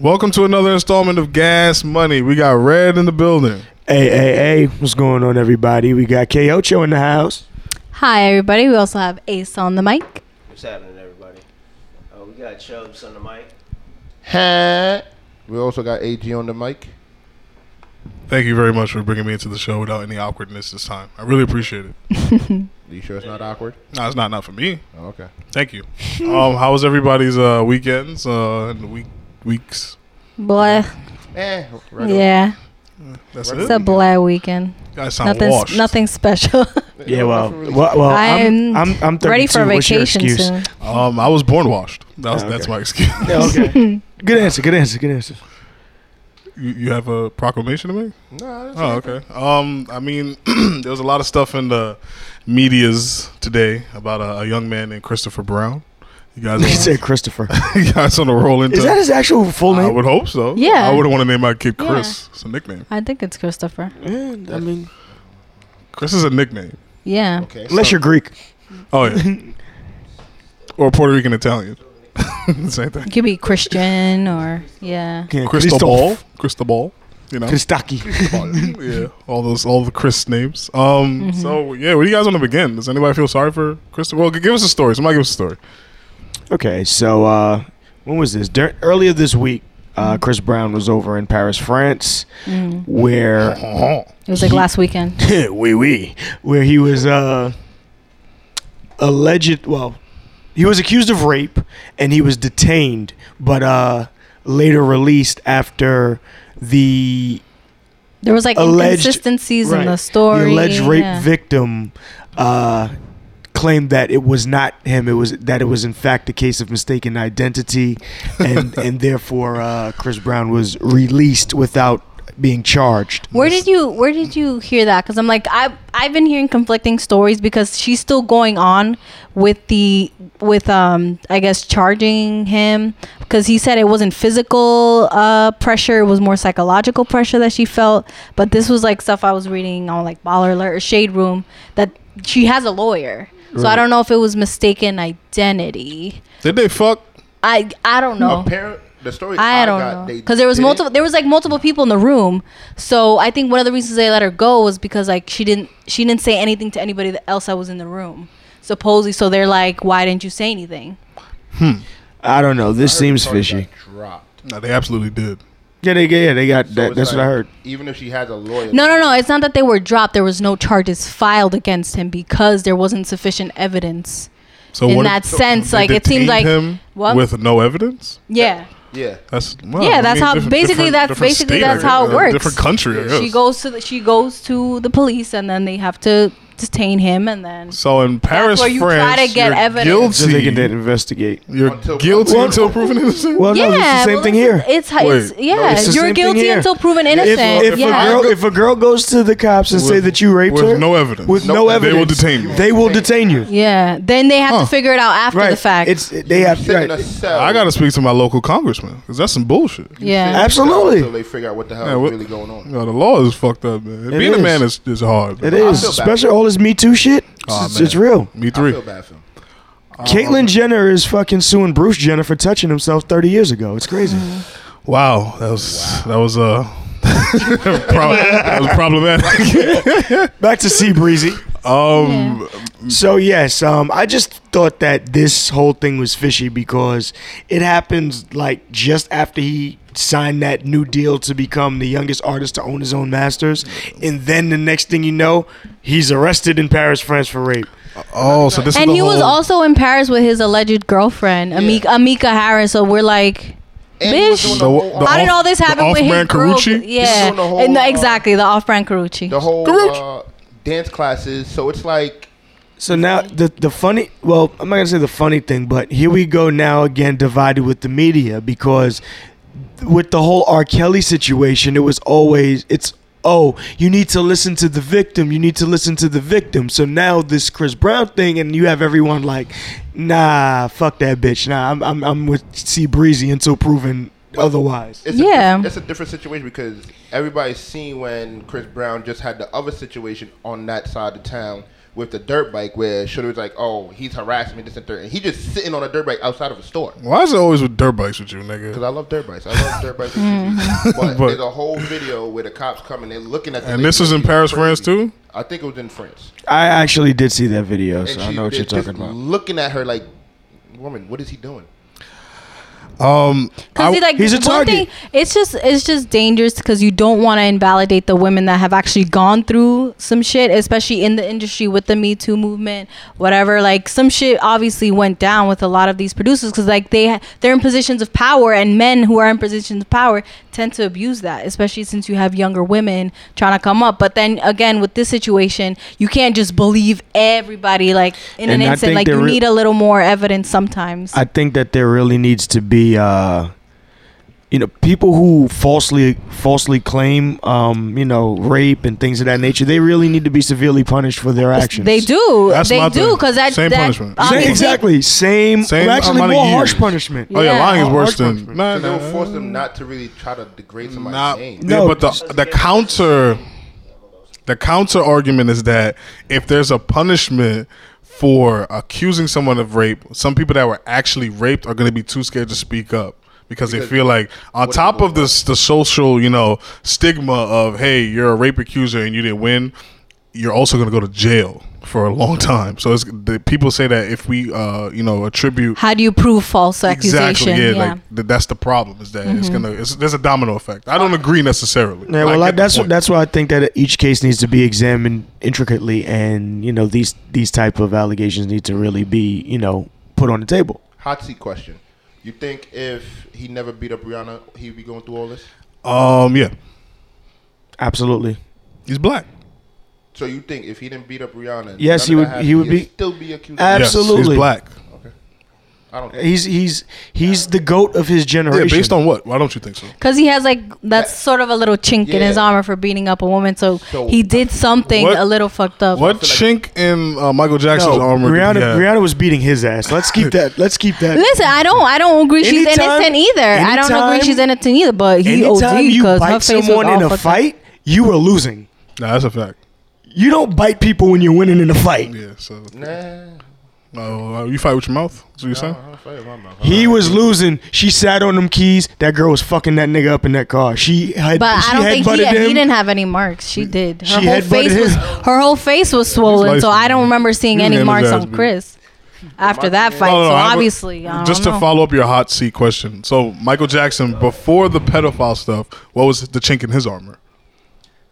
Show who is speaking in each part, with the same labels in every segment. Speaker 1: Welcome to another installment of Gas Money. We got Red in the building.
Speaker 2: Hey, hey, hey, what's going on, everybody? We got Kocho in the house.
Speaker 3: Hi, everybody. We also have Ace on the mic.
Speaker 4: What's happening, everybody? Uh, we got Chubbs on the mic.
Speaker 5: Huh? We also got AG on the mic.
Speaker 1: Thank you very much for bringing me into the show without any awkwardness this time. I really appreciate it.
Speaker 5: You sure it's not awkward?
Speaker 1: No, it's not not for me.
Speaker 5: Oh, okay.
Speaker 1: Thank you. Um, how was everybody's uh, weekends uh, and week weeks?
Speaker 3: Blah.
Speaker 5: Eh, right on.
Speaker 3: yeah.
Speaker 1: That's
Speaker 3: It's
Speaker 1: it.
Speaker 3: a blah weekend.
Speaker 1: Guys sound
Speaker 3: Nothing,
Speaker 1: washed.
Speaker 3: nothing special.
Speaker 2: Yeah, well, well,
Speaker 5: Nothing really-
Speaker 2: well, Oh, I'm,
Speaker 3: I'm
Speaker 2: I'm, I'm 32.
Speaker 3: Ready for
Speaker 2: What's your
Speaker 3: vacation
Speaker 2: excuse?
Speaker 3: soon.
Speaker 1: Um, I was born washed. That was,
Speaker 2: Oh, okay.
Speaker 1: That's my excuse.
Speaker 2: Yeah, okay. good answer, good answer, good answer.
Speaker 1: you, you have a proclamation to make?
Speaker 5: No, that's
Speaker 1: Oh, okay. Um, I mean, there was a lot of stuff in the media's today about a, a young man named Christopher Brown. You guys,
Speaker 2: He
Speaker 1: on,
Speaker 2: said Christopher.
Speaker 1: you guys on the roll into?
Speaker 2: Is that his actual full
Speaker 1: I
Speaker 2: name?
Speaker 1: would hope so.
Speaker 3: Yeah.
Speaker 1: I wouldn't want to name my kid
Speaker 3: Yeah.
Speaker 1: Chris. It's a nickname.
Speaker 3: I think it's Christopher.
Speaker 2: Yeah, I mean,
Speaker 1: Chris is a nickname.
Speaker 3: Yeah.
Speaker 5: okay.
Speaker 2: unless you're Greek.
Speaker 1: Oh yeah. or Puerto Rican Italian. Same thing.
Speaker 3: It could be Christian or, yeah.
Speaker 2: Yeah,
Speaker 1: Cristobal. Cristobal. You know.
Speaker 2: Christaki.
Speaker 1: yeah. All those all the Chris names. Um so yeah, where do you guys want to begin? Does anybody feel sorry for Christopher? Well, g- give us a story. Somebody give us a story.
Speaker 2: Okay, so uh, when was this? Dur- earlier this week, uh, Chris Brown was over in Paris, France, where
Speaker 3: Mm.
Speaker 1: Uh-huh.
Speaker 3: It was like
Speaker 2: He-
Speaker 3: last weekend.
Speaker 2: wee wee, where he was uh, alleged. Well, he was accused of rape, and he was detained, but uh, later released after the
Speaker 3: There was like
Speaker 2: Alleged-
Speaker 3: inconsistencies
Speaker 2: right,
Speaker 3: in the story.
Speaker 2: The alleged rape
Speaker 3: yeah.
Speaker 2: victim uh, claimed that it was not him. It was that it was in fact a case of mistaken identity, and and therefore uh, Chris Brown was released without being charged.
Speaker 3: Where did you Where did you hear that? Because I'm like I I've been hearing conflicting stories because she's still going on with the with um I guess charging him because he said it wasn't physical uh pressure it was more psychological pressure that she felt but this was like stuff I was reading on like Baller Alert or Shade Room that she has a lawyer so I
Speaker 2: Right.
Speaker 3: don't know if it was mistaken identity
Speaker 1: Did they fuck?
Speaker 3: I I don't know
Speaker 5: Apparent, the story
Speaker 3: I, don't
Speaker 5: got,
Speaker 3: know
Speaker 5: they
Speaker 3: because there was
Speaker 5: did it.
Speaker 3: multiple. There was like multiple people in the room, so I think one of the reasons they let her go was because like she didn't she didn't say anything to anybody that else that was in the room supposedly. So they're like, why didn't you say anything?
Speaker 2: I don't know.
Speaker 5: I
Speaker 2: This
Speaker 5: heard
Speaker 2: seems
Speaker 5: the story
Speaker 2: fishy.
Speaker 5: got dropped. So
Speaker 1: No, they absolutely did.
Speaker 2: Yeah, they yeah they got that.
Speaker 5: it's
Speaker 2: That's what
Speaker 5: like,
Speaker 2: I heard.
Speaker 5: Even if she has a lawyer,
Speaker 3: No, no, no. It's not that they were dropped. There was no charges filed against him because there wasn't sufficient evidence.
Speaker 1: So
Speaker 3: In
Speaker 1: what
Speaker 3: that sense,
Speaker 1: they
Speaker 3: like, it seemed
Speaker 1: detained
Speaker 3: like-
Speaker 1: him
Speaker 3: What?
Speaker 1: with no evidence.
Speaker 3: Yeah,
Speaker 5: Yeah,
Speaker 1: That's well,
Speaker 3: Yeah, that's how- basically that's- basically that's
Speaker 1: I
Speaker 3: how it
Speaker 1: guess.
Speaker 3: works.
Speaker 1: Different country. I
Speaker 3: she
Speaker 1: guess.
Speaker 3: goes to the, she goes to the police, and then they have to detain him, and then
Speaker 1: So in Paris,
Speaker 3: where you try
Speaker 1: France,
Speaker 3: to get
Speaker 1: you're
Speaker 3: evidence.
Speaker 2: So they can then
Speaker 1: guilty.
Speaker 2: investigate.
Speaker 1: You're
Speaker 5: Until-
Speaker 1: guilty
Speaker 5: Well,
Speaker 1: until proven innocent.
Speaker 2: Well, no, it's the same
Speaker 3: well,
Speaker 2: thing here.
Speaker 3: it's- It's, hi- it's-
Speaker 1: Wait,
Speaker 3: yeah,
Speaker 2: it's the
Speaker 3: you're
Speaker 2: same thing
Speaker 3: guilty
Speaker 2: here.
Speaker 3: until proven
Speaker 2: If,
Speaker 3: innocent.
Speaker 2: if
Speaker 3: yeah.
Speaker 2: a girl if a girl goes to the cops and say
Speaker 1: With-
Speaker 2: that you raped
Speaker 1: with
Speaker 2: her
Speaker 1: no evidence.
Speaker 2: with no
Speaker 1: Nope. They
Speaker 2: evidence,
Speaker 1: will detain you.
Speaker 2: They will detain you.
Speaker 3: Yeah, then they have
Speaker 1: Huh.
Speaker 3: to figure it out after the fact.
Speaker 2: It's they have
Speaker 5: Sit in
Speaker 2: right.
Speaker 5: a cell.
Speaker 1: I gotta speak to my local congressman because that's some bullshit. You
Speaker 5: Sit in a
Speaker 3: yeah,
Speaker 5: cell
Speaker 2: Absolutely.
Speaker 5: Until they figure out what the hell
Speaker 1: Yeah,
Speaker 5: is
Speaker 1: what-
Speaker 5: really going on.
Speaker 1: know, the law is fucked up, man.
Speaker 2: It
Speaker 1: Being a
Speaker 2: is.
Speaker 1: man is, is hard.
Speaker 2: It
Speaker 1: man.
Speaker 2: is,
Speaker 5: feel bad.
Speaker 2: especially all this Me Too shit.
Speaker 1: Aw,
Speaker 2: it's,
Speaker 1: man.
Speaker 2: it's real.
Speaker 1: Me
Speaker 5: I
Speaker 1: three.
Speaker 5: feel bad for him.
Speaker 2: Caitlyn Jenner is fucking suing Bruce Jenner for touching himself 30 years ago. It's crazy.
Speaker 3: Mm-hmm.
Speaker 1: Wow, that was that was uh, prob- that was problematic.
Speaker 2: Back to Sea Breezy.
Speaker 1: um,
Speaker 2: So yes, um, I just thought that this whole thing was fishy because it happens like just after he signed that new deal to become the youngest artist to own his own masters, and then the next thing you know, he's arrested in Paris, France for rape.
Speaker 1: oh, so this is
Speaker 3: and
Speaker 1: the
Speaker 3: he was
Speaker 1: whole-
Speaker 3: also in Paris with his alleged girlfriend, Amika, Amika Harris. So we're like,
Speaker 5: And he was doing
Speaker 3: bitch,
Speaker 5: the
Speaker 1: The- the
Speaker 3: how did
Speaker 1: off-
Speaker 3: all this
Speaker 1: the
Speaker 3: happen with his
Speaker 1: off-brand
Speaker 3: girl?
Speaker 1: Carucci?
Speaker 3: Yeah,
Speaker 5: doing the whole,
Speaker 3: and the-
Speaker 5: uh,
Speaker 3: exactly the off-brand Carucci.
Speaker 5: The whole
Speaker 1: Garage.
Speaker 5: uh, dance classes. So it's like
Speaker 2: So now the the funny well I'm not gonna say the funny thing but here we go now again divided with the media because with the whole R Kelly situation it was always it's oh you need to listen to the victim you need to listen to the victim so now this Chris Brown thing and you have everyone like nah fuck that bitch nah I'm I'm, I'm with C Breezy until proven otherwise
Speaker 5: it's
Speaker 3: Yeah.
Speaker 5: a, diff- it's a different situation because everybody's seen when Chris Brown just had the other situation on that side of town with the dirt bike where Shorty was like, "Oh, he's harassing me, this and third, and he just sitting on a dirt bike outside of a store.
Speaker 1: Why is it always with dirt bikes with you, nigga?
Speaker 5: Because I love dirt bikes. I love dirt bikes. and CBs. but,
Speaker 1: But-
Speaker 5: there's a whole video where the cops come and they're looking at. The
Speaker 1: And
Speaker 5: lady
Speaker 1: this is in
Speaker 5: like she's
Speaker 1: Paris, France, too?
Speaker 5: I think it was in France.
Speaker 2: I actually did see that video, so I
Speaker 5: she's-
Speaker 2: know what you're
Speaker 5: they're just
Speaker 2: talking about.
Speaker 5: Looking at her like, woman, what is he doing?
Speaker 1: Um, I-
Speaker 3: Cause see, like
Speaker 2: he's a
Speaker 3: one
Speaker 2: target.
Speaker 3: thing, it's just it's just dangerous because you don't want to invalidate the women that have actually gone through some shit, especially in the industry with the Me Too movement, whatever. Like some shit obviously went down with a lot of these producers because like they ha- they're in positions of power, and men who are in positions of power tend to abuse that, especially since you have younger women trying to come up. But then again, with this situation, you can't just believe everybody like in
Speaker 2: And
Speaker 3: an
Speaker 2: I
Speaker 3: instant.
Speaker 2: think
Speaker 3: Like
Speaker 2: they're
Speaker 3: you
Speaker 2: re-
Speaker 3: need a little more evidence sometimes.
Speaker 2: I think that there really needs to be, uh, you know, people who falsely falsely claim, um, you know, rape and things of that nature. They really need to be severely punished for their actions.
Speaker 3: They do.
Speaker 1: That's
Speaker 3: they
Speaker 1: my
Speaker 3: do
Speaker 1: thing.
Speaker 3: because that
Speaker 1: Same
Speaker 3: that,
Speaker 1: punishment.
Speaker 2: Same-
Speaker 3: obviously-
Speaker 2: exactly same.
Speaker 1: Same
Speaker 2: well, actually,
Speaker 1: amount of
Speaker 2: more harsh
Speaker 1: years.
Speaker 2: punishment.
Speaker 1: oh yeah,
Speaker 3: Yeah.
Speaker 1: lying is worse
Speaker 2: Harsh
Speaker 1: than
Speaker 2: punishment.
Speaker 1: nah,
Speaker 5: Because
Speaker 1: nah,
Speaker 5: they'll force them not to really try to degrade somebody's
Speaker 1: not,
Speaker 5: name.
Speaker 1: yeah,
Speaker 2: No.
Speaker 1: but the the counter the counter argument is that if there's a punishment for accusing someone of rape, some people that were actually raped are going to be too scared to speak up because,
Speaker 5: Because-
Speaker 1: they feel like on
Speaker 5: What
Speaker 1: top
Speaker 5: if it
Speaker 1: of this the social you know stigma of hey you're a rape accuser and you didn't win, you're also going to go to jail for a long time. So it's, the people say that if we uh, you know attribute
Speaker 3: How do you prove false accusation? Mm-hmm.
Speaker 1: Exactly. Yeah, like th- that's the problem. Is that it's gonna it's, there's a domino effect. I don't agree necessarily.
Speaker 2: Yeah,
Speaker 1: I
Speaker 2: well,
Speaker 1: get
Speaker 2: I,
Speaker 1: the
Speaker 2: that's
Speaker 1: point.
Speaker 2: that's why I think that each case needs to be examined intricately, and you know these these type of allegations need to really be you know put on the table.
Speaker 5: Hot seat question. You think if he never beat up Rihanna, he'd be going through all this?
Speaker 1: um yeah,
Speaker 2: Absolutely.
Speaker 1: he's black.
Speaker 5: So you think if he didn't beat up Rihanna,
Speaker 2: Yes,
Speaker 5: none
Speaker 2: he
Speaker 5: of
Speaker 2: would-
Speaker 5: that happened,
Speaker 2: he would
Speaker 5: he'd
Speaker 2: be-
Speaker 5: still be accused.
Speaker 1: Yes,
Speaker 5: of
Speaker 2: Abs- Absolutely.
Speaker 1: he's black.
Speaker 5: I don't. Think
Speaker 2: He's he's he's the goat of his
Speaker 1: Yeah,
Speaker 2: generation.
Speaker 1: based on what? Why don't you think so?
Speaker 3: Because he has like that's sort of a little chink in his
Speaker 5: Yeah.
Speaker 3: armor for beating up a woman, so,
Speaker 5: So-
Speaker 3: he did something
Speaker 1: What-
Speaker 3: a little fucked up.
Speaker 1: What
Speaker 5: feel
Speaker 1: chink in uh, Michael Jackson's
Speaker 2: no,
Speaker 1: armor? did he
Speaker 2: Rihanna
Speaker 1: have?
Speaker 2: Rihanna was beating his ass. Let's keep that. Let's keep that.
Speaker 3: Listen, I don't, I don't agree she's
Speaker 2: Anytime-
Speaker 3: innocent either. I don't
Speaker 2: anytime-
Speaker 3: agree she's innocent either. But he
Speaker 2: Anytime
Speaker 3: OD
Speaker 2: you
Speaker 3: because her
Speaker 2: bite
Speaker 3: face was
Speaker 2: someone
Speaker 3: all
Speaker 2: in a
Speaker 3: fucked up.
Speaker 2: fight, you are losing.
Speaker 1: Nah, that's a fact.
Speaker 2: You don't bite people when you're winning in a fight.
Speaker 1: Yeah. So,
Speaker 5: nah,
Speaker 1: oh, uh, you fight with your mouth? That's what you're
Speaker 5: I
Speaker 1: saying?
Speaker 5: don't play with my mouth.
Speaker 2: He was losing. She sat on them keys. That girl was fucking that nigga up in that car. She had.
Speaker 3: But
Speaker 2: she
Speaker 3: I don't think he,
Speaker 2: headbutted him.
Speaker 3: he didn't have any marks. She did. Her
Speaker 2: She
Speaker 3: whole
Speaker 2: headbutted
Speaker 3: face
Speaker 2: him.
Speaker 3: was her whole face was swollen, so
Speaker 1: lifeless,
Speaker 3: I don't remember seeing
Speaker 1: He's
Speaker 3: any
Speaker 1: an
Speaker 3: marks
Speaker 1: energized
Speaker 3: on
Speaker 1: dude.
Speaker 3: Chris after that fight.
Speaker 1: No, no,
Speaker 3: so
Speaker 1: I have a-
Speaker 3: obviously, I don't
Speaker 1: just to
Speaker 3: know.
Speaker 1: follow up your hot seat question. So Michael Jackson, before the pedophile stuff, what was the chink in his armor?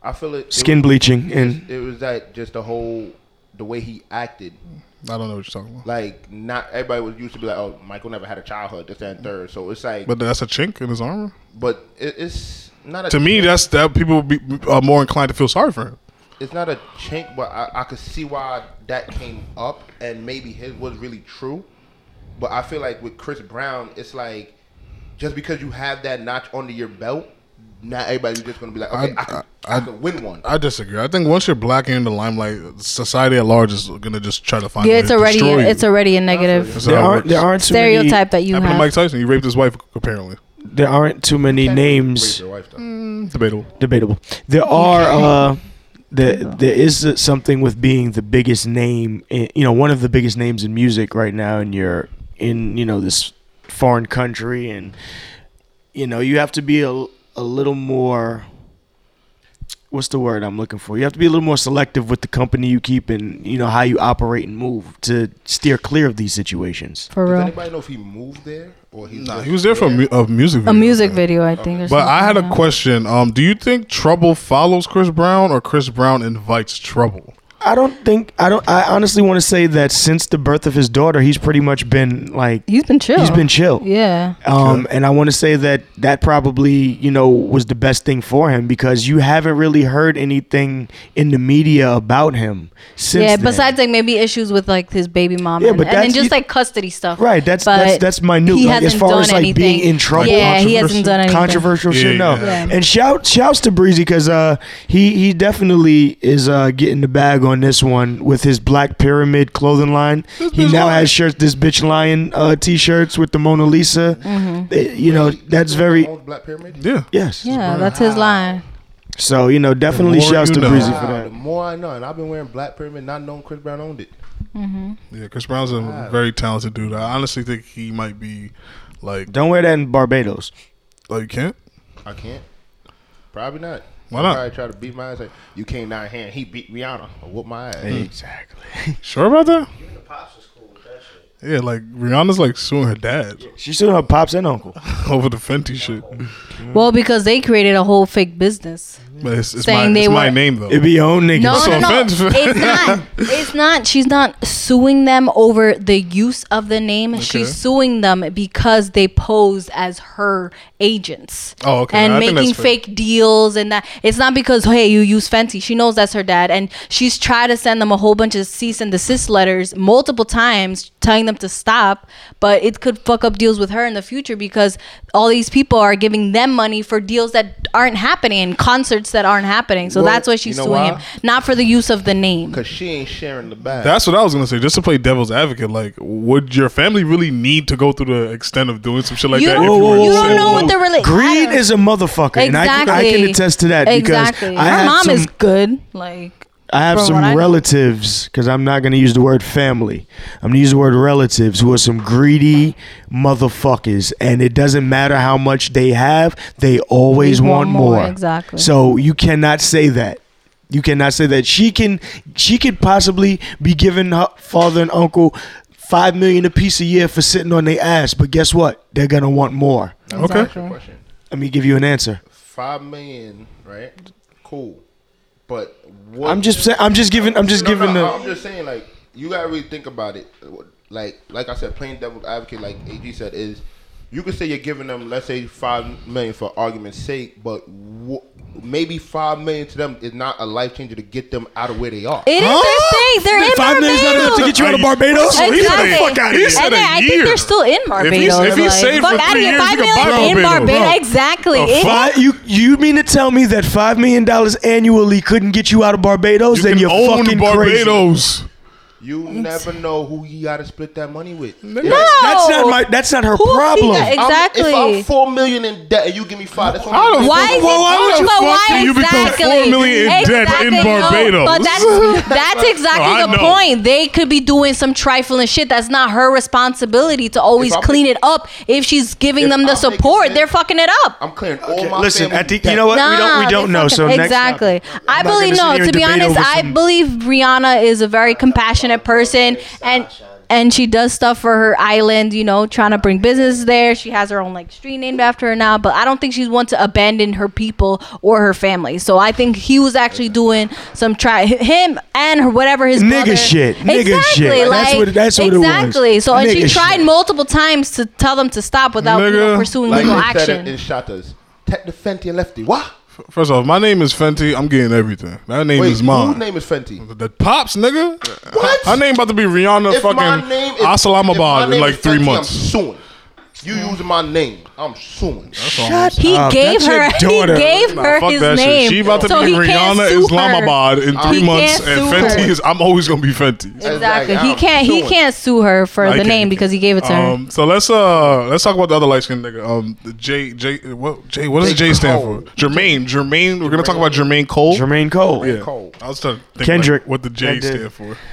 Speaker 5: I feel it.
Speaker 2: Skin
Speaker 5: it was,
Speaker 2: bleaching and
Speaker 5: It was that just the whole the way he acted.
Speaker 1: I don't know what you're talking about.
Speaker 5: Like not everybody was used to be like, oh, Michael never had a childhood, this that, and third. So it's like, but,
Speaker 1: But that's a chink in his armor.
Speaker 5: it, it's not a
Speaker 1: To me, that's that people would be uh, more inclined to feel sorry for him.
Speaker 5: it's not a chink, but I, I could see why that came up, and maybe his was really true. But I feel like with Chris Brown, it's like just because you have that notch under your belt, not everybody's just gonna be like, okay, I, could, I,
Speaker 1: I-
Speaker 5: could win one.
Speaker 1: I disagree. I think once you're black and in the limelight, society at large is gonna just try to find. a
Speaker 3: Yeah,
Speaker 1: way
Speaker 3: it's
Speaker 1: to
Speaker 3: already
Speaker 1: destroy you.
Speaker 3: it's already a negative
Speaker 1: That's
Speaker 2: there
Speaker 1: how it
Speaker 2: aren't
Speaker 1: works.
Speaker 2: there aren't too many-
Speaker 3: stereotype that you
Speaker 1: happened to Mike
Speaker 3: have.
Speaker 1: Tyson. He raped his wife apparently.
Speaker 2: there aren't too many
Speaker 5: Raise
Speaker 2: names.
Speaker 5: your wife, though.
Speaker 1: Mm, Debatable.
Speaker 2: Debatable. There are. Uh, there, there is something with being the biggest name, in, you know, one of the biggest names in music right now, and you're in, you know, this foreign country, and you know, you have to be a, a little more. What's the word I'm looking for? You have to be a little more selective with the company you keep, and you know how you operate and move to steer clear of these situations.
Speaker 3: for
Speaker 5: Does
Speaker 3: real.
Speaker 5: anybody know if he moved there or he?
Speaker 1: Nah, he was there for a, mu- a music video.
Speaker 3: A music video, I think. Or
Speaker 1: But I had
Speaker 3: something,
Speaker 1: a question. Um, do you think trouble follows Chris Brown or Chris Brown invites trouble?
Speaker 2: I don't think I don't. I honestly want to say that since the birth of his daughter, he's pretty much been like
Speaker 3: yeah. He's been chill.
Speaker 2: he's been chill.
Speaker 3: Yeah.
Speaker 2: Um, and I want to say that that probably you know was the best thing for him because you haven't really heard anything in the media about him since.
Speaker 3: Yeah.
Speaker 2: then.
Speaker 3: Besides, like maybe issues with like his baby mom.
Speaker 2: Yeah,
Speaker 3: and,
Speaker 2: but
Speaker 3: and then
Speaker 2: that's-
Speaker 3: just like custody stuff.
Speaker 2: right, that's
Speaker 3: But
Speaker 2: that's that's minute.
Speaker 3: he
Speaker 2: like, as
Speaker 3: hasn't
Speaker 2: far
Speaker 3: done
Speaker 2: as like being
Speaker 3: anything.
Speaker 2: in trouble,
Speaker 3: Yeah, he
Speaker 2: controversial-
Speaker 3: hasn't done anything.
Speaker 2: controversial shit.
Speaker 1: Yeah,
Speaker 2: No,
Speaker 1: yeah.
Speaker 2: and shout shouts to Breezy because uh he he definitely is uh getting the bag on this one with his Black Pyramid clothing line. He
Speaker 1: bitch
Speaker 2: now
Speaker 1: lying.
Speaker 2: has shirts, this bitch lion uh, t-shirts with the Mona
Speaker 3: Mm-hmm.
Speaker 2: Lisa. Uh, you know that's very
Speaker 5: Black Pyramid.
Speaker 1: Yeah.
Speaker 2: yes.
Speaker 3: Yeah, that's his line.
Speaker 2: So you know, definitely
Speaker 1: more
Speaker 2: shouts
Speaker 1: you
Speaker 2: to
Speaker 1: know.
Speaker 2: Breezy for
Speaker 5: Wow, the
Speaker 2: that.
Speaker 5: more I know, and I've been wearing Black Pyramid, not knowing Chris Brown owned it.
Speaker 1: Yeah, Chris Brown's a very talented dude. I honestly think he might be like.
Speaker 2: Don't wear that in Barbados.
Speaker 1: Oh, you can't.
Speaker 5: I can't. Probably not.
Speaker 1: Why not?
Speaker 5: Probably try to beat my ass. Like, you came down here and he beat Rihanna. I whoop my ass.
Speaker 2: Exactly.
Speaker 1: Sure about that?
Speaker 4: Even the pops was cool with that shit.
Speaker 1: Yeah, like Rihanna's like suing her dad
Speaker 2: She sued her pops and uncle.
Speaker 1: over the Fenty shit.
Speaker 3: Well, because they created a whole fake business.
Speaker 1: But it's, it's
Speaker 3: Saying
Speaker 1: my, it's
Speaker 3: they
Speaker 1: my
Speaker 3: were-
Speaker 1: name though.
Speaker 2: It be your own niggas.
Speaker 3: No,
Speaker 1: So
Speaker 3: no, no.
Speaker 1: offensive.
Speaker 3: It's not. It's not. She's not suing them over the use of the name.
Speaker 1: Okay.
Speaker 3: She's suing them because they posed as her agents.
Speaker 1: Oh, okay.
Speaker 3: And
Speaker 1: I think
Speaker 3: making
Speaker 1: that's fair.
Speaker 3: fake deals and that. It's not because hey, you use Fenty. She knows that's her dad, and she's tried to send them a whole bunch of cease and desist letters multiple times, telling them to stop. But it could fuck up deals with her in the future because all these people are giving them money for deals that aren't happening and concerts that aren't happening. So
Speaker 5: Well,
Speaker 3: that's why she's
Speaker 5: you know
Speaker 3: suing
Speaker 5: why?
Speaker 3: him not for the use of the name.
Speaker 5: Cause she ain't sharing the bag.
Speaker 1: That's what I was gonna say. Just to play devil's advocate, like, would your family really need to go through the extent of doing some shit like
Speaker 3: You
Speaker 1: that?
Speaker 3: don't-
Speaker 1: if were
Speaker 3: you
Speaker 1: to
Speaker 3: don't
Speaker 1: say
Speaker 3: know
Speaker 1: no?
Speaker 3: what the rela- I
Speaker 2: Greed
Speaker 3: don't-
Speaker 2: is a motherfucker, and I, can- I can attest to that
Speaker 3: exactly.
Speaker 2: because I
Speaker 3: Her
Speaker 2: have
Speaker 3: mom
Speaker 2: some,
Speaker 3: is good. Like
Speaker 2: I have
Speaker 3: from
Speaker 2: some
Speaker 3: what I know.
Speaker 2: relatives because I'm not going to use the word family. I'm going to use the word relatives who are some greedy motherfuckers, and it doesn't matter how much they have, they always
Speaker 3: They
Speaker 2: want,
Speaker 3: want
Speaker 2: more.
Speaker 3: more, exactly.
Speaker 2: So you cannot say that. You cannot say that she can. She could possibly be giving her father and uncle five million a piece a year for sitting on their ass, but guess what? They're gonna want more.
Speaker 1: Okay.
Speaker 5: Your question.
Speaker 2: Let me give you an answer.
Speaker 5: Five million, right? Cool. But what
Speaker 2: I'm just saying. I'm just giving. I'm just
Speaker 5: No, um,
Speaker 2: giving
Speaker 5: no,
Speaker 2: the.
Speaker 5: I'm just saying, like, you gotta really think about it. Like, like I said, playing devil's advocate, like AG said, is you could say you're giving them, let's say, five million for argument's sake, but wh- maybe five million to them is not a life changer to get them out of where they are.
Speaker 3: it is
Speaker 1: Huh?
Speaker 3: their thing. They're
Speaker 2: Five
Speaker 3: in Barbados.
Speaker 2: million's not enough to get you out of Barbados.
Speaker 1: Exactly. He
Speaker 3: Exactly.
Speaker 1: said, "Fuck outta here." He said
Speaker 3: And
Speaker 1: a
Speaker 3: I think
Speaker 1: year.
Speaker 3: they're still in
Speaker 1: If
Speaker 3: Barbados.
Speaker 1: he's- if he's
Speaker 3: like,
Speaker 1: saved for
Speaker 3: fuck outta
Speaker 1: three
Speaker 3: here,
Speaker 1: years,
Speaker 3: five
Speaker 1: he could buy
Speaker 3: million in
Speaker 1: Barbados.
Speaker 3: Barbados.
Speaker 1: Bro.
Speaker 3: Exactly.
Speaker 1: The
Speaker 3: It-
Speaker 1: fuck?
Speaker 2: Fi- Uh, you you mean to tell me that five million dollars annually couldn't get you out of Barbados?
Speaker 1: You
Speaker 2: then
Speaker 1: can
Speaker 2: you're
Speaker 1: own
Speaker 2: fucking crazy.
Speaker 1: Barbados.
Speaker 5: You never know who you gotta split that money with.
Speaker 3: no,
Speaker 2: That's not my. That's not her
Speaker 3: Who he
Speaker 2: problem.
Speaker 3: got-
Speaker 5: I'm- if I'm
Speaker 3: Exactly.
Speaker 5: four million in debt and you give me five, that's
Speaker 1: How the
Speaker 5: what
Speaker 3: Why is
Speaker 1: Well, why
Speaker 3: it,
Speaker 1: would you
Speaker 3: but why
Speaker 1: fuck
Speaker 3: exactly?
Speaker 1: you become four million in debt
Speaker 3: Exactly,
Speaker 1: in
Speaker 3: no.
Speaker 1: Barbados?
Speaker 3: But that's that's exactly
Speaker 1: I
Speaker 3: the
Speaker 1: know.
Speaker 3: point. They could be doing some trifling shit that's not her responsibility to always
Speaker 5: If I'm-
Speaker 3: clean it up. If she's giving
Speaker 5: If
Speaker 3: them the
Speaker 5: I'm making
Speaker 3: support,
Speaker 5: sense-
Speaker 3: they're fucking it up.
Speaker 5: I'm clearing all my
Speaker 2: Listen,
Speaker 5: family
Speaker 2: at the,
Speaker 5: debt.
Speaker 2: you know what? we don't. We
Speaker 3: Nah,
Speaker 2: don't
Speaker 3: they
Speaker 2: know. So
Speaker 3: fucking-
Speaker 2: next
Speaker 3: exactly. I
Speaker 2: not gonna
Speaker 3: believe
Speaker 2: sit
Speaker 3: no.
Speaker 2: here and
Speaker 3: To be
Speaker 2: debate
Speaker 3: honest,
Speaker 2: over
Speaker 3: I
Speaker 2: some-
Speaker 3: believe Rihanna is a very compassionate person, and and she does stuff for her island. You know, trying to bring business there. She has her own like street named after her now, but I don't think she's one to abandon her people or her family. So I think he was actually doing some try him and her, whatever his
Speaker 2: Nigga
Speaker 3: brother-
Speaker 2: shit. Nigga
Speaker 3: Exactly,
Speaker 2: shit. That's
Speaker 3: Like,
Speaker 2: what- that's what it was.
Speaker 3: exactly. So and she
Speaker 2: Nigga
Speaker 3: tried
Speaker 2: shit.
Speaker 3: multiple times to tell them to stop without you know,
Speaker 1: Nigga.
Speaker 3: pursuing
Speaker 5: like
Speaker 3: legal
Speaker 5: they said
Speaker 3: action.
Speaker 5: it in Shatters. Tech the Fenty and Lefty. What?
Speaker 1: First off, my name is Fenty. I'm getting everything. That name
Speaker 5: Wait,
Speaker 1: is mine.
Speaker 5: whose name is Fenty?
Speaker 1: the pops, nigga.
Speaker 5: What?
Speaker 1: Her name about to be Rihanna
Speaker 5: If my
Speaker 1: fucking
Speaker 5: name is- if my
Speaker 1: Islamabad
Speaker 5: name
Speaker 1: in like
Speaker 5: is
Speaker 1: three
Speaker 5: Fenty, I'm
Speaker 1: months.
Speaker 5: suing. You using my name. I'm suing.
Speaker 2: Shut
Speaker 3: He
Speaker 2: up.
Speaker 3: gave
Speaker 2: That's
Speaker 3: her.
Speaker 2: your
Speaker 3: He
Speaker 2: daughter.
Speaker 3: gave
Speaker 1: Nah,
Speaker 3: her
Speaker 1: fuck
Speaker 3: his
Speaker 1: that
Speaker 3: name.
Speaker 1: shit. She about to
Speaker 3: so
Speaker 1: be
Speaker 3: he can't
Speaker 1: Rihanna
Speaker 3: sue her.
Speaker 1: Islamabad in three
Speaker 3: He
Speaker 1: months,
Speaker 3: can't
Speaker 1: and
Speaker 3: sue her.
Speaker 1: Fenty is. I'm always gonna be Fenty.
Speaker 3: Exactly.
Speaker 5: Exactly.
Speaker 3: He can't. He
Speaker 5: Suing.
Speaker 3: can't sue her for
Speaker 1: I
Speaker 3: the
Speaker 1: can't.
Speaker 3: name because he gave it to her.
Speaker 1: Um, so let's uh let's talk about the other light skinned nigga. Um, the J J what J what does
Speaker 5: J.
Speaker 1: J stand
Speaker 5: Cole.
Speaker 1: for? Jermaine. Jermaine. We're gonna talk about Jermaine Cole.
Speaker 2: Jermaine Cole.
Speaker 1: Yeah.
Speaker 5: Cole.
Speaker 1: I was trying to think
Speaker 2: Kendrick.
Speaker 1: like, what the J
Speaker 2: That did.
Speaker 1: stand for.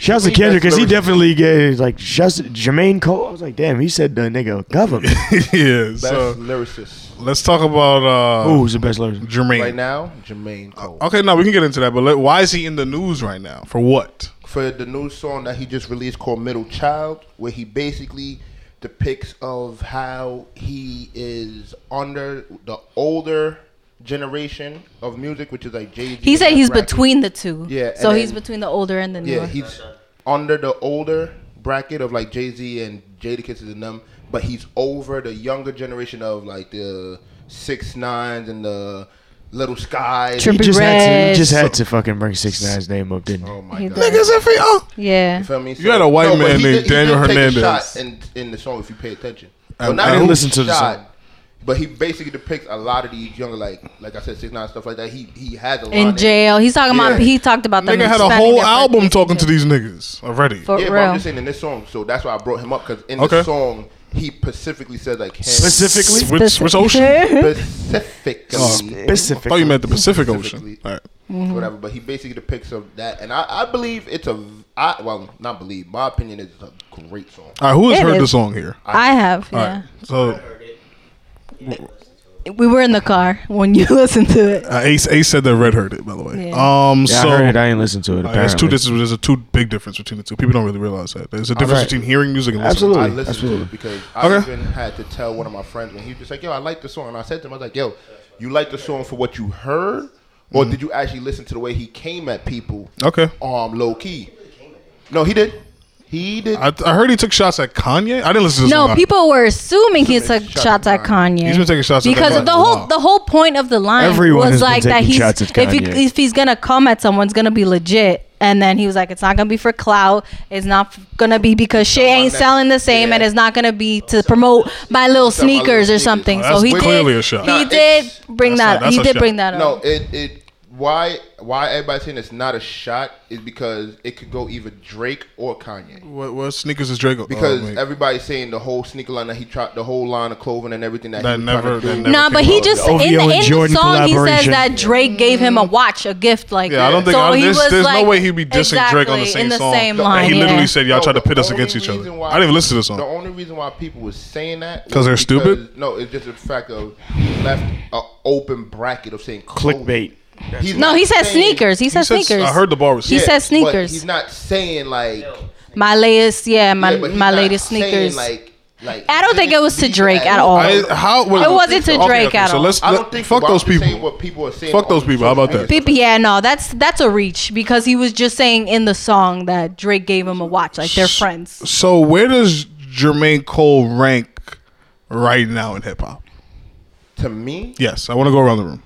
Speaker 2: Shouts to
Speaker 5: Jermaine,
Speaker 2: Kendrick
Speaker 5: that's
Speaker 2: because he
Speaker 5: the
Speaker 2: definitely gave like shouts to Jermaine Cole. I was like, damn, he said the nigga government.
Speaker 1: yeah.
Speaker 5: Best
Speaker 1: So
Speaker 5: lyricist
Speaker 1: let's talk about uh
Speaker 2: Who's the best lyricist?
Speaker 1: Jermaine.
Speaker 5: right now, Jermaine Cole.
Speaker 1: Okay, no, we can get into that, but let, why is he in the news right now? For what?
Speaker 5: For the new song that he just released called Middle Child, where he basically depicts of how he is under the older generation of music, which is like Jay Z.
Speaker 3: He said he's between the two.
Speaker 5: Yeah,
Speaker 3: So
Speaker 5: and
Speaker 3: he's
Speaker 5: then-
Speaker 3: between the older and the newer.
Speaker 5: Yeah, he's under the older bracket of like Jay Z and Jadakiss and them, but he's over the younger generation of like the six nines and the little skies.
Speaker 2: He
Speaker 3: Trippie
Speaker 2: just had to. He
Speaker 3: Redd.
Speaker 2: just had to fufucking bring Six Nine's name up, didn't he?
Speaker 5: Oh my
Speaker 3: He's
Speaker 5: god!
Speaker 3: like-
Speaker 5: You
Speaker 1: oh,
Speaker 3: yeah.
Speaker 5: feel me?
Speaker 1: You had a white
Speaker 5: but
Speaker 1: man named
Speaker 5: he did- he
Speaker 1: Daniel
Speaker 5: did take a
Speaker 1: Hernandez.
Speaker 5: shot in, in the song, if you pay attention. Well, not
Speaker 1: I
Speaker 5: a
Speaker 1: didn't
Speaker 2: listen to the
Speaker 5: shot,
Speaker 2: song.
Speaker 5: But he basically depicts a lot of these younger, like like I said, six nine stuff like that. He he has a lot
Speaker 3: In
Speaker 5: of-
Speaker 3: jail, he's talking
Speaker 5: Yeah.
Speaker 3: about. He talked about them.
Speaker 1: Nigga had a
Speaker 3: spending
Speaker 1: whole
Speaker 3: their
Speaker 1: album
Speaker 3: birthdays
Speaker 1: talking
Speaker 3: in
Speaker 1: to these niggas already.
Speaker 3: For
Speaker 5: Yeah, but
Speaker 3: real.
Speaker 5: I'm just saying in this song, so that's why I brought him up because in
Speaker 1: Okay.
Speaker 5: this song he specifically said like him.
Speaker 2: Specifically?
Speaker 1: Switch, switch ocean.
Speaker 5: specifically,
Speaker 2: Oh,
Speaker 1: I thought
Speaker 2: Specifically.
Speaker 1: you meant the Pacific Ocean.
Speaker 5: Specifically.
Speaker 1: All right.
Speaker 5: whatever. But he basically depicts of that, and I, I believe it's a I well not believe my opinion is a great song.
Speaker 1: All right. Who has
Speaker 3: It
Speaker 1: heard
Speaker 3: is.
Speaker 1: the song here?
Speaker 3: I have.
Speaker 1: All
Speaker 3: yeah.
Speaker 1: right. So
Speaker 3: We were in the car when you listened to it.
Speaker 1: uh, Ace Ace said that Red heard it. By the way.
Speaker 3: Yeah.
Speaker 1: Um.
Speaker 2: Yeah,
Speaker 1: so
Speaker 2: I heard it. I ain't listened to it.
Speaker 1: All right, there's two
Speaker 2: apparently.
Speaker 1: dis- There's a two big difference between the two. People don't really realize that. There's a difference
Speaker 2: right.
Speaker 1: between hearing music and listening.
Speaker 2: Absolutely.
Speaker 1: To
Speaker 5: I
Speaker 1: it.
Speaker 5: listened
Speaker 2: absolutely.
Speaker 5: to it because I
Speaker 1: Okay.
Speaker 5: even had to tell one of my friends when he was just like, "Yo, I like the song," and I said to him, "I was like, yo, you like the song for what you heard, or did you actually listen to the way he came at people?"
Speaker 1: Mm-hmm. Okay.
Speaker 5: Um, low key. No, he did. He did.
Speaker 1: I, I heard he took shots at Kanye. I didn't listen to this
Speaker 3: No,
Speaker 1: one.
Speaker 3: people were assuming he took
Speaker 5: Assuming shots
Speaker 3: shots at
Speaker 5: at
Speaker 3: Kanye.
Speaker 1: He's been taking shots at
Speaker 3: because
Speaker 1: Kanye
Speaker 3: of the
Speaker 1: for a
Speaker 3: whole
Speaker 1: while.
Speaker 3: the whole point of the line
Speaker 2: Everyone has
Speaker 3: was
Speaker 2: been
Speaker 3: like that
Speaker 2: taking
Speaker 3: he's
Speaker 2: shots at
Speaker 3: if
Speaker 2: Kanye.
Speaker 3: he if he's gonna come at someone, it's gonna be legit. And then he was like, "It's not gonna be for clout. It's not gonna be because shit ain't
Speaker 5: that-
Speaker 3: selling the same,
Speaker 5: yeah.
Speaker 3: and it's not gonna be to promote my little
Speaker 5: Sell My Little
Speaker 3: sneakers or
Speaker 5: Sneakers.
Speaker 3: something."
Speaker 1: Oh,
Speaker 3: so
Speaker 1: that's
Speaker 3: he
Speaker 1: clearly
Speaker 3: did.
Speaker 1: a shot.
Speaker 3: He
Speaker 5: Nah,
Speaker 3: did
Speaker 5: it's-
Speaker 3: bring
Speaker 1: that's
Speaker 3: that.
Speaker 1: not- that's
Speaker 3: he
Speaker 1: a
Speaker 3: did
Speaker 1: shot.
Speaker 3: bring that up.
Speaker 5: no, it it why why everybody's saying it's not a shot is because it could go either Drake or Kanye.
Speaker 1: What, what sneakers is Draco?
Speaker 5: Because
Speaker 1: oh, wait.
Speaker 5: everybody's saying the whole sneaker line that he tried, the whole line of clothing and everything that,
Speaker 1: That
Speaker 5: he was
Speaker 1: never-
Speaker 5: trying to
Speaker 1: that
Speaker 5: do.
Speaker 1: never
Speaker 3: Nah, but
Speaker 1: came
Speaker 3: he
Speaker 1: out.
Speaker 3: just
Speaker 2: The
Speaker 3: in
Speaker 2: OVO
Speaker 3: the,
Speaker 2: and
Speaker 3: in the
Speaker 2: Jordan
Speaker 3: song he says
Speaker 2: collaboration.
Speaker 3: that Drake gave him a watch, a gift like
Speaker 1: yeah, I don't
Speaker 3: that.
Speaker 1: think I don't,
Speaker 3: he
Speaker 1: there's,
Speaker 3: was
Speaker 1: there's
Speaker 3: like-
Speaker 1: no way he'd be dissing
Speaker 3: exactly,
Speaker 1: Drake on the same
Speaker 3: in the
Speaker 1: song.
Speaker 3: Same
Speaker 5: No,
Speaker 3: line,
Speaker 1: and he literally
Speaker 3: yeah.
Speaker 1: said y'all
Speaker 5: No,
Speaker 1: tried to
Speaker 5: the
Speaker 1: pit us
Speaker 5: only
Speaker 1: against each other.
Speaker 5: reason why-
Speaker 1: I didn't even listen to this song.
Speaker 5: The only reason why people was saying that was
Speaker 1: 'Cause they're stupid?
Speaker 5: because- No, it's just the fact of he left an open bracket of saying clothing.
Speaker 2: Clickbait.
Speaker 5: He's
Speaker 3: No,
Speaker 5: not
Speaker 3: he said
Speaker 5: saying-
Speaker 3: sneakers. He said
Speaker 1: said-
Speaker 3: sneakers.
Speaker 1: I heard the bar was.
Speaker 3: He
Speaker 1: Yeah.
Speaker 3: said
Speaker 5: but
Speaker 3: sneakers.
Speaker 5: he's not saying like
Speaker 3: my latest, yeah, my
Speaker 5: Yeah, but he's
Speaker 3: my
Speaker 5: not
Speaker 3: latest
Speaker 5: saying,
Speaker 3: sneakers.
Speaker 5: Like, like
Speaker 3: I don't think it was to
Speaker 5: these-
Speaker 3: Drake at
Speaker 5: I-
Speaker 3: all.
Speaker 1: I, how wait,
Speaker 3: It wasn't to
Speaker 1: okay,
Speaker 3: Drake
Speaker 1: okay,
Speaker 3: at
Speaker 1: so
Speaker 3: all.
Speaker 1: Let's
Speaker 5: I
Speaker 1: let-
Speaker 5: don't think
Speaker 1: fuck
Speaker 5: but I'm
Speaker 1: those
Speaker 5: just saying
Speaker 1: people.
Speaker 5: What people are saying
Speaker 1: Fuck
Speaker 5: on
Speaker 1: those people. How about
Speaker 5: social
Speaker 1: that?
Speaker 5: media.
Speaker 3: Peep- yeah, no, that's that's a reach because he was just saying in the song that Drake gave him a watch, like they're friends.
Speaker 1: So where does Jermaine Cole rank right now in hip hop?
Speaker 5: To me,
Speaker 1: Yes, I want to go around the room.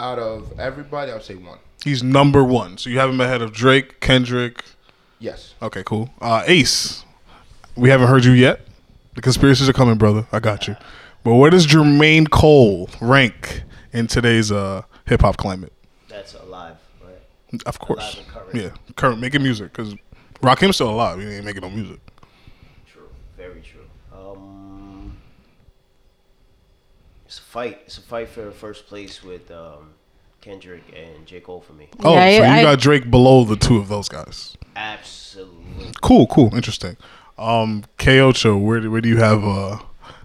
Speaker 5: out of everybody, I'll say one.
Speaker 1: He's number one. So you have him ahead of Drake, Kendrick.
Speaker 5: Yes.
Speaker 1: Okay, cool. Uh, Ace, we haven't heard you yet. The conspiracies are coming, brother. I got you. But where does Jermaine Cole rank in today's uh, hip hop climate?
Speaker 4: That's alive, right?
Speaker 1: Of course.
Speaker 4: Alive and current.
Speaker 1: Yeah, current making music because Rakim's still alive. He ain't making no music.
Speaker 4: True. Very true. Um, it's a fight. It's a fight for first place with um, Kendrick and J. Cole for me.
Speaker 1: Oh,
Speaker 3: Yeah,
Speaker 1: so you
Speaker 3: I-
Speaker 1: got Drake below the two of those guys.
Speaker 4: Absolutely.
Speaker 1: Cool, cool, interesting. Um, Kocho, where do, where do you have uh?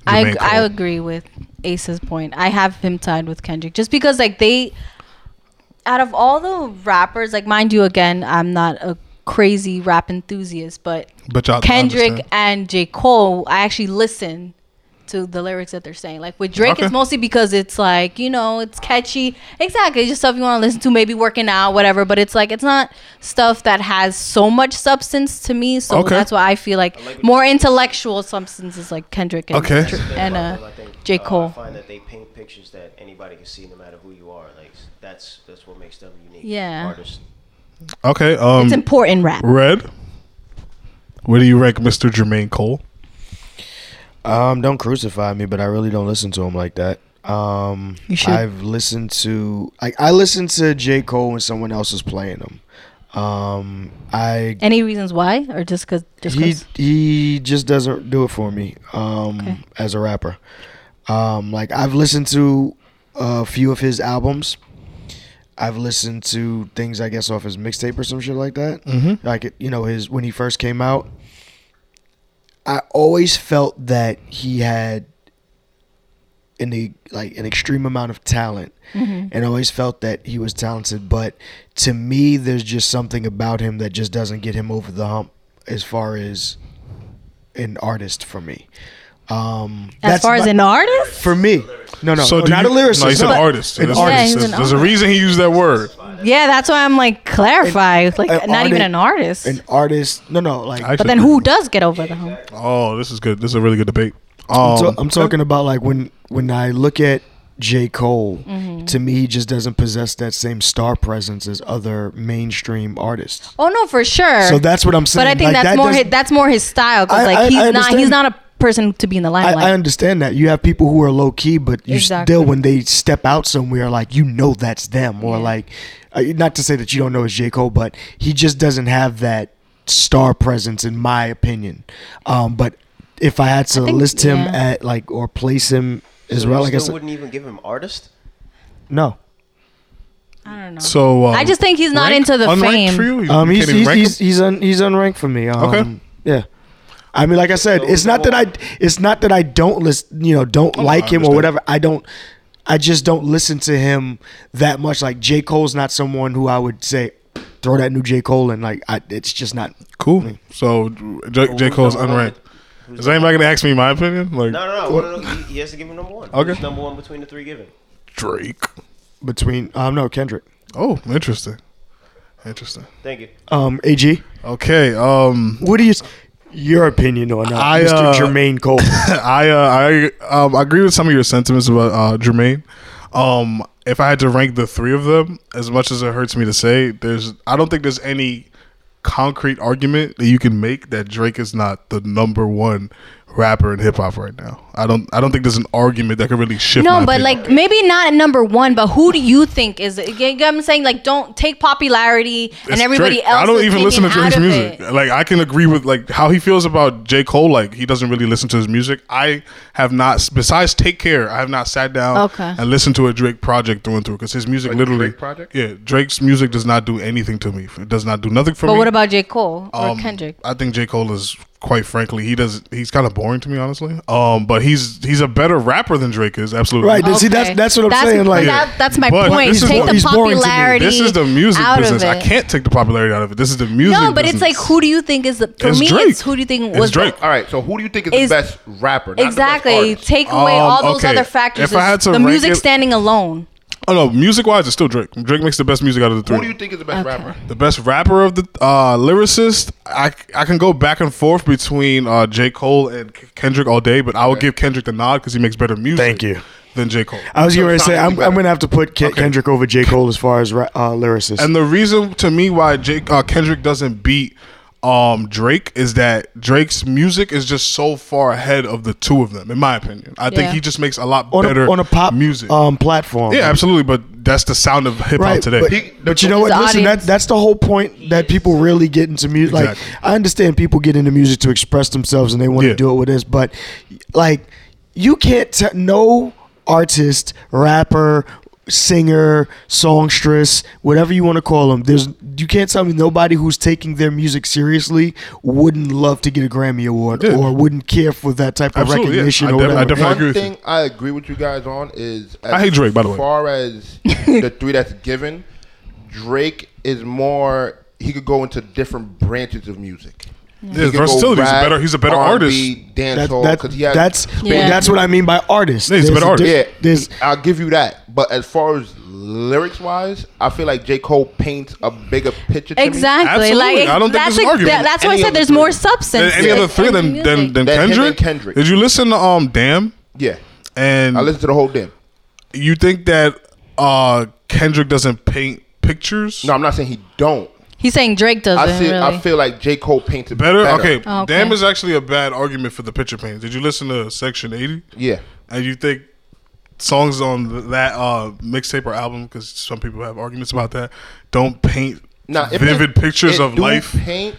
Speaker 3: I
Speaker 1: Jermaine
Speaker 3: I
Speaker 1: Cole?
Speaker 3: agree with Ace's point. I have him tied with Kendrick just because like they, out of all the rappers, like mind you, again, I'm not a crazy rap enthusiast, but
Speaker 1: But y'all
Speaker 3: Kendrick
Speaker 1: understand.
Speaker 3: and J. Cole, I actually listen to the lyrics that they're saying. Like with Drake,
Speaker 1: Okay.
Speaker 3: it's mostly because it's like, you know, it's catchy. Exactly. It's just stuff you want to listen to, maybe working out, whatever. But it's like, it's not stuff that has so much substance to me. So
Speaker 1: Okay.
Speaker 3: that's why I feel like, more intellectual substances like Kendrick and,
Speaker 1: Okay.
Speaker 3: Dr-
Speaker 4: thing
Speaker 3: and
Speaker 4: about
Speaker 3: uh,
Speaker 4: them, I think,
Speaker 3: J.
Speaker 4: uh, I
Speaker 3: Cole.
Speaker 4: find that they paint pictures that anybody can see, no matter who you are. Like that's that's what makes them unique.
Speaker 3: Yeah.
Speaker 4: Artists.
Speaker 1: Okay. Um,
Speaker 3: uh, It's important rap.
Speaker 1: Red. Where do you rank Mr. Jermaine Cole?
Speaker 2: Um, don't crucify me, but I really don't listen to him like that. Um,
Speaker 3: You should.
Speaker 2: I've listened to I, I listened to J Cole when someone else was playing him. Um, I
Speaker 3: Any reasons why? Or just because? Just
Speaker 2: he
Speaker 3: 'cause?
Speaker 2: he just doesn't do it for me. Um,
Speaker 3: Okay.
Speaker 2: as a rapper, um, like I've listened to a few of his albums. I've listened to things I guess off his mixtape or some shit like that. Mm-hmm. Like it- you know his when he first came out. I always felt that he had an e- like an extreme amount of talent,
Speaker 3: Mm-hmm.
Speaker 2: and always felt that he was talented. But to me, there's just something about him that just doesn't get him over the hump as far as an artist for me. Um,
Speaker 3: as far as
Speaker 2: my-
Speaker 3: an artist?
Speaker 2: for me, no, no,
Speaker 3: Oh,
Speaker 2: no
Speaker 1: do
Speaker 2: not
Speaker 1: you-
Speaker 2: a lyricist.
Speaker 1: No, he's
Speaker 2: no.
Speaker 1: an artist.
Speaker 2: An
Speaker 1: There's-
Speaker 3: Yeah,
Speaker 2: artist.
Speaker 3: he's
Speaker 1: there's,
Speaker 3: an
Speaker 1: there's a reason he used that word.
Speaker 3: Yeah, that's why I'm like, clarify. like,
Speaker 2: an
Speaker 3: not even
Speaker 2: arti-
Speaker 3: an artist.
Speaker 2: An artist. No, no, like
Speaker 1: I
Speaker 3: But
Speaker 1: actually
Speaker 3: then
Speaker 1: agree.
Speaker 3: who does get over the hump?
Speaker 1: Oh, this is good. This is a really good debate.
Speaker 2: I'm,
Speaker 1: Um,
Speaker 2: ta- I'm talking about like when when I look at J. Cole,
Speaker 3: Mm-hmm.
Speaker 2: to me, he just doesn't possess that same star presence as other mainstream artists.
Speaker 3: Oh no, for sure.
Speaker 2: So that's what I'm saying.
Speaker 3: but I
Speaker 2: Like,
Speaker 3: think that's
Speaker 2: that
Speaker 3: more
Speaker 2: does-
Speaker 3: his, that's more his style. Cause
Speaker 2: I-
Speaker 3: like
Speaker 2: I-
Speaker 3: he's
Speaker 2: I
Speaker 3: not he's
Speaker 2: understand.
Speaker 3: not a person to be in the
Speaker 2: I, I
Speaker 3: limelight.
Speaker 2: understand that you have people who are low key, but you
Speaker 3: Exactly.
Speaker 2: still, when they step out somewhere, like you know that's them, or like uh, not to say that you don't know it's J Cole, but he just doesn't have that star presence, in my opinion. Um, but if I had to
Speaker 3: think-
Speaker 2: list him
Speaker 3: yeah.
Speaker 2: at like or place him as
Speaker 4: So
Speaker 2: well.
Speaker 4: you
Speaker 2: Like I
Speaker 4: still
Speaker 2: said,
Speaker 4: wouldn't even give him artist.
Speaker 2: no.
Speaker 3: I don't know.
Speaker 1: So um,
Speaker 3: I just think he's not
Speaker 1: rank-
Speaker 3: into the
Speaker 1: unranked
Speaker 3: fame.
Speaker 1: For you? You
Speaker 2: Um,
Speaker 1: can't
Speaker 2: he's
Speaker 1: even
Speaker 2: he's,
Speaker 1: rank
Speaker 2: he's,
Speaker 1: him?
Speaker 2: he's, un, he's unranked for me. Um,
Speaker 1: Okay.
Speaker 2: Yeah. I mean, like I said, it's not that I it's not that I don't list you know don't like him or
Speaker 1: Oh, understand.
Speaker 2: whatever. I don't. I just don't listen to him that much. Like J Cole's not someone who I would say throw that new J Cole and like I, it's just not.
Speaker 1: cool. So J, J.
Speaker 4: Who's
Speaker 1: Cole's
Speaker 4: number one?
Speaker 1: unranked. Is anybody gonna ask me my opinion? Like
Speaker 4: No, no, no. I wanna know- he- He has to give him number one.
Speaker 1: Okay.
Speaker 4: Who's number one between the three given.
Speaker 1: Drake.
Speaker 2: between um no Kendrick
Speaker 1: Oh, interesting. Interesting.
Speaker 4: Thank you.
Speaker 2: um Ag.
Speaker 1: Okay. Um,
Speaker 2: What is your opinion on uh,
Speaker 1: I,
Speaker 2: Mr.
Speaker 1: uh,
Speaker 2: Jermaine Cole?
Speaker 1: I uh, I um, agree with some of your sentiments about uh, Jermaine. Um, if I had to rank the three of them, as much as it hurts me to say, there's I don't think there's any concrete argument that you can make that Drake is not the number one rapper in hip hop right now. I don't I don't think there's an argument that could really shift.
Speaker 3: No,
Speaker 1: my
Speaker 3: but
Speaker 1: opinion.
Speaker 3: like maybe not at number one, but who do you think is? You get what I'm saying? Like, don't take popularity and
Speaker 1: It's
Speaker 3: everybody
Speaker 1: Drake.
Speaker 3: else.
Speaker 1: I don't even listen to
Speaker 3: Drake's
Speaker 1: Drake's music. Like I can agree with like how he feels about J Cole. Like he doesn't really listen to his music. I have not. Besides Take Care, I have not sat down
Speaker 3: Okay.
Speaker 1: and listened to a Drake project through and through because his music
Speaker 5: Like
Speaker 1: literally.
Speaker 5: Drake project?
Speaker 1: Yeah, Drake's music does not do anything to me. It does not do nothing for
Speaker 3: But
Speaker 1: me.
Speaker 3: what about J. Cole or
Speaker 1: Um,
Speaker 3: Kendrick?
Speaker 1: I think J Cole is quite frankly he does he's kind of boring to me honestly. Um, but he's he's a better rapper than Drake is absolutely.
Speaker 2: Right, See, that's-
Speaker 3: Okay.
Speaker 2: that's what I'm saying, like-
Speaker 3: that, that's my
Speaker 1: But
Speaker 3: point.
Speaker 1: this is
Speaker 3: Take
Speaker 1: what-
Speaker 3: the
Speaker 2: he's boring to me.
Speaker 3: popularity.
Speaker 1: This is the music
Speaker 3: out of
Speaker 1: business. I
Speaker 3: it.
Speaker 1: can't take the popularity out of it. This is the music.
Speaker 3: No, but it's like
Speaker 1: business.
Speaker 3: who do you think is the? For
Speaker 1: It's
Speaker 3: me,
Speaker 1: Drake.
Speaker 3: it's who do you think
Speaker 1: It's
Speaker 3: was the-
Speaker 1: Drake.
Speaker 5: All right. So who do you think is,
Speaker 3: Is-
Speaker 5: the best rapper? not the best
Speaker 3: Exactly.
Speaker 5: artist?
Speaker 3: Take away
Speaker 1: Um,
Speaker 3: all those
Speaker 1: okay.
Speaker 3: other factors.
Speaker 1: If I had to
Speaker 3: the
Speaker 1: rank
Speaker 3: music
Speaker 1: it-
Speaker 3: standing alone.
Speaker 1: Oh no, music wise, it's still Drake. Drake makes the best music out of the three.
Speaker 5: Who do you think is the best
Speaker 3: Okay.
Speaker 5: rapper?
Speaker 1: the best rapper of the uh, lyricist? I I can go back and forth between uh, J Cole and K- Kendrick all day, but I would give Kendrick the nod because he makes better music.
Speaker 2: Thank you.
Speaker 1: Than J Cole.
Speaker 2: I was
Speaker 5: So
Speaker 2: going to
Speaker 5: it's
Speaker 2: say I'm,
Speaker 5: not gonna be
Speaker 2: I'm
Speaker 5: better.
Speaker 2: going to have to put Ke- Kendrick over J Cole as far as ra- uh, lyricist.
Speaker 1: And the reason to me why Jake uh, Kendrick doesn't beat um, Drake is that Drake's music is just so far ahead of the two of them, in my opinion. I think
Speaker 3: Yeah.
Speaker 1: he just makes a lot
Speaker 2: on,
Speaker 1: better
Speaker 2: a, on a pop
Speaker 1: music.
Speaker 2: um platform.
Speaker 1: yeah, absolutely. But that's the sound of hip hop
Speaker 2: Right,
Speaker 1: today.
Speaker 2: but, but you know what?
Speaker 3: The
Speaker 2: Listen, that,
Speaker 3: audience.
Speaker 2: that's the whole point that people really get into music.
Speaker 1: Exactly.
Speaker 2: Like, I understand people get into music to express themselves and they want to
Speaker 1: Yeah.
Speaker 2: do it with this, but like, you can't. T- no artist, rapper, singer, songstress, whatever you want to call them. There's you can't tell me nobody who's taking their music seriously wouldn't love to get a Grammy award
Speaker 1: Yeah.
Speaker 2: or wouldn't care for that type of
Speaker 1: Absolutely, yeah.
Speaker 2: recognition
Speaker 1: I
Speaker 2: or
Speaker 1: def- I
Speaker 2: whatever.
Speaker 1: definitely-
Speaker 5: One
Speaker 1: agree with you.
Speaker 5: thing I agree with you guys on is as
Speaker 1: I hate Drake, by the way.
Speaker 5: far as the three that's given, Drake is more. He could go into different branches of music.
Speaker 1: Yeah, versatility. He's a better. He's a better artist.
Speaker 5: Dance
Speaker 2: That-
Speaker 5: hall,
Speaker 2: that-
Speaker 5: 'cause he has
Speaker 2: that's
Speaker 3: Yeah.
Speaker 2: that's what I mean by artist.
Speaker 1: Yeah, he's a
Speaker 2: There's
Speaker 1: better artist.
Speaker 5: Yeah,
Speaker 2: diff- There's
Speaker 5: I'll give you that. But as far as lyrics wise, I feel like J. Cole paints a bigger picture. To Me.
Speaker 3: Exactly.
Speaker 1: Absolutely.
Speaker 3: Like
Speaker 1: I don't think
Speaker 3: that's
Speaker 1: there's an
Speaker 3: a-
Speaker 1: argument.
Speaker 3: that- that's why I
Speaker 5: Any
Speaker 3: said
Speaker 5: other
Speaker 3: there's
Speaker 5: three.
Speaker 3: more substance.
Speaker 1: Than any
Speaker 3: to
Speaker 1: other
Speaker 3: it
Speaker 1: three than
Speaker 3: music.
Speaker 1: than, than
Speaker 5: Than him and
Speaker 1: Kendrick?
Speaker 5: Kendrick.
Speaker 1: Did you listen to um Damn?
Speaker 5: Yeah,
Speaker 1: And
Speaker 5: I listened to the whole damn.
Speaker 1: you think that uh Kendrick doesn't paint pictures?
Speaker 5: No, I'm not saying he don't.
Speaker 3: He's saying Drake doesn't
Speaker 5: I see.
Speaker 3: really.
Speaker 5: I feel like J. Cole painted
Speaker 1: Better? Okay.
Speaker 3: Oh, okay.
Speaker 1: Damn is actually a bad argument for the picture painting. Did you listen to Section 80?
Speaker 5: Yeah.
Speaker 1: And you think songs on th- that uh mixtape or album cuz some people have arguments about that don't paint
Speaker 5: Nah, it
Speaker 1: vivid
Speaker 5: paint-
Speaker 1: pictures
Speaker 5: it
Speaker 1: of
Speaker 5: do
Speaker 1: life?
Speaker 5: Paint,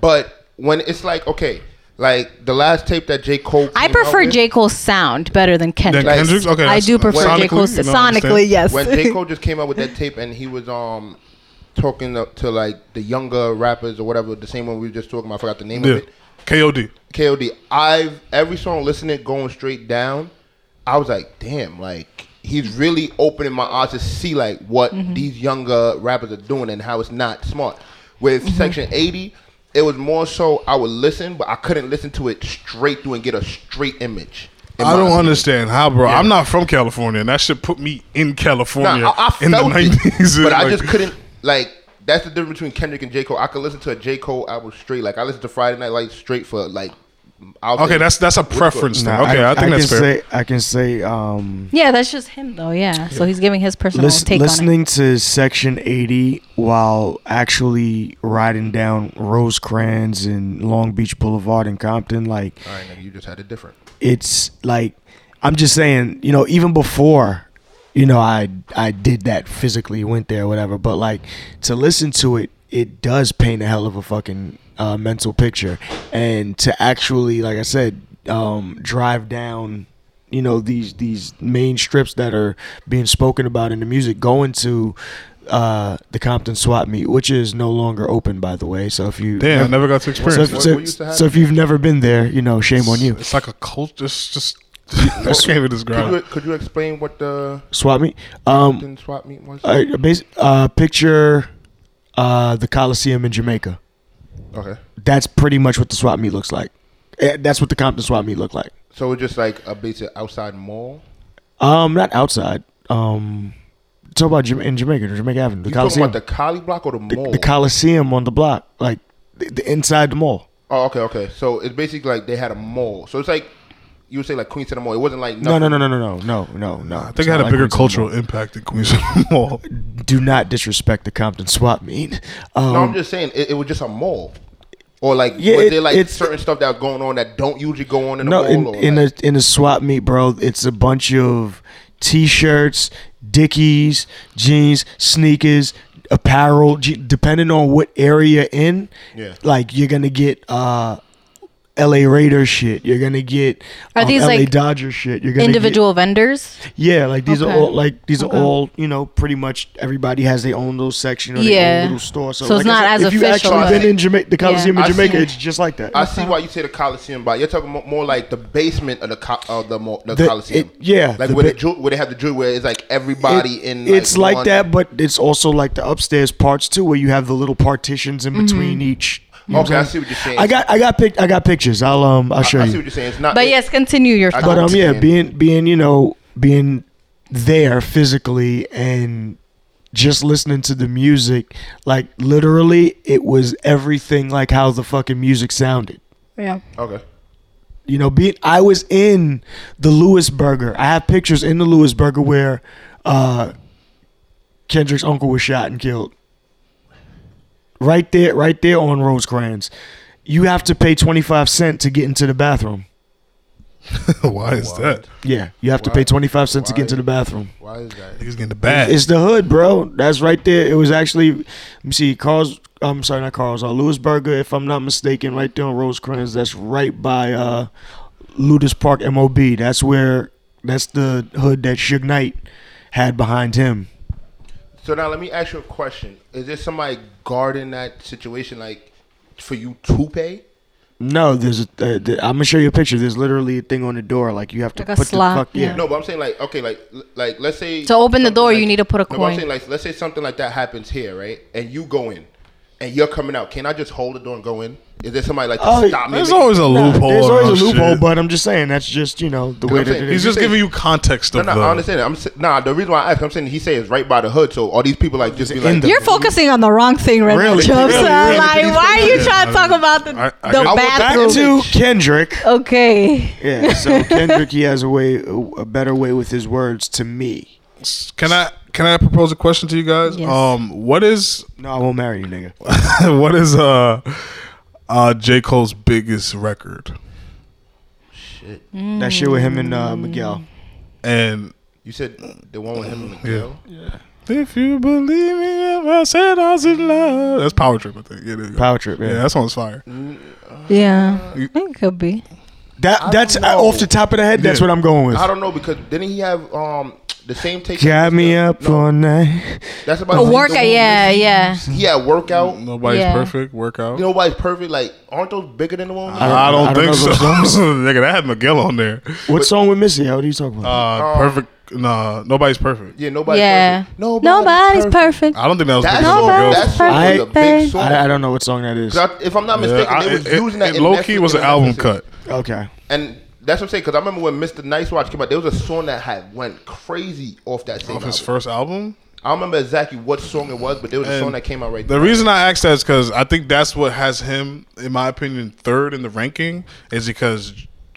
Speaker 5: but when it's like okay, like the last tape that J. Cole.
Speaker 3: I
Speaker 5: came out
Speaker 3: prefer
Speaker 5: with,
Speaker 3: J. Cole's sound better than
Speaker 1: Than
Speaker 3: Kendrick's.
Speaker 1: Kendrick's? Okay.
Speaker 3: I
Speaker 1: that's-
Speaker 3: do prefer J.
Speaker 1: sonically,
Speaker 3: Cole's
Speaker 1: you know, I
Speaker 3: sonically,
Speaker 1: understand.
Speaker 3: yes.
Speaker 5: When J. Cole just came out with that tape and he was um talking to, to like the younger rappers or whatever, the same one we were just talking about. I forgot the name of
Speaker 1: Yeah.
Speaker 5: it.
Speaker 1: KOD.
Speaker 5: KOD, I've every song listening going straight down. I was like, damn, like he's really opening my eyes to see like what these younger rappers are doing and how it's not smart. With Section 80, it was more so I would listen, but I couldn't listen to it straight through and get a straight image. in
Speaker 1: I
Speaker 5: my
Speaker 1: don't
Speaker 5: opinion.
Speaker 1: understand how, bro. I'm not from California, and that should put me in California
Speaker 5: Nah, I, I
Speaker 1: in the
Speaker 5: felt it,
Speaker 1: 90s.
Speaker 5: but I
Speaker 1: Like,
Speaker 5: just couldn't like. That's the difference between Kendrick and J Cole. I could listen to a J Cole album straight. Like I listened to Friday Night Lights straight for like. I'll
Speaker 1: Okay,
Speaker 5: say-
Speaker 1: that's that's a preference thing.
Speaker 2: Nah,
Speaker 1: Okay, I, think that's
Speaker 2: can
Speaker 1: fair.
Speaker 2: Say, I can say um,
Speaker 3: yeah, that's just him though. Yeah. So he's giving his personal
Speaker 2: Lis-
Speaker 3: take on it.
Speaker 2: listening to Section 80 while actually riding down Rosecrans and Long Beach Boulevard in Compton, like
Speaker 5: All right, nigga, you just had it different.
Speaker 2: it's like I'm just saying, you know, even before, you know, I I did that physically, went there, whatever. But like to listen to it, it does paint a hell of a fucking uh, mental picture, and to actually, like I said, um, drive down you know these these main strips that are being spoken about in the music going to uh, the Compton Swap Meet, which is no longer open, by the way. So if you
Speaker 1: Damn, I never got to
Speaker 2: so,
Speaker 1: experience
Speaker 2: if,
Speaker 1: it.
Speaker 5: What-
Speaker 2: so,
Speaker 5: what used to happen?
Speaker 2: so if you've never been there, you know, shame on you.
Speaker 1: It's like a cult. It's just. I can't even
Speaker 5: Could
Speaker 1: describe
Speaker 5: you,
Speaker 1: it.
Speaker 5: could you explain what the
Speaker 2: Swap Meet. Um,
Speaker 5: Compton swap meet was?
Speaker 2: All right, bas- uh, picture uh, the Coliseum in Jamaica.
Speaker 5: okay.
Speaker 2: That's pretty much what the swap meet looks like. Eh, That's what the Compton swap meet looked like.
Speaker 5: So it's just like a basic outside mall.
Speaker 2: Um, not outside. Um, talk about Jama- in Jamaica, Jamaica Avenue, the
Speaker 5: You talking
Speaker 2: Coliseum,
Speaker 5: about the Cali block or the mall?
Speaker 2: the, the Coliseum on the block, like the, the inside the mall.
Speaker 5: Oh, okay, okay. So it's basically like they had a mall. So it's like you would say like Queens to the mall. It wasn't like
Speaker 2: No,
Speaker 5: nothing.
Speaker 2: no, no, no, no, no, no, no, no.
Speaker 1: I think it had a bigger cultural impact than Queens of the Mall.
Speaker 2: Do not disrespect the Compton swap meet. Um,
Speaker 5: No, I'm just saying it, it was just a mall. Or like
Speaker 2: Yeah,
Speaker 5: was
Speaker 2: it-
Speaker 5: there like
Speaker 2: it's-
Speaker 5: certain stuff that was going on that don't usually go on in the
Speaker 2: no,
Speaker 5: mall?
Speaker 2: in,
Speaker 5: or
Speaker 2: in
Speaker 5: like,
Speaker 2: a in a swap meet, bro. It's a bunch of t-shirts, Dickies, jeans, sneakers, apparel. G- depending on what area in,
Speaker 5: Yeah.
Speaker 2: like you're gonna get uh, L.A. Raider shit. You're gonna get
Speaker 3: Are
Speaker 2: um,
Speaker 3: these,
Speaker 2: L.A.
Speaker 3: like,
Speaker 2: Dodger shit. You're gonna get-
Speaker 3: Individual vendors.
Speaker 2: yeah, like these are
Speaker 3: Okay.
Speaker 2: all like these
Speaker 3: Okay.
Speaker 2: are all you know. Pretty much everybody has their own little section or their
Speaker 3: Yeah.
Speaker 2: own little store. So,
Speaker 3: So it's
Speaker 2: like I
Speaker 3: not
Speaker 2: said,
Speaker 3: as
Speaker 2: if you
Speaker 3: official,
Speaker 2: actually
Speaker 5: but-
Speaker 2: been in Jamaica, the Coliseum
Speaker 5: I
Speaker 2: in
Speaker 5: see-
Speaker 2: Jamaica, it's just like that.
Speaker 5: I see why you say the Coliseum, but you're talking mo- more like the basement of the co- of the mall, the,
Speaker 2: The-
Speaker 5: Coliseum.
Speaker 2: it- yeah,
Speaker 5: like
Speaker 2: the
Speaker 5: where,
Speaker 2: ba-
Speaker 5: the, ju- where they have the jewelry, where it's like everybody
Speaker 2: It-
Speaker 5: in.
Speaker 2: it's like
Speaker 5: one-
Speaker 2: that, but it's also like the upstairs parts too, where you have the little partitions in between each. you know
Speaker 5: Okay,
Speaker 2: what
Speaker 5: I
Speaker 2: I'm
Speaker 5: see what you're saying.
Speaker 2: saying? I got, I got, pic- I got pictures. I'll, um, I'll show
Speaker 5: I see
Speaker 2: you.
Speaker 5: what you're saying. It's not.
Speaker 3: But
Speaker 5: it-
Speaker 3: yes, continue your thoughts.
Speaker 5: got
Speaker 2: But um, yeah,
Speaker 5: saying.
Speaker 2: being, being, you know, being there physically and just listening to the music, like literally, it was everything like how the fucking music sounded.
Speaker 3: yeah.
Speaker 5: Okay.
Speaker 2: You know, being I was in the Lewisburger. I have pictures in the Lewisburger where uh, Kendrick's uncle was shot and killed. Right there, right there on Rosecrans. You have to pay twenty five cent to get into the bathroom.
Speaker 1: Why is that?
Speaker 2: Yeah, you have to
Speaker 5: Why-
Speaker 2: pay twenty five cents to
Speaker 5: why-
Speaker 2: get into the bathroom.
Speaker 5: Why is that?
Speaker 1: Niggas getting the bag.
Speaker 2: It's the hood, bro. That's right there. It was actually, let me see, Carl's. I'm sorry, not Carl's. Uh, Lewisburger, if I'm not mistaken, right there on Rosecrans. That's right by uh, Ludus Park MOB. That's where. That's the hood that Suge Knight had behind him.
Speaker 5: So now let me ask you a question: Is there somebody guarding that situation, like for you to pay?
Speaker 2: No, there's. A, uh, th- I'm gonna show you a picture. There's literally a thing on the door, like you have to
Speaker 3: Like a
Speaker 2: put
Speaker 3: slot,
Speaker 2: the fuck. Yeah.
Speaker 3: yeah.
Speaker 5: No, but I'm saying like okay, like l- like let's say
Speaker 3: To open the
Speaker 5: something
Speaker 3: door, you need to put a
Speaker 5: No, but I'm
Speaker 3: coin.
Speaker 5: saying like let's say something like that happens here, right? And you go in, and you're coming out. Can I just hold the door and go in? Is there somebody like to
Speaker 2: Oh,
Speaker 5: stop me?
Speaker 1: There's
Speaker 5: Make-
Speaker 1: always a
Speaker 2: Nah,
Speaker 1: loophole.
Speaker 2: there's
Speaker 1: around
Speaker 2: always a loophole,
Speaker 1: shit.
Speaker 2: but I'm just saying that's just you know the way
Speaker 5: I'm
Speaker 2: that
Speaker 5: saying,
Speaker 2: it
Speaker 5: he's
Speaker 1: he's
Speaker 2: is.
Speaker 1: just
Speaker 5: saying-
Speaker 1: giving you context
Speaker 5: No,
Speaker 1: of
Speaker 5: no,
Speaker 1: the.
Speaker 5: I understand. I'm s- nah. The reason why I ask, I'm saying he says it's right by the hood. So are these people like just be like,
Speaker 2: the-
Speaker 3: You're focusing on the wrong thing right
Speaker 1: Really,
Speaker 3: now, Chubbs.
Speaker 1: really,
Speaker 3: Uh,
Speaker 1: really.
Speaker 3: Like, why are you trying to talk about the,
Speaker 1: I- I
Speaker 3: the
Speaker 1: guess-
Speaker 2: Back
Speaker 3: bathroom?
Speaker 2: to Kendrick.
Speaker 3: okay.
Speaker 2: Yeah, so Kendrick, he has a way, a better way with his words to me.
Speaker 1: Can I can I propose a question to you guys?
Speaker 3: Yes.
Speaker 1: Um, what is
Speaker 2: No, I won't marry you, nigga.
Speaker 1: what is uh uh J Cole's biggest record?
Speaker 2: That shit with him and uh, Miguel.
Speaker 1: And
Speaker 5: you said the one with him and Miguel?
Speaker 1: if you believe me, if I said I was in love, that's Power Trip, I think. Yeah, there you go.
Speaker 2: Power trip, yeah.
Speaker 1: yeah, that song's fire.
Speaker 3: Yeah.
Speaker 1: Uh,
Speaker 3: I think it could be.
Speaker 2: That that's
Speaker 5: don't know.
Speaker 2: off the top of the head. That's
Speaker 1: Yeah.
Speaker 2: what I'm going with.
Speaker 5: I don't know because didn't he have um the same take?
Speaker 2: Got me up
Speaker 5: No,
Speaker 2: all night.
Speaker 5: That's about
Speaker 3: A
Speaker 5: the-
Speaker 3: workout.
Speaker 5: the-
Speaker 3: Yeah, yeah.
Speaker 5: He had workout.
Speaker 1: Nobody's
Speaker 3: Yeah.
Speaker 1: perfect. Workout.
Speaker 5: Nobody's perfect. Like aren't those bigger than the one? with
Speaker 1: I don't,
Speaker 2: I don't
Speaker 1: think
Speaker 2: know those
Speaker 1: so. Nigga, that had Miguel on there.
Speaker 2: What song with Missy? What are you talking
Speaker 1: Uh,
Speaker 2: about?
Speaker 1: perfect. Nah, nobody's perfect.
Speaker 5: Yeah, nobody's
Speaker 3: yeah.
Speaker 5: perfect. Nobody's,
Speaker 3: Nobody's perfect.
Speaker 1: I don't think that was
Speaker 5: That
Speaker 1: Miguel's
Speaker 5: song,
Speaker 1: song.
Speaker 5: that song was a big
Speaker 3: Perfect.
Speaker 5: Uh, song.
Speaker 2: I, I don't know what song that is.
Speaker 5: 'Cause I- if I'm not
Speaker 1: Yeah,
Speaker 5: mistaken,
Speaker 1: I-
Speaker 5: they was
Speaker 1: it-
Speaker 5: using that.
Speaker 1: it
Speaker 5: in
Speaker 1: low key
Speaker 5: Netflix
Speaker 1: was an
Speaker 5: and
Speaker 1: album
Speaker 5: Netflix.
Speaker 1: cut.
Speaker 2: Okay.
Speaker 5: and that's what I'm saying. Because I remember when Mr. Nice Watch came out, there was a song that had went crazy off that same
Speaker 1: Off
Speaker 5: album.
Speaker 1: his first album.
Speaker 5: I don't remember exactly what song it was, but there was a
Speaker 1: And
Speaker 5: song that came out right
Speaker 1: The reason I asked that is because I think that's what has him, in my opinion, third in the ranking. Is because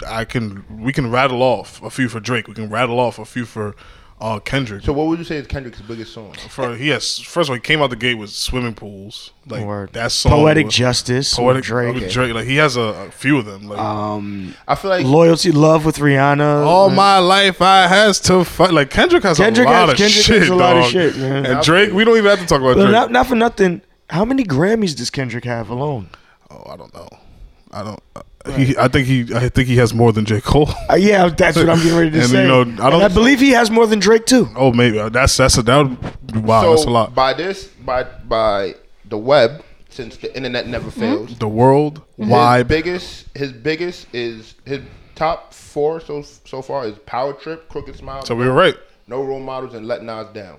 Speaker 1: I can we can rattle off a few for Drake. We can rattle off a few for uh, Kendrick.
Speaker 5: So what would you say is Kendrick's biggest song?
Speaker 1: for he has first of all he came out the gate with swimming pools. Like
Speaker 2: Word.
Speaker 1: that song,
Speaker 2: Poetic
Speaker 1: was-
Speaker 2: Justice.
Speaker 1: Poetic
Speaker 2: Poetic Drake.
Speaker 1: with Drake. Like he has a, a few of them. Like
Speaker 2: Um,
Speaker 5: I feel like
Speaker 2: Loyalty, Love with Rihanna.
Speaker 1: all my life I has to fight. Like Kendrick has
Speaker 2: Kendrick
Speaker 1: a lot
Speaker 2: has-
Speaker 1: of
Speaker 2: Kendrick
Speaker 1: shit.
Speaker 2: has a lot of
Speaker 1: dog.
Speaker 2: shit, man.
Speaker 1: And Drake, we don't even have to talk about
Speaker 2: Well,
Speaker 1: Drake.
Speaker 2: not, not for nothing. How many Grammys does Kendrick have alone?
Speaker 1: oh, I don't know. I don't. He, I think he. I think he has more than J. Cole.
Speaker 2: Uh, yeah, that's what I'm getting ready to
Speaker 1: And, you
Speaker 2: say.
Speaker 1: know, I
Speaker 2: I,
Speaker 1: don't-
Speaker 2: and I believe he has more than Drake too.
Speaker 1: oh, maybe that's that's a that would, wow. that's a lot.
Speaker 5: By this, by by the web, since the internet never
Speaker 3: Mm-hmm.
Speaker 5: fails.
Speaker 1: The world
Speaker 2: Mhm.
Speaker 1: wide.
Speaker 5: His biggest, his biggest is his top four so so far is Power Trip, Crooked Smile,
Speaker 1: So we were right.
Speaker 5: No Role Models, and Let Nas Down.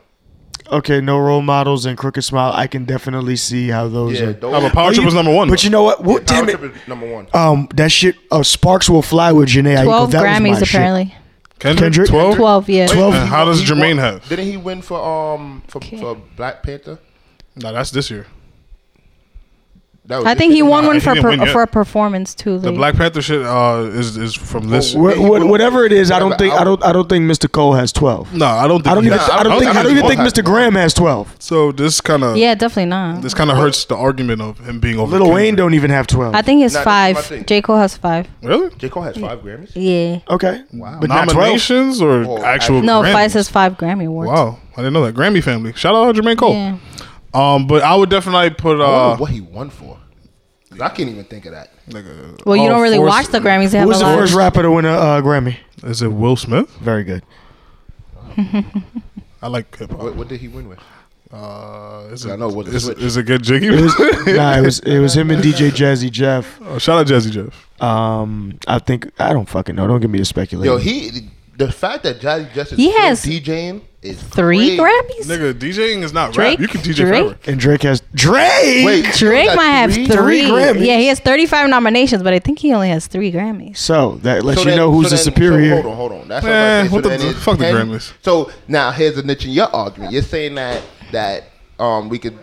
Speaker 2: Okay, no role models and crooked smile. I can definitely see how those
Speaker 5: Yeah,
Speaker 2: are.
Speaker 5: those-
Speaker 1: Oh, but Power
Speaker 2: Are
Speaker 1: Trip
Speaker 2: you-
Speaker 1: was number one.
Speaker 2: But you know what? What
Speaker 5: Power
Speaker 2: damn it.
Speaker 5: Trip is number one.
Speaker 2: Um, that shit. Uh, Sparks will fly with Janae. Aiko.
Speaker 3: Twelve
Speaker 2: That was my
Speaker 3: Grammys
Speaker 2: shit.
Speaker 3: apparently.
Speaker 1: Kendrick
Speaker 2: Kendrick?
Speaker 1: twelve.
Speaker 3: Twelve, yeah.
Speaker 2: Twelve.
Speaker 1: And how does
Speaker 5: He
Speaker 1: Jermaine
Speaker 5: won-
Speaker 1: have?
Speaker 5: Didn't he win for um for,
Speaker 3: Okay.
Speaker 5: for Black Panther?
Speaker 1: No, that's this year.
Speaker 5: That was
Speaker 3: I
Speaker 5: this
Speaker 3: think he
Speaker 5: year.
Speaker 3: won
Speaker 1: Nah,
Speaker 3: one
Speaker 1: he
Speaker 3: for
Speaker 1: didn't
Speaker 3: per,
Speaker 1: win yet.
Speaker 3: for a performance too.
Speaker 1: The
Speaker 3: like-
Speaker 1: Black Panther shit uh, is is from this.
Speaker 5: what-
Speaker 2: Wha- wha- whatever it is, I don't
Speaker 5: Whatever,
Speaker 2: think I
Speaker 5: I'll-
Speaker 2: don't I don't think Mr. Cole has twelve.
Speaker 1: No, I don't. Think
Speaker 2: I don't
Speaker 1: he
Speaker 2: even
Speaker 1: has-
Speaker 2: I don't think I don't even
Speaker 5: he
Speaker 2: think
Speaker 5: has
Speaker 2: Mr.
Speaker 5: twelve.
Speaker 2: Graham has twelve.
Speaker 1: So this kind of
Speaker 3: Yeah, definitely not.
Speaker 1: This kind of hurts the argument of him being over.
Speaker 2: Little Wayne
Speaker 1: Kendrick.
Speaker 2: don't even have twelve.
Speaker 3: I think it's
Speaker 5: Nah, this is my
Speaker 3: five.
Speaker 5: thing.
Speaker 3: J Cole has five.
Speaker 1: really
Speaker 5: J Cole has five Grammys.
Speaker 1: Uh,
Speaker 3: Yeah.
Speaker 2: okay,
Speaker 5: Wow.
Speaker 2: but not twelve.
Speaker 1: nominations or
Speaker 5: Oh,
Speaker 1: actual.
Speaker 5: actual-
Speaker 3: No,
Speaker 1: Grammys?
Speaker 3: five says five Grammy awards.
Speaker 1: Wow, I didn't know that Grammy family. Shout out to Jermaine Cole.
Speaker 3: Yeah.
Speaker 1: Um, but I would definitely put
Speaker 5: I wonder
Speaker 1: uh,
Speaker 5: what he won for. 'Cause I can't even think of that.
Speaker 1: nigga,
Speaker 3: Well, you
Speaker 1: oh,
Speaker 3: don't really
Speaker 1: Forrest-
Speaker 3: watch the Grammys.
Speaker 2: Who
Speaker 3: They have
Speaker 2: was
Speaker 3: a
Speaker 2: the
Speaker 3: lot.
Speaker 2: first rapper to win a uh, Grammy?
Speaker 1: Is it Will Smith?
Speaker 2: Very good.
Speaker 1: I like hip hop.
Speaker 5: What, what did he win with?
Speaker 1: Uh, is
Speaker 5: I
Speaker 1: it,
Speaker 5: know, it was a
Speaker 1: is,
Speaker 5: switch.
Speaker 1: is it good jiggy?
Speaker 2: It was, nah, it was it was him and DJ Jazzy Jeff.
Speaker 1: oh, shout out Jazzy Jeff.
Speaker 2: Um, I think I don't fucking know. Don't give me to speculate.
Speaker 5: Yo, he the fact that Jazzy Justice
Speaker 3: He has
Speaker 5: DJing is
Speaker 3: Three
Speaker 5: crazy.
Speaker 3: Grammys.
Speaker 1: Nigga, DJing is not
Speaker 3: Drake?
Speaker 1: rap. You can DJ
Speaker 3: Drake?
Speaker 1: forever.
Speaker 2: and Drake has Drake.
Speaker 5: Wait, he
Speaker 3: Drake
Speaker 5: got
Speaker 3: might have
Speaker 5: three?
Speaker 3: three.
Speaker 2: Three Grammys?
Speaker 3: Yeah, he has thirty-five nominations, but I think he only has three Grammys.
Speaker 2: So that lets
Speaker 5: So
Speaker 2: you
Speaker 5: then-
Speaker 2: know who's
Speaker 5: so
Speaker 2: the
Speaker 5: then- so
Speaker 2: superior.
Speaker 5: hold on, hold on. That's
Speaker 1: Man,
Speaker 5: what,
Speaker 1: what
Speaker 5: I'm about to
Speaker 1: the-
Speaker 5: say. so then it's
Speaker 1: fuck the
Speaker 5: 10
Speaker 1: Grammys.
Speaker 5: So now here's a niche in your argument. You're saying that that um we could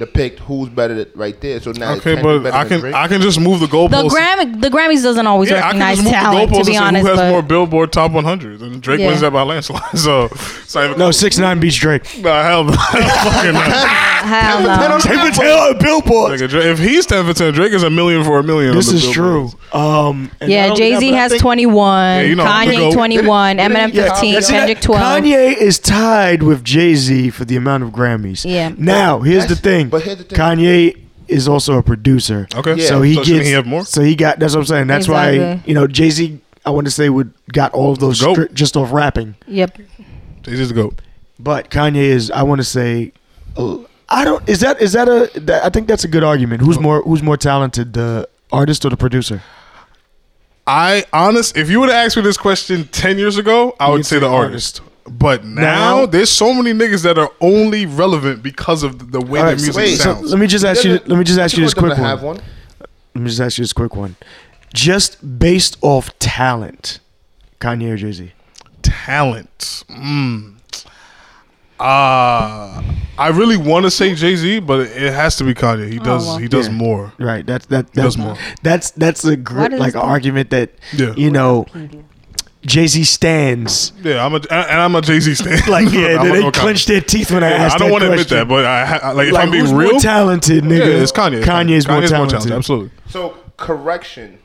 Speaker 5: depict who's better th- right there. So now
Speaker 1: Okay,
Speaker 5: it's Kendrick
Speaker 1: but
Speaker 5: better
Speaker 1: I
Speaker 5: than
Speaker 1: can
Speaker 5: Drake?
Speaker 1: I can just move the goalposts.
Speaker 3: The Grammy, the Grammys doesn't always
Speaker 1: yeah, I can
Speaker 3: recognize
Speaker 1: just move
Speaker 3: talent.
Speaker 1: the goalposts
Speaker 3: To be
Speaker 1: and say
Speaker 3: honest,
Speaker 1: who has
Speaker 3: but
Speaker 1: more Billboard Top 100, and Drake
Speaker 3: Yeah.
Speaker 1: wins that by a landslide. So, so even
Speaker 2: No, six nine beats Drake.
Speaker 1: Nah, hell no. Fucking no.
Speaker 3: hell no.
Speaker 2: Tape and tail at Billboard.
Speaker 1: Nigga, Drake- if he's 10 for 10, Drake is a million for a million.
Speaker 2: This
Speaker 1: on the
Speaker 2: is true.
Speaker 1: Billboards.
Speaker 2: Um, and not
Speaker 3: Yeah,
Speaker 2: only that,
Speaker 3: Jay Z
Speaker 2: but I
Speaker 3: has
Speaker 2: think-
Speaker 3: twenty-one,
Speaker 1: Yeah, you know, I'm gonna
Speaker 3: Kanye
Speaker 1: go-
Speaker 3: twenty-one,
Speaker 5: Didn't-
Speaker 3: Eminem
Speaker 5: didn't he- yeah,
Speaker 3: fifteen,
Speaker 5: yeah,
Speaker 2: see that?
Speaker 3: Kendrick twelve.
Speaker 2: Kanye is tied with Jay Z for the amount of Grammys.
Speaker 3: Yeah.
Speaker 2: Now here's the
Speaker 5: That's-
Speaker 2: thing.
Speaker 5: but here's the thing.
Speaker 2: Kanye is also a producer.
Speaker 1: Okay.
Speaker 5: Yeah.
Speaker 2: So he
Speaker 1: so shouldn't
Speaker 2: gets.
Speaker 1: he have more?
Speaker 2: So he got. That's what I'm saying. That's why
Speaker 3: Exactly.
Speaker 2: you know Jay Z. I want to say would got all of those
Speaker 1: Go.
Speaker 2: stri- just off rapping.
Speaker 3: Yep.
Speaker 1: He's just a goat.
Speaker 2: But Kanye is. I want to say. uh, I don't. Is that is that a? That, I think that's a good argument. Who's more Who's more talented, the artist or the producer?
Speaker 1: I honest, if you would have asked me this question 10 years ago, I would
Speaker 2: You'd
Speaker 1: say
Speaker 2: say
Speaker 1: the artist. But now,
Speaker 2: Now-
Speaker 1: there's so many niggas that are only relevant because of the way
Speaker 2: All
Speaker 1: that
Speaker 2: right,
Speaker 1: music
Speaker 2: so, wait, so
Speaker 1: sounds.
Speaker 2: let me just ask you. Let me just ask you this
Speaker 5: Doesn't
Speaker 2: quick
Speaker 5: Timbaland
Speaker 2: one.
Speaker 5: Have one.
Speaker 2: Let me just ask you this quick one. Just based off talent, Kanye or Jay Z?
Speaker 1: Talent. Mm. Uh, I really want to say Jay Z, but it has to be Kanye. He does.
Speaker 3: well.
Speaker 1: He does
Speaker 2: Yeah.
Speaker 1: more.
Speaker 2: Right. That's that.
Speaker 1: He does
Speaker 2: That's
Speaker 1: more.
Speaker 2: That's that's a
Speaker 3: Why
Speaker 2: great
Speaker 3: does
Speaker 2: like
Speaker 3: that-
Speaker 2: argument that
Speaker 1: Yeah.
Speaker 2: you know Jay Z stands.
Speaker 1: Yeah, I'm a and I'm a Jay Z stan.
Speaker 2: Like yeah,
Speaker 1: I'm gonna
Speaker 2: they,
Speaker 1: go
Speaker 2: they
Speaker 1: Kanye.
Speaker 2: clenched their teeth when I
Speaker 1: Yeah,
Speaker 2: asked.
Speaker 1: I don't
Speaker 2: want to
Speaker 1: admit that, but I, ha- I- like if
Speaker 2: like,
Speaker 1: I'm being
Speaker 2: who's
Speaker 1: real,
Speaker 2: more talented, nigga.
Speaker 1: yeah, it's Kanye.
Speaker 2: Kanye's, more, talented.
Speaker 1: Absolutely.
Speaker 5: So correction.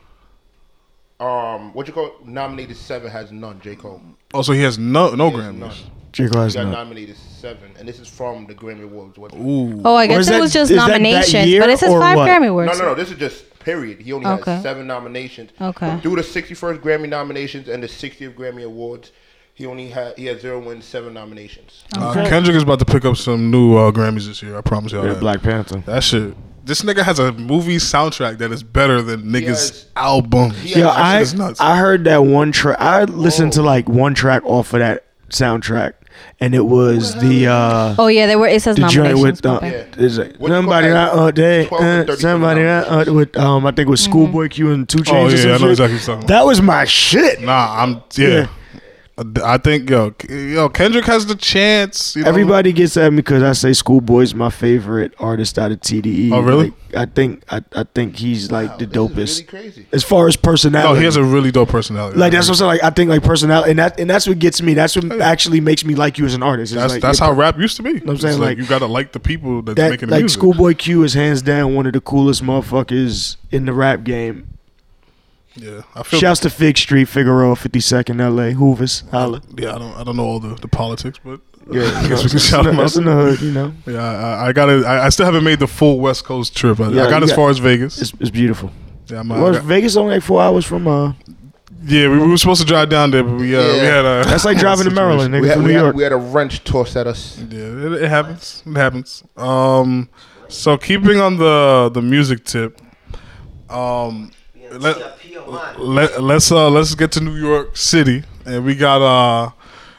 Speaker 5: Um, what you call it? nominated seven has none. J Cole
Speaker 1: Also, he has no no
Speaker 5: He has none.
Speaker 1: Grammys.
Speaker 2: J. Cole has
Speaker 5: He got
Speaker 2: none.
Speaker 5: nominated seven, and this is from the Grammy Awards. website.
Speaker 1: Ooh,
Speaker 3: Oh, I
Speaker 2: Or is
Speaker 3: guess it
Speaker 2: that-
Speaker 3: was just
Speaker 2: is that that
Speaker 3: nominations,
Speaker 2: year
Speaker 3: but it says
Speaker 2: or
Speaker 3: five
Speaker 2: what?
Speaker 3: Grammy awards.
Speaker 5: No, no, no. This is just period. He only
Speaker 3: Okay.
Speaker 5: has seven nominations.
Speaker 3: Okay.
Speaker 5: Through the 61st Grammy nominations and the 60th Grammy awards, he only had he had zero wins, seven nominations.
Speaker 1: uh, Kendrick is about to pick up some new uh, Grammys this year. I promise y'all.
Speaker 2: Yeah,
Speaker 1: that.
Speaker 2: Black Panther.
Speaker 1: That shit. This nigga has a movie soundtrack that is better than niggas'
Speaker 5: has-
Speaker 1: albums.
Speaker 5: he
Speaker 2: Yo,
Speaker 5: Yeah, that
Speaker 2: I
Speaker 1: shit is nuts.
Speaker 2: I heard that one track. I listened to like one track off of that soundtrack, and it was the uh,
Speaker 3: Oh yeah, they were. It says
Speaker 2: the joint
Speaker 3: nominations.
Speaker 2: with uh,
Speaker 3: my bad.
Speaker 5: Yeah.
Speaker 2: it's like,
Speaker 5: What you
Speaker 2: somebody
Speaker 5: call
Speaker 2: not
Speaker 5: that?
Speaker 2: out there,
Speaker 5: 12 and
Speaker 2: uh,
Speaker 5: 37
Speaker 2: somebody not out with um I think it was
Speaker 3: Mm-hmm.
Speaker 2: Schoolboy Q and Two
Speaker 1: oh
Speaker 2: Chainz.
Speaker 1: yeah,
Speaker 2: or
Speaker 1: I
Speaker 2: some
Speaker 1: know exactly
Speaker 2: shit.
Speaker 1: what you're talking about.
Speaker 2: That was my shit.
Speaker 1: Nah, I'm yeah.
Speaker 2: Yeah.
Speaker 1: I think yo, K- yo, Kendrick has the chance. You know?
Speaker 2: Everybody gets at me because I say Schoolboy's my favorite artist out of TDE.
Speaker 1: Oh, really?
Speaker 2: Like, I think I, I think he's like the
Speaker 5: This is
Speaker 2: dopest
Speaker 5: really crazy.
Speaker 2: as far as
Speaker 1: No,
Speaker 2: personality.
Speaker 1: Oh, he has a really dope personality.
Speaker 2: like that's what I'm saying. Like I think like personality, and that and that's what gets me. That's what actually makes me like you as an artist. It's
Speaker 1: That's
Speaker 2: like,
Speaker 1: that's
Speaker 2: your-
Speaker 1: how rap used to be.
Speaker 2: I'm
Speaker 1: It's
Speaker 2: saying,
Speaker 1: like,
Speaker 2: like,
Speaker 1: you gotta like the people that's
Speaker 2: that
Speaker 1: making the
Speaker 2: like
Speaker 1: music.
Speaker 2: Schoolboy Q is hands down one of the coolest motherfuckers in the rap game.
Speaker 1: Yeah, I feel.
Speaker 2: Shouts to Fig Street, Figueroa, 52nd, L.A., Hoovers, holla.
Speaker 1: yeah, I don't I don't know all the, the politics, but
Speaker 2: Yeah,
Speaker 1: I guess we can
Speaker 2: that's,
Speaker 1: shout him out.
Speaker 2: in the hood, you know.
Speaker 1: Yeah, I, I gotta. I, I still haven't made the full West Coast trip. I, I
Speaker 2: Yeah,
Speaker 1: got
Speaker 2: you
Speaker 1: as
Speaker 2: got-
Speaker 1: far as Vegas.
Speaker 2: It's, it's beautiful.
Speaker 1: Yeah, I'm,
Speaker 2: Well,
Speaker 1: uh,
Speaker 2: Vegas only like four hours from. Uh,
Speaker 1: yeah we, we were supposed to drive down there, but we uh, we
Speaker 5: Yeah.
Speaker 1: had a.
Speaker 2: that's like driving to Maryland, nigga,
Speaker 5: We had,
Speaker 2: from
Speaker 5: we,
Speaker 2: New
Speaker 5: had,
Speaker 2: York.
Speaker 5: we had a wrench tossed at us.
Speaker 1: Yeah, it, it happens. It happens. Um, so keeping on the the music tip, um, let, let let's uh let's get to New York City, and we got uh,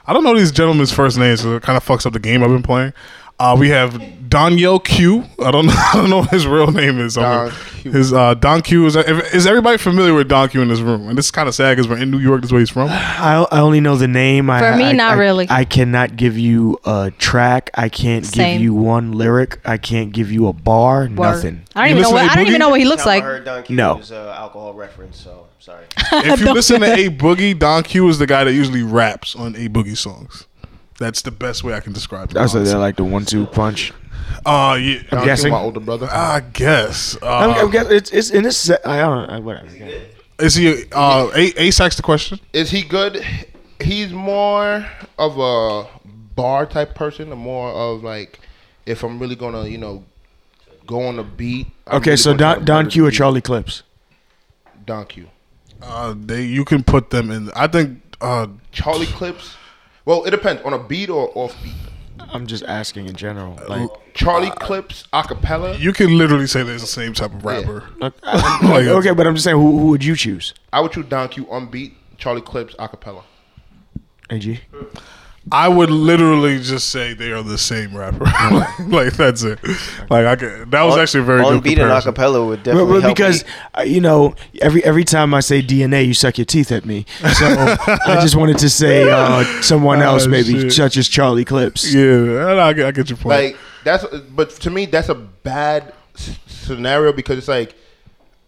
Speaker 1: I don't know these gentlemen's first names, so it kind of fucks up the game I've been playing. Uh, we have Daniel Q. I don't know, I don't know what his real name is. I mean,
Speaker 5: Don Q.
Speaker 1: His uh, Don Q is is everybody familiar with Don Q in this room? And this is kind of sad because we're in New York. That's where he's from.
Speaker 2: I, I only know the name. I,
Speaker 3: For me,
Speaker 2: I-
Speaker 3: not
Speaker 2: I-
Speaker 3: really.
Speaker 2: I cannot give you a track. I can't
Speaker 3: Same.
Speaker 2: give you one lyric. I can't give you a bar.
Speaker 3: Word.
Speaker 2: Nothing.
Speaker 3: I don't
Speaker 1: You
Speaker 3: even know.
Speaker 1: listen to
Speaker 3: What, I don't
Speaker 1: Boogie?
Speaker 3: even know what he looks like.
Speaker 4: I heard Don Q
Speaker 2: No.
Speaker 4: was an alcohol reference, so sorry.
Speaker 1: if you listen to A Boogie, Don Q is the guy that usually raps on A Boogie songs. That's the best way I can describe him.
Speaker 2: Also, they're
Speaker 1: honestly.
Speaker 2: like the one-two punch.
Speaker 1: Uh, yeah,
Speaker 5: Don
Speaker 2: guessing.
Speaker 5: Q, my older brother.
Speaker 1: I guess. Uh,
Speaker 2: I'm, I'm guess- it's it's in this. I don't. I, whatever.
Speaker 1: is he? Uh, A A sacks the question.
Speaker 5: Is he good? He's more of a bar type person, or more of like, if I'm really gonna, you know, go on a beat. I'm
Speaker 2: Okay,
Speaker 5: really
Speaker 2: so
Speaker 5: gonna
Speaker 2: Don
Speaker 5: try
Speaker 2: Don
Speaker 5: to
Speaker 2: Q or
Speaker 5: beat.
Speaker 2: Charlie Clips.
Speaker 5: Don Q.
Speaker 1: Uh, they you can put them in. I think. Uh,
Speaker 5: Charlie Clips. Well, it depends on a beat or off beat.
Speaker 2: I'm just asking in general. Like,
Speaker 5: Charlie Clips acapella.
Speaker 1: you can literally say they're the same type of rapper.
Speaker 2: okay, okay, but I'm just saying, who, who would you choose?
Speaker 5: I would choose Don Q on beat. Charlie Clips acapella.
Speaker 2: Ag.
Speaker 1: I would literally just say they are the same rapper. like, like, that's it. Like I can, that was actually a very
Speaker 4: on
Speaker 1: good
Speaker 4: beat
Speaker 1: comparison.
Speaker 4: and acapella would
Speaker 2: Well,
Speaker 4: definitely
Speaker 2: well,
Speaker 4: help
Speaker 2: because
Speaker 4: me.
Speaker 2: uh, you know, every every time I say DNA, you suck your teeth at me. So I just wanted to say uh, someone else,
Speaker 1: Oh,
Speaker 2: maybe
Speaker 1: shit.
Speaker 2: such as Charlie Clips.
Speaker 1: Yeah, I, I get, I get your point.
Speaker 5: Like that's, but to me that's a bad s- scenario because it's like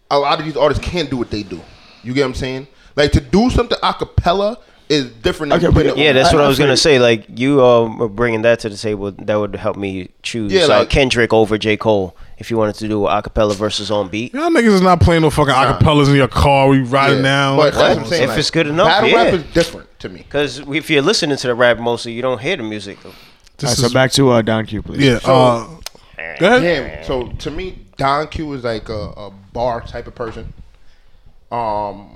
Speaker 5: a lot of these artists can't do what they do. You get what I'm saying? Like to do something a cappella is different. Than
Speaker 2: Okay,
Speaker 5: putting
Speaker 2: but-
Speaker 5: it
Speaker 4: Yeah,
Speaker 5: on-
Speaker 4: that's what
Speaker 2: I-
Speaker 4: I,
Speaker 2: I
Speaker 4: was gonna say. Like you um, are bringing that to the table, that would help me choose
Speaker 5: Yeah,
Speaker 4: uh,
Speaker 5: like-
Speaker 4: Kendrick over J. Cole if you wanted to do a acapella versus on beat.
Speaker 1: Y'all niggas is not playing no fucking acapellas in your car. We riding
Speaker 5: yeah.
Speaker 1: down.
Speaker 5: But
Speaker 1: Like,
Speaker 5: that's what I'm
Speaker 1: come
Speaker 5: saying.
Speaker 4: If
Speaker 5: like,
Speaker 4: it's good enough,
Speaker 5: battle
Speaker 4: yeah.
Speaker 5: rap is different to me.
Speaker 4: Because if you're listening to the rap mostly, you don't hear the music.
Speaker 1: on.
Speaker 2: All
Speaker 1: This
Speaker 2: right, so
Speaker 1: is-
Speaker 2: back to uh, Don Q, please.
Speaker 1: Yeah. uh, go ahead.
Speaker 5: Damn. So to me, Don Q is like a, a bar type of person. Um.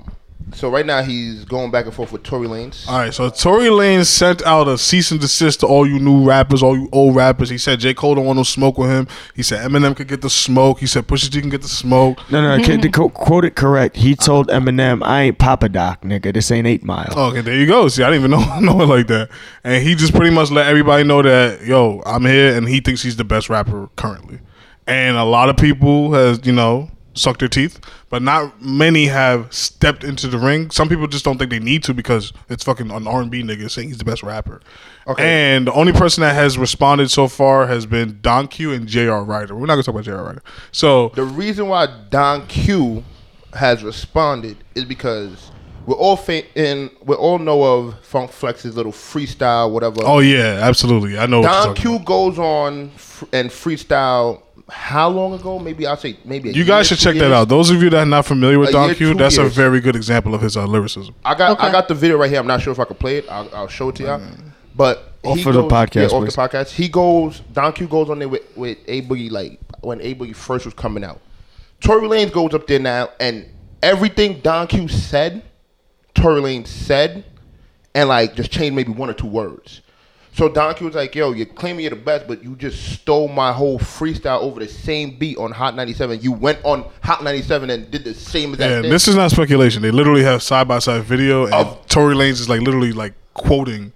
Speaker 5: So right now he's going back and forth with Tory Lanez.
Speaker 1: All right. So Tory Lane sent out a cease and desist to all you new rappers, all you old rappers. He said J Cole don't want no smoke with him. He said Eminem could get the smoke. He said Pusha T can get the smoke.
Speaker 2: No, no, no. to co- quote it correct. He told Eminem, "I ain't Papa Doc, nigga. This ain't Eight Mile."
Speaker 1: Okay, there you go. See, I didn't even know know it like that. And he just pretty much let everybody know that yo, I'm here, and he thinks he's the best rapper currently. And a lot of people has you know sucked their teeth, but not many have stepped into the ring. Some people just don't think they need to because it's fucking an R and B nigga saying he's the best rapper.
Speaker 5: Okay.
Speaker 1: And the only person that has responded so far has been Don Q and J.R. Ryder. We're not gonna talk about J.R. Ryder. So
Speaker 5: The reason why Don Q has responded is because we're all fa- in, we all know of Funk Flex's little freestyle, whatever.
Speaker 1: oh yeah, absolutely. I know. what you're
Speaker 5: Don
Speaker 1: talking
Speaker 5: Q
Speaker 1: about.
Speaker 5: goes on fr- and freestyle. How long ago? Maybe I'll say maybe. A
Speaker 1: You guys
Speaker 5: year,
Speaker 1: should
Speaker 5: two
Speaker 1: check that
Speaker 5: years.
Speaker 1: out. Those of you that are not familiar with
Speaker 5: A
Speaker 1: Don
Speaker 5: year,
Speaker 1: Q,
Speaker 5: two
Speaker 1: that's a
Speaker 5: years.
Speaker 1: very good example of his uh, lyricism.
Speaker 5: I got I
Speaker 3: Okay.
Speaker 5: got the video right here. I'm not sure if I could play it. I'll, I'll show it to y'all. But
Speaker 2: Off
Speaker 5: he
Speaker 2: of the podcast,
Speaker 5: yeah, off
Speaker 2: please.
Speaker 5: the podcast. He goes. Don Q goes on there with, with A Boogie like when A Boogie first was coming out. Tory Lanez goes up there now, and everything Don Q said, Tory Lanez said, and like just changed maybe one or two words. So Don Q was like, "Yo, you're claiming you're the best, but you just stole my whole freestyle over the same beat on Hot 97. You went on Hot 97 and did the same exact
Speaker 1: And
Speaker 5: thing."
Speaker 1: this is not speculation. They literally have side by side video, and
Speaker 5: Of-
Speaker 1: Tory Lanez is like literally like quoting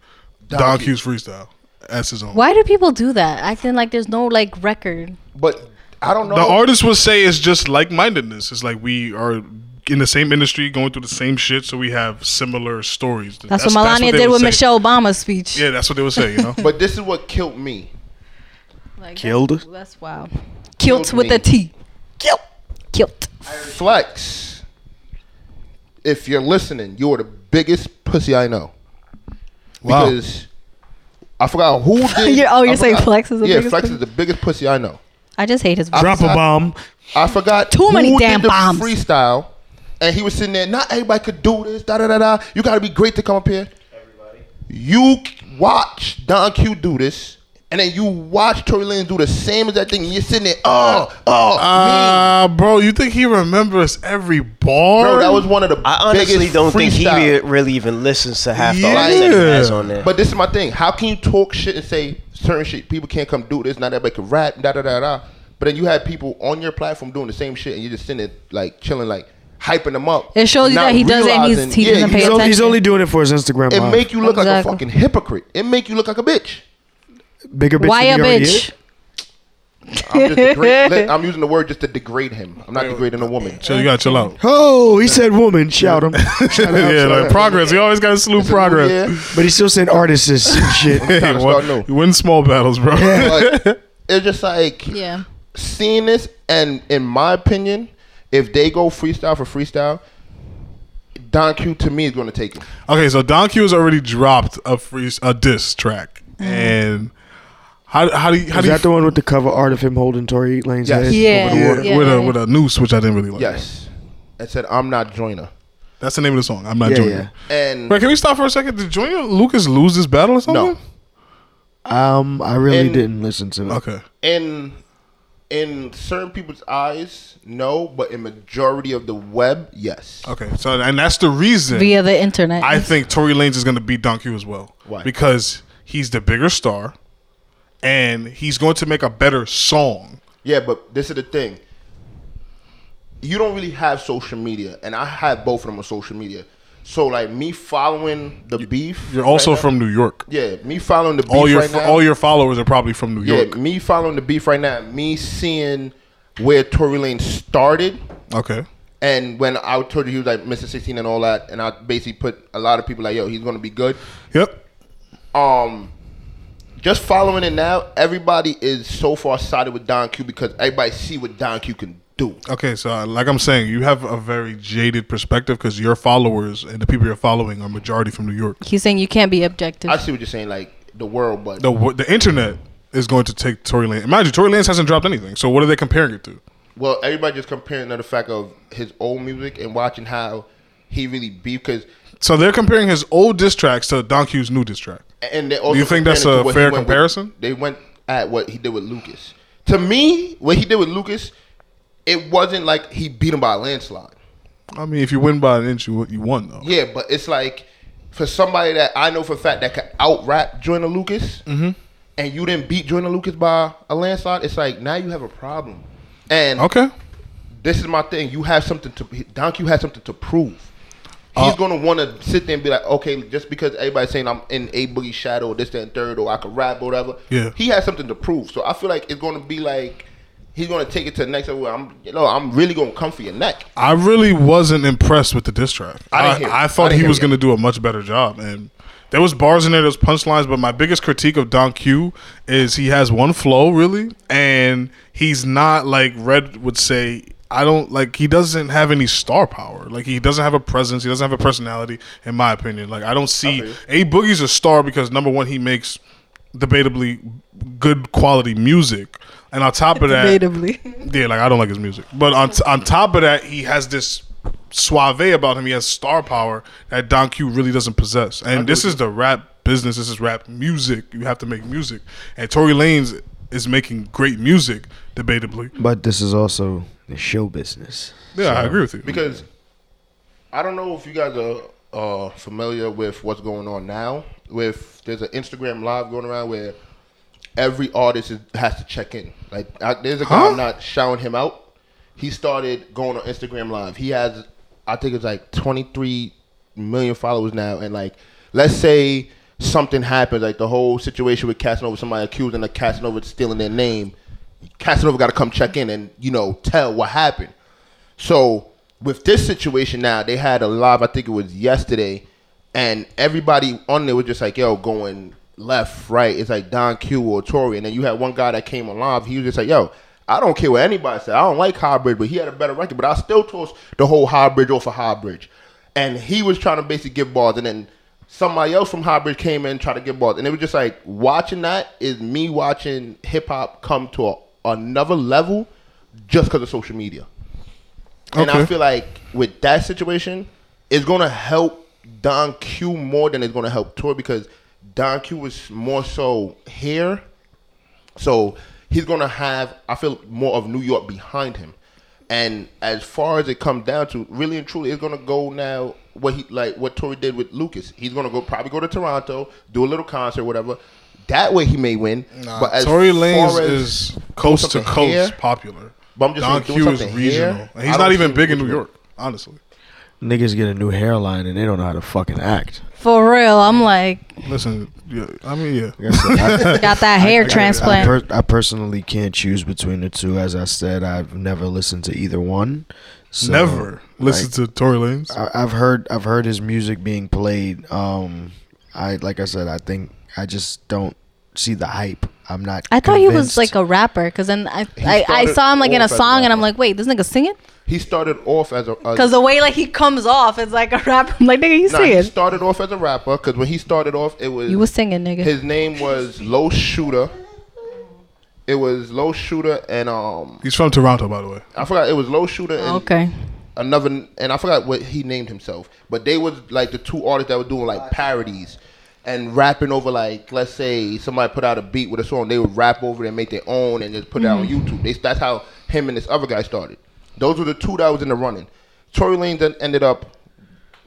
Speaker 1: Don,
Speaker 5: Q.
Speaker 1: Q's freestyle as his own.
Speaker 3: Why do people do that? Acting like there's no like record.
Speaker 5: but I don't know.
Speaker 1: The artist would say it's just like mindedness. It's like we are in the same industry, going through the same shit, so we have similar stories.
Speaker 3: That's, what Melania
Speaker 1: they
Speaker 3: did
Speaker 1: would
Speaker 3: with
Speaker 1: say.
Speaker 3: Michelle Obama's speech.
Speaker 1: Yeah, that's what they would say. You know,
Speaker 5: But this is what killed me.
Speaker 3: Like,
Speaker 2: Killed?
Speaker 3: That's, that's wow. Kilt
Speaker 5: Killed
Speaker 3: with
Speaker 5: me.
Speaker 3: a T. Kilt. Kilt.
Speaker 5: Flex, if you're listening, you are the biggest pussy I know.
Speaker 1: Wow.
Speaker 5: Because I forgot who did.
Speaker 3: You're- oh, you're
Speaker 5: I
Speaker 3: saying
Speaker 5: forgot-
Speaker 3: Flex is the
Speaker 5: yeah,
Speaker 3: biggest
Speaker 5: Flex
Speaker 3: pussy?
Speaker 5: is the biggest pussy I know.
Speaker 3: I just hate his voice.
Speaker 1: drop a bomb.
Speaker 5: I forgot
Speaker 3: Too many
Speaker 5: who
Speaker 3: damn
Speaker 5: did the
Speaker 3: bombs.
Speaker 5: freestyle, and he was sitting there. Not everybody could do this. Da da da da. You got to be great to come up here. Everybody. You c- watch Don Q do this, and then you watch Tory Lanez do the same exact thing, and you're sitting there, oh, oh, me.
Speaker 1: Uh, bro, you think he remembers every bar?
Speaker 5: Bro, that was one of the
Speaker 4: I honestly
Speaker 5: biggest
Speaker 4: don't think he
Speaker 5: freestyle.
Speaker 4: re- really even listens to half the artists
Speaker 1: Yeah.
Speaker 4: that he has on there.
Speaker 5: But this is my thing. How can you talk shit and say certain shit people can't come do this, not everybody can rap, da da da da. But then you have people on your platform doing the same shit, and you're just sitting there like chilling, like hyping them up.
Speaker 3: It shows you
Speaker 5: not
Speaker 3: that he doesn't- he's-
Speaker 5: realizing-
Speaker 3: he doesn't
Speaker 5: you
Speaker 3: pay
Speaker 2: He's
Speaker 5: know,
Speaker 2: only, he's
Speaker 3: attention.
Speaker 2: only doing it for his Instagram.
Speaker 5: It
Speaker 2: live.
Speaker 5: make you look like a
Speaker 3: Exactly.
Speaker 5: fucking hypocrite. It make you look like a bitch.
Speaker 2: bigger bitch.
Speaker 3: Why a
Speaker 2: than he already
Speaker 3: bitch?
Speaker 2: is.
Speaker 5: I'm, just degrade, let- I'm using the word just to degrade him. I'm not degrading a woman.
Speaker 1: Chill, you gotta chill out.
Speaker 2: Oh, he said woman. Shout him.
Speaker 1: yeah, like progress. You always gotta salute progress.
Speaker 5: Yeah.
Speaker 2: But he's still saying artists and shit.
Speaker 1: Hey,
Speaker 5: Gotta
Speaker 1: what-
Speaker 5: start new.
Speaker 1: you win small battles, bro.
Speaker 5: But it's just like
Speaker 3: Yeah.
Speaker 5: seeing this, and in my opinion, if they go freestyle for freestyle, Don Q to me is going to take it.
Speaker 1: okay, so Don Q has already dropped a free a diss track, and how how do you, how
Speaker 2: Is
Speaker 1: do you
Speaker 2: that the one with the cover art of him holding Tory Lane's
Speaker 5: Yes.
Speaker 2: head?
Speaker 3: Yeah.
Speaker 1: with, a-
Speaker 3: Yeah.
Speaker 1: with
Speaker 3: Yeah.
Speaker 1: a with a noose, which I didn't really like.
Speaker 5: Yes, I said I'm not joiner.
Speaker 1: that's the name of the song. I'm not
Speaker 2: Yeah,
Speaker 1: joining.
Speaker 2: yeah.
Speaker 5: And
Speaker 1: Bro, can we stop for a second? Did Junior Lucas lose this battle or something?
Speaker 5: no,
Speaker 2: Um, I really
Speaker 5: And-
Speaker 2: didn't listen to it.
Speaker 1: Okay.
Speaker 5: in in certain people's eyes, no, but in majority of the web, yes.
Speaker 1: Okay. So and that's the reason
Speaker 3: Via the internet.
Speaker 1: I think Tory Lanez is going to beat Don Q as well.
Speaker 5: Why?
Speaker 1: Because he's the bigger star, and he's going to make a better song.
Speaker 5: Yeah, but this is the thing. You don't really have social media, and I have both of them on social media. So like me following the beef.
Speaker 1: You're also
Speaker 5: right now-
Speaker 1: from New York.
Speaker 5: Yeah, me following the beef
Speaker 1: all your
Speaker 5: right now.
Speaker 1: all your followers are probably from New
Speaker 5: yeah,
Speaker 1: York.
Speaker 5: me following the beef right now. Me seeing where Tory Lane started,
Speaker 1: Okay.
Speaker 5: and when I told you he was like Mr. 16 and all that, and I basically put a lot of people like, yo, he's gonna be good.
Speaker 1: Yep.
Speaker 5: um just following it now, everybody is so far sided with Don Q because everybody see what Don Q can do.
Speaker 1: Okay, so uh, like I'm saying, you have a very jaded perspective because your followers and the people you're following are majority from New York.
Speaker 3: He's saying you can't be objective.
Speaker 5: I see what you're saying, like the world, but
Speaker 1: The wo- the internet is going to take Tory Lanez. Mind you, Tory Lanez hasn't dropped anything. So what are they comparing it to?
Speaker 5: well, everybody just comparing to the fact of his old music and watching how he really beat because,
Speaker 1: So they're comparing his old diss tracks to Don Q's new diss track.
Speaker 5: and they also
Speaker 1: you think that's
Speaker 5: comparing it to
Speaker 1: a
Speaker 5: what he
Speaker 1: fair
Speaker 5: went with-
Speaker 1: comparison?
Speaker 5: they went at what he did with Lucas. To me, what he did with Lucas, it wasn't like he beat him by a landslide.
Speaker 1: I mean, if you win by an inch, you, you won though.
Speaker 5: Yeah, but it's like for somebody that I know for a fact that could out rap Joyner Lucas,
Speaker 1: Mm-hmm.
Speaker 5: and you didn't beat Joyner Lucas by a landslide. It's like now you have a problem. And
Speaker 1: Okay.
Speaker 5: this is my thing. You have something to Don Q has something to prove. He's gonna want to sit there and be like, okay, just because everybody's saying I'm in a boogie shadow, this, that, and third, or I could rap, or whatever.
Speaker 1: Yeah.
Speaker 5: he has something to prove. So I feel like it's gonna be like he's gonna take it to the next level. where I'm, you know, I'm really gonna come for your neck.
Speaker 1: I really wasn't impressed with the diss track.
Speaker 5: I didn't
Speaker 1: I,
Speaker 5: hear it.
Speaker 1: I
Speaker 5: I
Speaker 1: thought
Speaker 5: didn't
Speaker 1: he
Speaker 5: hear
Speaker 1: was
Speaker 5: it.
Speaker 1: going to do a much better job. And there was bars in there, there's punchlines. But my biggest critique of Don Q is he has one flow really, and he's not like Red would say. I don't like he doesn't have any star power. Like he doesn't have a presence. He doesn't have a personality, in my opinion. Like I don't see a boogie's a star because number one he makes debatably good quality music, and on top of that, yeah, like I don't like his music. But on t- on top of that, he has this suave about him. He has star power that Don Q really doesn't possess. And this is the rap business. This is rap music. You have to make music. And Tory Lanez is making great music, debatably.
Speaker 2: But this is also the show business.
Speaker 1: Yeah, I agree with you.
Speaker 5: because I don't know if you guys are uh, familiar with what's going on now. With there's an Instagram live going around where every artist is, has to check in. Like I, there's a guy
Speaker 1: Huh?
Speaker 5: I'm not shouting him out. He started going on Instagram live. He has I think it's like 23 million followers now, and like let's say something happens, like the whole situation with Casanova, somebody accusing of Casanova of stealing their name. Casanova got to come check in and you know tell what happened. So with this situation now, they had a live. I think it was yesterday, and everybody on there was just like, "Yo, going left, right." It's like Don Q or Tory, and then you had one guy that came on live. He was just like, "Yo." I don't care what anybody said. I don't like Hybrid, but he had a better record. But I still toss the whole Hybrid off of Hybrid. And he was trying to basically give balls. And then somebody else from Hybrid came in and tried to give balls. And it was just like watching that is me watching hip hop come to a, another level just because of social media. And I
Speaker 1: Okay.
Speaker 5: feel like with that situation, it's gonna help Don Q more than it's gonna help Tory because Don Q was more so here So he's gonna have, I feel, more of New York behind him. And as far as it comes down to, really and truly, it's gonna go now what he like what Tory did with Lucas. He's gonna go probably go to Toronto, do a little concert, whatever. That way he may win. but as
Speaker 1: Tory
Speaker 5: far
Speaker 1: Lanez
Speaker 5: as
Speaker 1: is
Speaker 5: doing
Speaker 1: coast to
Speaker 5: something
Speaker 1: coast
Speaker 5: here,
Speaker 1: popular.
Speaker 5: But I'm just
Speaker 1: Don
Speaker 5: saying, doing
Speaker 1: Q is
Speaker 5: something
Speaker 1: regional,
Speaker 5: here,
Speaker 1: and he's
Speaker 5: I
Speaker 1: not
Speaker 5: don't
Speaker 1: even
Speaker 5: see
Speaker 1: big in
Speaker 5: which
Speaker 1: New
Speaker 5: way.
Speaker 1: York, honestly.
Speaker 2: Niggas get a new hairline and they don't know how to fucking act.
Speaker 3: For real, I'm like
Speaker 1: Listen, yeah, I mean, yeah.
Speaker 2: Like I said, I-
Speaker 3: got that hair
Speaker 2: I,
Speaker 3: transplant.
Speaker 2: per- I personally can't choose between the two. As I said, I've never listened to either one. So,
Speaker 1: Never listen to Tory Lanez.
Speaker 2: I, I've heard I've heard his music being played. Um, I like I said, I think I just don't see the hype. I'm not.
Speaker 3: I thought he was
Speaker 2: convinced.
Speaker 3: like a rapper because then I,
Speaker 5: He
Speaker 3: I, I
Speaker 5: started
Speaker 3: saw him like in a
Speaker 5: off as a
Speaker 3: song and I'm
Speaker 5: rapper.
Speaker 3: like, wait, this nigga singing?
Speaker 5: He started off as a
Speaker 3: Because the way like he comes off, it's like a rapper. I'm like, nigga, he's
Speaker 5: nah, he
Speaker 3: singing.
Speaker 5: started off as a rapper because when he started off, it was
Speaker 3: You was singing, nigga.
Speaker 5: his name was Low Shooter. It was Low Shooter and um
Speaker 1: He's from Toronto, by the way.
Speaker 5: I forgot it was Low Shooter and
Speaker 3: okay.
Speaker 5: another and I forgot what he named himself, but they was like the two artists that were doing like parodies and rapping over like let's say somebody put out a beat with a song, they would rap over it and make their own and just put it out on YouTube. They, that's how him and this other guy started. Those were the two that was in the running. Tory Lanez then ended up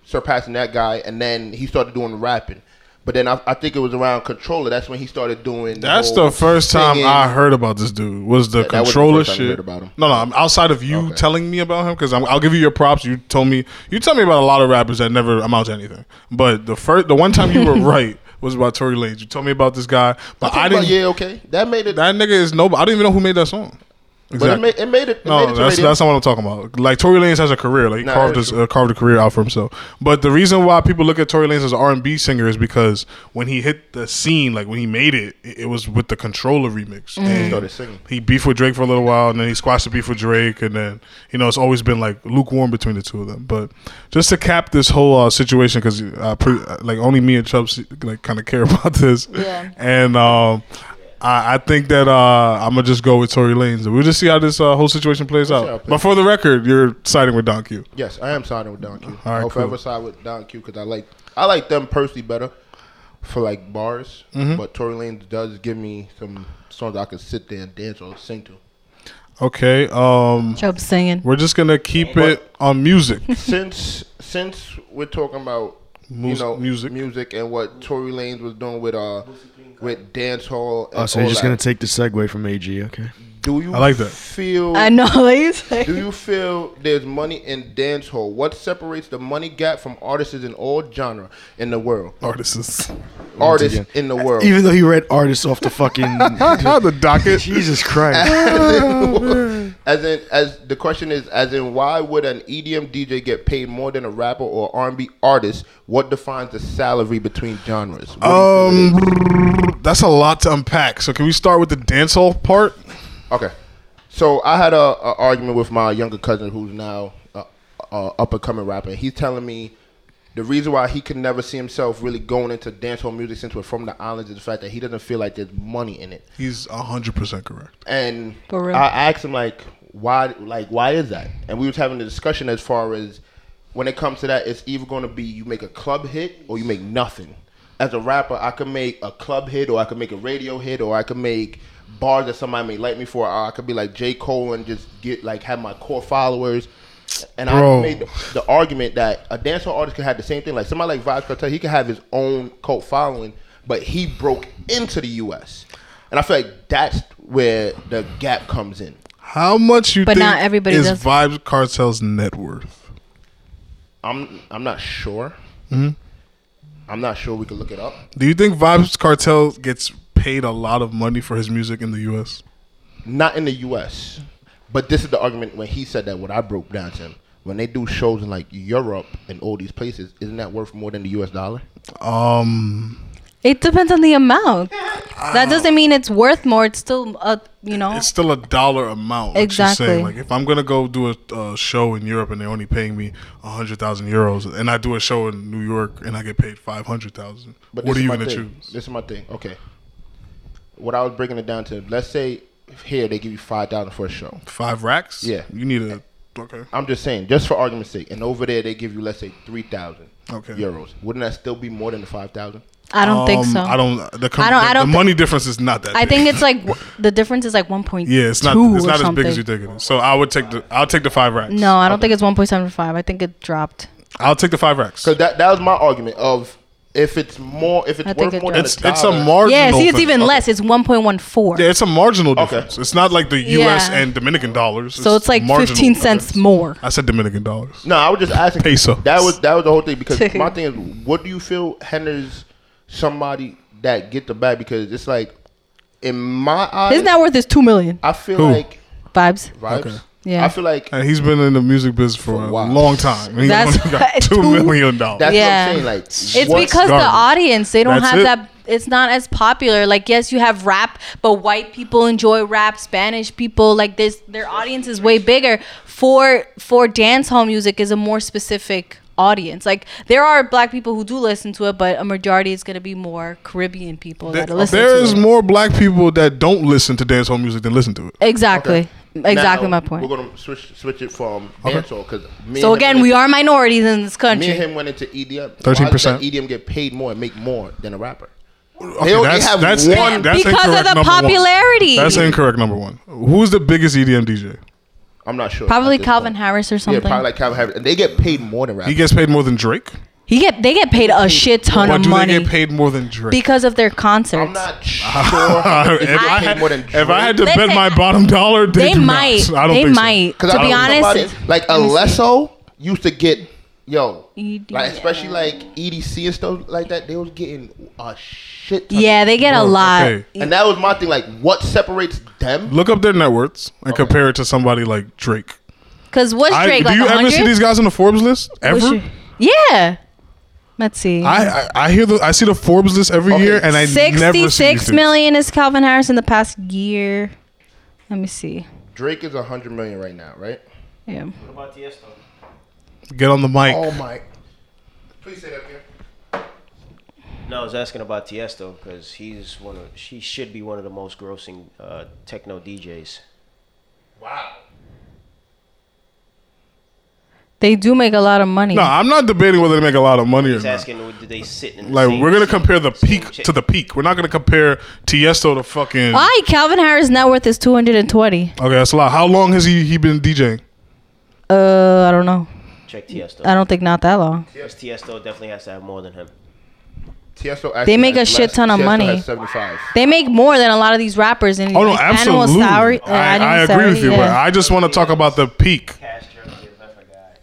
Speaker 5: surpassing that guy, and then he started doing the rapping. But then I, I think it was around Controller. That's when he started doing.
Speaker 1: That's
Speaker 5: whole
Speaker 1: the first time
Speaker 5: singing.
Speaker 1: I heard about this dude. Was the
Speaker 5: That- that was the
Speaker 1: controller
Speaker 5: first time you
Speaker 1: shit?
Speaker 5: heard about him.
Speaker 1: No, no. I'm outside of you telling me about him because I'll give you your props. You told me you tell me about a lot of rappers that never amount to anything. But the first, the one time you were right was about Tory Lanez. You told me about this guy, but I,
Speaker 5: I
Speaker 1: didn't.
Speaker 5: didn't. yeah, okay. That made it.
Speaker 1: That nigga is nobody. I don't even know who made that song.
Speaker 5: but it
Speaker 1: Exactly.
Speaker 5: made it made it. it
Speaker 1: No,
Speaker 5: made it to
Speaker 1: that's
Speaker 5: radio.
Speaker 1: that's not what I'm talking about. Like Tory Lanez has a career, like he
Speaker 5: Nah,
Speaker 1: carved
Speaker 5: that's
Speaker 1: his, uh, carved a career out for himself. But the reason why people look at Tory Lanez as an R&B singer is because when he hit the scene, like when he made it, it, it was with the Controller remix. And
Speaker 5: Mm-hmm. Started singing.
Speaker 1: He beefed with Drake for a little while, and then he squashed the beef with Drake, and then you know it's always been like lukewarm between the two of them. But just to cap this whole uh, situation, because uh, pre- like only me and Chubbs like kind of care about this,
Speaker 3: Yeah.
Speaker 1: and um, I, I think that uh, I'm gonna just go with Tory Lanez. We'll just see how this uh, whole situation plays
Speaker 5: We'll see how
Speaker 1: out.
Speaker 5: it plays
Speaker 1: But for the record, you're siding with Don Q.
Speaker 5: Yes, I am siding with Don Q.
Speaker 1: All right,
Speaker 5: I'll
Speaker 1: cool.
Speaker 5: forever side with Don Q because I like I like them personally better for like bars.
Speaker 1: Mm-hmm.
Speaker 5: But Tory Lanez does give me some songs I can sit there and dance or sing to.
Speaker 1: Okay, um,
Speaker 3: Chubb singing.
Speaker 1: we're just gonna keep
Speaker 5: What?
Speaker 1: it on music.
Speaker 5: since since we're talking about
Speaker 1: Mus-
Speaker 5: you know
Speaker 1: music.
Speaker 5: music and what Tory Lanez was doing with uh with dance hall. And
Speaker 2: Oh, so you're
Speaker 5: all
Speaker 2: just
Speaker 5: that,
Speaker 2: gonna take the segue from AG? Okay.
Speaker 5: do you
Speaker 1: I like that.
Speaker 5: feel
Speaker 3: I know. Like, he's
Speaker 5: Do
Speaker 3: like,
Speaker 5: you feel there's money in dance hall? What separates the money gap from artists in all genre in the world?
Speaker 1: Artists,
Speaker 5: Artists
Speaker 2: again.
Speaker 5: in the world.
Speaker 2: Even though you read artists off the fucking
Speaker 1: the docket.
Speaker 2: Jesus Christ.
Speaker 5: as in as the question is as in why would an E EDM DJ get paid more than a rapper or R&B artist? What defines the salary between genres? What do you feel it is?
Speaker 1: Um, that's a lot to unpack. So can we start with the dancehall part?
Speaker 5: okay. So I had a, a argument with my younger cousin who's now a, a up and coming rapper. He's telling me the reason why he could never see himself really going into dancehall music since we're from the islands is the fact that he doesn't feel like there's money in it.
Speaker 1: He's hundred percent correct.
Speaker 5: and
Speaker 3: For real.
Speaker 5: I asked him like why like why is that and we was having a discussion as far as when it comes to that it's either going to be you make a club hit or you make nothing as a rapper i could make a club hit or i could make a radio hit or i could make bars that somebody may like me for or i could be like j cole and just get like have my core followers and
Speaker 1: Bro.
Speaker 5: I made the, the argument that a dancehall artist could have the same thing. Like somebody like Vibes Cartel, he could have his own cult following, but he broke into the U.S. And I feel like that's where the gap comes in.
Speaker 1: How much you
Speaker 3: But
Speaker 1: think
Speaker 3: not everybody
Speaker 1: is
Speaker 3: does.
Speaker 1: Vibes Cartel's net worth?
Speaker 5: I'm I'm not sure. I'm not sure. We could look it up.
Speaker 1: Do you think Vibes Cartel gets paid a lot of money for his music in the U.S.?
Speaker 5: Not in the U.S. But this is the argument when he said that. What I broke down to him when they do shows in like Europe and all these places, isn't that worth more than the U.S. dollar?
Speaker 1: Um,
Speaker 3: it depends on the amount. That doesn't mean it's worth more. It's still a you know.
Speaker 1: it's still a dollar amount. like she's
Speaker 3: Exactly.
Speaker 1: saying. Like if I'm gonna go do a, uh show in Europe and they're only paying me hundred thousand euros, and I do a show in New York and I get paid five hundred thousand,
Speaker 5: But
Speaker 1: what
Speaker 5: this
Speaker 1: are
Speaker 5: is
Speaker 1: you
Speaker 5: my
Speaker 1: gonna
Speaker 5: thing.
Speaker 1: choose?
Speaker 5: This is my thing. Okay. What I was breaking it down to, let's say here they give you five thousand for a show.
Speaker 1: Five racks?
Speaker 5: Yeah.
Speaker 1: You need a okay.
Speaker 5: I'm just saying, just for argument's sake, and over there they give you let's say three thousand
Speaker 1: Okay.
Speaker 5: euros. Wouldn't that still be more than the five thousand?
Speaker 3: I don't think
Speaker 1: Um,
Speaker 3: so.
Speaker 1: I don't. The, com-
Speaker 3: I don't-
Speaker 1: the,
Speaker 3: I don't
Speaker 1: the money difference is not that.
Speaker 3: I
Speaker 1: big.
Speaker 3: think it's like w- the difference is like 1.2
Speaker 1: yeah, it's not. It's
Speaker 3: or
Speaker 1: not as
Speaker 3: something.
Speaker 1: big as you think it is. So I would take the. I'll take the five racks.
Speaker 3: No, I don't think it's 1.75. I think it dropped.
Speaker 1: I'll take the five racks.
Speaker 5: So that that was my argument of if it's more if it's
Speaker 3: I think
Speaker 5: worth
Speaker 3: it
Speaker 5: more than
Speaker 1: It's
Speaker 5: a dollar,
Speaker 1: it's a marginal.
Speaker 3: Yeah, see, it's
Speaker 1: thing.
Speaker 3: even less. It's 1.14.
Speaker 1: Yeah, it's a marginal
Speaker 5: Okay.
Speaker 1: difference. It's not like the U.S.
Speaker 3: Yeah.
Speaker 1: and Dominican dollars.
Speaker 3: so it's like
Speaker 1: marginal
Speaker 3: 15 cents
Speaker 1: difference.
Speaker 3: more.
Speaker 1: I said Dominican dollars.
Speaker 5: No, I was just asking.
Speaker 1: Peso.
Speaker 5: That was that was the whole thing because my thing is, what do you feel hinders somebody that get the bag? Because it's like, in my eyes,
Speaker 3: His net worth is 2 million.
Speaker 5: I feel
Speaker 1: Who?
Speaker 5: like
Speaker 3: Vibes.
Speaker 5: vibes.
Speaker 1: Okay.
Speaker 3: Yeah.
Speaker 5: I feel like
Speaker 1: And he's been in the music business for,
Speaker 5: For a
Speaker 1: a
Speaker 5: while.
Speaker 1: long time. He's
Speaker 3: That's
Speaker 1: only
Speaker 3: why-
Speaker 1: got two million dollars.
Speaker 5: that's
Speaker 3: Yeah.
Speaker 5: what I'm saying. Like
Speaker 3: It's
Speaker 5: what-
Speaker 3: because
Speaker 1: garbage.
Speaker 3: the audience they don't
Speaker 1: That's
Speaker 3: have
Speaker 1: it.
Speaker 3: that. It's not as popular. Like yes, you have rap, but white people enjoy rap. Spanish people like this. Their audience is way bigger. For for dance hall music is a more specific audience. Like there are black people who do listen to it, but a majority is gonna be more Caribbean people
Speaker 1: There-
Speaker 3: that listen
Speaker 1: there
Speaker 3: to
Speaker 1: is
Speaker 3: it.
Speaker 1: more black people that don't listen to dancehall music than listen to it.
Speaker 3: exactly, exactly my
Speaker 5: Now,
Speaker 3: point.
Speaker 5: We're gonna switch switch it from dancehall because
Speaker 3: So again, we are minorities in this
Speaker 5: Me and
Speaker 3: country.
Speaker 5: him went into EDM.
Speaker 1: 13%.
Speaker 5: Why does that EDM get paid more and make more than a rapper.
Speaker 1: Okay,
Speaker 5: only have one-
Speaker 3: Because of
Speaker 1: incorrect,
Speaker 3: the
Speaker 1: number one.
Speaker 3: popularity.
Speaker 1: That's incorrect. Number one. Who's the biggest E EDM DJ?
Speaker 5: I'm not sure.
Speaker 3: Probably
Speaker 5: at this
Speaker 3: Calvin
Speaker 5: point.
Speaker 3: Harris or
Speaker 5: Yeah,
Speaker 3: something.
Speaker 5: probably like Calvin Harris. And they get paid more than rappers.
Speaker 1: He gets paid more than Drake.
Speaker 3: he get they get paid a shit ton
Speaker 1: Why
Speaker 3: of
Speaker 1: do
Speaker 3: money
Speaker 1: they get paid more than Drake?
Speaker 3: because of their concerts.
Speaker 5: I'm not sure. how
Speaker 1: if,
Speaker 5: they get
Speaker 1: I
Speaker 5: paid
Speaker 1: had,
Speaker 5: more than
Speaker 1: if I had to
Speaker 3: Listen,
Speaker 1: bet my bottom dollar, they,
Speaker 3: they
Speaker 1: do not.
Speaker 3: might.
Speaker 1: I don't
Speaker 3: they
Speaker 1: think so.
Speaker 3: might.
Speaker 5: Because
Speaker 3: To be honest,
Speaker 5: like Alesso used to get yo, like
Speaker 3: EDM.
Speaker 5: especially like EDC and stuff like that. They was getting a shit. ton.
Speaker 3: yeah, they get a
Speaker 1: Bro,
Speaker 3: lot.
Speaker 1: Oh, okay.
Speaker 5: and that was my thing. Like, what separates them?
Speaker 1: Look up their net worths and compare it to somebody like Drake.
Speaker 3: Cause what's
Speaker 1: I-
Speaker 3: Drake
Speaker 1: do
Speaker 3: like?
Speaker 1: you ever see
Speaker 3: 100?
Speaker 1: these guys on the Forbes list?
Speaker 3: What's
Speaker 1: Ever?
Speaker 3: your- Yeah. Let's see.
Speaker 1: I, I I hear the I see the Forbes list every
Speaker 5: Okay.
Speaker 1: year, and I never see these
Speaker 3: Sixty-six
Speaker 1: dudes.
Speaker 3: million is Calvin Harris in the past year. Let me see.
Speaker 5: Drake is a hundred million right now, right?
Speaker 3: Yeah.
Speaker 4: What about Tiesto?
Speaker 1: Get on the mic.
Speaker 5: Oh my! Please say that again.
Speaker 4: No, I was asking about Tiesto because he's one of she should be one of the most grossing uh, techno DJs.
Speaker 5: Wow.
Speaker 3: They do make a lot of money.
Speaker 1: No, I'm not debating whether they make a lot of money or
Speaker 4: He's
Speaker 1: not.
Speaker 4: asking, do they sit in? The
Speaker 1: Like
Speaker 4: same
Speaker 1: we're gonna
Speaker 4: seat,
Speaker 1: compare the
Speaker 4: same
Speaker 1: peak
Speaker 4: cha-
Speaker 1: to the peak. We're not gonna compare Tiesto to fucking.
Speaker 3: Why Calvin Harris net worth is two hundred and twenty?
Speaker 1: Okay, that's a lot. How long has he he been DJing?
Speaker 3: Uh, I don't know.
Speaker 4: check Tiesto.
Speaker 3: I don't think not that long.
Speaker 4: 'Cause Tiesto definitely has to have more than him.
Speaker 5: Tiesto actually
Speaker 3: make a
Speaker 5: has
Speaker 3: shit ton of
Speaker 5: Tiesto
Speaker 3: money.
Speaker 5: has Seventy-five.
Speaker 3: They make more than a lot of these rappers. And
Speaker 1: Oh no,
Speaker 3: these
Speaker 1: absolutely.
Speaker 3: Animal Sour- uh,
Speaker 1: I,
Speaker 3: Animal
Speaker 1: I agree
Speaker 3: Sour,
Speaker 1: with you, but
Speaker 3: yeah.
Speaker 1: I just want to talk about the peak.
Speaker 4: Cash Germany, I forgot.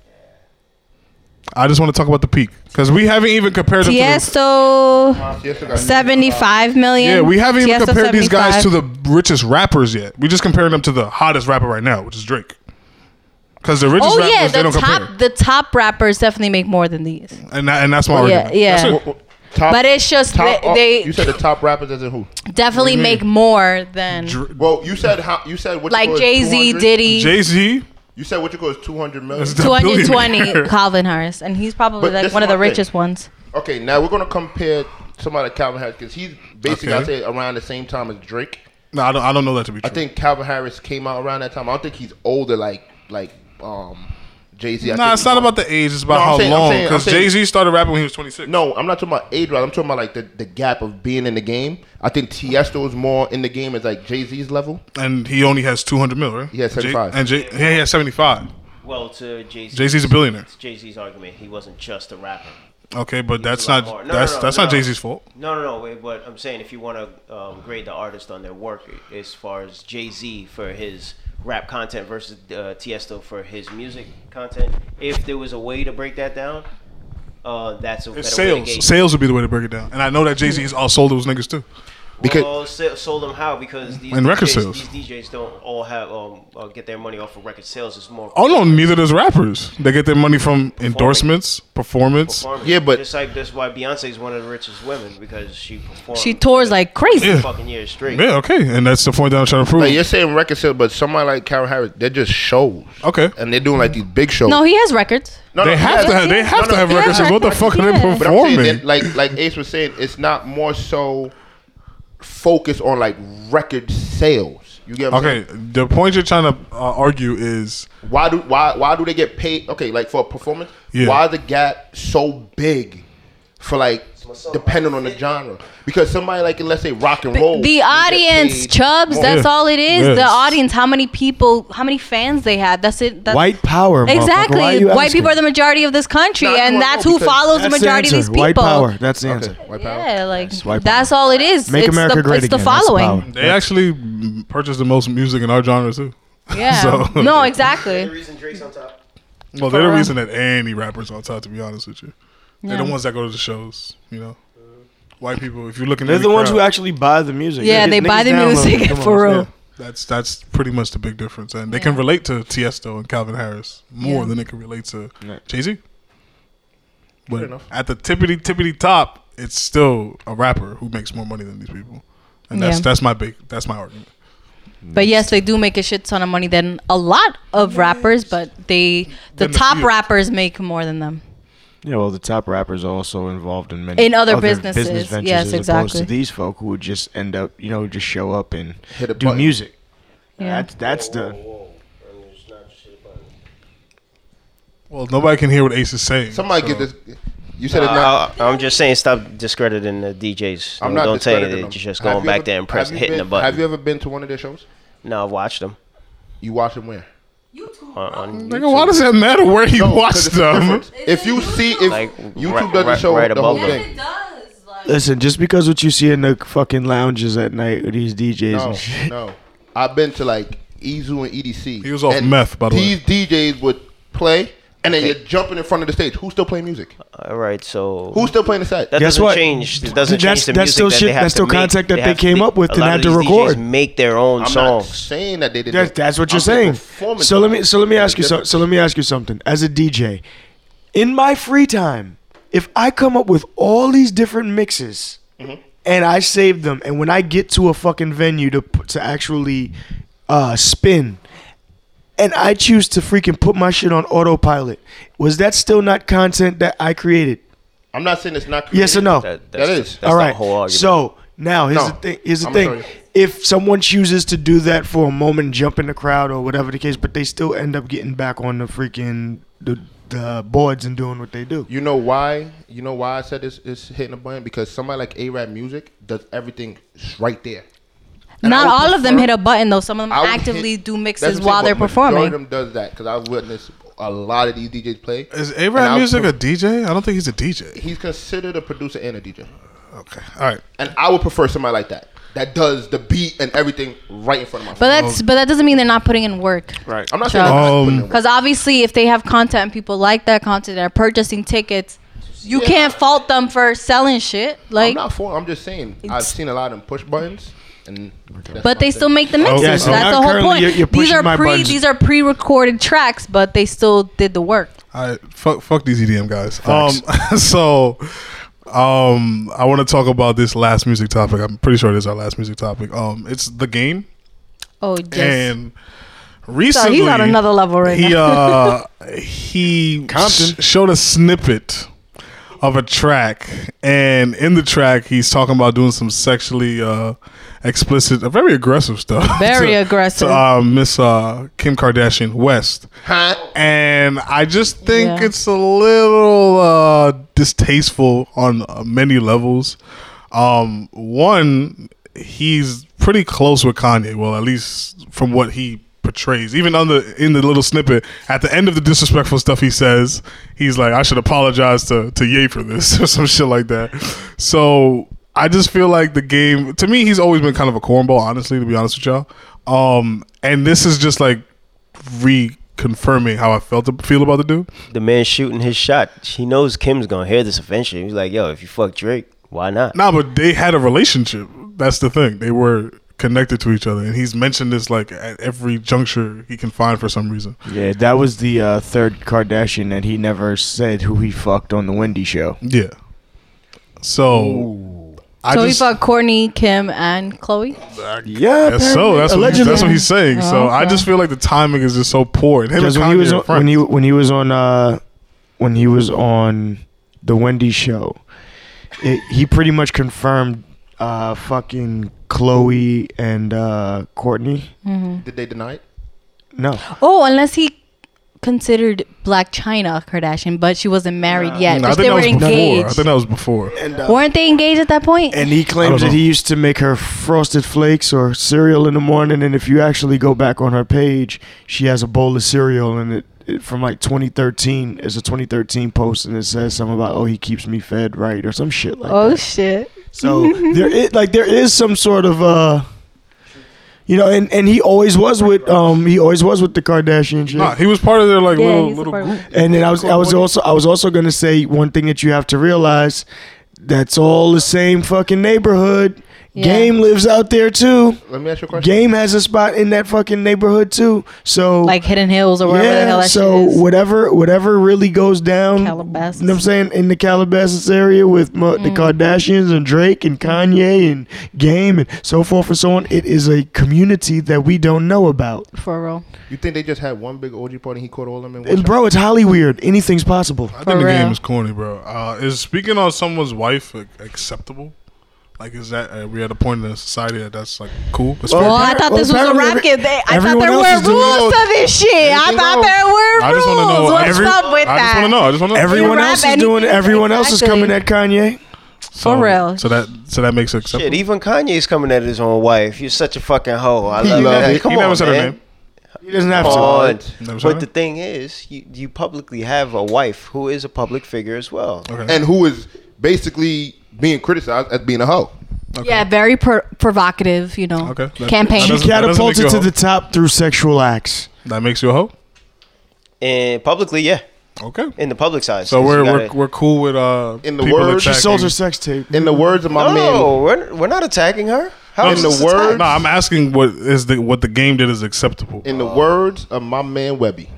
Speaker 1: I just want to talk about the peak because we haven't even compared them to the
Speaker 3: Tiesto.
Speaker 5: Tiesto got
Speaker 3: 75 million.
Speaker 1: Yeah, we haven't even
Speaker 3: Tiesto
Speaker 1: compared these guys
Speaker 3: 75.
Speaker 1: to the richest rappers yet. We just compared them to the hottest rapper right now, which is Drake. Because the richest
Speaker 3: Oh
Speaker 1: rappers,
Speaker 3: yeah,
Speaker 1: they
Speaker 3: the
Speaker 1: don't
Speaker 3: top
Speaker 1: compare. Uh,
Speaker 3: the top rappers definitely make more than these.
Speaker 1: And, that, and that's my
Speaker 3: yeah,
Speaker 1: argument.
Speaker 3: yeah.
Speaker 1: That's it.
Speaker 5: Well, top-
Speaker 3: But it's just
Speaker 5: top- oh,
Speaker 3: they,
Speaker 5: You said the top rappers as in who?
Speaker 3: they
Speaker 1: Mm-hmm.
Speaker 3: definitely make more than
Speaker 1: Dr-
Speaker 5: Well, you said how? You said what? you
Speaker 3: like
Speaker 5: call is
Speaker 3: Jay Z,
Speaker 5: 200?
Speaker 3: Diddy,
Speaker 1: Jay-Z,
Speaker 5: You said what you call is two hundred million.
Speaker 1: That's the-
Speaker 3: 220
Speaker 1: billionaire.
Speaker 3: Calvin Harris, and he's probably
Speaker 5: But
Speaker 3: like
Speaker 5: this
Speaker 3: one
Speaker 5: is
Speaker 3: of the
Speaker 5: my thing.
Speaker 3: richest ones.
Speaker 5: Okay, now we're gonna compare somebody to Calvin Harris because he's basically
Speaker 1: Okay.
Speaker 5: I'd say around the same time as Drake.
Speaker 1: no, I don't, I don't know that to be true.
Speaker 5: I think Calvin Harris came out around that time. I don't think he's older like like um Jay Z.
Speaker 1: no, it's not about the age. It's about
Speaker 5: No, I'm
Speaker 1: how
Speaker 5: saying- I'm
Speaker 1: long.
Speaker 5: saying- I'm
Speaker 1: Because
Speaker 5: saying-
Speaker 1: Jay-Z started rapping when he was 26.
Speaker 5: No, I'm not talking about age. right? I'm talking about like the, the gap of being in the game. I think Tiesto is more in the game as like Jay Z's level.
Speaker 1: And he only has 200 mil, right?
Speaker 5: He has
Speaker 1: Jay-
Speaker 5: 75.
Speaker 1: and Jay, yeah, he has 75.
Speaker 4: Well, to Jay Z.
Speaker 1: Jay-Z's a billionaire.
Speaker 4: Jay Z's argument, he wasn't just a rapper.
Speaker 1: Okay, but that's
Speaker 4: a lot
Speaker 1: not
Speaker 4: more. No,
Speaker 1: that's
Speaker 4: no, no,
Speaker 1: that's not
Speaker 4: no.
Speaker 1: Jay-Z's fault.
Speaker 4: No, no, no. Wait, but I'm saying if you want to um, grade the artist on their work, as far as Jay Z for his rap content versus uh, Tiesto for his music content, if there was a way to break that down, uh, that's a better
Speaker 1: It's
Speaker 4: way to
Speaker 1: sales.
Speaker 4: gauge.
Speaker 1: Sales would be the way to break it down. And I know that Jay-Z has outsold those niggas too.
Speaker 5: Because-
Speaker 4: well, sa- sold them how because these
Speaker 1: And
Speaker 4: DJs,
Speaker 1: record sales.
Speaker 4: These DJs don't all have um, uh, get their money off of record sales. It's more
Speaker 1: Oh no, neither does rappers. They get their money from endorsements, performance.
Speaker 4: performance.
Speaker 5: Yeah, but-
Speaker 4: just like that's why Beyonce is one of the richest women because she performs.
Speaker 3: She tours like crazy.
Speaker 1: Yeah.
Speaker 4: fucking years straight.
Speaker 1: Yeah, okay, and that's the point that I'm trying to prove.
Speaker 5: Like you're saying record sales, but somebody like Calvin Harris, they're just shows.
Speaker 1: Okay.
Speaker 5: and they're doing like these big shows.
Speaker 3: No, he has records.
Speaker 5: no,
Speaker 1: they have
Speaker 5: yeah,
Speaker 1: to have. They
Speaker 3: yeah,
Speaker 1: have
Speaker 3: no,
Speaker 1: to
Speaker 3: no,
Speaker 1: have
Speaker 3: yeah,
Speaker 1: records. What the
Speaker 3: records,
Speaker 1: fuck are they
Speaker 3: yeah. But I'm
Speaker 5: But I'm saying
Speaker 1: performing?
Speaker 5: that, like like Ace was saying, it's not more so focused on like record sales. You get what I'm
Speaker 1: Okay,
Speaker 5: saying?
Speaker 1: the point you're trying to uh, argue is
Speaker 5: Why do why why do they get paid? Okay, like for a performance,
Speaker 1: Yeah.
Speaker 5: why the gap so big for like dependent on the genre. Because somebody like let's say rock and roll, they
Speaker 3: the
Speaker 5: get
Speaker 3: audience,
Speaker 5: paid
Speaker 3: Chubs.
Speaker 5: more.
Speaker 3: That's
Speaker 1: Yeah.
Speaker 3: all it is. The
Speaker 1: Yes.
Speaker 3: audience. How many people? How many fans they have? That's it. That's
Speaker 2: White power. motherfucker.
Speaker 3: Exactly.
Speaker 2: Why you
Speaker 3: White
Speaker 2: asking?
Speaker 3: people are the majority of this country,
Speaker 5: No, I
Speaker 3: and
Speaker 5: wanna
Speaker 3: that's
Speaker 5: know
Speaker 3: who
Speaker 5: because
Speaker 3: follows the
Speaker 2: That's the
Speaker 3: majority
Speaker 2: answer.
Speaker 3: of these people.
Speaker 2: White power. That's the answer.
Speaker 5: Okay, white power.
Speaker 3: Yeah, like
Speaker 2: white power.
Speaker 3: that's all it is.
Speaker 2: Make
Speaker 3: it's
Speaker 2: America
Speaker 3: the,
Speaker 2: great
Speaker 3: it's the
Speaker 2: again. That's
Speaker 3: following.
Speaker 2: power.
Speaker 1: They actually mm, purchased the most music in our genre too.
Speaker 3: Yeah.
Speaker 1: So-
Speaker 3: No,
Speaker 4: The
Speaker 3: exactly.
Speaker 4: reason Drake's on top.
Speaker 1: Well, they're
Speaker 3: For
Speaker 1: the
Speaker 3: real.
Speaker 1: reason that any rappers on top. To be honest with you, they're
Speaker 3: Yeah.
Speaker 1: the ones that go to the shows. You know, white people. If you're looking,
Speaker 2: They're
Speaker 1: at
Speaker 2: the ones who
Speaker 1: crowd,
Speaker 2: actually buy the music.
Speaker 3: Yeah,
Speaker 2: Niggas-
Speaker 3: they buy
Speaker 2: niggas
Speaker 3: the
Speaker 2: download it.
Speaker 3: music
Speaker 2: Come on.
Speaker 3: for real.
Speaker 1: Yeah, that's that's pretty much the big difference, and they can relate to Tiesto and Calvin Harris more
Speaker 3: Yeah.
Speaker 1: than they can relate to
Speaker 2: Right.
Speaker 1: Jay Z. But
Speaker 5: enough.
Speaker 1: at the tippity tippity top, it's still a rapper who makes more money than these people, and that's
Speaker 3: Yeah.
Speaker 1: that's my big that's my argument.
Speaker 3: But yes, they do make a shit ton of money than a lot of rappers, but they the
Speaker 1: Than the
Speaker 3: top
Speaker 1: few.
Speaker 3: rappers make more than them.
Speaker 2: Yeah, well, the top rappers are also involved in many
Speaker 3: In other businesses,
Speaker 2: business ventures
Speaker 3: yes,
Speaker 2: as opposed
Speaker 3: exactly.
Speaker 2: to these folk who would just end up, you know, just show up and
Speaker 5: Hit a
Speaker 2: do
Speaker 5: button.
Speaker 2: music.
Speaker 3: Yeah.
Speaker 2: That's that's the
Speaker 4: Whoa, whoa. And there's not shit about it.
Speaker 1: Well, nobody can hear what Ace is saying.
Speaker 5: Somebody
Speaker 1: so-
Speaker 5: get this. You said it's not.
Speaker 4: I, am just saying, stop discrediting the DJs.
Speaker 5: I'm
Speaker 4: No,
Speaker 5: not
Speaker 4: don't tell you
Speaker 5: discrediting
Speaker 4: that
Speaker 5: them.
Speaker 4: you're just
Speaker 5: Have
Speaker 4: going
Speaker 5: you
Speaker 4: back
Speaker 5: ever-
Speaker 4: there and press
Speaker 5: have you
Speaker 4: hitting
Speaker 5: been-
Speaker 4: the button.
Speaker 5: Have you ever been to one of their shows?
Speaker 4: no, I've watched them.
Speaker 5: You watch them where?
Speaker 4: On, on
Speaker 1: Nigga, why does that matter where he
Speaker 5: No, 'cause
Speaker 1: watched
Speaker 5: it's a
Speaker 1: them?
Speaker 5: difference. If you see, if
Speaker 4: Like,
Speaker 5: YouTube
Speaker 4: right-
Speaker 5: doesn't
Speaker 4: right-
Speaker 5: show
Speaker 4: right
Speaker 5: the whole
Speaker 4: above
Speaker 5: thing.
Speaker 3: does. Like,
Speaker 2: listen. Just because what you see in the fucking lounges at night with these DJs
Speaker 5: No,
Speaker 2: and shit.
Speaker 5: no. I've been to like Izu and EDC.
Speaker 1: He was off
Speaker 5: and
Speaker 1: meth, by the way.
Speaker 5: These DJs would play, and then you're jumping in front of the stage. Who's still playing music?
Speaker 4: All right, so
Speaker 5: Who's still playing the set?
Speaker 4: that
Speaker 2: Guess
Speaker 4: doesn't
Speaker 2: what?
Speaker 4: change. It doesn't
Speaker 2: That's-
Speaker 4: change the
Speaker 2: that's
Speaker 4: music
Speaker 2: still
Speaker 4: that
Speaker 2: shit-
Speaker 4: They have
Speaker 2: that's
Speaker 4: to
Speaker 2: still
Speaker 4: make.
Speaker 2: content that they
Speaker 4: have to
Speaker 2: came
Speaker 4: make-
Speaker 2: up with
Speaker 4: a
Speaker 2: and
Speaker 4: lot
Speaker 2: had
Speaker 4: of
Speaker 2: to
Speaker 4: these
Speaker 2: record.
Speaker 4: DJs make their own
Speaker 5: I'm not
Speaker 4: songs.
Speaker 5: saying that they did.
Speaker 2: That's, that's what you're saying. So let me so let me ask you so, so let me ask you something. As a DJ, in my free time, if I come up with all these different mixes and I save them, and when I get to a fucking venue to put- to actually uh, spin, and I choose to freaking put my shit on autopilot, was that still not content that I created?
Speaker 5: I'm not saying it's not. Creative.
Speaker 2: Yes or no?
Speaker 4: That,
Speaker 5: That
Speaker 4: that's the-
Speaker 5: is.
Speaker 4: that's
Speaker 2: Oh, All
Speaker 4: the
Speaker 2: right.
Speaker 4: whole argument.
Speaker 2: So now here's
Speaker 5: No.
Speaker 2: the thing. Here's the
Speaker 5: I'm
Speaker 2: thing.
Speaker 5: sorry.
Speaker 2: If someone chooses to do that for a moment, jump in the crowd or whatever the case, but they still end up getting back on the freaking the, the boards and doing what they do.
Speaker 5: You know why? You know why I said it's, it's hitting a button because somebody like A-Rap Music does everything s- right there. And
Speaker 3: not
Speaker 5: I would
Speaker 3: all of them
Speaker 5: prefer-
Speaker 3: hit a button though. Some of them
Speaker 5: I would
Speaker 3: actively
Speaker 5: hit-
Speaker 3: do
Speaker 5: that's
Speaker 3: mixes
Speaker 5: what I'm
Speaker 3: while they're
Speaker 5: saying, but majority
Speaker 3: performing.
Speaker 5: of them does that because I've witnessed a lot of these DJs play.
Speaker 1: Is
Speaker 5: And
Speaker 1: A-Rap
Speaker 5: I would
Speaker 1: Music
Speaker 5: pref-
Speaker 1: a DJ? I don't think he's a DJ.
Speaker 5: He's considered a producer and a DJ.
Speaker 1: Okay, all right.
Speaker 5: And I would prefer somebody like that that does the beat and everything right in front of my
Speaker 3: But
Speaker 5: face.
Speaker 3: that's but that doesn't mean they're not putting in work.
Speaker 2: Right.
Speaker 5: I'm not saying
Speaker 1: Um,
Speaker 5: um,
Speaker 3: Because obviously, if they have content and people like that content, they're purchasing tickets. You
Speaker 5: Yeah.
Speaker 3: can't fault them for selling shit.
Speaker 5: I'm
Speaker 3: Like,
Speaker 5: not for. I'm just saying I've
Speaker 3: It's-
Speaker 5: seen a lot of them push buttons, and that's
Speaker 3: but
Speaker 5: my
Speaker 3: they
Speaker 5: thing.
Speaker 3: still make the mixes.
Speaker 1: Yeah, so
Speaker 3: That's
Speaker 2: now
Speaker 3: the whole
Speaker 2: currently
Speaker 3: point.
Speaker 2: you're- you're
Speaker 3: these
Speaker 2: pushing
Speaker 3: are
Speaker 2: my
Speaker 3: pre
Speaker 2: buttons.
Speaker 3: these are pre recorded tracks, but they still did the work.
Speaker 1: All right, fuck, fuck these EDM guys. Um, so, um, I want to talk about this last music topic. I'm pretty sure it is our last music topic. Um, it's the game,
Speaker 3: Oh, yes.
Speaker 1: and recently
Speaker 3: on another level right
Speaker 1: he,
Speaker 3: now.
Speaker 1: uh, he
Speaker 2: Compton.
Speaker 1: sh- showed a snippet of a track, and in the track, he's talking about doing some sexually uh, explicit, uh, very aggressive stuff.
Speaker 3: Very
Speaker 1: to-
Speaker 3: aggressive.
Speaker 1: to, uh, Miss uh, Kim Kardashian West
Speaker 5: Huh?
Speaker 1: and I just think
Speaker 3: Yeah.
Speaker 1: it's a little uh, distasteful on uh, many levels. Um, one, he's pretty close with Kanye. Well, at least from what he portrays, even on the in the little snippet at the end of the disrespectful stuff he says, he's like, "I should apologize to to Ye for this" or some shit like that. So I just feel like the game. To me, he's always been kind of a cornball, honestly. To be honest with y'all, um, and this is just like reconfirming how I felt feel about the dude.
Speaker 4: the man shooting his shot, he knows Kim's gonna hear this eventually. He's like, "Yo, if you fuck Drake, why not?"
Speaker 1: Nah, but they had a relationship. That's the thing. They were connected to each other, and he's mentioned this like at every juncture he can find for some reason.
Speaker 2: Yeah, that was the uh, third Kardashian that he never said who he fucked on the Wendy show.
Speaker 1: Yeah. So I
Speaker 3: so
Speaker 1: just
Speaker 3: we fucked Courtney, Kim, and Chloe.
Speaker 2: Yeah,
Speaker 1: That's so that's what, he's,
Speaker 2: allegedly.
Speaker 1: that's what he's saying. so
Speaker 3: Oh,
Speaker 1: I
Speaker 3: okay.
Speaker 1: just feel like the timing is just so poor. And him and
Speaker 2: Because
Speaker 1: Kanye
Speaker 2: when he was
Speaker 1: are
Speaker 2: on,
Speaker 1: friends.
Speaker 2: when he when he was on uh, when he was on the Wendy show, it, he pretty much confirmed uh, fucking Chloe and uh, Courtney.
Speaker 5: Mm-hmm. Did they deny it?
Speaker 2: No,
Speaker 3: Oh, unless he considered Black China Kardashian, but she wasn't married
Speaker 4: Nah.
Speaker 3: yet.
Speaker 1: No, Hmm, I think
Speaker 3: but they
Speaker 1: that
Speaker 3: were
Speaker 1: was before. I
Speaker 3: engaged.
Speaker 1: think that was before.
Speaker 2: And, uh,
Speaker 3: Weren't they engaged at that point?
Speaker 2: and he
Speaker 1: I don't
Speaker 2: claims that
Speaker 1: know.
Speaker 2: he used to make her frosted flakes or cereal in the morning. And if you actually go back on her page, she has a bowl of cereal and it, it from like 2013. It's a 2013 post, and it says something about oh he keeps me fed right or some shit like
Speaker 3: oh
Speaker 2: that.
Speaker 3: shit.
Speaker 2: So there is like there is some sort of uh you know, and, and he always was with um he always was with the Kardashians. yeah.
Speaker 1: Nah, he was part of their like
Speaker 3: Yeah,
Speaker 1: little
Speaker 3: he's a
Speaker 1: little
Speaker 3: part of
Speaker 1: group.
Speaker 2: and then I was I was also I was also gonna say one thing that you have to realize that's all the same fucking neighborhood.
Speaker 3: Yeah.
Speaker 2: Game lives out there too.
Speaker 5: Let me ask you a question.
Speaker 2: Game has a spot in that fucking neighborhood too. So
Speaker 3: Like Hidden Hills or wherever the hell that
Speaker 2: so
Speaker 3: shit is.
Speaker 2: whatever whatever really goes down,
Speaker 3: Calabasas. Mm.
Speaker 2: You know what I'm saying in the Calabasas area with mo- the Kardashians and Drake and Kanye and Game and so forth and so on, it is a community that we don't know about.
Speaker 3: For real.
Speaker 5: You think they just had one big orgy party? He caught all them in one.
Speaker 2: And
Speaker 5: shot?
Speaker 2: bro, it's Holly weird. Anything's possible.
Speaker 1: I
Speaker 3: For
Speaker 1: think the
Speaker 3: real.
Speaker 1: game is corny, bro. Uh, is speaking on someone's wife like, acceptable? Like, is that are we at a point in the society that that's like cool? It's
Speaker 3: Oh,
Speaker 1: fair.
Speaker 3: I thought
Speaker 2: well,
Speaker 3: this was a
Speaker 2: apparently
Speaker 3: rap game. They, I thought
Speaker 2: everyone
Speaker 3: there
Speaker 2: else is
Speaker 3: were
Speaker 2: doing
Speaker 3: rules
Speaker 5: it.
Speaker 3: to this shit. I
Speaker 5: Everything
Speaker 3: thought
Speaker 5: else.
Speaker 3: there were rules.
Speaker 1: I just want to know.
Speaker 3: What's
Speaker 1: every-
Speaker 3: up with
Speaker 1: I just want to
Speaker 3: that?
Speaker 1: know. I just want to know.
Speaker 2: Everyone
Speaker 3: rap
Speaker 2: else is
Speaker 3: anything,
Speaker 2: doing. Everyone else is
Speaker 3: exactly.
Speaker 2: coming at Kanye.
Speaker 1: So-
Speaker 3: real.
Speaker 1: So that so that makes it acceptable.
Speaker 4: Shit, even Kanye's coming at his own wife. You're such a fucking hoe. I
Speaker 5: He
Speaker 4: love
Speaker 5: loved
Speaker 4: that.
Speaker 5: it.
Speaker 4: Come
Speaker 1: he
Speaker 4: on,
Speaker 1: never said
Speaker 4: man.
Speaker 1: her name.
Speaker 2: He doesn't have
Speaker 4: Come on.
Speaker 2: to.
Speaker 1: Never said
Speaker 4: But the
Speaker 1: it?
Speaker 4: thing is, you, you publicly have a wife who is a public figure as well.
Speaker 1: Okay.
Speaker 5: And who is basically being criticized as being a hoe?
Speaker 3: Yeah, very pro- provocative, you know.
Speaker 1: Okay. That-
Speaker 3: Campaign.
Speaker 1: that
Speaker 2: She
Speaker 1: doesn't- that doesn't make you
Speaker 2: catapulted
Speaker 1: a
Speaker 2: to
Speaker 1: hoe.
Speaker 2: the top through sexual acts.
Speaker 1: That makes you a hoe.
Speaker 4: And publicly, yeah,
Speaker 1: Okay.
Speaker 4: in the public side.
Speaker 1: So
Speaker 4: 'cause you
Speaker 1: we're
Speaker 4: gotta-
Speaker 1: we're, we're cool with uh
Speaker 5: In the
Speaker 1: people
Speaker 5: word, she
Speaker 1: attacking-
Speaker 2: She sold her sex tape.
Speaker 5: In the words of my
Speaker 4: no, we're, we're not attacking her. How
Speaker 1: No,
Speaker 4: is
Speaker 1: no,
Speaker 4: this
Speaker 5: the
Speaker 4: attack?
Speaker 5: words-
Speaker 1: No, I'm asking what is the what the game did is acceptable.
Speaker 5: man, in the words of my man Webby,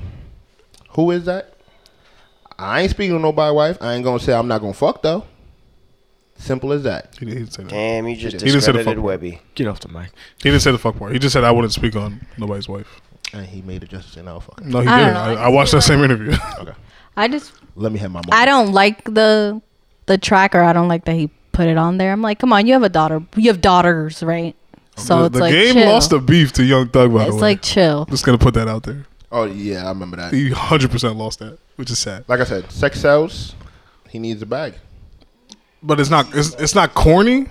Speaker 5: who is that? I ain't speaking to nobody wife. I ain't gonna say I'm not gonna fuck though. Simple as that.
Speaker 1: he didn't say that.
Speaker 4: Damn, you just
Speaker 1: He didn't say the
Speaker 4: discredited
Speaker 1: fuck-
Speaker 4: Webby.
Speaker 2: Get off the mic.
Speaker 1: He didn't say the fuck part. He just said I wouldn't speak on nobody's wife.
Speaker 5: And he made adjustments and I'll fuck. it.
Speaker 1: No, he
Speaker 3: I don't
Speaker 1: didn't.
Speaker 3: know.
Speaker 1: I,
Speaker 3: I
Speaker 1: I watched that same interview.
Speaker 3: I just
Speaker 5: Let me have my. Moment.
Speaker 3: I don't like the the tracker. I don't like that he put it on there. I'm like, come on, you have a daughter. You have daughters, right? So
Speaker 1: the
Speaker 3: it's
Speaker 1: the
Speaker 3: like
Speaker 1: game
Speaker 3: chill.
Speaker 1: lost the beef to Young Thug. By the
Speaker 3: it's
Speaker 1: way,
Speaker 3: like chill.
Speaker 1: just gonna put that out there.
Speaker 5: Oh yeah, I remember that.
Speaker 1: He 100 percent lost that, which is sad.
Speaker 5: Like I said, sex sells. He needs a bag.
Speaker 1: But it's not it's, it's not corny.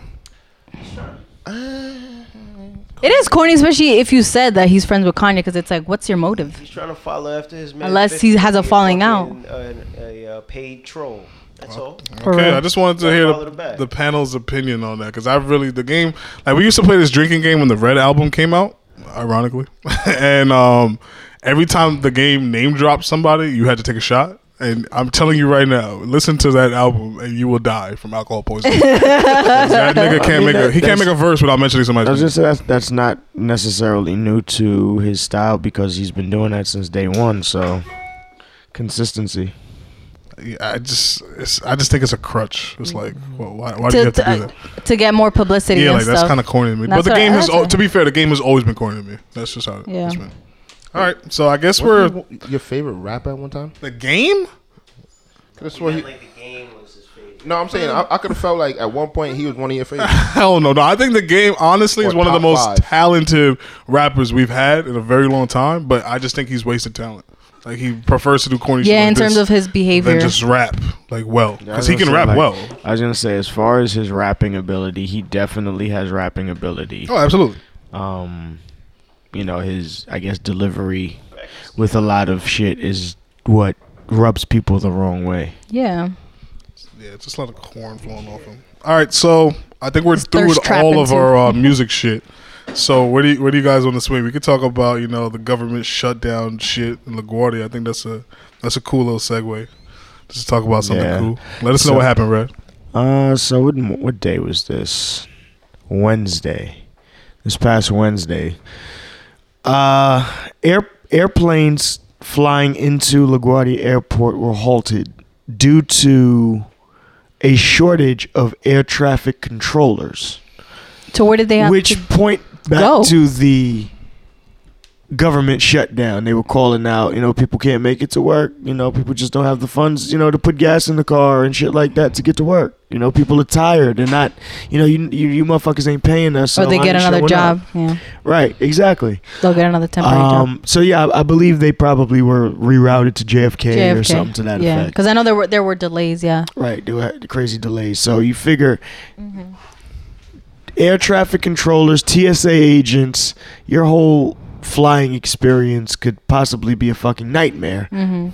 Speaker 3: It is corny, especially if you said that he's friends with Kanye, because it's like, what's your motive?
Speaker 4: He's trying to follow after his man.
Speaker 3: Unless he has a
Speaker 4: He's
Speaker 3: falling out.
Speaker 4: fucking A, a, uh paid troll. That's all.
Speaker 3: For
Speaker 1: okay,
Speaker 3: real.
Speaker 1: I just wanted to
Speaker 4: Gotta
Speaker 1: hear
Speaker 4: follow the
Speaker 1: the,
Speaker 4: bag.
Speaker 1: the panel's opinion on that because I really the game like we used to play this drinking game when the Red album came out, ironically, and um, every time the game name dropped somebody, you had to take a shot. And I'm telling you right now, listen to that album and you will die from alcohol poisoning. 'Cause that nigga can't make a he can't make a verse without mentioning somebody.
Speaker 2: I was just that's that's not necessarily new to his style because he's been doing that since day one. So consistency.
Speaker 1: I just it's, I just think it's a crutch. It's like well, why, why do you
Speaker 3: To, uh,
Speaker 1: have to do
Speaker 3: to,
Speaker 1: that?
Speaker 3: to get more publicity
Speaker 1: Yeah,
Speaker 3: and
Speaker 1: like
Speaker 3: stuff.
Speaker 1: that's kind of corny to me.
Speaker 3: That's
Speaker 1: but the
Speaker 3: what-
Speaker 1: game has,
Speaker 3: that's
Speaker 1: al-
Speaker 3: a-
Speaker 1: to be fair, the game has always been corny to me. That's just how
Speaker 3: Yeah.
Speaker 1: it's been. All right, so I guess we're
Speaker 5: your favorite rapper at one time.
Speaker 1: the game.
Speaker 5: That's what he.
Speaker 4: Like the game was his favorite.
Speaker 5: No, I'm saying I, I could have felt like at one point he was one of your favorites.
Speaker 1: Hell no, no. I think the game honestly is
Speaker 5: Or
Speaker 1: one of the
Speaker 5: top
Speaker 1: most
Speaker 5: five.
Speaker 1: talented rappers we've had in a very long time. But I just think he's wasted talent. Like he prefers to do corny. shit
Speaker 3: yeah,
Speaker 1: like
Speaker 3: in terms
Speaker 1: this
Speaker 3: of his behavior.
Speaker 1: than just rap like well because he can rap well.
Speaker 2: I was gonna say, as far as his rapping ability, he definitely has rapping ability.
Speaker 1: Oh, absolutely.
Speaker 2: Um, you know, his I guess delivery with a lot of shit is what rubs people the wrong way.
Speaker 3: yeah.
Speaker 1: Yeah, it's just a lot of corn flowing off him. All right, so I think we're through
Speaker 3: thirst
Speaker 1: with all
Speaker 3: trapping,
Speaker 1: of
Speaker 3: too.
Speaker 1: our uh, music shit. So where do you, where do you guys want to swing? We could talk about you know the government shutdown shit in LaGuardia. I think that's a that's a cool little segue. Just talk about something
Speaker 2: Yeah.
Speaker 1: cool. Let us know
Speaker 2: So-
Speaker 1: what happened, Red.
Speaker 2: Uh, so what, what day was this? Wednesday. This past Wednesday. Uh, air, airplanes flying into LaGuardia Airport were halted due to a shortage of air traffic controllers,
Speaker 3: So where did they have
Speaker 2: which
Speaker 3: to
Speaker 2: point back
Speaker 3: go.
Speaker 2: to the government shutdown. They were calling out, you know, people can't make it to work. You know, people just don't have the funds, you know, to put gas in the car and shit like that to get to work. You know, people are tired. They're not, you know, you you, you motherfuckers ain't paying us.
Speaker 3: or
Speaker 2: so
Speaker 3: they
Speaker 2: I
Speaker 3: get
Speaker 2: ain't
Speaker 3: another
Speaker 2: showing up.
Speaker 3: job. Yeah,
Speaker 2: Right, exactly.
Speaker 3: they'll get another temporary job.
Speaker 2: Um, so yeah, I, I believe they probably were rerouted to JFK, or
Speaker 3: JFK.
Speaker 2: something to that
Speaker 3: yeah,
Speaker 2: effect.
Speaker 3: because I know there were there were delays. Yeah,
Speaker 2: Right, they had crazy delays. So you figure air traffic controllers, TSA agents, your whole flying experience could possibly be a fucking nightmare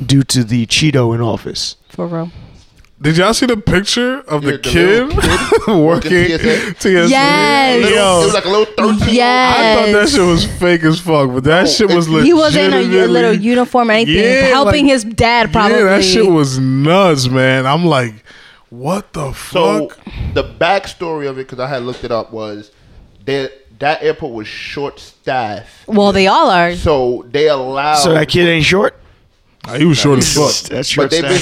Speaker 2: due to the Cheeto in office.
Speaker 3: for real.
Speaker 1: Did y'all see the picture of the,
Speaker 5: Yeah, the
Speaker 1: kid,
Speaker 5: little kid
Speaker 1: working
Speaker 5: TSA?
Speaker 1: TSA?
Speaker 3: Yes.
Speaker 5: Little-
Speaker 1: Yo,
Speaker 5: it was like a little thirteen.
Speaker 1: I thought that
Speaker 3: Yes.
Speaker 1: shit was fake as fuck, but that shit was legit.
Speaker 3: He was in a u- little uniform, or anything,
Speaker 1: Yeah,
Speaker 3: helping
Speaker 1: like-
Speaker 3: his dad probably.
Speaker 1: Yeah, that shit was nuts, man. I'm like, what the
Speaker 5: So
Speaker 1: fuck?
Speaker 5: the backstory of it, because I had looked it up, was that that airport was short staffed,
Speaker 3: Well, they all are.
Speaker 5: so they allowed.
Speaker 2: So that kid ain't short.
Speaker 1: Nah, he was short as fuck.
Speaker 2: That's short.
Speaker 5: Oh. but they
Speaker 2: staff.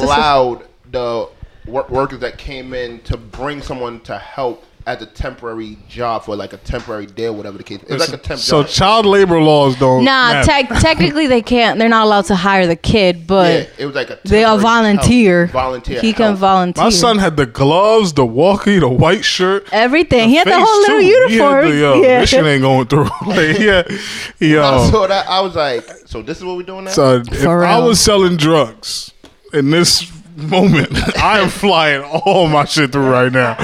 Speaker 5: allowed the wor- workers that came in to bring someone to help as a temporary job for like a temporary day or whatever the case. It's like a temp
Speaker 1: so
Speaker 5: job.
Speaker 1: child labor laws don't.
Speaker 3: Nah,
Speaker 1: matter.
Speaker 3: tec- technically they can't. They're not allowed to hire the kid,
Speaker 5: yeah,
Speaker 3: but
Speaker 5: it was like a
Speaker 3: they are
Speaker 5: temporary
Speaker 3: volunteer.
Speaker 5: help, volunteer.
Speaker 3: He can
Speaker 5: help.
Speaker 3: volunteer.
Speaker 1: My son had the gloves, the walkie, the white shirt.
Speaker 3: Everything. he had the
Speaker 1: face
Speaker 3: whole
Speaker 1: too.
Speaker 3: little
Speaker 1: He had
Speaker 3: uniform.
Speaker 1: the- yo,
Speaker 3: yeah.
Speaker 1: This shit ain't going through. like, yeah, um,
Speaker 5: I
Speaker 1: yo.
Speaker 5: saw that. I was like, so this is what we're doing now.
Speaker 1: Son, if
Speaker 3: For
Speaker 1: I
Speaker 3: real.
Speaker 1: was selling drugs in this moment, I am flying all my shit through right now.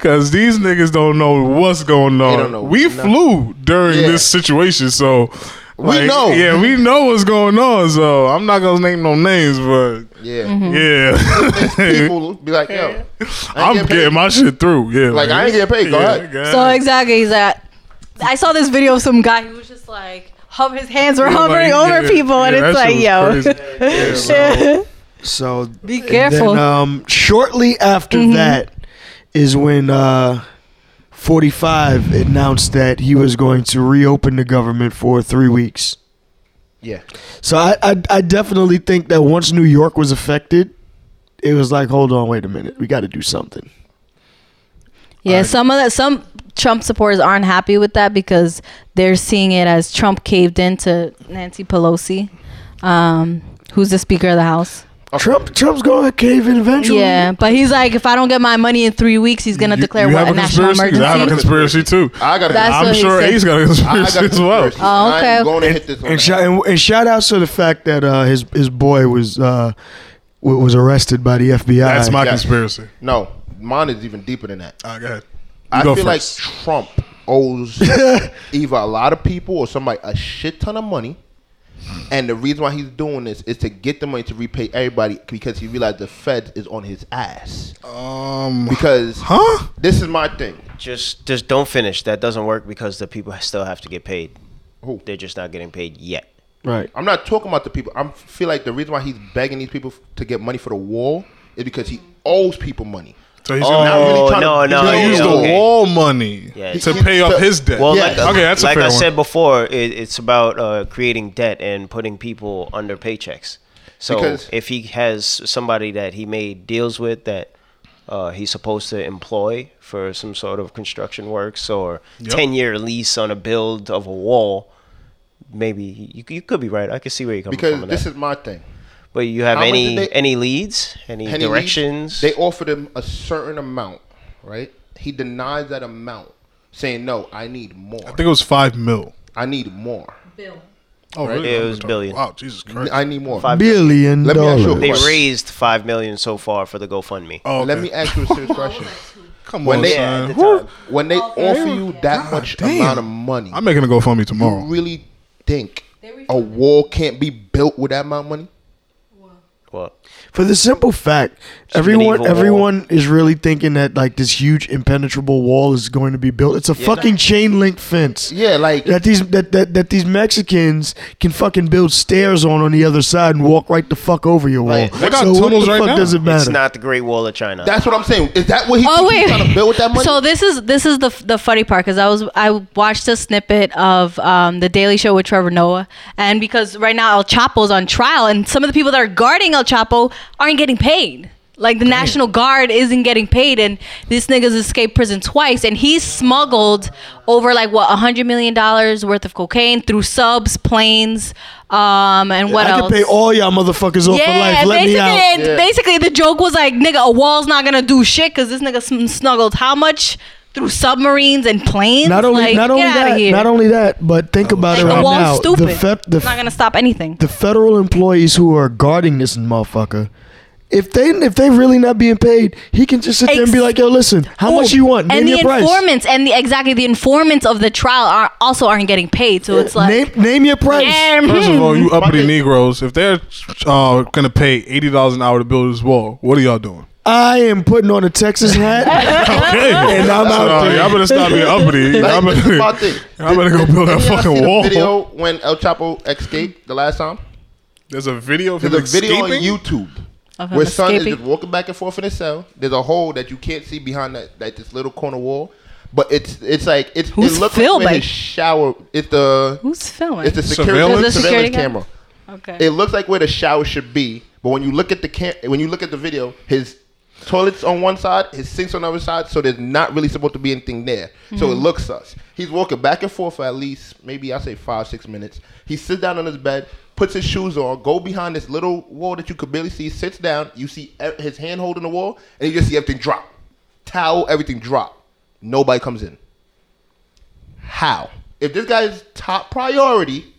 Speaker 1: Cause these niggas don't know what's going on.
Speaker 5: don't know
Speaker 1: we
Speaker 5: nothing.
Speaker 1: flew during
Speaker 5: Yeah.
Speaker 1: this situation, so
Speaker 5: We know.
Speaker 1: Yeah, we know what's going on. So I'm not gonna name no names, but
Speaker 5: yeah.
Speaker 3: Mm-hmm.
Speaker 1: yeah,
Speaker 5: People be like, yo,
Speaker 1: I'm
Speaker 5: getting
Speaker 1: getting,
Speaker 5: paid.
Speaker 1: my shit through. Yeah,
Speaker 5: Like, I ain't getting paid. Go
Speaker 1: Yeah,
Speaker 5: ahead.
Speaker 1: go
Speaker 3: So exactly, he's at. I saw this video of some guy who was just like, hub, his hands were
Speaker 1: Yeah, like,
Speaker 3: hovering over
Speaker 1: yeah,
Speaker 3: people, and
Speaker 1: yeah,
Speaker 3: it's like, yo,
Speaker 1: that shit was crazy. Yeah, so-
Speaker 2: so
Speaker 3: be
Speaker 2: And
Speaker 3: careful. Mm-hmm.
Speaker 2: Then, um, shortly after that is when uh, 45 announced that he was going to reopen the government for three weeks.
Speaker 5: Yeah.
Speaker 2: So I, I, I definitely think that once New York was affected, it was like, hold on, wait a minute, we got to do something.
Speaker 3: yeah, some of that, some Trump supporters aren't happy with that because they're seeing it as Trump caved into Nancy Pelosi, um, who's the Speaker of the House.
Speaker 2: Trump Trump's going to cave in eventually.
Speaker 3: Yeah, but he's like, if I don't get my money in three weeks, he's gonna
Speaker 1: You-
Speaker 3: declare
Speaker 1: you
Speaker 3: what
Speaker 1: have
Speaker 3: a national
Speaker 1: conspiracy? I have a
Speaker 3: emergency.
Speaker 1: conspiracy too.
Speaker 5: I got
Speaker 3: That's
Speaker 1: I'm
Speaker 3: what he
Speaker 1: sure
Speaker 3: said.
Speaker 1: Ace got a
Speaker 5: I
Speaker 1: conspiracy
Speaker 5: got
Speaker 1: as well.
Speaker 5: conspiracy.
Speaker 3: Oh, okay.
Speaker 5: I'm going to hit this one.
Speaker 2: And, shout, and, and shout outs to the fact that uh, his his boy was uh, w- was arrested by the FBI.
Speaker 1: That's my
Speaker 5: Yeah.
Speaker 1: conspiracy.
Speaker 5: no, mine is even deeper than that.
Speaker 1: All right, go ahead.
Speaker 5: I
Speaker 1: go
Speaker 5: feel
Speaker 1: first.
Speaker 5: like Trump owes either a lot of people or somebody a shit ton of money. And the reason why he's doing this is to get the money to repay everybody because he realized the Fed is on his ass.
Speaker 1: um,
Speaker 5: Because
Speaker 1: huh?
Speaker 5: this is my thing.
Speaker 4: Just just don't finish. That doesn't work because the people still have to get paid.
Speaker 5: Who?
Speaker 4: They're just not getting paid yet.
Speaker 2: right.
Speaker 5: I'm not talking about the people. I feel like the reason why he's begging these people f- to get money for the wall is because he owes people money.
Speaker 1: So he's
Speaker 5: Not
Speaker 1: gonna,
Speaker 4: Oh,
Speaker 5: really trying
Speaker 4: no,
Speaker 5: to,
Speaker 4: no,
Speaker 1: gonna
Speaker 5: he's gonna
Speaker 4: yeah,
Speaker 1: use the
Speaker 4: okay.
Speaker 1: wall money
Speaker 4: Yeah.
Speaker 1: to pay up
Speaker 5: So-
Speaker 1: his debt.
Speaker 4: Well,
Speaker 5: Yes.
Speaker 4: like, uh,
Speaker 1: okay, that's a
Speaker 4: like
Speaker 1: fair
Speaker 4: I
Speaker 1: one.
Speaker 4: said before, it, it's about uh, creating debt and putting people under paychecks. So
Speaker 5: Because-
Speaker 4: if he has somebody that he made deals with that uh, he's supposed to employ for some sort of construction works or
Speaker 1: Yep.
Speaker 4: ten year lease on a build of a wall, maybe you, you could be right. I could see where you're coming
Speaker 5: Because
Speaker 4: from. with
Speaker 5: this
Speaker 4: that.
Speaker 5: is my thing.
Speaker 4: but you have
Speaker 5: How much
Speaker 4: any
Speaker 5: did they-
Speaker 4: any leads, any,
Speaker 5: Penny League,
Speaker 4: directions?
Speaker 5: They offered him a certain amount, right? He denies that amount, saying, "No, I need more.
Speaker 1: I
Speaker 5: I,
Speaker 1: think it was five mil.
Speaker 5: need more.
Speaker 1: Oh, really?
Speaker 4: Yeah, it was
Speaker 1: Wow,
Speaker 4: billion.
Speaker 1: Wow, Jesus Christ.
Speaker 5: I need more."
Speaker 4: Five-
Speaker 2: Billion
Speaker 5: Let me ask you a
Speaker 2: dollars.
Speaker 4: they
Speaker 5: question.
Speaker 4: raised five million so far for the GoFundMe.
Speaker 1: oh,
Speaker 5: Let
Speaker 1: okay.
Speaker 5: me ask you a serious question.
Speaker 1: Come
Speaker 5: when
Speaker 1: on,
Speaker 5: they-
Speaker 1: son.
Speaker 4: At the time.
Speaker 5: When they offer you that
Speaker 1: God
Speaker 5: much
Speaker 1: damn.
Speaker 5: amount of money,
Speaker 1: I'm making a GoFundMe
Speaker 5: you
Speaker 1: tomorrow.
Speaker 5: really think a wall can't be built with that amount of money?
Speaker 4: Well,
Speaker 2: For the simple fact, everyone
Speaker 4: medieval wall.
Speaker 2: everyone is really thinking that like this huge impenetrable wall is going to be built. It's a fucking chain link fence.
Speaker 5: Yeah, like
Speaker 2: That these that, that that these Mexicans can fucking build stairs on on the other side and walk right the fuck over your wall.
Speaker 5: Right.
Speaker 1: They got
Speaker 2: so what
Speaker 1: tunnels
Speaker 2: the
Speaker 1: right
Speaker 2: fuck
Speaker 1: now.
Speaker 2: does it matter?
Speaker 4: it's not the Great Wall of China.
Speaker 5: that's what I'm saying. Is that what he
Speaker 3: Oh
Speaker 5: thinks he's
Speaker 3: wait!
Speaker 5: trying to build with that money?
Speaker 3: So this is this is the the funny part because I was I watched a snippet of um, the Daily Show with Trevor Noah, and because right now El Chapo's on trial, and some of the people that are guarding El Chapo aren't getting paid. Like the National Guard isn't getting paid, and this nigga's escaped prison twice, and he's smuggled over like what a hundred million dollars worth of cocaine through subs, planes, um, and what
Speaker 2: I
Speaker 3: else?
Speaker 2: could pay all y'all motherfuckers off for life. Let
Speaker 3: basically,
Speaker 2: me out.
Speaker 3: and basically the joke was like, nigga, a wall's not gonna do shit because this nigga sn- snuggled how much through submarines and planes.
Speaker 2: Not only,
Speaker 3: Like,
Speaker 2: not only
Speaker 3: get outta
Speaker 2: that,
Speaker 3: here.
Speaker 2: not only that, but
Speaker 4: Oh,
Speaker 2: think about it
Speaker 3: like,
Speaker 2: right
Speaker 3: the wall's
Speaker 2: now.
Speaker 3: stupid.
Speaker 2: The, fed, the,
Speaker 3: it's not gonna stop anything.
Speaker 2: the federal employees who are guarding this motherfucker. If they if they really not being paid, he can just sit there and be
Speaker 3: Ex-
Speaker 2: like, "Yo, listen, how much
Speaker 3: Boom.
Speaker 2: you want? Name
Speaker 3: and the
Speaker 2: your price.
Speaker 3: informants and the exactly the informants of the trial are also aren't getting paid. So it's like
Speaker 2: name name your price."
Speaker 3: damn,
Speaker 1: First of
Speaker 3: hmm.
Speaker 1: all, you uppity Negroes, if they're uh, gonna pay eighty dollars an hour to build this wall, what are y'all doing?
Speaker 2: I am putting on a Texas hat.
Speaker 1: Okay,
Speaker 2: And I'm out there.
Speaker 1: Y'all better stop being uppity. Y'all
Speaker 5: Like, this is
Speaker 1: better,
Speaker 5: my thing.
Speaker 1: y'all better go build that
Speaker 5: Did y'all see
Speaker 1: fucking
Speaker 5: the
Speaker 1: wall.
Speaker 5: video when El Chapo escaped the last time?
Speaker 1: There's a video of him
Speaker 5: There's a video on
Speaker 1: escaping?
Speaker 5: YouTube
Speaker 3: Of him
Speaker 5: where son is
Speaker 3: escaping?
Speaker 5: just walking back and forth in his cell. There's a hole that you can't see behind that, like this little corner wall, but it's it's like it's
Speaker 3: Who's
Speaker 5: it looks
Speaker 3: filming?
Speaker 5: like his shower. It's the
Speaker 3: who's filming?
Speaker 5: it's the security
Speaker 1: Surveillance?
Speaker 5: surveillance,
Speaker 3: The security guy?
Speaker 5: camera.
Speaker 3: okay.
Speaker 5: It looks like where the shower should be, but when you look at the cam- when you look at the video, his toilets on one side, his sinks on the other side, so there's not really supposed to be anything there. So it looks sus. He's walking back and forth for at least maybe I say five six minutes. He sits down on his bed, puts his shoes on, go behind this little wall that you could barely see. Sits down, you see e- his hand holding the wall, and you just see everything drop, towel, everything drop. Nobody comes in. How? If this guy's top priority,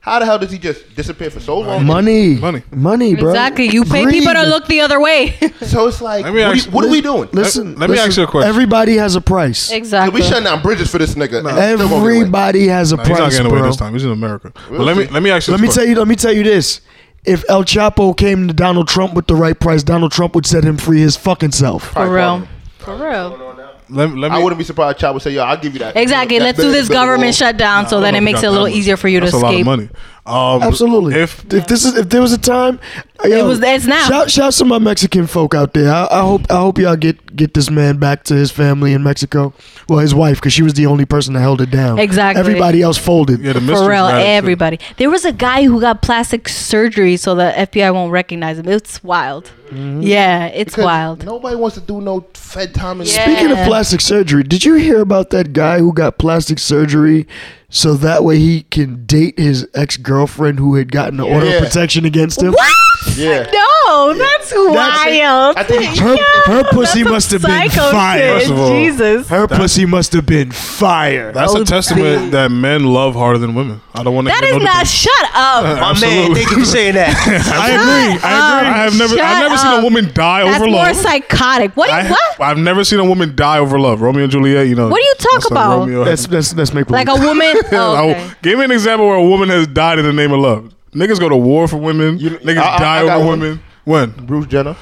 Speaker 5: how the hell does he just disappear for so long?
Speaker 2: Money,
Speaker 1: Money.
Speaker 2: money, bro.
Speaker 3: exactly. You pay people to
Speaker 2: Greed.
Speaker 3: look the other way.
Speaker 5: So it's like,
Speaker 1: Let
Speaker 5: what,
Speaker 1: me
Speaker 5: do you-
Speaker 1: ask-
Speaker 5: what are we doing?
Speaker 2: Listen,
Speaker 1: Let- let me
Speaker 2: listen,
Speaker 1: ask you a question.
Speaker 2: Everybody has a price.
Speaker 5: Like,
Speaker 3: exactly.
Speaker 5: we shutting down bridges for this nigga. and he's still gonna get away.
Speaker 2: Everybody has a
Speaker 1: Nah,
Speaker 2: price,
Speaker 1: he's not getting away
Speaker 2: bro.
Speaker 1: this time. He's in America.
Speaker 5: We'll
Speaker 1: but let me
Speaker 5: see.
Speaker 1: let me ask you.
Speaker 2: Let
Speaker 1: this
Speaker 2: me tell
Speaker 1: question.
Speaker 2: you. Let me tell you this. If El Chapo came to Donald Trump with the right price, Donald Trump would set him free his fucking self.
Speaker 3: For
Speaker 5: Probably.
Speaker 3: real. For real.
Speaker 1: Let, let me.
Speaker 5: I wouldn't be surprised if Chad would say, yo, I'll give you that.
Speaker 3: Exactly.
Speaker 5: that
Speaker 3: Let's
Speaker 5: big-
Speaker 3: do this
Speaker 5: big wall.
Speaker 3: government shutdown so then it makes it a little easier for you to
Speaker 1: That's
Speaker 3: escape.
Speaker 1: a lot of money. Um,
Speaker 2: Absolutely.
Speaker 1: If
Speaker 2: If this is if there was a time, uh, yo,
Speaker 3: was- it's now.
Speaker 2: Shout, shout to my Mexican folk out there. I, I hope I hope y'all get get this man back to his family in Mexico. Well, his wife, because she was the only person that held it down.
Speaker 3: Exactly.
Speaker 2: Everybody else folded.
Speaker 1: yeah, the mystery.
Speaker 3: For real, everybody. There was a guy who got plastic surgery so the FBI won't recognize him. It's wild.
Speaker 1: Mm-hmm.
Speaker 3: Yeah, it's
Speaker 5: Because
Speaker 3: wild.
Speaker 5: Nobody wants to do no Fed time. And
Speaker 3: Yeah.
Speaker 2: Speaking of plastic surgery, did you hear about that guy who got plastic surgery so that way he can date his ex girlfriend who had gotten the order
Speaker 5: Yeah.
Speaker 2: of protection against him?
Speaker 3: What?
Speaker 5: Yeah.
Speaker 3: No, that's wild.
Speaker 5: I think
Speaker 2: Her, her
Speaker 3: That's
Speaker 2: pussy
Speaker 3: some
Speaker 2: must have been
Speaker 3: psycho
Speaker 2: fire.
Speaker 3: shit.
Speaker 1: First of all,
Speaker 3: Jesus.
Speaker 2: Her pussy must have been fire.
Speaker 1: That's a
Speaker 3: Oh,
Speaker 1: testament
Speaker 3: babe.
Speaker 1: that men love harder than women. I don't want to.
Speaker 3: That is not. Shut up.
Speaker 4: My Oh, man, thank you for saying that.
Speaker 1: I
Speaker 3: agree. I agree.
Speaker 1: I have never. I've
Speaker 3: Shut
Speaker 1: never seen a
Speaker 3: up.
Speaker 1: woman die
Speaker 3: That's
Speaker 1: over
Speaker 3: more
Speaker 1: love.
Speaker 3: psychotic. What?
Speaker 1: I,
Speaker 3: what?
Speaker 1: have never seen a woman die over love. Romeo and Juliet, you know.
Speaker 3: What do you talk
Speaker 1: that's like
Speaker 3: about?
Speaker 1: Romeo
Speaker 2: That's that's that's make
Speaker 3: Like
Speaker 2: believe.
Speaker 3: a woman?
Speaker 1: I
Speaker 3: Oh,
Speaker 1: will-
Speaker 3: okay.
Speaker 1: Give me an example where a woman has died in the name of love. Niggas go to war for women. Niggas
Speaker 5: I- I-
Speaker 1: die
Speaker 5: I got
Speaker 1: over
Speaker 5: one.
Speaker 1: women. When
Speaker 5: Bruce Jenner,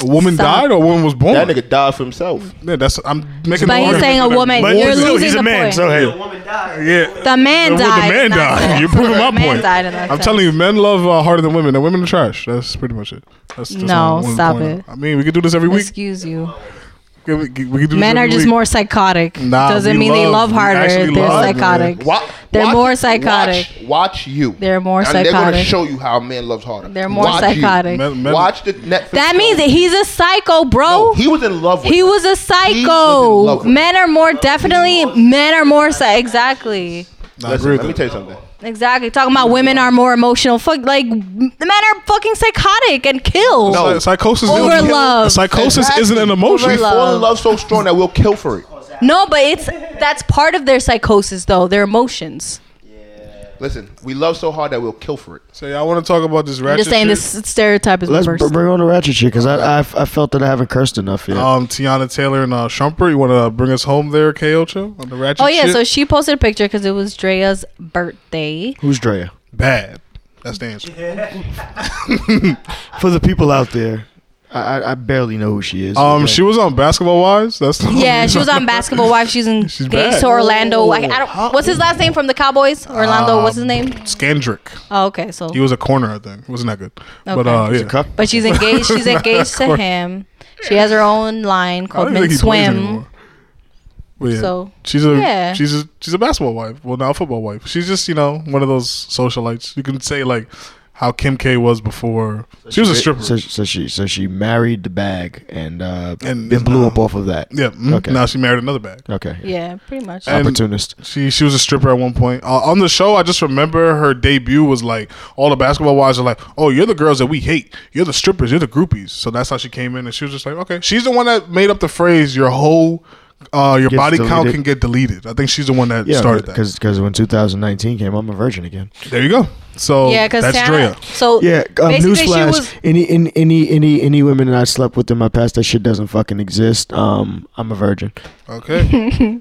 Speaker 1: a woman
Speaker 3: Stop.
Speaker 1: died or a woman was born,
Speaker 5: that nigga died for himself.
Speaker 1: Yeah, that's I'm making. the
Speaker 3: But he's
Speaker 1: argument
Speaker 3: saying a
Speaker 1: that
Speaker 3: woman.
Speaker 1: war
Speaker 3: You're
Speaker 1: is-
Speaker 3: losing the point.
Speaker 2: hey,
Speaker 4: woman died.
Speaker 1: Yeah,
Speaker 3: The man
Speaker 1: Well,
Speaker 3: died.
Speaker 1: The man
Speaker 3: Not
Speaker 1: died.
Speaker 3: that.
Speaker 1: You're proving my
Speaker 3: The man
Speaker 1: point.
Speaker 3: died in that
Speaker 1: I'm
Speaker 3: sense.
Speaker 1: telling you, men love uh, harder than women, and women are trash. That's pretty much it. That's, that's
Speaker 3: No,
Speaker 1: all I wanted to
Speaker 3: stop
Speaker 1: point
Speaker 3: it.
Speaker 1: out. I mean, we could do this every week.
Speaker 3: Excuse you.
Speaker 1: We, could- we could do this
Speaker 3: Men are
Speaker 1: every
Speaker 3: just
Speaker 1: week.
Speaker 3: more psychotic.
Speaker 1: Nah,
Speaker 3: Doesn't
Speaker 1: we
Speaker 3: mean they
Speaker 1: love-
Speaker 3: love
Speaker 1: we
Speaker 3: harder.
Speaker 1: actually
Speaker 3: They're
Speaker 1: love, man.
Speaker 3: psychotic.
Speaker 5: Wa-
Speaker 3: They're
Speaker 5: watch-
Speaker 3: more psychotic.
Speaker 5: Watch, watch you.
Speaker 3: They're more
Speaker 5: and They're gonna
Speaker 3: psychotic.
Speaker 5: show you how a man loves harder.
Speaker 3: They're more
Speaker 5: Watch you.
Speaker 3: psychotic.
Speaker 1: Men- men-
Speaker 5: Watch the Netflix.
Speaker 3: That
Speaker 5: show.
Speaker 3: means that he's a psycho, bro.
Speaker 5: No, he was in love with.
Speaker 3: He
Speaker 5: her.
Speaker 3: was a
Speaker 5: He was in love
Speaker 3: psycho.
Speaker 5: with her.
Speaker 3: Men are more definitely. Men are more psy- exactly.
Speaker 1: Nah, I
Speaker 5: Listen,
Speaker 1: agree with
Speaker 5: let me
Speaker 1: that.
Speaker 5: tell you something.
Speaker 3: Exactly. Talking about women are more emotional. Fuck, like m- men are fucking psychotic and kill.
Speaker 5: No.
Speaker 1: Psy- psychosis
Speaker 3: Over
Speaker 1: isn't-
Speaker 3: love.
Speaker 1: Psychosis
Speaker 5: Exactly.
Speaker 1: isn't an emotion.
Speaker 5: We
Speaker 3: Over
Speaker 5: fall in
Speaker 3: love.
Speaker 5: love so strong that we'll kill for it.
Speaker 3: No, but it's that's part of their psychosis though. Their emotions.
Speaker 5: Listen, we love so hard that we'll kill for it.
Speaker 1: So yeah, I want to talk about this ratchet.
Speaker 3: I'm just saying
Speaker 1: shit.
Speaker 3: this stereotype is
Speaker 2: let's
Speaker 3: worse.
Speaker 2: br- bring on the ratchet shit because I, I I felt that I haven't cursed enough yet.
Speaker 1: Um, Tiana Taylor and uh, Shumper, you want to bring us home there, Kocho, on the ratchet.
Speaker 3: Oh yeah,
Speaker 1: shit?
Speaker 3: so she posted a picture because it was Drea's birthday.
Speaker 2: Who's Drea?
Speaker 1: bad. That's the answer.
Speaker 2: For the people out there, I I, I barely know who she is.
Speaker 1: Um,
Speaker 2: Okay.
Speaker 1: she was on Basketball Wives. That's the
Speaker 3: Yeah, she was on Basketball Wife. She's in
Speaker 1: She's Oh.
Speaker 3: Gates
Speaker 1: bad.
Speaker 3: to Orlando. I, I don't. What's his last name from the Cowboys?
Speaker 1: Uh,
Speaker 3: Orlando. what's his name?
Speaker 1: Skandrick.
Speaker 3: Oh, okay. So,
Speaker 1: He was a corner, I think. Wasn't that good? But
Speaker 3: Okay.
Speaker 1: uh, yeah.
Speaker 2: Cup?
Speaker 3: but she's engaged. She's engaged to him. She has her own line
Speaker 1: I
Speaker 3: called
Speaker 1: don't think
Speaker 3: Men's
Speaker 1: he plays
Speaker 3: Swim.
Speaker 1: anymore. But yeah,
Speaker 3: So,
Speaker 1: she's a
Speaker 3: yeah.
Speaker 1: she's a she's a basketball wife. Well, now a football wife. She's just you know one of those socialites. You can say like how Kim K was before. she was a stripper.
Speaker 2: So, so she so she married the bag and uh
Speaker 1: And
Speaker 2: and, mm-hmm. blew up
Speaker 1: now-
Speaker 2: off of that.
Speaker 1: yeah. mhm.
Speaker 2: Okay.
Speaker 1: Now she married another bag.
Speaker 2: Okay.
Speaker 3: Yeah, pretty much.
Speaker 1: And-
Speaker 2: Opportunist.
Speaker 1: She she was a stripper at one point. Uh, on the show, I just remember her debut was like all the basketball wives are like, "Oh, you're the girls that we hate. You're the strippers. You're the groupies." So that's how she came in, and she was just like, "Okay." She's the one that made up the phrase, "Your whole uh, your
Speaker 2: Gets
Speaker 1: body count
Speaker 2: deleted.
Speaker 1: can get deleted." I think she's the one that
Speaker 2: Yeah,
Speaker 1: started that.
Speaker 2: because because when 2019 came, I'm a virgin again.
Speaker 1: There you go. So
Speaker 3: yeah, because
Speaker 1: oh, that's
Speaker 3: Santa.
Speaker 1: Drea.
Speaker 3: So
Speaker 2: Yeah, um,
Speaker 3: basically she
Speaker 2: newsflash:
Speaker 3: was-
Speaker 2: any any any any any women that I slept with in my past, that shit doesn't fucking exist. Um, I'm a virgin.
Speaker 1: Okay,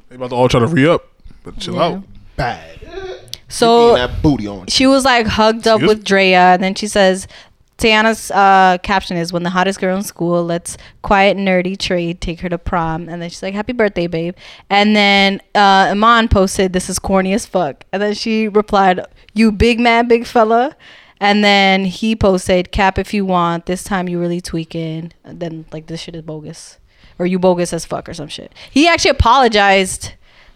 Speaker 1: they about to all try to re up, but chill
Speaker 3: Yeah.
Speaker 1: out.
Speaker 5: Bad.
Speaker 3: so
Speaker 5: Getting that booty on.
Speaker 3: she was like hugged up
Speaker 1: Excuse
Speaker 3: with
Speaker 1: me?
Speaker 3: Drea, and then she says, Tiana's uh, caption is, "When the hottest girl in school lets quiet nerdy trade take her to prom," and then she's like, "Happy birthday, babe." And then uh, Iman posted, "This is corny as fuck," and then she replied, "You big man, big fella." And then he posted, "Cap if you want. This time you really tweaking." And then like this shit is bogus, or you bogus as fuck or some shit. He actually apologized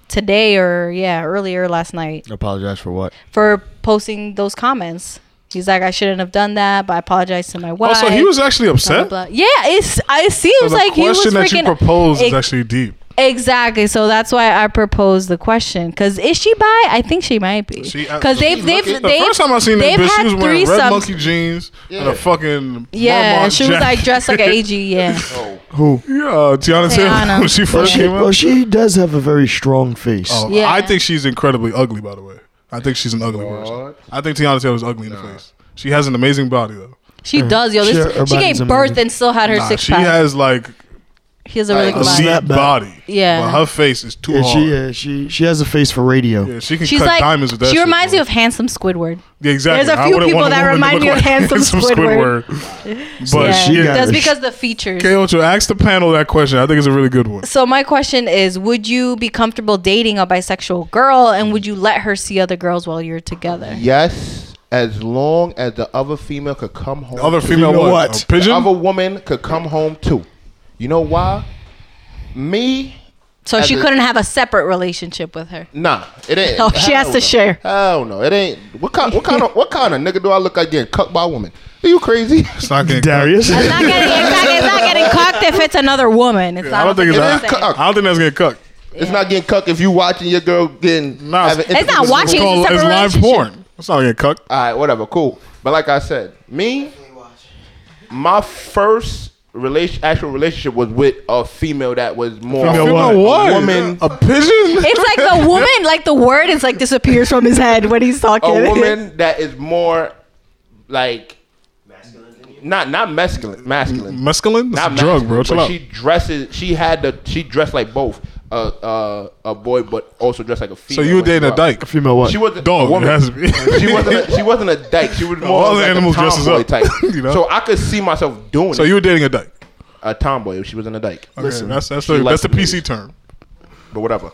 Speaker 3: today or yeah earlier last night
Speaker 2: Apologize for what?
Speaker 3: for posting those comments. He's like, I shouldn't have done that, but I apologize to my wife.
Speaker 1: Also, Oh, he was actually
Speaker 3: blah, blah,
Speaker 1: upset.
Speaker 3: blah. Yeah, it's I- it
Speaker 1: So
Speaker 3: seems
Speaker 1: the
Speaker 3: like he was
Speaker 1: question that you
Speaker 3: freaking
Speaker 1: proposed is
Speaker 3: ex-
Speaker 1: actually deep.
Speaker 3: exactly. So that's why I proposed the question. Because is she bi? I think she might be.
Speaker 1: She- I-
Speaker 3: Because they've
Speaker 5: she's
Speaker 3: they've
Speaker 5: looking-
Speaker 1: uh, The
Speaker 3: they've
Speaker 1: first time I seen that
Speaker 3: they've
Speaker 1: bitch, she
Speaker 3: had
Speaker 1: was wearing red
Speaker 3: threesomes.
Speaker 1: monkey jeans and
Speaker 5: Yeah.
Speaker 1: a fucking
Speaker 3: Yeah,
Speaker 1: Marmont
Speaker 3: she was like
Speaker 1: jacket.
Speaker 3: dressed like an AG. Yeah,
Speaker 5: Oh,
Speaker 2: Who?
Speaker 1: Yeah, uh, Tiana Taylor
Speaker 3: Tiana.
Speaker 1: when she
Speaker 2: Well,
Speaker 1: first
Speaker 2: she,
Speaker 1: came
Speaker 2: well,
Speaker 1: out.
Speaker 2: she does have a very strong face.
Speaker 1: Oh,
Speaker 3: Yeah.
Speaker 1: I think she's incredibly ugly, by the way. I think she's an ugly person.
Speaker 5: What?
Speaker 1: I think Tiana Taylor is ugly in the face. She has an amazing body though.
Speaker 3: she does. Yo,
Speaker 2: Sure,
Speaker 3: this,
Speaker 2: her
Speaker 3: she
Speaker 2: body's
Speaker 3: gave birth
Speaker 2: amazing.
Speaker 3: and still had her
Speaker 1: Nah,
Speaker 3: six
Speaker 1: she
Speaker 3: pack.
Speaker 1: has like
Speaker 3: he has a really
Speaker 5: like
Speaker 3: good
Speaker 1: a
Speaker 5: a
Speaker 3: body.
Speaker 1: seat
Speaker 2: Snapback.
Speaker 1: body.
Speaker 3: Yeah.
Speaker 1: but her face is too
Speaker 2: yeah,
Speaker 1: hard.
Speaker 2: she yeah, she she has a face for radio.
Speaker 1: Yeah, she can
Speaker 3: She's
Speaker 1: cut
Speaker 3: like
Speaker 1: diamonds with that.
Speaker 3: she
Speaker 1: shit,
Speaker 3: reminds
Speaker 1: bro.
Speaker 3: me of handsome Squidward.
Speaker 1: Yeah, exactly.
Speaker 3: There's a
Speaker 1: I
Speaker 3: few
Speaker 1: wouldn't
Speaker 3: people
Speaker 1: want a
Speaker 3: that
Speaker 1: woman to
Speaker 3: remind
Speaker 1: look
Speaker 3: me of
Speaker 1: like
Speaker 3: Handsome Squidward.
Speaker 1: But
Speaker 3: yeah,
Speaker 1: she
Speaker 2: got
Speaker 1: got
Speaker 3: that's
Speaker 2: a-
Speaker 3: because the features.
Speaker 1: KO to ask the panel that question. I think it's a really good one.
Speaker 3: So my question is, would you be comfortable dating a bisexual girl and would you let her see other girls while you're together?
Speaker 5: yes, as long as the other female could come home.
Speaker 1: Other
Speaker 5: to-
Speaker 1: female
Speaker 2: female
Speaker 1: what?
Speaker 2: what?
Speaker 1: A pigeon?
Speaker 5: The other woman could come home too. You know why? Me,
Speaker 3: So
Speaker 5: As
Speaker 3: she
Speaker 5: a-
Speaker 3: couldn't have a separate relationship with her.
Speaker 5: nah, it ain't.
Speaker 3: Oh, she has
Speaker 5: Hell
Speaker 3: to
Speaker 5: no.
Speaker 3: share.
Speaker 5: Hell no, it ain't. What kind? What kind of? What kind of nigga do I look like getting cucked by a woman? Are you crazy?
Speaker 1: it's not getting
Speaker 2: Darius.
Speaker 3: It's not getting, it's not, it's not getting cocked if it's another woman. It's not,
Speaker 1: I don't think it's
Speaker 5: It
Speaker 1: that.
Speaker 5: is
Speaker 3: it's,
Speaker 5: cucked.
Speaker 1: I don't think that's getting cooked.
Speaker 5: It's not getting cucked if you watching your girl getting.
Speaker 1: Nah,
Speaker 5: having
Speaker 1: it's-
Speaker 3: it's
Speaker 5: intimate
Speaker 3: not
Speaker 5: with-
Speaker 3: watching.
Speaker 1: called,
Speaker 3: It's a
Speaker 1: it's
Speaker 3: separate
Speaker 1: live
Speaker 3: relationship.
Speaker 1: porn. It's not getting cooked.
Speaker 5: All right, whatever, cool. But like I said, me, my first relation, actual relationship was with a female that was more
Speaker 1: Female what?
Speaker 5: A woman,
Speaker 1: A pigeon?
Speaker 3: It's like the woman, like the word is like disappears from his head when he's talking.
Speaker 5: a woman that is more like not not masculine, masculine,
Speaker 1: Mescaline? It's
Speaker 5: not
Speaker 1: a drug,
Speaker 5: masculine,
Speaker 1: bro. Chill
Speaker 5: but
Speaker 1: out.
Speaker 5: She dresses. She had the. She dressed like both a uh, a boy, but also dressed like a
Speaker 1: So
Speaker 5: female.
Speaker 1: you were
Speaker 5: when she
Speaker 1: dating a
Speaker 5: was-
Speaker 1: dyke?
Speaker 2: Female what?
Speaker 5: She was a
Speaker 1: Dog.
Speaker 5: woman.
Speaker 1: It has to be.
Speaker 5: she wasn't. A, she wasn't a dyke. She was more
Speaker 1: all
Speaker 5: of
Speaker 1: the
Speaker 5: like
Speaker 1: animals
Speaker 5: a
Speaker 1: dresses
Speaker 5: tomboy
Speaker 1: up,
Speaker 5: type.
Speaker 1: you know?
Speaker 5: So I could see myself doing
Speaker 1: so
Speaker 5: it.
Speaker 1: you were dating a dyke?
Speaker 5: a tomboy if she wasn't a dyke.
Speaker 1: Okay, that's that's,
Speaker 5: she
Speaker 1: the, that's
Speaker 5: liked
Speaker 1: the
Speaker 5: the
Speaker 1: PC
Speaker 5: ladies.
Speaker 1: term.
Speaker 5: But whatever.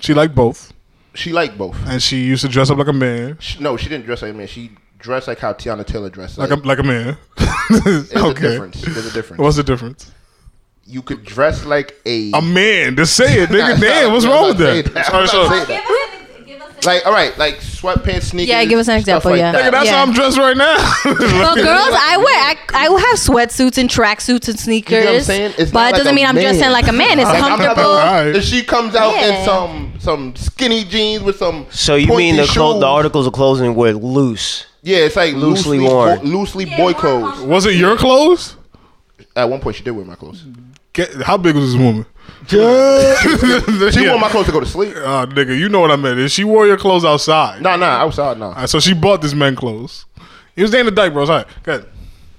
Speaker 1: She liked both,
Speaker 5: She liked both.
Speaker 1: and she used to dress up like a man,
Speaker 5: She, no, she didn't dress like a man. She dressed like how Tiana Taylor dressed.
Speaker 1: like
Speaker 5: Like,
Speaker 1: a like a man.
Speaker 5: there's
Speaker 1: okay,
Speaker 5: a difference. There's a difference.
Speaker 1: what's the difference?
Speaker 5: you could dress like a
Speaker 1: A man. Just say it,
Speaker 5: Nah,
Speaker 1: nigga.
Speaker 5: nah,
Speaker 1: Damn, what's
Speaker 5: I'm
Speaker 1: wrong
Speaker 5: not
Speaker 1: with
Speaker 5: saying
Speaker 1: that?
Speaker 5: that.
Speaker 1: Sorry,
Speaker 5: I'm not
Speaker 1: sorry.
Speaker 5: saying that. like all right, like sweatpants, sneakers.
Speaker 3: Yeah, give us an
Speaker 5: stuff
Speaker 3: example,
Speaker 5: like
Speaker 3: yeah.
Speaker 5: that.
Speaker 1: Nigga, that's
Speaker 3: Yeah.
Speaker 1: how I'm dressed right now.
Speaker 3: Well, girls, I wear I, I will have sweatsuits and tracksuits and sneakers,
Speaker 5: I'm saying? It's
Speaker 3: but
Speaker 5: not
Speaker 3: it
Speaker 5: like
Speaker 3: doesn't
Speaker 5: a
Speaker 3: mean I'm
Speaker 5: man.
Speaker 3: dressing like a man. It's
Speaker 5: Like, I'm not
Speaker 3: comfortable.
Speaker 1: All right.
Speaker 5: If she comes out
Speaker 3: Yeah.
Speaker 5: in some some skinny jeans with some
Speaker 4: So you mean the,
Speaker 5: pointy
Speaker 4: clo-
Speaker 5: shoes.
Speaker 4: the articles of clothing were loose?
Speaker 5: Yeah, it's like
Speaker 4: Loosely
Speaker 5: loosely
Speaker 4: worn.
Speaker 5: bo- loosely boy clothes.
Speaker 1: Was it your clothes?
Speaker 5: At one point, she did wear my clothes.
Speaker 1: Get, how big was this woman?
Speaker 5: She
Speaker 1: Yeah.
Speaker 5: wore my clothes to go to sleep.
Speaker 1: Ah, nigga, you know what I meant. If She wore your clothes outside.
Speaker 5: Nah, nah, I was out. Nah,
Speaker 1: All right, so she bought this man clothes. He was dating the dyke, bro. It's all right. Good.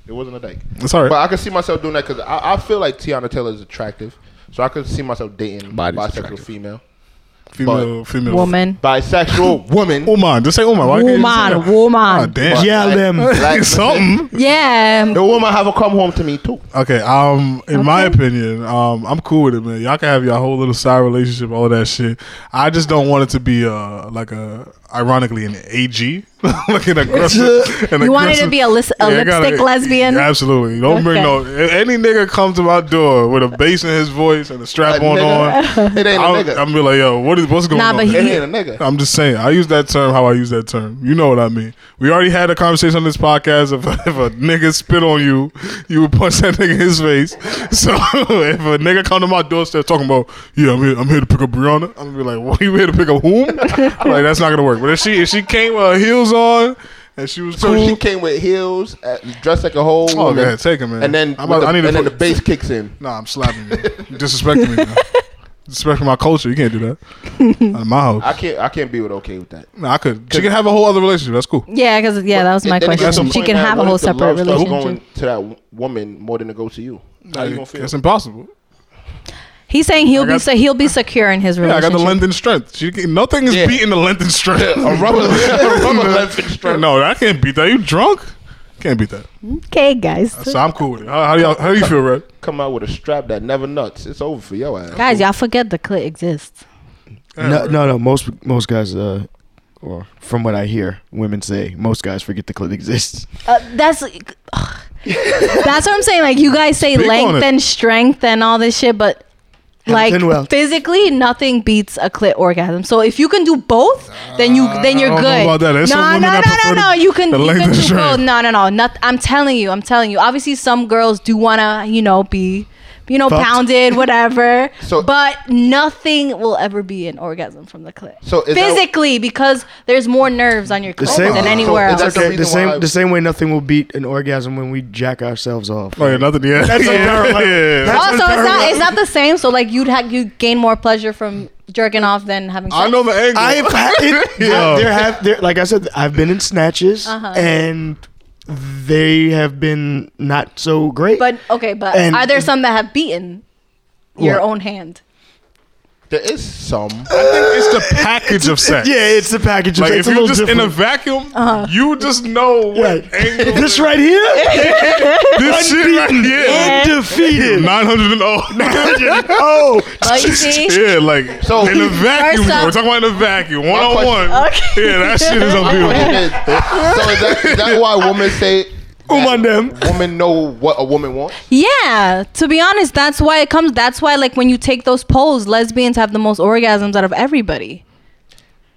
Speaker 5: it wasn't a date.
Speaker 1: It's all right.
Speaker 5: But I could see myself doing that because I, I feel like Tiana Taylor is attractive, so I could see myself dating
Speaker 2: Body's
Speaker 5: bisexual
Speaker 2: attractive.
Speaker 5: female,
Speaker 1: female, female.
Speaker 3: Woman.
Speaker 5: bisexual woman.
Speaker 1: Woman. Just say woman. Why can't you just say
Speaker 3: Woman,
Speaker 1: that?
Speaker 3: woman.
Speaker 1: Ah, damn.
Speaker 2: Yeah,
Speaker 5: Like-
Speaker 2: them.
Speaker 5: like-
Speaker 1: Something.
Speaker 3: Yeah.
Speaker 5: The woman have a come home to me too.
Speaker 1: Okay. Um, in my opinion, um, I'm cool with it, man. Y'all can have your whole little side relationship, all that shit. I just don't want it to be uh like a ironically an AG, like an aggressive. an
Speaker 3: You want it to
Speaker 1: aggressive-
Speaker 3: be a, lis- a
Speaker 1: Yeah, I gotta-
Speaker 3: lipstick lesbian?
Speaker 1: Absolutely. Don't bring
Speaker 3: Okay.
Speaker 1: no. If any nigga comes to my door with a bass in his voice and a
Speaker 5: A
Speaker 1: strap on
Speaker 5: nigga.
Speaker 1: on,
Speaker 5: It ain't a
Speaker 1: I'm,
Speaker 5: nigga.
Speaker 1: I'm be like, yo, what what is what's going
Speaker 3: Nah,
Speaker 1: on.
Speaker 3: but he-
Speaker 1: there.
Speaker 5: It ain't a nigga.
Speaker 1: I'm just saying. I use that term how I use that term. You know what I mean. We already had a conversation on this podcast. If, if a nigga spit on you, you would punch that nigga in his face. So if a nigga come to my doorstep talking about, yeah, I'm here, I'm here to pick up Brianna, I'm gonna be like, what? You here to pick up whom? like that's not gonna work. But if she if she came with her heels on and she was
Speaker 5: So
Speaker 1: cool,
Speaker 5: she came with heels, uh, dressed like a whole.
Speaker 1: Oh,
Speaker 5: woman,
Speaker 1: go ahead, take it, man.
Speaker 5: And then,
Speaker 1: I'm about-
Speaker 5: with the,
Speaker 1: I need to
Speaker 5: and then the
Speaker 1: put-
Speaker 5: bass kicks in.
Speaker 1: Nah, I'm slapping you. You disrespecting me now. Disrespecting my culture. You can't do that. Not in my house.
Speaker 5: I can't. I can't be with okay with that.
Speaker 1: nah, I could. She can have a whole other relationship. That's cool.
Speaker 3: Yeah, because yeah, that was my
Speaker 5: And then it gets to
Speaker 3: question.
Speaker 5: the
Speaker 3: She
Speaker 5: point
Speaker 3: can
Speaker 5: now,
Speaker 3: have a
Speaker 5: what
Speaker 3: whole
Speaker 5: if the
Speaker 3: separate
Speaker 5: love starts Going
Speaker 3: relationship.
Speaker 5: to that w- woman more than it goes to you. How you gonna feel?
Speaker 1: It's impossible.
Speaker 3: He's saying he'll
Speaker 1: I got-
Speaker 3: be se- he'll be secure in his
Speaker 1: Yeah, I
Speaker 3: relationship.
Speaker 1: got the London strength. She can, nothing is
Speaker 5: Yeah.
Speaker 1: beating the London strength.
Speaker 5: A rubber, a rubber left and straight.
Speaker 1: no, I can't beat that. You drunk? Can't beat that.
Speaker 3: okay, guys.
Speaker 1: So I'm cool with it. How, how do y'all? How do you feel, Red?
Speaker 5: Come out with a strap that never nuts. It's over for your ass.
Speaker 3: Guys, y'all forget the clit exists.
Speaker 2: No, no, no. Most most guys, uh, or from what I hear, women say most guys forget the clit exists.
Speaker 3: Uh, that's that's what I'm saying. Like you guys say
Speaker 1: Speak on
Speaker 3: length
Speaker 1: it.
Speaker 3: and strength and all this shit, but like
Speaker 2: Hampton Wells.
Speaker 3: physically, nothing beats a clit orgasm. So if you can do both, then you then you're
Speaker 1: I don't know
Speaker 3: good.
Speaker 1: about that. There's some
Speaker 3: No,
Speaker 1: women
Speaker 3: no,
Speaker 1: that
Speaker 3: no, no,
Speaker 1: prefer
Speaker 3: no.
Speaker 1: the-
Speaker 3: You can
Speaker 1: the
Speaker 3: you
Speaker 1: length
Speaker 3: can
Speaker 1: and
Speaker 3: do
Speaker 1: strength.
Speaker 3: both. No, no, no. Not, I'm telling you. I'm telling you. Obviously, some girls do wanna you know be. You know,
Speaker 2: Fucked.
Speaker 3: pounded, whatever.
Speaker 5: So-
Speaker 3: but nothing will ever be an orgasm from the clit.
Speaker 5: So is that-
Speaker 3: physically, because there's more nerves on your
Speaker 1: Oh,
Speaker 3: clit
Speaker 2: same-
Speaker 3: than
Speaker 2: So
Speaker 3: anywhere
Speaker 5: is
Speaker 3: else.
Speaker 5: that That's the
Speaker 2: Okay, the,
Speaker 5: reason why I-
Speaker 2: same the same way nothing will beat an orgasm when we jack ourselves off.
Speaker 1: Oh yeah, nothing. Yeah,
Speaker 2: That's
Speaker 1: yeah,
Speaker 2: a parallel.
Speaker 1: yeah.
Speaker 2: That's-
Speaker 3: also, it's
Speaker 2: unfair,
Speaker 3: not
Speaker 2: right?
Speaker 3: it's not the same. So like you'd have you gain more pleasure from jerking off than having. Sex.
Speaker 1: I know the angle.
Speaker 2: I've had it,
Speaker 1: Yo.
Speaker 2: there have there, like I said, I've been in snatches
Speaker 3: Uh-huh.
Speaker 2: and they have been not so great.
Speaker 3: But okay, but
Speaker 2: And-
Speaker 3: are there some that have beaten your
Speaker 2: What?
Speaker 3: own hand?
Speaker 5: There is some.
Speaker 1: I think it's the package of sex.
Speaker 2: yeah, it's the package.
Speaker 1: Like if
Speaker 2: it's a
Speaker 1: you're
Speaker 2: little
Speaker 1: just
Speaker 2: different.
Speaker 1: in a Uh-huh. vacuum, you just know what
Speaker 2: Right.
Speaker 1: angle
Speaker 2: this right here,
Speaker 1: this shit right
Speaker 2: unbeaten,
Speaker 1: here.
Speaker 2: undefeated.
Speaker 1: 900 and oh.
Speaker 2: oh,
Speaker 3: Oh, you see.
Speaker 1: Yeah, like
Speaker 5: So-
Speaker 1: in a vacuum.
Speaker 3: First up-
Speaker 1: We're talking about in a vacuum, one on one.
Speaker 3: Okay.
Speaker 1: Yeah, that shit is
Speaker 5: so
Speaker 1: unbeatable.
Speaker 5: is that, is that why women say
Speaker 2: Um, on them.
Speaker 5: women know what a woman wants?
Speaker 3: Yeah, to be honest, that's why it comes. That's why like when you take those polls, lesbians have the most orgasms out of everybody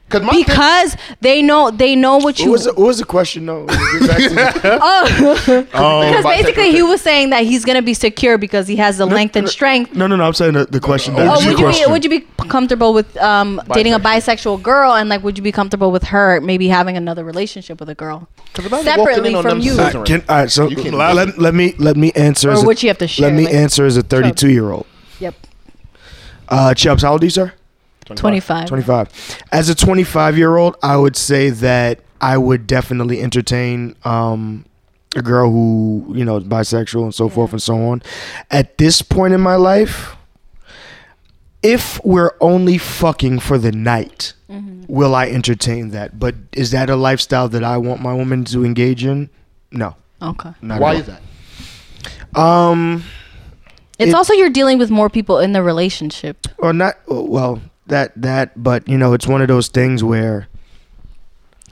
Speaker 5: Cause my thing-
Speaker 3: because they know they know what
Speaker 2: what
Speaker 3: you.
Speaker 2: was the, what was the question? No,
Speaker 3: oh, because
Speaker 5: about
Speaker 3: basically
Speaker 5: that.
Speaker 3: he was saying that he's gonna be secure because he has the length and strength.
Speaker 2: no, no, no. I'm saying the, the question.
Speaker 1: Oh,
Speaker 2: back.
Speaker 3: Oh,
Speaker 1: G
Speaker 3: would you be
Speaker 1: question.
Speaker 3: would you be comfortable with um, dating a bisexual girl and like would you be comfortable with her maybe having another relationship with a girl?
Speaker 5: imagine walking
Speaker 3: Separately
Speaker 5: in on
Speaker 3: from
Speaker 5: them
Speaker 3: you.
Speaker 2: All right,
Speaker 5: scissors.
Speaker 2: Uh, can, all right, so
Speaker 5: You can-
Speaker 2: let, let me let me answer.
Speaker 3: Or
Speaker 2: as a-
Speaker 3: what you have to share,
Speaker 2: Let me
Speaker 3: like-
Speaker 2: answer as a 32 year old.
Speaker 3: Yep.
Speaker 2: Uh, Chubbs, how old are you, sir?
Speaker 3: Twenty five.
Speaker 2: 25. As a 25 year old, I would say that I would definitely entertain um, a girl who you know is bisexual and so forth and so on. At this point in my life, if we're only fucking for the night, will I entertain that? But is that a lifestyle that I want my woman to engage in? No.
Speaker 3: Okay.
Speaker 2: Not
Speaker 5: Why
Speaker 2: at
Speaker 5: is that?
Speaker 2: all. Um.
Speaker 3: It's
Speaker 2: It-
Speaker 3: also you're dealing with more people in the relationship.
Speaker 2: Or not. Well, that that. But you know, it's one of those things where.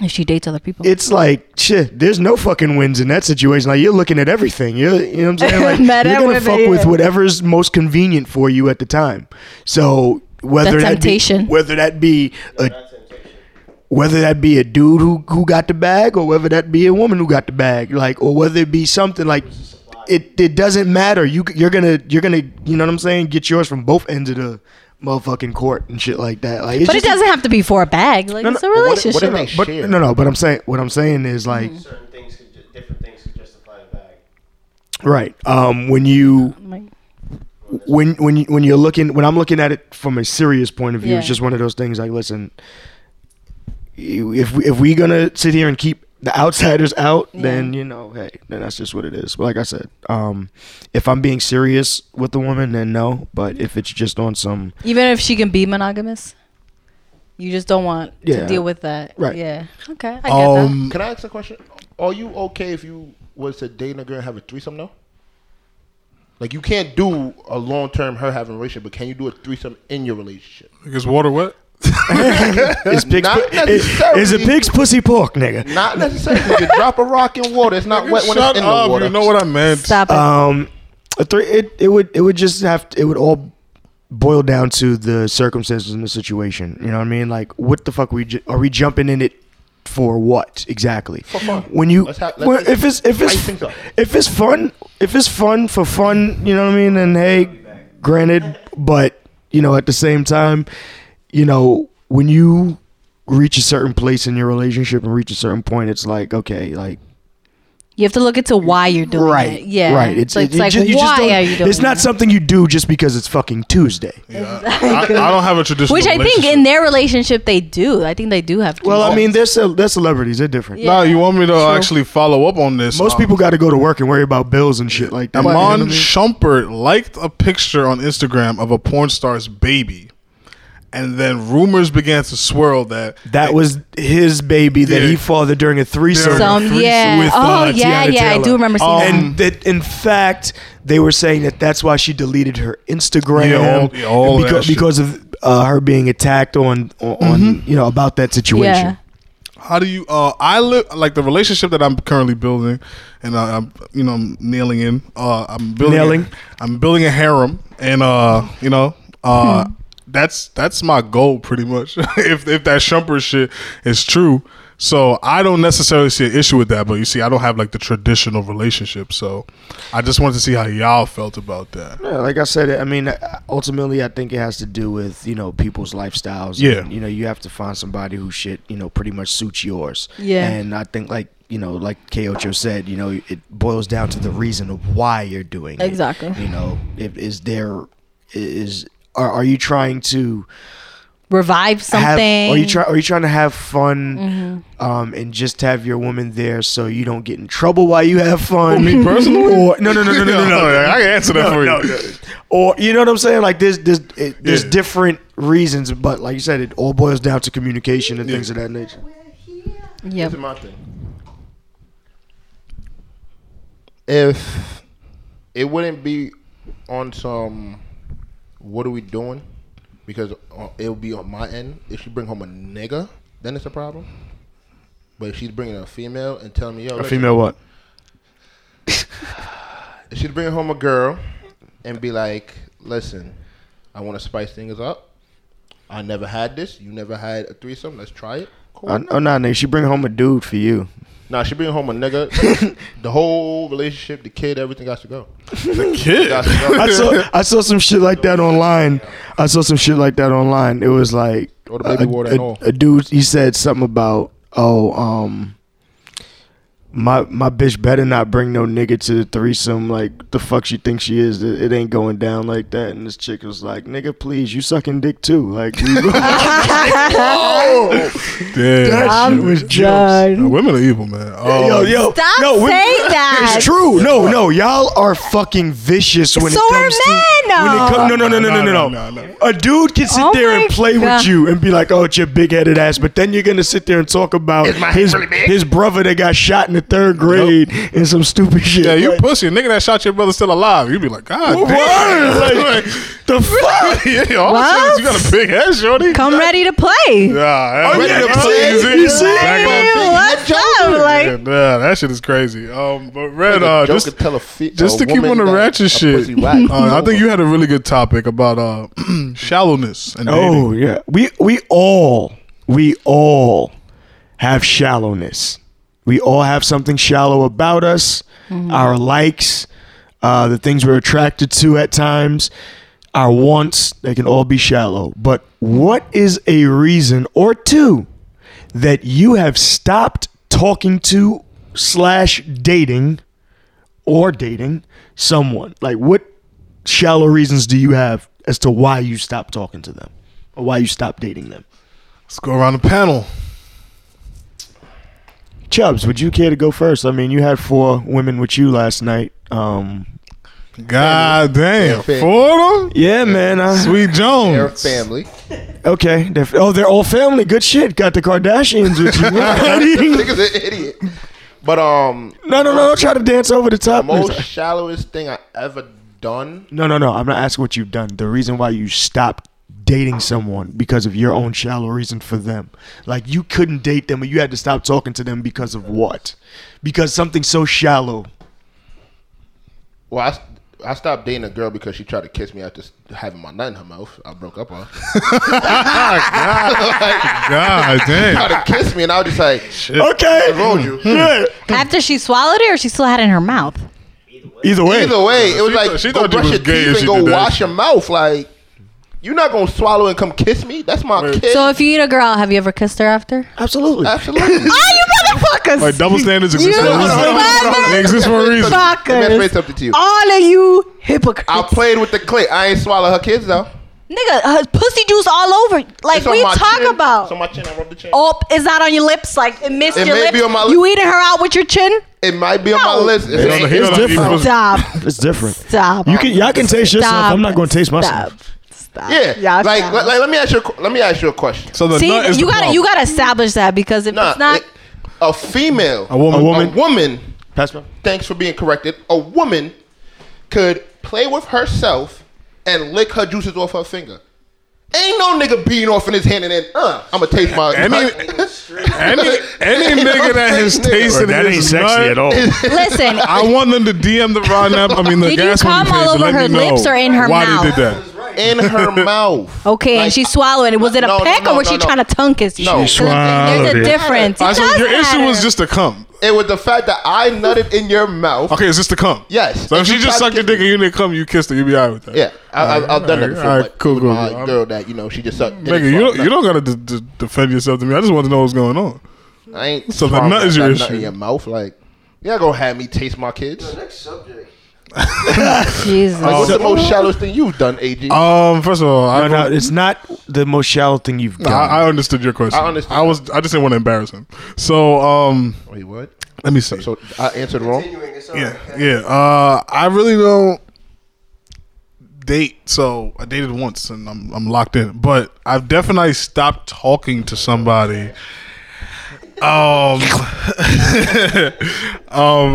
Speaker 3: If she dates other people.
Speaker 2: it's like shit. There's no fucking wins in that situation. Like you're looking at everything. You're, you know what I'm saying? Like
Speaker 3: Meta uh,
Speaker 2: you're gonna
Speaker 3: women,
Speaker 2: fuck
Speaker 3: yeah.
Speaker 2: with whatever's most convenient for you at the time. So whether
Speaker 3: That's
Speaker 2: that
Speaker 3: temptation.
Speaker 2: be whether that be a whether that be a dude who who got the bag or whether that be a woman who got the bag, like or whether it be something like. It, it doesn't matter. You c- you're gonna you're gonna you know what I'm saying. Get yours from both ends of the motherfucking court and shit like that. Like, it's
Speaker 3: but it
Speaker 2: just a-
Speaker 3: doesn't have to be for a bag. Like it's a
Speaker 2: no, but
Speaker 5: what if-
Speaker 3: relationship.
Speaker 5: what if they
Speaker 2: But
Speaker 5: share?
Speaker 2: no no. But I'm saying what I'm saying is like
Speaker 4: Certain things, could ju- different things could justify a bag.
Speaker 3: Mm-hmm.
Speaker 2: Right. Um, when you
Speaker 3: Like,
Speaker 2: when when you, when you're looking when I'm looking at it from a serious point of view, it's
Speaker 3: Yeah.
Speaker 2: just one of those things. Like, listen, you- if we, if we're gonna sit here and keep the outsiders out, then you know, hey, then that's just what it is. But like I said, um, if I'm being serious with the woman, then no. But if it's just on some
Speaker 3: even if she can be monogamous, you just don't want
Speaker 2: Yeah.
Speaker 3: to deal with that.
Speaker 2: Right.
Speaker 3: Yeah. Okay. I get that.
Speaker 1: Um,
Speaker 5: Can I ask a question? Are you okay if you was to date a girl and have a threesome now? Like you can't do a long term her having a relationship, but can you do a threesome in your relationship?
Speaker 1: is water wet?
Speaker 2: is pig's
Speaker 5: Not
Speaker 2: pu- is,
Speaker 5: necessarily.
Speaker 2: is a pig's pussy pork, nigga.
Speaker 5: Not necessarily. you can drop a rock in water. It's not wet when
Speaker 1: Shut
Speaker 5: it's in
Speaker 1: up.
Speaker 5: the water.
Speaker 2: uh,
Speaker 1: You know what I meant.
Speaker 3: Stop it.
Speaker 2: Um, a three, it it would it would just have to, it would all boil down to the circumstances and the situation. You know what I mean? Like, what the fuck we ju- are we jumping in it for? What exactly? For
Speaker 5: fun.
Speaker 2: When you
Speaker 5: Let's have- let's
Speaker 2: when,
Speaker 5: do-
Speaker 2: if it's if
Speaker 5: Spice
Speaker 2: it's
Speaker 5: things up.
Speaker 2: if it's fun if it's fun for fun, you know what I mean? And hey, granted, but you know at the same time, you know when you reach a certain place in your relationship and reach a certain point, it's like okay, like
Speaker 3: You have to look into why you're doing it. Yeah.
Speaker 2: right. It's,
Speaker 3: So
Speaker 2: it-
Speaker 3: it's
Speaker 2: you
Speaker 3: like,
Speaker 2: ju- you just
Speaker 3: why
Speaker 2: don't-
Speaker 3: are you doing
Speaker 2: It's not
Speaker 3: that?
Speaker 2: something you do just because it's fucking Tuesday.
Speaker 1: Yeah, I, I don't have a traditional.
Speaker 3: Which I think
Speaker 1: relationship.
Speaker 3: in their relationship they do. I think they do have to.
Speaker 2: Well, I mean, they're, cel- they're celebrities. They're different.
Speaker 3: Yeah.
Speaker 1: Nah, you want me to actually follow up on this?
Speaker 2: Most
Speaker 1: Uh,
Speaker 2: people got to go to work and worry about bills and shit like that. you know what I
Speaker 1: Amon
Speaker 2: mean?
Speaker 1: Schumpert liked a picture on Instagram of a porn star's baby, and then rumors began to swirl that
Speaker 2: that was his baby that
Speaker 1: Yeah.
Speaker 2: he fathered during a threesome.
Speaker 1: Some-
Speaker 3: Some,
Speaker 1: threesome
Speaker 3: yeah.
Speaker 2: with,
Speaker 3: oh,
Speaker 2: uh,
Speaker 3: yeah,
Speaker 2: Tiana
Speaker 3: yeah. I
Speaker 2: Taylor.
Speaker 3: do remember seeing
Speaker 1: Um,
Speaker 3: that.
Speaker 2: and that, in fact, they were saying that that's why she deleted her Instagram
Speaker 1: Yeah, all- yeah, all of that
Speaker 2: because,
Speaker 1: shit.
Speaker 2: because of uh, her being attacked on on you know about that situation.
Speaker 3: Mm-hmm. Yeah.
Speaker 1: how do you uh i live like the relationship that i'm currently building and I, i'm you know i'm nailing in uh i'm building
Speaker 2: Nailing.
Speaker 1: i'm building a harem and uh you know uh
Speaker 2: Hmm.
Speaker 1: that's that's my goal pretty much if if that shumper shit is true so i don't necessarily see an issue with that but you see i don't have like the traditional relationship so i just wanted to see how y'all felt about that
Speaker 2: Yeah, like I said, I mean, ultimately, I think it has to do with you know people's lifestyles.
Speaker 1: Yeah.
Speaker 2: and, you know, you have to find somebody who shit you know pretty much suits yours.
Speaker 3: Yeah.
Speaker 2: and I think like you know, like Keocho said, you know, it boils down to the reason of why you're doing it.
Speaker 3: Exactly.
Speaker 2: You know, if, is there is are, are you trying to
Speaker 3: Revive
Speaker 2: have-
Speaker 3: something. Mm-hmm.
Speaker 2: are you try are you trying to have fun um and just have your woman there so you don't get in trouble while you have fun?
Speaker 1: me personally?
Speaker 2: Or, no, no, no, no, no, no, no.
Speaker 1: i can answer that for you
Speaker 2: or you know what I'm saying? Like there's there's it, there's
Speaker 1: Yeah.
Speaker 2: different reasons, but like you said, it all boils down to communication and things of that nature.
Speaker 3: Yep.
Speaker 5: This is my thing. If it wouldn't be on some, what are we doing? Because uh, it'll be on my end. If she bring home a nigga, then it's a problem. But if she's bringing a female and telling me, yo, listen,
Speaker 2: what?
Speaker 5: if she's bringing home a girl and be like, listen, I want to spice things up. I never had this. You never had a threesome. Let's try it. Cool.
Speaker 2: Oh no, nigga, she bring home a dude for you.
Speaker 5: Nah, she bring home a nigga. the whole relationship, the kid, everything got to go.
Speaker 1: kid
Speaker 5: Got to go.
Speaker 2: I saw I saw some shit like that online. I saw some shit like that online. It was like
Speaker 5: Or the baby
Speaker 2: a,
Speaker 5: water
Speaker 2: a-
Speaker 5: and all.
Speaker 2: a dude he said something about oh um my my bitch better not bring no nigga to the threesome like the fuck she thinks she is it, it ain't going down like that and this chick was like nigga please you sucking dick too like that
Speaker 1: Damn.
Speaker 2: shit was
Speaker 3: done.
Speaker 2: just
Speaker 1: Nah, women are evil man oh
Speaker 2: yo yo
Speaker 3: Stop
Speaker 2: no, when-
Speaker 3: saying that.
Speaker 2: It's true. No, no, y'all are fucking vicious when
Speaker 3: So
Speaker 2: it
Speaker 3: are
Speaker 2: comes to
Speaker 3: men.
Speaker 2: when it come- no, no, no, no, no, no,
Speaker 1: No, no,
Speaker 2: no,
Speaker 1: no,
Speaker 2: A dude can sit
Speaker 3: Oh
Speaker 2: there
Speaker 3: my
Speaker 2: and play
Speaker 3: God.
Speaker 2: with you and be like, "Oh, it's your big-headed ass," but then you're gonna sit there and talk about his his brother that got shot in the third grade and some stupid shit.
Speaker 1: Yeah, you
Speaker 2: Like,
Speaker 1: pussy. A nigga that shot your brother still alive. You'd be like, God damn.
Speaker 2: Word, like,
Speaker 1: Like,
Speaker 2: the fuck?
Speaker 1: yeah, all
Speaker 3: What?
Speaker 1: the you got a big head, shorty.
Speaker 3: Come ready to play.
Speaker 1: Yeah,
Speaker 2: you
Speaker 1: that's
Speaker 2: ready to play?
Speaker 1: crazy.
Speaker 2: Oh, You see?
Speaker 1: Back
Speaker 3: Hey,
Speaker 1: up.
Speaker 3: what's up?
Speaker 1: Yeah,
Speaker 3: Like,
Speaker 1: nah, that shit is crazy. Um, but red, uh,
Speaker 5: Joker
Speaker 1: just
Speaker 5: tell a fe-
Speaker 1: just
Speaker 5: a
Speaker 1: to keep
Speaker 5: woman
Speaker 1: on the
Speaker 5: that a
Speaker 1: ratchet
Speaker 5: pussy
Speaker 1: shit.
Speaker 5: whack.
Speaker 1: uh, I think you had a really good topic about uh shallowness and dating.
Speaker 2: Oh yeah, we we all we all have shallowness. We all have something shallow about us, our likes, uh, the things we're attracted to at times, our wants. They can all be shallow. But what is a reason or two that you have stopped talking to slash dating or dating someone? Like what shallow reasons do you have as to why you stopped talking to them or why you stopped dating them?
Speaker 1: Let's go around the panel.
Speaker 2: Chubbs, would you care to go first? I mean, you had four women with you last night. Um,
Speaker 1: God damn,
Speaker 5: Family.
Speaker 1: four of them.
Speaker 2: yeah, man. I,
Speaker 1: Sweet
Speaker 5: Their
Speaker 1: Jones.
Speaker 5: family.
Speaker 2: Okay. They're, oh, they're all family. Good shit. Got the Kardashians with you.
Speaker 5: Nigga's an idiot. But um,
Speaker 2: no, no, no. Don't try to dance over the top.
Speaker 5: most shallowest thing I ever done.
Speaker 2: No, no, no. I'm not asking what you've done. The reason why you stopped dating someone because of your own shallow reason for them. Like you couldn't date them, or you had to stop talking to them because of what? Because something so shallow.
Speaker 5: Well, I s- I stopped dating a girl because she tried to kiss me after s- having my nut in her mouth. I broke up with her.
Speaker 1: God damn.
Speaker 5: tried to kiss me, and I was just like,
Speaker 2: Okay.
Speaker 5: "Rolled you."
Speaker 2: Yeah.
Speaker 3: After she swallowed it, or she still had it in her mouth.
Speaker 2: Either way.
Speaker 5: Either way, it was
Speaker 1: She
Speaker 5: like
Speaker 1: thought- she
Speaker 5: go
Speaker 1: thought you
Speaker 5: brush
Speaker 1: was
Speaker 5: your
Speaker 1: gay if
Speaker 5: teeth and
Speaker 1: she
Speaker 5: go
Speaker 1: did that.
Speaker 5: wash your mouth. Like you're not gonna swallow and come kiss me. That's my kid.
Speaker 3: So if you eat a girl, have you ever kissed her after?
Speaker 2: Absolutely.
Speaker 5: Absolutely.
Speaker 3: Oh, you motherfuckers!
Speaker 1: Like double standards
Speaker 3: You
Speaker 1: exist for a reason.
Speaker 3: motherfuckers!
Speaker 1: They exist for a reason.
Speaker 5: Let me explain something to you.
Speaker 3: All of you hypocrites.
Speaker 5: I played with the clit. I ain't swallow her kids though.
Speaker 3: Nigga, her pussy juice all over. Like,
Speaker 5: It's on
Speaker 3: what you
Speaker 5: my
Speaker 3: talk
Speaker 5: chin.
Speaker 3: about?
Speaker 5: It's on my chin. I rubbed the chin.
Speaker 3: oh, it's not on your lips. Like, it missed
Speaker 5: It
Speaker 3: your
Speaker 5: may
Speaker 3: lips.
Speaker 5: be on my lip.
Speaker 3: you eating her out with your chin?
Speaker 5: It might be on my
Speaker 3: No.
Speaker 5: list. It's,
Speaker 1: He don't- he
Speaker 5: it's-
Speaker 1: don't like eating
Speaker 2: different.
Speaker 1: pussy.
Speaker 3: Stop.
Speaker 2: It's different.
Speaker 3: Stop.
Speaker 2: You can y'all can taste yourself.
Speaker 3: Stop.
Speaker 2: I'm not going to taste myself.
Speaker 3: Stop. Stop.
Speaker 5: yeah.
Speaker 3: Y'all
Speaker 5: like,
Speaker 3: stop.
Speaker 5: like, like, let me ask you. A, qu- let me ask you a question.
Speaker 1: So the
Speaker 3: See,
Speaker 1: nut is
Speaker 3: you
Speaker 1: the
Speaker 3: gotta
Speaker 1: problem.
Speaker 3: you gotta establish that because if
Speaker 5: Nah,
Speaker 3: it's not,
Speaker 5: it- a female,
Speaker 1: A woman.
Speaker 2: A
Speaker 5: a
Speaker 2: woman.
Speaker 5: woman.
Speaker 2: Pass me.
Speaker 5: Thanks for being corrected. A woman could play with herself and lick her juices off her finger. Ain't no nigga beating off in his hand and then, uh, I'm gonna taste my.
Speaker 1: Any- any any
Speaker 5: You know
Speaker 1: nigga
Speaker 5: what
Speaker 1: that
Speaker 5: I'm
Speaker 1: has
Speaker 5: saying?
Speaker 1: tasted
Speaker 6: that
Speaker 1: his
Speaker 6: ain't sexy
Speaker 1: nut,
Speaker 6: at all.
Speaker 3: listen,
Speaker 1: I want them to DM the Ron app. I mean the
Speaker 3: Did you
Speaker 1: gas money
Speaker 3: come
Speaker 1: page and
Speaker 3: all over
Speaker 1: let me
Speaker 3: her
Speaker 1: know
Speaker 3: lips or in her
Speaker 1: why
Speaker 3: mouth?
Speaker 1: they did that.
Speaker 5: in her mouth.
Speaker 3: okay,
Speaker 5: Like,
Speaker 3: and she swallowed it. Was it a
Speaker 5: No, no,
Speaker 3: peck
Speaker 5: no,
Speaker 3: or was
Speaker 5: no,
Speaker 3: she
Speaker 5: no.
Speaker 3: trying to tongue kiss you?
Speaker 5: No. She
Speaker 3: 'Cause
Speaker 6: swallowed
Speaker 3: There's a
Speaker 6: it.
Speaker 3: difference. It
Speaker 1: I said
Speaker 3: does
Speaker 1: your issue
Speaker 3: matter.
Speaker 1: was just to come.
Speaker 5: It was the fact that I nutted in your mouth.
Speaker 1: Okay, it's just to come.
Speaker 5: Yes.
Speaker 1: So if
Speaker 5: If
Speaker 1: she
Speaker 5: you
Speaker 1: just
Speaker 5: try
Speaker 1: sucked
Speaker 5: to
Speaker 1: your dick
Speaker 5: kiss
Speaker 1: and you didn't come, you kissed her. You'd be alright with that.
Speaker 5: Yeah, I, I, I've done that
Speaker 1: Alright,
Speaker 5: before.
Speaker 1: alright,
Speaker 5: like,
Speaker 1: cool,
Speaker 5: with
Speaker 1: cool,
Speaker 5: my
Speaker 1: cool. I'm-
Speaker 5: girl that you know she just sucked.
Speaker 1: Nigga, you don't, you don't gotta d- d- defend yourself to me. I just want to know what's going on.
Speaker 5: don't. I ain't.
Speaker 1: So the
Speaker 5: swallowing
Speaker 1: nut is
Speaker 5: that
Speaker 1: your
Speaker 5: nut
Speaker 1: issue.
Speaker 5: in your mouth, like. Yeah, gonna have me taste my kids. Like,
Speaker 6: Next subject.
Speaker 3: Jesus.
Speaker 1: Oh,
Speaker 5: what's the most shallow thing you've done, AG?
Speaker 1: Um, first of all, I,
Speaker 2: No, no, it's not the most shallow thing you've done.
Speaker 1: I, I understood your question.
Speaker 5: I understood.
Speaker 1: I was. I just didn't want to embarrass him. So, um,
Speaker 5: Wait, what?
Speaker 1: let me see.
Speaker 5: So I answered wrong.
Speaker 6: Continuing, it's all
Speaker 1: yeah,
Speaker 6: right.
Speaker 1: yeah. Uh, I really don't date. So I dated once, and I'm I'm locked in. But I've definitely stopped talking to somebody. Um, um,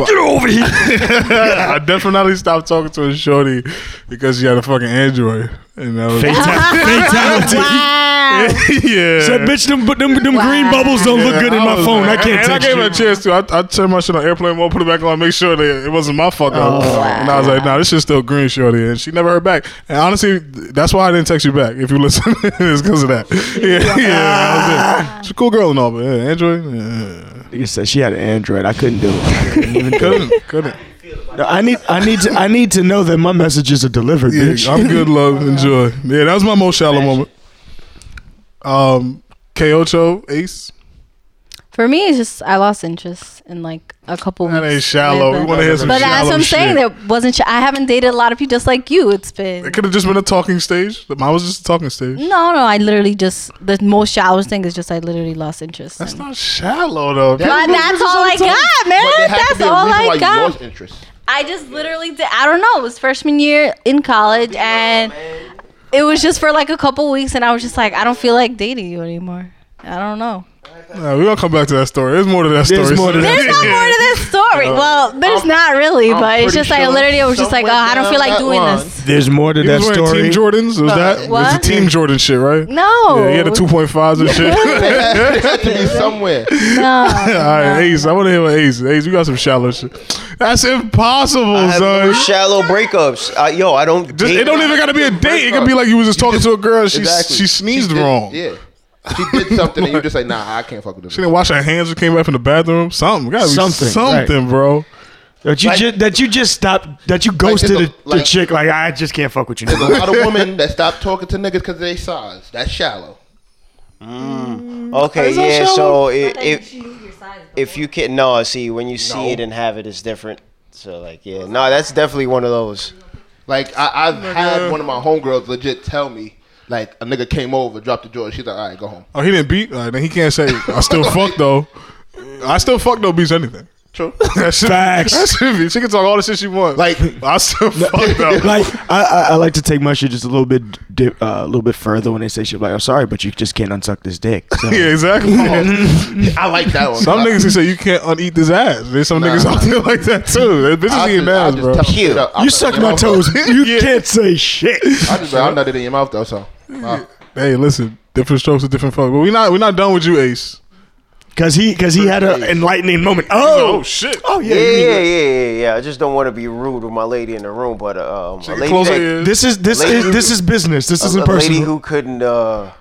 Speaker 2: over here.
Speaker 1: I definitely stopped talking to a shorty because she had a fucking Android, and that was
Speaker 2: Fatality.
Speaker 3: Wow.
Speaker 1: yeah.
Speaker 2: Said, bitch, them, but them, them green
Speaker 3: Wow.
Speaker 2: bubbles don't look good in my
Speaker 1: was
Speaker 2: phone. I
Speaker 1: like-
Speaker 2: can't
Speaker 1: and
Speaker 2: text
Speaker 1: I gave her
Speaker 2: you.
Speaker 1: a chance to. I, I turned my shit on airplane mode, put it back on, make sure that it wasn't my fuck up.
Speaker 3: Oh,
Speaker 1: And I was like, nah, this shit's still green, shorty. And she never heard back. And honestly, th- that's why I didn't text you back. If you listen, it's because of that. Yeah, yeah. that was it. She's a cool girl and all, but yeah, Android, yeah.
Speaker 2: You said she had an Android. I couldn't do it. I couldn't even do it.
Speaker 1: couldn't, couldn't.
Speaker 2: No, I need, I need, to, I need to know that my messages are delivered, bitch.
Speaker 1: Yeah, I'm good, love. Enjoy. Yeah, that was my most shallow moment. Um, Kocho Ace.
Speaker 3: For me, it's just I lost interest in like a couple.
Speaker 1: That
Speaker 3: weeks
Speaker 1: ain't shallow.
Speaker 3: with
Speaker 1: We
Speaker 3: it.
Speaker 1: want to hear some
Speaker 3: But
Speaker 1: shallow
Speaker 3: that's what I'm
Speaker 1: shit.
Speaker 3: saying. There wasn't. Sh- I haven't dated a lot of people just like you. It's been.
Speaker 1: It could have just been a talking stage. Mine was just a talking stage.
Speaker 3: No, no. I literally just the most shallow thing is just I literally lost interest.
Speaker 1: That's
Speaker 3: in-
Speaker 1: not shallow though.
Speaker 3: But that's all I got, man.
Speaker 5: But there has to
Speaker 3: That's
Speaker 5: be a
Speaker 3: all
Speaker 5: reason why
Speaker 3: I
Speaker 5: you
Speaker 3: got.
Speaker 5: lost interest.
Speaker 3: I just literally did. I don't know. It was freshman year in college, and it was just for like a couple weeks, and I was just like, I don't feel like dating you anymore. I don't know.
Speaker 1: Nah, we're gonna come back to that story. There's more to that story.
Speaker 2: There's more to that.
Speaker 3: There's not more to this story. Well, there's not really,
Speaker 5: I'm
Speaker 3: but it's
Speaker 5: pretty
Speaker 3: just like I
Speaker 5: sure
Speaker 3: literally was just like, oh,
Speaker 5: somewhere
Speaker 3: I don't
Speaker 5: down
Speaker 3: feel like
Speaker 5: that
Speaker 3: doing
Speaker 5: line-
Speaker 3: this.
Speaker 2: There's more to
Speaker 1: He
Speaker 2: that
Speaker 1: was wearing
Speaker 2: story.
Speaker 1: Team Jordans. It was that? It was
Speaker 3: Uh, What?
Speaker 1: the Team Jordan shit, right?
Speaker 3: No.
Speaker 1: Yeah, he had the two point fives and shit. All
Speaker 5: There has to be somewhere.
Speaker 3: No.
Speaker 1: right, Ace. I want to hear what Ace. Ace, you got some shallow shit. That's impossible,
Speaker 6: I have
Speaker 1: son.
Speaker 6: no shallow breakups.
Speaker 4: Uh,
Speaker 6: I, yo, I don't.
Speaker 1: Just-
Speaker 6: date-
Speaker 1: it don't even gotta be a date. It could be like you was just talking to a girl. and She she sneezed
Speaker 5: did-
Speaker 1: wrong.
Speaker 5: Yeah. She did something and you just like, nah, I can't fuck with
Speaker 1: She
Speaker 5: this.
Speaker 1: didn't wash her hands when she came back from the bathroom. Something. Gotta be something.
Speaker 2: Something,
Speaker 1: Something, bro.
Speaker 2: That you
Speaker 6: Like-
Speaker 2: just that you just stopped that you ghosted
Speaker 5: it's a-
Speaker 2: a, the
Speaker 5: like-
Speaker 2: chick like I just can't fuck with you.
Speaker 5: There's a
Speaker 2: no more."
Speaker 5: lot of women that stop talking to niggas because they size. That's shallow.
Speaker 6: Okay, yeah. So if, if if you can, no, see when you see
Speaker 5: No.
Speaker 6: it and have it, it's different. So like, yeah, no, that's definitely one of those.
Speaker 5: Like I, I've had one of my homegirls legit tell me, like a nigga came over, dropped the door. She's like, all right, go home.
Speaker 1: Oh, he didn't beat. All right, then he can't say I still fuck though. I still fuck though beats anything.
Speaker 5: True.
Speaker 1: That should,
Speaker 2: Facts.
Speaker 1: That should be. She can talk all the shit she wants.
Speaker 5: Like-
Speaker 1: I still fuck though.
Speaker 2: like I, I, I like to take my shit just a little bit di- uh, a little bit further when they say shit like I'm sorry but you just can't unsuck this dick. So,
Speaker 1: yeah, exactly.
Speaker 5: I like that one.
Speaker 1: Some
Speaker 5: I-
Speaker 1: niggas who say you can't uneat this ass. There's some niggas out there like that too. There's bitches
Speaker 5: I
Speaker 1: eating
Speaker 5: just- I
Speaker 1: ass,
Speaker 5: just
Speaker 1: bro.
Speaker 5: tell 'em straight
Speaker 6: You
Speaker 5: up,
Speaker 2: you
Speaker 5: I'm
Speaker 2: suck
Speaker 5: not-
Speaker 2: my toes. You
Speaker 1: Yeah.
Speaker 2: can't say shit.
Speaker 5: I just, I'm not in your mouth though. So, uh, Wow.
Speaker 1: Hey, listen, different strokes for different folks. But we not we not done with you, Ace.
Speaker 2: because he because he had an enlightening moment. Oh,
Speaker 1: Oh, shit.
Speaker 2: Oh yeah,
Speaker 6: Yeah,
Speaker 2: you mean-
Speaker 6: yeah, yeah, yeah, yeah. I just don't want to be rude with my lady in the room, but um, a
Speaker 1: She
Speaker 6: lady
Speaker 1: close her
Speaker 6: that-
Speaker 1: ears.
Speaker 2: This is this
Speaker 6: Lady
Speaker 2: is
Speaker 6: who-
Speaker 2: this is business. This
Speaker 6: a,
Speaker 2: isn't
Speaker 6: a lady
Speaker 2: personal.
Speaker 6: who couldn't uh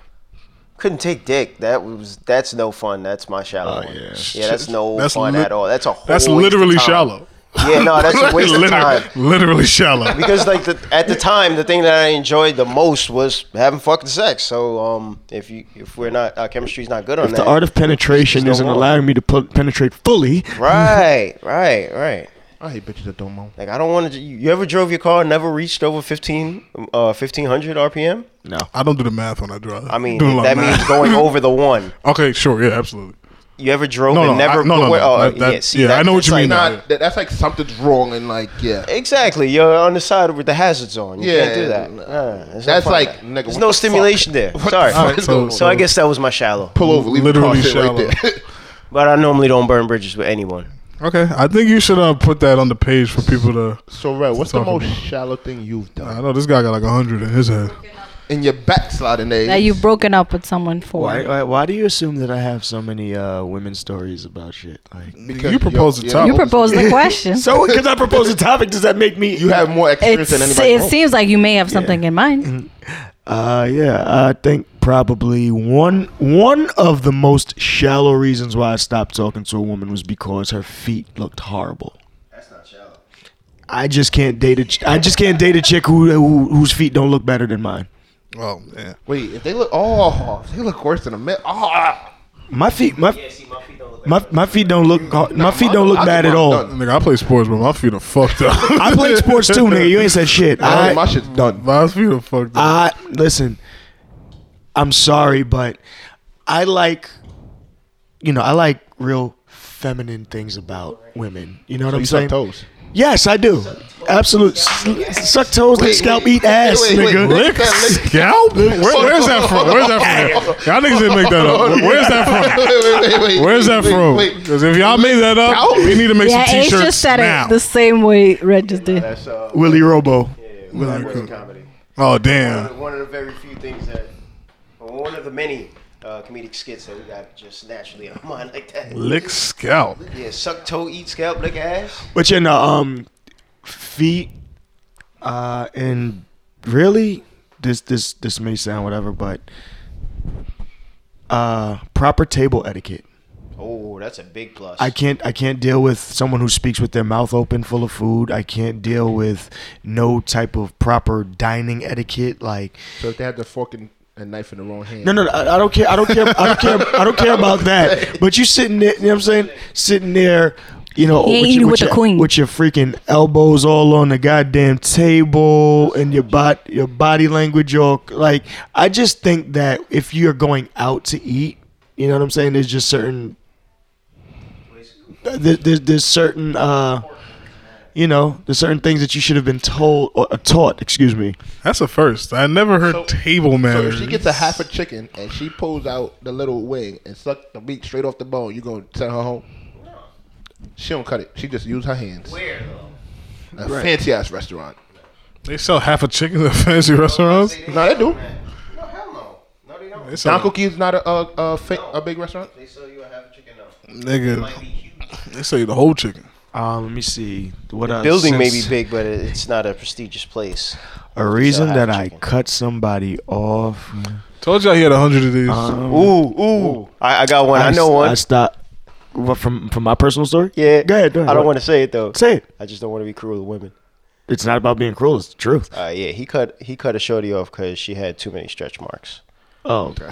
Speaker 6: couldn't take dick. That was that's no fun. That's my shallow. one.
Speaker 2: yeah.
Speaker 6: yeah, that's no
Speaker 1: Oh, That's
Speaker 6: fun
Speaker 1: lit-
Speaker 6: at all. That's a whole
Speaker 1: That's
Speaker 6: waste of
Speaker 1: literally
Speaker 6: time.
Speaker 1: shallow.
Speaker 6: Yeah, no, that's a waste of
Speaker 1: Liter-
Speaker 6: time.
Speaker 1: Literally shallow.
Speaker 6: Because like the, at the time, the thing that I enjoyed the most was having fucking sex. So um, if you if we're not our chemistry's not good on
Speaker 2: If
Speaker 6: that,
Speaker 2: the art of penetration
Speaker 6: Just don't
Speaker 2: isn't
Speaker 6: want it.
Speaker 2: allowing me to pu- penetrate fully,
Speaker 6: right, right, right.
Speaker 5: I hate bitches that don't moan.
Speaker 6: Like I don't want to. You ever drove your car and never reached over 15, uh, fifteen hundred RPM?
Speaker 2: no.
Speaker 1: I don't do the math when I drive.
Speaker 6: I mean,
Speaker 1: Doing a lot
Speaker 6: that
Speaker 1: of
Speaker 6: means
Speaker 1: math.
Speaker 6: going over the one.
Speaker 1: Okay, sure, yeah, absolutely.
Speaker 6: You ever drove
Speaker 1: No,
Speaker 6: and
Speaker 1: no, I-
Speaker 6: never?
Speaker 1: no, no, no.
Speaker 6: oh,
Speaker 1: That- that-
Speaker 6: yeah, see,
Speaker 1: yeah,
Speaker 6: that-
Speaker 1: I know what
Speaker 6: that's
Speaker 1: you
Speaker 6: like-
Speaker 1: mean.
Speaker 5: Nah, that, that's like something's wrong and like yeah.
Speaker 6: Exactly, you're on the side with the hazards on. You
Speaker 5: Yeah,
Speaker 6: can't do that.
Speaker 5: nah.
Speaker 6: Nah, there's
Speaker 5: That's
Speaker 6: fun in
Speaker 5: like,
Speaker 6: that.
Speaker 5: nigga,
Speaker 6: there's
Speaker 5: what
Speaker 6: no
Speaker 5: the
Speaker 6: stimulation there. Sorry.
Speaker 1: fuck Alright, is so- going
Speaker 6: so I guess that was my shallow.
Speaker 5: Pull over, leave
Speaker 1: Literally
Speaker 5: the car sit right
Speaker 1: shallow.
Speaker 5: there.
Speaker 6: But I normally don't burn bridges with anyone.
Speaker 1: Okay, I think you should uh, put that on the page for people to.
Speaker 5: so Red, what's the
Speaker 1: Talking
Speaker 5: most
Speaker 1: about-
Speaker 5: shallow thing you've
Speaker 1: I
Speaker 5: done
Speaker 1: know this guy got like hundred in his head.
Speaker 5: in your backsliding days?
Speaker 3: that you've broken up with someone for.
Speaker 2: Why, why, why do you assume that I have so many uh, women stories about shit? Like,
Speaker 5: Because
Speaker 1: You proposed
Speaker 5: you're-
Speaker 1: the top.
Speaker 3: You proposed the question.
Speaker 2: so because I propose a topic, does that make me?
Speaker 5: You have more
Speaker 3: It's,
Speaker 5: experience than anybody.
Speaker 3: it
Speaker 5: else. Mm-hmm.
Speaker 3: seems like you may have something in mind.
Speaker 2: Uh, yeah, I think probably one one of the most shallow reasons why I stopped talking to a woman was because her feet looked horrible.
Speaker 6: That's not shallow.
Speaker 2: I just can't date a ch- I just can't date a chick who, who whose feet don't look better than mine.
Speaker 1: Oh man,
Speaker 5: Wait, if they look, oh, if they look worse than a man. Oh,
Speaker 2: My feet my
Speaker 6: Yeah, see, my feet don't look
Speaker 2: my, my feet don't look ho- my feet don't look
Speaker 5: I-
Speaker 2: bad at all.
Speaker 5: no,
Speaker 1: nigga, I play sports, but my feet are fucked up.
Speaker 2: I played sports too, nigga. You ain't said shit.
Speaker 5: I, my
Speaker 2: I,
Speaker 5: shit's done.
Speaker 1: my feet are fucked up.
Speaker 2: I listen. I'm sorry, but I like you know I like real feminine things about women. You know what I'm
Speaker 5: You
Speaker 2: saying?
Speaker 5: suck toes.
Speaker 2: Yes, I do. Absolute s- suck toes, lick
Speaker 5: Wait,
Speaker 2: scalp,
Speaker 5: wait,
Speaker 2: eat ass,
Speaker 5: wait, wait,
Speaker 2: nigga.
Speaker 1: Lick
Speaker 5: wait.
Speaker 1: scalp? Where, where's that from? Where's that from? Y'all niggas didn't make that up. Where's that from?
Speaker 5: Wait, wait, wait, wait.
Speaker 1: Where's that
Speaker 5: wait,
Speaker 1: from?
Speaker 5: wait.
Speaker 1: Because if y'all made that up, we need to make
Speaker 3: Yeah,
Speaker 1: some
Speaker 3: Ace
Speaker 1: t-shirts
Speaker 3: just said
Speaker 1: now.
Speaker 3: it the same way Red just did.
Speaker 6: That's uh,
Speaker 2: Willie Robo.
Speaker 1: Willie
Speaker 6: that was
Speaker 1: Cook.
Speaker 6: comedy.
Speaker 1: Oh
Speaker 6: One of the-
Speaker 1: damn!
Speaker 6: One of the very few things that, or one of the many uh, comedic skits that we got just naturally on mind like that.
Speaker 1: Lick scalp.
Speaker 6: Yeah, suck toe, eat scalp, lick ass.
Speaker 2: But you know, um, feet, uh, and really, this this this may sound whatever, but uh, proper table etiquette.
Speaker 6: Oh, that's a big plus.
Speaker 2: I can't I can't deal with someone who speaks with their mouth open full of food. I can't deal with no type of proper dining etiquette. Like
Speaker 5: So if they have the fork and, and knife in the wrong hand.
Speaker 2: no no, no I, I don't care I don't care I don't care I don't care about that. But you sitting there, you know what I'm saying? Sitting there, you know,
Speaker 3: He ain't
Speaker 2: your,
Speaker 3: eating with the
Speaker 2: your,
Speaker 3: queen.
Speaker 2: with your freaking elbows all on the goddamn table and your bot your body language all like I just think that if you're going out to eat, you know what I'm saying? There's just certain there, there's, there's certain uh, you know there's certain things that you should have been told or uh, taught excuse me
Speaker 1: That's a first. I never heard table
Speaker 5: So if
Speaker 1: manners.
Speaker 5: she gets a half a chicken and she pulls out the little wing and suck the meat straight off the bone, you gonna send her home? She don't cut it. She just use her hands.
Speaker 6: Where though?
Speaker 5: A fancy ass restaurant.
Speaker 1: They sell half a chicken at fancy restaurants.
Speaker 5: No, they
Speaker 6: No,
Speaker 5: do.
Speaker 6: hell no. No, they don't.
Speaker 1: They sell,
Speaker 5: Donko Key is not a a, a, fa- a big restaurant.
Speaker 6: They sell you a half a chicken now. Might be
Speaker 1: nigga.
Speaker 6: huge.
Speaker 1: They sell you the whole chicken.
Speaker 2: um, let me see what else
Speaker 6: Building may be
Speaker 2: Since-
Speaker 6: big, but it- it's not a prestigious place.
Speaker 2: a reason
Speaker 6: half
Speaker 2: that I
Speaker 6: chicken.
Speaker 2: cut somebody off
Speaker 1: Told y'all he had a hundred of these.
Speaker 5: Uh-huh.
Speaker 2: Mm.
Speaker 6: Ooh, ooh. I, I got one. I, know
Speaker 2: s-
Speaker 6: one.
Speaker 2: I stopped what, from from my personal story
Speaker 6: yeah.
Speaker 2: go ahead, go ahead.
Speaker 6: I don't want to say it though.
Speaker 2: say it
Speaker 6: I just don't want to be cruel to women.
Speaker 2: it's not about being cruel it's the truth
Speaker 6: Uh, yeah, he cut he cut a shorty off because she had too many stretch marks.
Speaker 2: oh okay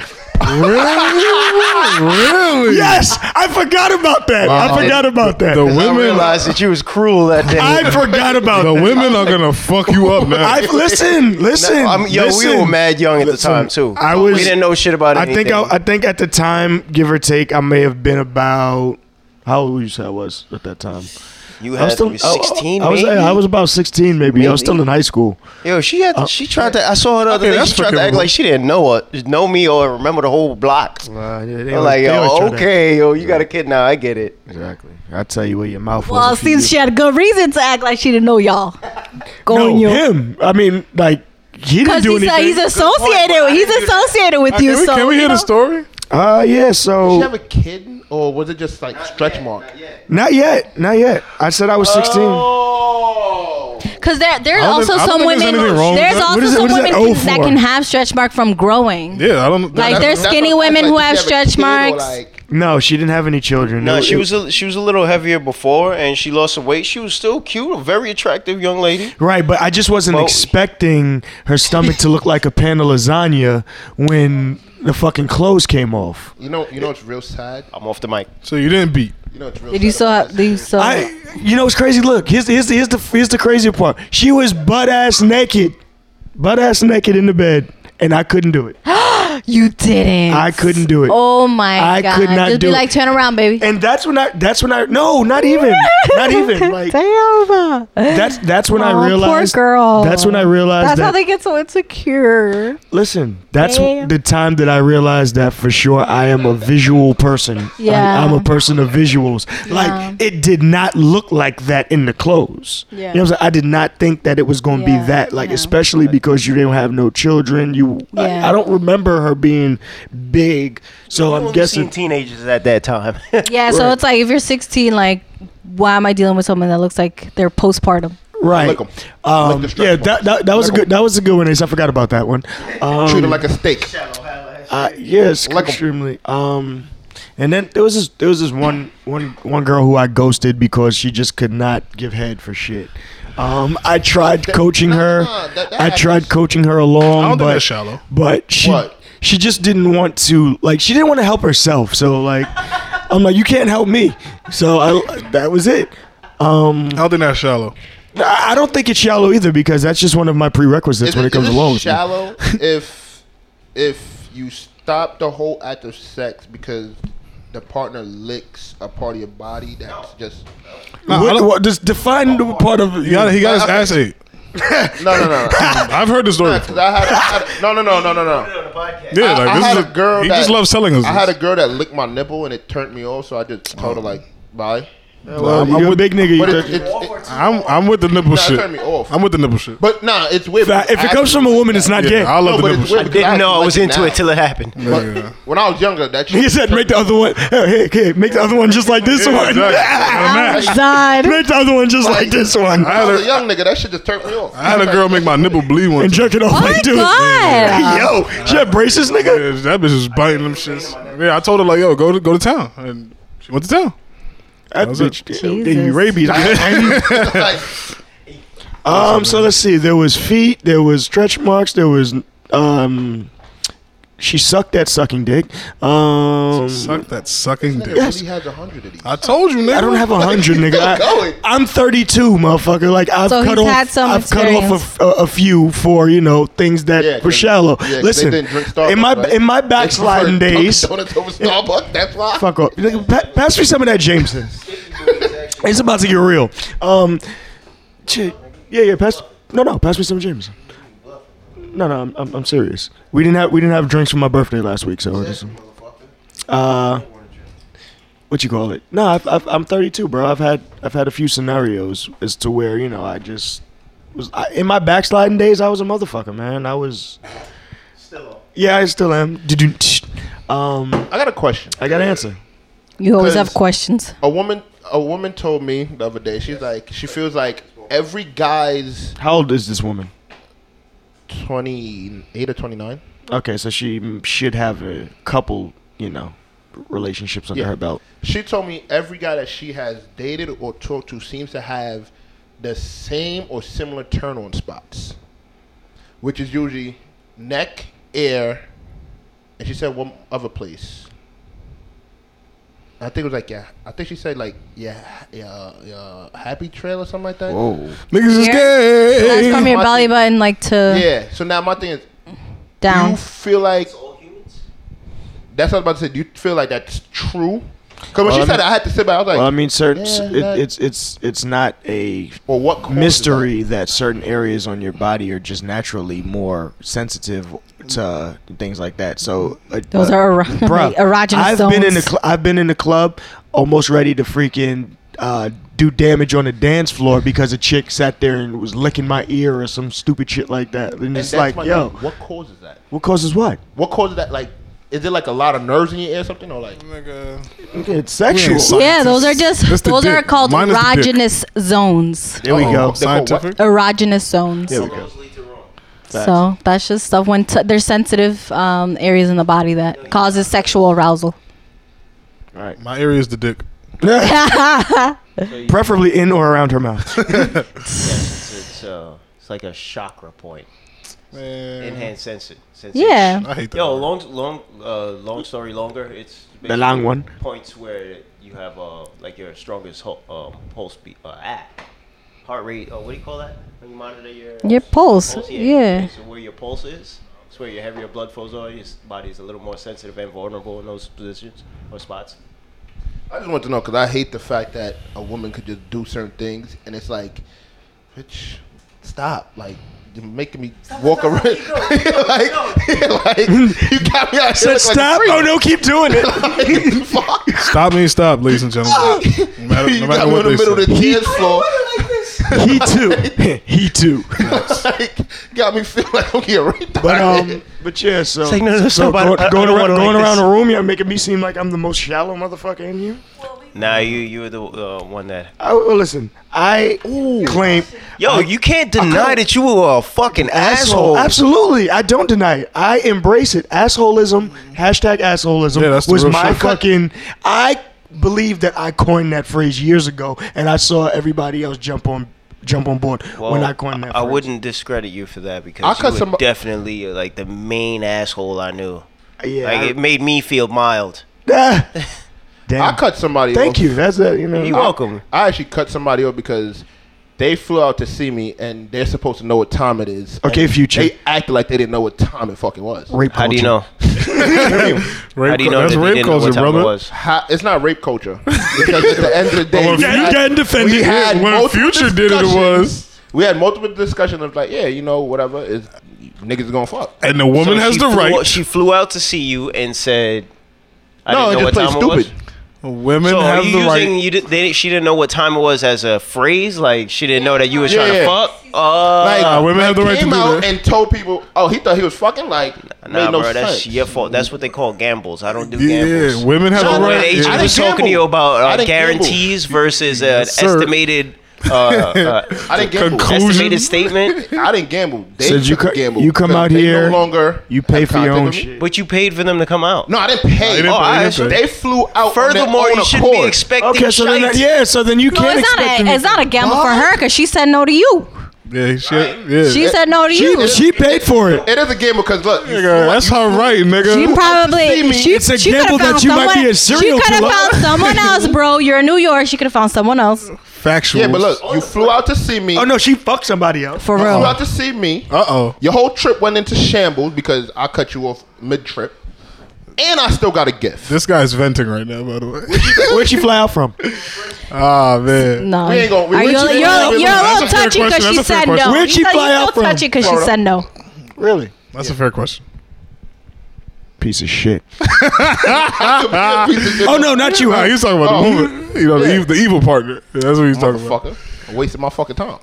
Speaker 1: really?
Speaker 2: yes I forgot about that
Speaker 5: Wow.
Speaker 2: I forgot about that
Speaker 1: The
Speaker 6: I
Speaker 1: women.
Speaker 6: realized that you was cruel that day.
Speaker 2: I forgot about
Speaker 1: The
Speaker 2: that.
Speaker 1: women are gonna fuck you up now.
Speaker 2: I listen listen
Speaker 6: I'm, yo, we were
Speaker 2: listen.
Speaker 6: mad young at the
Speaker 2: Listen,
Speaker 6: time too.
Speaker 2: I was-
Speaker 6: we didn't know shit about
Speaker 2: I
Speaker 6: anything.
Speaker 2: think I, I think at the time, give or take, I may have been about how old would you say I was at that time?
Speaker 6: you
Speaker 2: I
Speaker 6: had
Speaker 2: was
Speaker 6: to be 16.
Speaker 2: I, I was
Speaker 6: maybe?
Speaker 2: I was Uh, about sixteen, maybe. I was
Speaker 6: Maybe.
Speaker 2: still in high school.
Speaker 6: Yo, she had. she tried to. I saw her the other
Speaker 1: Okay,
Speaker 6: day.
Speaker 1: that's
Speaker 6: She tried to act
Speaker 1: forgivable.
Speaker 6: like she didn't know her, know me or remember the whole block.
Speaker 2: they
Speaker 6: I'm like, yo, okay, yo, you got a kid now. I get it.
Speaker 2: Exactly. I tell you where your mouth was.
Speaker 3: Well,
Speaker 2: if you
Speaker 3: since she
Speaker 2: do-
Speaker 3: had good reason to act like she didn't know y'all. Going
Speaker 2: no,
Speaker 3: your
Speaker 2: him. I mean, like he didn't do
Speaker 3: Because he's, uh,
Speaker 2: anything.
Speaker 3: he's associated.
Speaker 6: point.
Speaker 3: he's associated with
Speaker 1: can,
Speaker 3: you.
Speaker 1: we,
Speaker 3: so
Speaker 1: can we hear
Speaker 3: you know,
Speaker 1: the story?
Speaker 2: Uh, yeah. So
Speaker 5: Did she have a kid, or was it just like stretch mark?
Speaker 2: not yet, not yet. I said I was sixteen.
Speaker 5: Oh,
Speaker 3: Because there, there's
Speaker 1: I don't
Speaker 3: also
Speaker 1: think- I don't
Speaker 3: some
Speaker 1: think there's
Speaker 3: women.
Speaker 1: anything wrong with
Speaker 3: There's
Speaker 1: that.
Speaker 3: also
Speaker 2: What is it-
Speaker 3: some
Speaker 2: what is
Speaker 3: women
Speaker 2: that
Speaker 3: who-
Speaker 2: O
Speaker 3: that
Speaker 2: for?
Speaker 3: can have stretch mark from growing.
Speaker 1: Yeah, I don't.
Speaker 3: Like,
Speaker 1: that's-
Speaker 3: there's
Speaker 1: that's-
Speaker 3: skinny women who have stretch marks.
Speaker 2: No, she didn't have any children.
Speaker 6: No,
Speaker 2: It-
Speaker 6: she
Speaker 2: it-
Speaker 6: was a, she was a little heavier before, and she lost some weight. She was still cute, a very attractive young lady.
Speaker 2: Right, but I just wasn't
Speaker 6: Well-
Speaker 2: expecting her stomach to look like a pan of lasagna when the fucking clothes came off.
Speaker 5: You know, you know what's real sad.
Speaker 6: I'm off the mic.
Speaker 1: so you didn't beat.
Speaker 5: You know what's real.
Speaker 3: Did you
Speaker 5: sad
Speaker 3: still
Speaker 5: about
Speaker 3: have? Did you still?
Speaker 2: I,
Speaker 3: Uh-huh.
Speaker 2: you know, it's crazy. Look, here's here's the here's the here's the crazy part. She was butt ass naked, butt ass naked in the bed, and I couldn't do it.
Speaker 3: you didn't.
Speaker 2: I couldn't do it.
Speaker 3: Oh my
Speaker 2: I
Speaker 3: god!
Speaker 2: could not
Speaker 3: Just
Speaker 2: do
Speaker 3: be
Speaker 2: it.
Speaker 3: like, turn around, baby.
Speaker 2: And that's when I that's when I no, not even, not even like
Speaker 3: Damn.
Speaker 2: that's that's when
Speaker 3: Aw,
Speaker 2: I realized.
Speaker 3: Poor girl.
Speaker 2: That's when I realized
Speaker 3: That's
Speaker 2: that.
Speaker 3: how they get so insecure.
Speaker 2: Listen, that's
Speaker 3: Damn.
Speaker 2: the time that I realized that for sure I am a visual person.
Speaker 3: Yeah.
Speaker 2: I, am a person of visuals.
Speaker 3: Yeah.
Speaker 2: Like it did not look like that in the clothes.
Speaker 3: Yeah.
Speaker 2: You know what I'm saying? I did not think that it was going to
Speaker 3: Yeah,
Speaker 2: be that like
Speaker 3: yeah.
Speaker 2: especially because you didn't have no children. You I-
Speaker 3: Yeah.
Speaker 2: I, don't remember her being big. So I'm guessing
Speaker 6: teenagers at that time.
Speaker 3: Yeah, so
Speaker 2: Right.
Speaker 3: it's like if you're 16, like, why am I dealing with someone that looks like they're postpartum?
Speaker 2: right.
Speaker 5: Lick 'em.
Speaker 2: Um,
Speaker 5: Lick the
Speaker 2: yeah,
Speaker 5: stretch
Speaker 2: that, that, that was a
Speaker 5: Lick 'em.
Speaker 2: good that was a good one. Ace. I forgot about that one. Um,
Speaker 5: Treat her like a steak.
Speaker 2: Uh, yes,
Speaker 5: Like 'em.
Speaker 2: extremely. Um, and then there was this there was this one one one girl who I ghosted because she just could not give head for shit. Um, I tried coaching her.
Speaker 5: nah, that- that
Speaker 2: I tried
Speaker 5: happens.
Speaker 2: coaching her along,
Speaker 1: I don't think
Speaker 2: but
Speaker 1: that's shallow.
Speaker 2: but she
Speaker 5: What?
Speaker 2: she just didn't want to like she didn't want to help herself. So like I'm like you can't help me. So I that was it. Um,
Speaker 5: Mm.
Speaker 1: I don't think that's shallow.
Speaker 2: I I don't think it's shallow either because that's just one of my prerequisites
Speaker 5: Is
Speaker 2: when it,
Speaker 5: is
Speaker 2: comes along. with me.
Speaker 5: Shallow if if you stop the whole act of sex because the partner licks a part of your body that's just
Speaker 1: Nah, I
Speaker 2: What-
Speaker 1: don't-
Speaker 2: what- just define
Speaker 5: Oh,
Speaker 2: the part of
Speaker 1: He got, he got his
Speaker 5: Okay.
Speaker 1: ass ate.
Speaker 5: no no no. no.
Speaker 1: I've heard this story.
Speaker 5: Cause
Speaker 1: Before.
Speaker 5: I had, I had- no no no no no no.
Speaker 1: Yeah,
Speaker 5: I,
Speaker 1: like
Speaker 5: I
Speaker 1: this
Speaker 5: had
Speaker 1: is
Speaker 5: a girl.
Speaker 1: He
Speaker 5: that,
Speaker 1: just loves selling us.
Speaker 5: I had a
Speaker 1: this. Oh.
Speaker 5: girl that licked my nipple and it turned me off, so I just told her like, bye.
Speaker 2: Well,
Speaker 1: I'm-
Speaker 2: you're
Speaker 1: I'm
Speaker 2: a
Speaker 1: with-
Speaker 2: big nigga. You
Speaker 5: But it,
Speaker 2: touch-
Speaker 5: it, it,
Speaker 1: I'm I'm with the nipple
Speaker 5: it
Speaker 1: shit.
Speaker 5: turned me off.
Speaker 1: I'm with the nipple shit.
Speaker 5: but nah, it's weird.
Speaker 2: If if it comes from a woman, it's not
Speaker 1: Yeah,
Speaker 2: gay.
Speaker 1: I love
Speaker 5: No,
Speaker 1: the
Speaker 5: but
Speaker 1: nipple
Speaker 5: it's
Speaker 1: shit.
Speaker 5: weird.
Speaker 6: Didn't know I was into it till it happened.
Speaker 1: Yeah.
Speaker 5: When I was younger, that shit
Speaker 2: He said, "Make the other one. Hey, hey, hey, make the other one just like this
Speaker 1: Yeah,
Speaker 2: one.
Speaker 1: exactly. Got a match.
Speaker 3: God.
Speaker 2: make the other one just like this one,
Speaker 1: I
Speaker 5: I
Speaker 1: had
Speaker 5: was a
Speaker 1: a,
Speaker 5: young nigga. That shit just turned me off.
Speaker 1: I had a girl make my nipple bleed one.
Speaker 2: and
Speaker 1: time.
Speaker 2: jerk it off
Speaker 3: Oh my
Speaker 2: like dude.
Speaker 3: God.
Speaker 2: Yo, she had braces, nigga.
Speaker 1: Yeah, that bitch was biting them shits. Yeah, I told her like, yo, go to go to town, and she went to town.
Speaker 2: That
Speaker 1: was it.
Speaker 2: bitch gave me rabies.
Speaker 5: like,
Speaker 2: um, so let's see. There was feet. There was stretch marks. There was um, she sucked that sucking dick. Um,
Speaker 1: Suck that sucking
Speaker 5: nigga
Speaker 1: dick.
Speaker 5: really has a hundred of these.
Speaker 1: I told you, nigga.
Speaker 2: I don't have a hundred, nigga.
Speaker 5: Still going.
Speaker 2: I, I'm 32, motherfucker. Like I've
Speaker 3: So
Speaker 2: cut
Speaker 3: he's
Speaker 2: off,
Speaker 3: had some
Speaker 2: I've cut
Speaker 3: experience.
Speaker 2: off a, a- a few for you know things that
Speaker 5: Yeah,
Speaker 2: were
Speaker 5: 'cause-
Speaker 2: shallow.
Speaker 5: yeah, 'cause they
Speaker 2: Listen,
Speaker 5: didn't drink Starbucks,
Speaker 2: in my
Speaker 5: right?
Speaker 2: in my
Speaker 5: They
Speaker 2: backsliding
Speaker 5: prefer Dunkin'
Speaker 2: days,
Speaker 5: Donuts over Starbucks. That's why.
Speaker 2: fuck off. Nigga, pa- pass me some of that Jameson. it's about to get real. Um, shit. yeah, yeah. Pass. No, no. Pass me some Jameson. No, no. I'm, I'm, I'm serious. We didn't have we didn't have drinks for my birthday last week, so. Just, uh, what you call it? No, I've, I've, I'm 32, bro. I've had I've had a few scenarios as to where you know I just was I, in my backsliding days. I was a motherfucker, man. I was. Yeah, I still am. Doo-doo. Um,
Speaker 5: I got a question.
Speaker 2: I got an answer.
Speaker 3: You always have
Speaker 5: Cause-
Speaker 3: questions.
Speaker 5: A woman, a woman told me the other day. She's like, she feels like every guy's
Speaker 2: How old is this woman?
Speaker 5: twenty eight or twenty nine.
Speaker 2: Okay, so she mm, should have a couple, you know, relationships under
Speaker 5: Yeah.
Speaker 2: her belt.
Speaker 5: She told me every guy that she has dated or talked to seems to have the same or similar turn on spots, which is usually neck, ear, and she said one other place. I think it was like yeah. I think she said like yeah, yeah, yeah happy trail or something like that.
Speaker 1: Niggas is
Speaker 3: Yeah.
Speaker 1: gay.
Speaker 3: That's from your belly button, like to
Speaker 5: Yeah. So now my thing is, do
Speaker 3: down.
Speaker 5: you feel like that's what I was about to say? Do you feel like that's true? Because when
Speaker 2: Well,
Speaker 5: she
Speaker 2: I
Speaker 5: said
Speaker 2: mean-
Speaker 5: it, I had to sit back. I was like,
Speaker 2: Well, I mean, certain
Speaker 5: Yeah, that-
Speaker 2: it, it's it's it's not a
Speaker 5: or what causes
Speaker 2: mystery that certain areas on your body are just naturally more sensitive to things like that. So uh,
Speaker 3: Those
Speaker 2: uh,
Speaker 3: are ero-
Speaker 2: bruh,
Speaker 3: erogenous
Speaker 2: I've been in the
Speaker 3: zones.
Speaker 2: cl- I've been in the club almost ready to freaking uh, do damage on the dance floor because a chick sat there and was licking my ear or some stupid shit like that. And,
Speaker 5: And
Speaker 2: it's
Speaker 5: that's
Speaker 2: like,
Speaker 5: my
Speaker 2: yo,
Speaker 5: thing. what causes that?
Speaker 2: what causes what?
Speaker 5: What causes that? Like, Is it like a lot of nerves in your ear or something or like?
Speaker 1: Nigga.
Speaker 2: It's sexual.
Speaker 1: Yeah,
Speaker 3: Yeah, those are
Speaker 1: That's
Speaker 3: just
Speaker 1: the
Speaker 3: those are
Speaker 1: dick.
Speaker 3: called
Speaker 1: Mine is the dick.
Speaker 3: erogenous zones.
Speaker 2: There we
Speaker 5: Oh,
Speaker 2: go.
Speaker 5: what?
Speaker 1: Scientific.
Speaker 3: Erogenous zones.
Speaker 2: There we go.
Speaker 6: Those lead to wrong.
Speaker 3: So that's just stuff when t- there's sensitive um, areas in the body that causes sexual arousal.
Speaker 1: My area is the dick.
Speaker 2: Preferably in or around her mouth.
Speaker 6: Yes, it's, it's, uh, it's like a chakra point.
Speaker 1: Man,
Speaker 6: Enhanced sensor. sensation.
Speaker 3: Yeah.
Speaker 1: I hate that.
Speaker 6: Yo,
Speaker 1: Yo,
Speaker 6: long, long, uh, long story longer. It's
Speaker 2: The long
Speaker 6: basically
Speaker 2: one.
Speaker 6: Points where you have uh, like your strongest ho- um, pulse beat, uh, ah, heart rate. Oh, what do you call that? When you monitor your
Speaker 3: Your pulse, yeah.
Speaker 6: So where your pulse is, it's where your heavier blood flows are. Your s- body is a little more sensitive and vulnerable in those positions or spots.
Speaker 5: I just want to know because I hate the fact that a woman could just do certain things and it's like, bitch, stop. Like, you're making me walk around. like, like, you got me out here.
Speaker 2: Said
Speaker 5: look
Speaker 2: stop.
Speaker 5: Like
Speaker 2: oh no, keep doing it.
Speaker 5: a freak. Fuck.
Speaker 1: oh, stop me, stop, ladies and
Speaker 6: Ah!
Speaker 1: gentlemen. No matter,
Speaker 5: you
Speaker 1: no matter
Speaker 5: got me
Speaker 1: what
Speaker 5: in the
Speaker 1: they
Speaker 5: middle of the
Speaker 1: say.
Speaker 5: dance floor.
Speaker 2: he too. he too.
Speaker 5: like, got me feeling like I'm getting raped.
Speaker 2: But um, but yeah. So,
Speaker 7: like, no, no,
Speaker 2: so
Speaker 7: stop, I-
Speaker 2: go-
Speaker 7: I- I
Speaker 2: going
Speaker 7: don't
Speaker 2: around,
Speaker 7: wanna
Speaker 2: going
Speaker 7: like
Speaker 2: around
Speaker 7: this.
Speaker 2: the room, you're making me seem like I'm the most shallow motherfucker in here.
Speaker 6: Now you you were the uh, one that.
Speaker 2: I, well, listen, I claim
Speaker 7: Yo, you can't deny that you were a fucking asshole.
Speaker 2: Absolutely, I don't deny it. I embrace it. Assholeism, hashtag assholeism
Speaker 1: Yeah, that's the
Speaker 2: was
Speaker 1: real
Speaker 2: my
Speaker 1: shit.
Speaker 2: fucking. I believe that I coined that phrase years ago, and I saw everybody else jump on jump on board when I coined that.
Speaker 6: I
Speaker 2: phrase.
Speaker 6: wouldn't discredit you for that because
Speaker 5: I
Speaker 6: I
Speaker 5: cut
Speaker 6: you were
Speaker 5: some-
Speaker 6: definitely uh, like the main asshole I knew.
Speaker 2: Yeah,
Speaker 6: like
Speaker 2: I-
Speaker 6: it made me feel mild.
Speaker 2: Ah,
Speaker 5: I
Speaker 2: damn.
Speaker 5: cut somebody
Speaker 2: Thank
Speaker 5: off.
Speaker 2: you. That's it. You know.
Speaker 6: You welcome.
Speaker 5: I actually cut somebody up because they flew out to see me and they're supposed to know what time it is.
Speaker 2: Okay,
Speaker 5: And
Speaker 2: Future.
Speaker 5: They acted like they didn't know what time it fucking was.
Speaker 2: Rape
Speaker 6: How do you
Speaker 2: culture.
Speaker 6: know?
Speaker 1: Rape
Speaker 6: How do you
Speaker 1: cul-
Speaker 6: know
Speaker 1: that's
Speaker 6: that
Speaker 1: rape
Speaker 6: you didn't know
Speaker 1: culture,
Speaker 6: what time
Speaker 1: brother.
Speaker 6: it was?
Speaker 5: How, it's not rape culture because at the end of the day,
Speaker 1: Well,
Speaker 5: we
Speaker 1: you
Speaker 5: had-
Speaker 2: getting defended.
Speaker 5: we had
Speaker 1: When
Speaker 5: multiple
Speaker 1: Future did it, it
Speaker 5: discussions.
Speaker 1: was-
Speaker 5: We had multiple discussions of like, yeah, you know, whatever is niggas gonna fuck.
Speaker 1: And the woman
Speaker 6: So
Speaker 1: has
Speaker 6: she
Speaker 1: the
Speaker 6: flew,
Speaker 1: right.
Speaker 6: She flew out to see you and said, "I
Speaker 5: no,
Speaker 6: didn't know
Speaker 5: it
Speaker 6: what
Speaker 5: just
Speaker 6: time it
Speaker 5: played
Speaker 6: was."
Speaker 5: stupid.
Speaker 1: Women
Speaker 6: So are
Speaker 1: have
Speaker 6: you
Speaker 1: the right.
Speaker 6: using you did, they, she didn't know what time it was as a phrase? Like she didn't know that you were
Speaker 5: Yeah,
Speaker 6: trying
Speaker 5: yeah.
Speaker 6: to fuck? Uh,
Speaker 5: Like,
Speaker 1: Nah, women have the right to
Speaker 5: came
Speaker 1: do
Speaker 5: out
Speaker 1: that.
Speaker 5: and told people, oh, he thought he was fucking. Like,
Speaker 6: nah,
Speaker 5: made no
Speaker 6: bro,
Speaker 5: sense.
Speaker 6: that's your fault. That's what they call gambles. I don't do gambles.
Speaker 1: Yeah, women have
Speaker 6: So
Speaker 1: the
Speaker 6: when
Speaker 1: right.
Speaker 6: the agent
Speaker 5: I
Speaker 1: Yeah.
Speaker 5: didn't
Speaker 6: was talking to you
Speaker 5: gamble. I
Speaker 6: about uh,
Speaker 5: didn't gamble.
Speaker 6: guarantees versus an
Speaker 1: Yes, sir.
Speaker 6: estimated uh, uh,
Speaker 5: I didn't gamble.
Speaker 1: Conclu- Conclusion.
Speaker 6: estimated statement,
Speaker 5: I didn't gamble. They
Speaker 2: Said you
Speaker 5: took a
Speaker 2: co-
Speaker 5: gamble.
Speaker 2: you come
Speaker 5: because
Speaker 2: out
Speaker 5: they
Speaker 2: here,
Speaker 5: No longer.
Speaker 2: you pay
Speaker 5: have
Speaker 2: for your
Speaker 5: contact
Speaker 2: own
Speaker 5: with me.
Speaker 2: shit.
Speaker 6: but you paid for them to come out.
Speaker 5: No, I didn't pay.
Speaker 1: They didn't
Speaker 6: Oh,
Speaker 1: put
Speaker 6: I-
Speaker 1: anything.
Speaker 5: They flew out.
Speaker 6: Furthermore, you shouldn't be expecting
Speaker 2: Okay, so then
Speaker 6: shite.
Speaker 2: that, yeah, so then you
Speaker 3: No,
Speaker 2: can't
Speaker 3: it's not
Speaker 2: expect.
Speaker 3: a
Speaker 2: me-
Speaker 3: it's not a gamble for her because she said no to you.
Speaker 1: Yeah, shit. Yeah.
Speaker 3: She said no to you.
Speaker 2: she, she paid for it.
Speaker 5: It is a gamble because look, you
Speaker 1: Nigga,
Speaker 5: flew
Speaker 1: that's
Speaker 5: out-
Speaker 1: her right, nigga.
Speaker 3: She
Speaker 5: see
Speaker 3: probably
Speaker 5: me.
Speaker 3: she,
Speaker 2: It's a
Speaker 3: she could've
Speaker 2: gamble that
Speaker 3: found
Speaker 2: you might
Speaker 3: someone-
Speaker 2: be a serial
Speaker 3: She could
Speaker 2: killer.
Speaker 3: have found someone else, bro. You're in New York. She could have found someone else
Speaker 1: Factual.
Speaker 5: Yeah, but look, you flew out to see me.
Speaker 2: Oh no, she fucked somebody else.
Speaker 3: for
Speaker 5: You flew
Speaker 3: real.
Speaker 5: out to see me.
Speaker 1: Uh oh.
Speaker 5: Your whole trip went into shambles because I cut you off mid trip, and I still got a gift.
Speaker 1: This guy's venting right now, by the way.
Speaker 2: Where'd she fly out from?
Speaker 1: Ah, man.
Speaker 3: No,
Speaker 5: We ain't gonna- we-
Speaker 3: Are you,
Speaker 5: we-
Speaker 3: you're,
Speaker 5: we-
Speaker 3: you're,
Speaker 5: we-
Speaker 3: you're a
Speaker 1: that's
Speaker 3: little
Speaker 1: a fair
Speaker 3: touchy
Speaker 1: question,
Speaker 3: because she
Speaker 1: that's a fair
Speaker 3: said
Speaker 1: question.
Speaker 3: no.
Speaker 2: Where'd she
Speaker 3: You said
Speaker 2: fly
Speaker 3: you're
Speaker 2: out
Speaker 3: so
Speaker 2: from?
Speaker 3: Touchy because she
Speaker 5: Florida.
Speaker 3: said no.
Speaker 2: Really?
Speaker 1: That's a fair question.
Speaker 2: Piece of shit.
Speaker 5: I could be a piece of
Speaker 2: Oh
Speaker 5: shit.
Speaker 2: no, not you.
Speaker 1: Nah,
Speaker 2: Huh?
Speaker 1: he's talking about the
Speaker 5: Oh.
Speaker 1: woman. You know, the,
Speaker 5: Yeah.
Speaker 1: evil, the evil partner. Yeah, that's what he's talking about.
Speaker 5: motherfucker, I wasted my fucking time.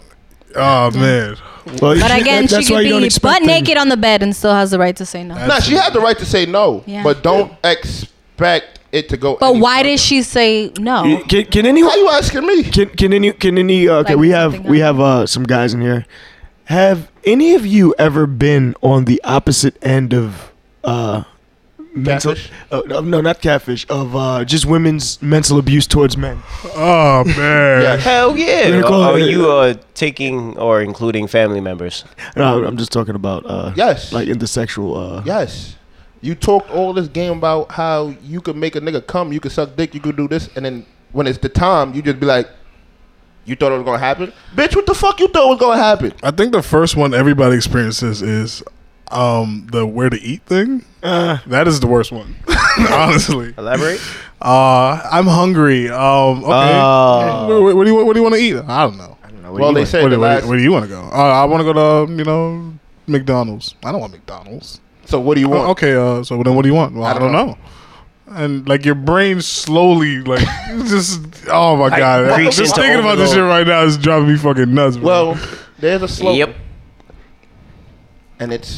Speaker 1: Oh man.
Speaker 2: Well,
Speaker 3: But again,
Speaker 2: that's
Speaker 3: she
Speaker 2: why
Speaker 3: could
Speaker 2: you don't
Speaker 3: be
Speaker 2: expect
Speaker 3: butt
Speaker 2: things.
Speaker 3: naked on the bed and still has the right to say no.
Speaker 5: Nah, she had the right to say no,
Speaker 3: Yeah.
Speaker 5: but don't expect it to go.
Speaker 3: But
Speaker 5: any
Speaker 3: why
Speaker 5: further.
Speaker 3: did she say no?
Speaker 2: Can, can
Speaker 5: Why
Speaker 2: anyone?
Speaker 5: you asking me?
Speaker 2: Can can any? Can any? Uh, okay,
Speaker 3: Like
Speaker 2: we have
Speaker 3: something
Speaker 2: we
Speaker 3: else.
Speaker 2: have uh, some guys in here. Have any of you ever been on the opposite end of uh, mental?
Speaker 5: Catfish?
Speaker 2: Uh, no, no, not catfish. Of uh, just women's mental abuse towards men.
Speaker 1: Oh man.
Speaker 5: Yeah.
Speaker 6: Hell yeah!
Speaker 2: We're calling
Speaker 6: Are
Speaker 2: it-
Speaker 6: you uh, taking or including family members?
Speaker 2: No, I'm just talking about uh,
Speaker 5: Yes.
Speaker 2: like intersexual. Uh,
Speaker 5: Yes. You talked all this game about how you could make a nigga come, you could suck dick, you could do this, and then when it's the time, you just be like, "You thought it was gonna happen, bitch? What the fuck you thought was gonna happen?"
Speaker 1: I think the first one everybody experiences is um the where to eat thing.
Speaker 2: Uh,
Speaker 1: That is the worst one. Honestly.
Speaker 6: Elaborate.
Speaker 1: Uh I'm hungry. Um okay.
Speaker 6: Oh.
Speaker 1: Where, where- where do you what do you want to eat? I don't know.
Speaker 5: well, they say
Speaker 1: Where,
Speaker 5: the
Speaker 1: do- where,
Speaker 5: last.
Speaker 1: where do you want to go? Uh, I want to go to you know McDonald's. I don't want McDonald's.
Speaker 5: so what do you want?
Speaker 1: Oh, okay, uh, so then what do you want? Well, I, don't know. And like your brain slowly like just oh my god,
Speaker 6: creeps
Speaker 1: just
Speaker 6: into
Speaker 1: thinking about this shit right
Speaker 6: overload.
Speaker 1: now is driving me fucking nuts. Bro.
Speaker 5: Well, there's a slope,
Speaker 6: Yep.
Speaker 5: and it's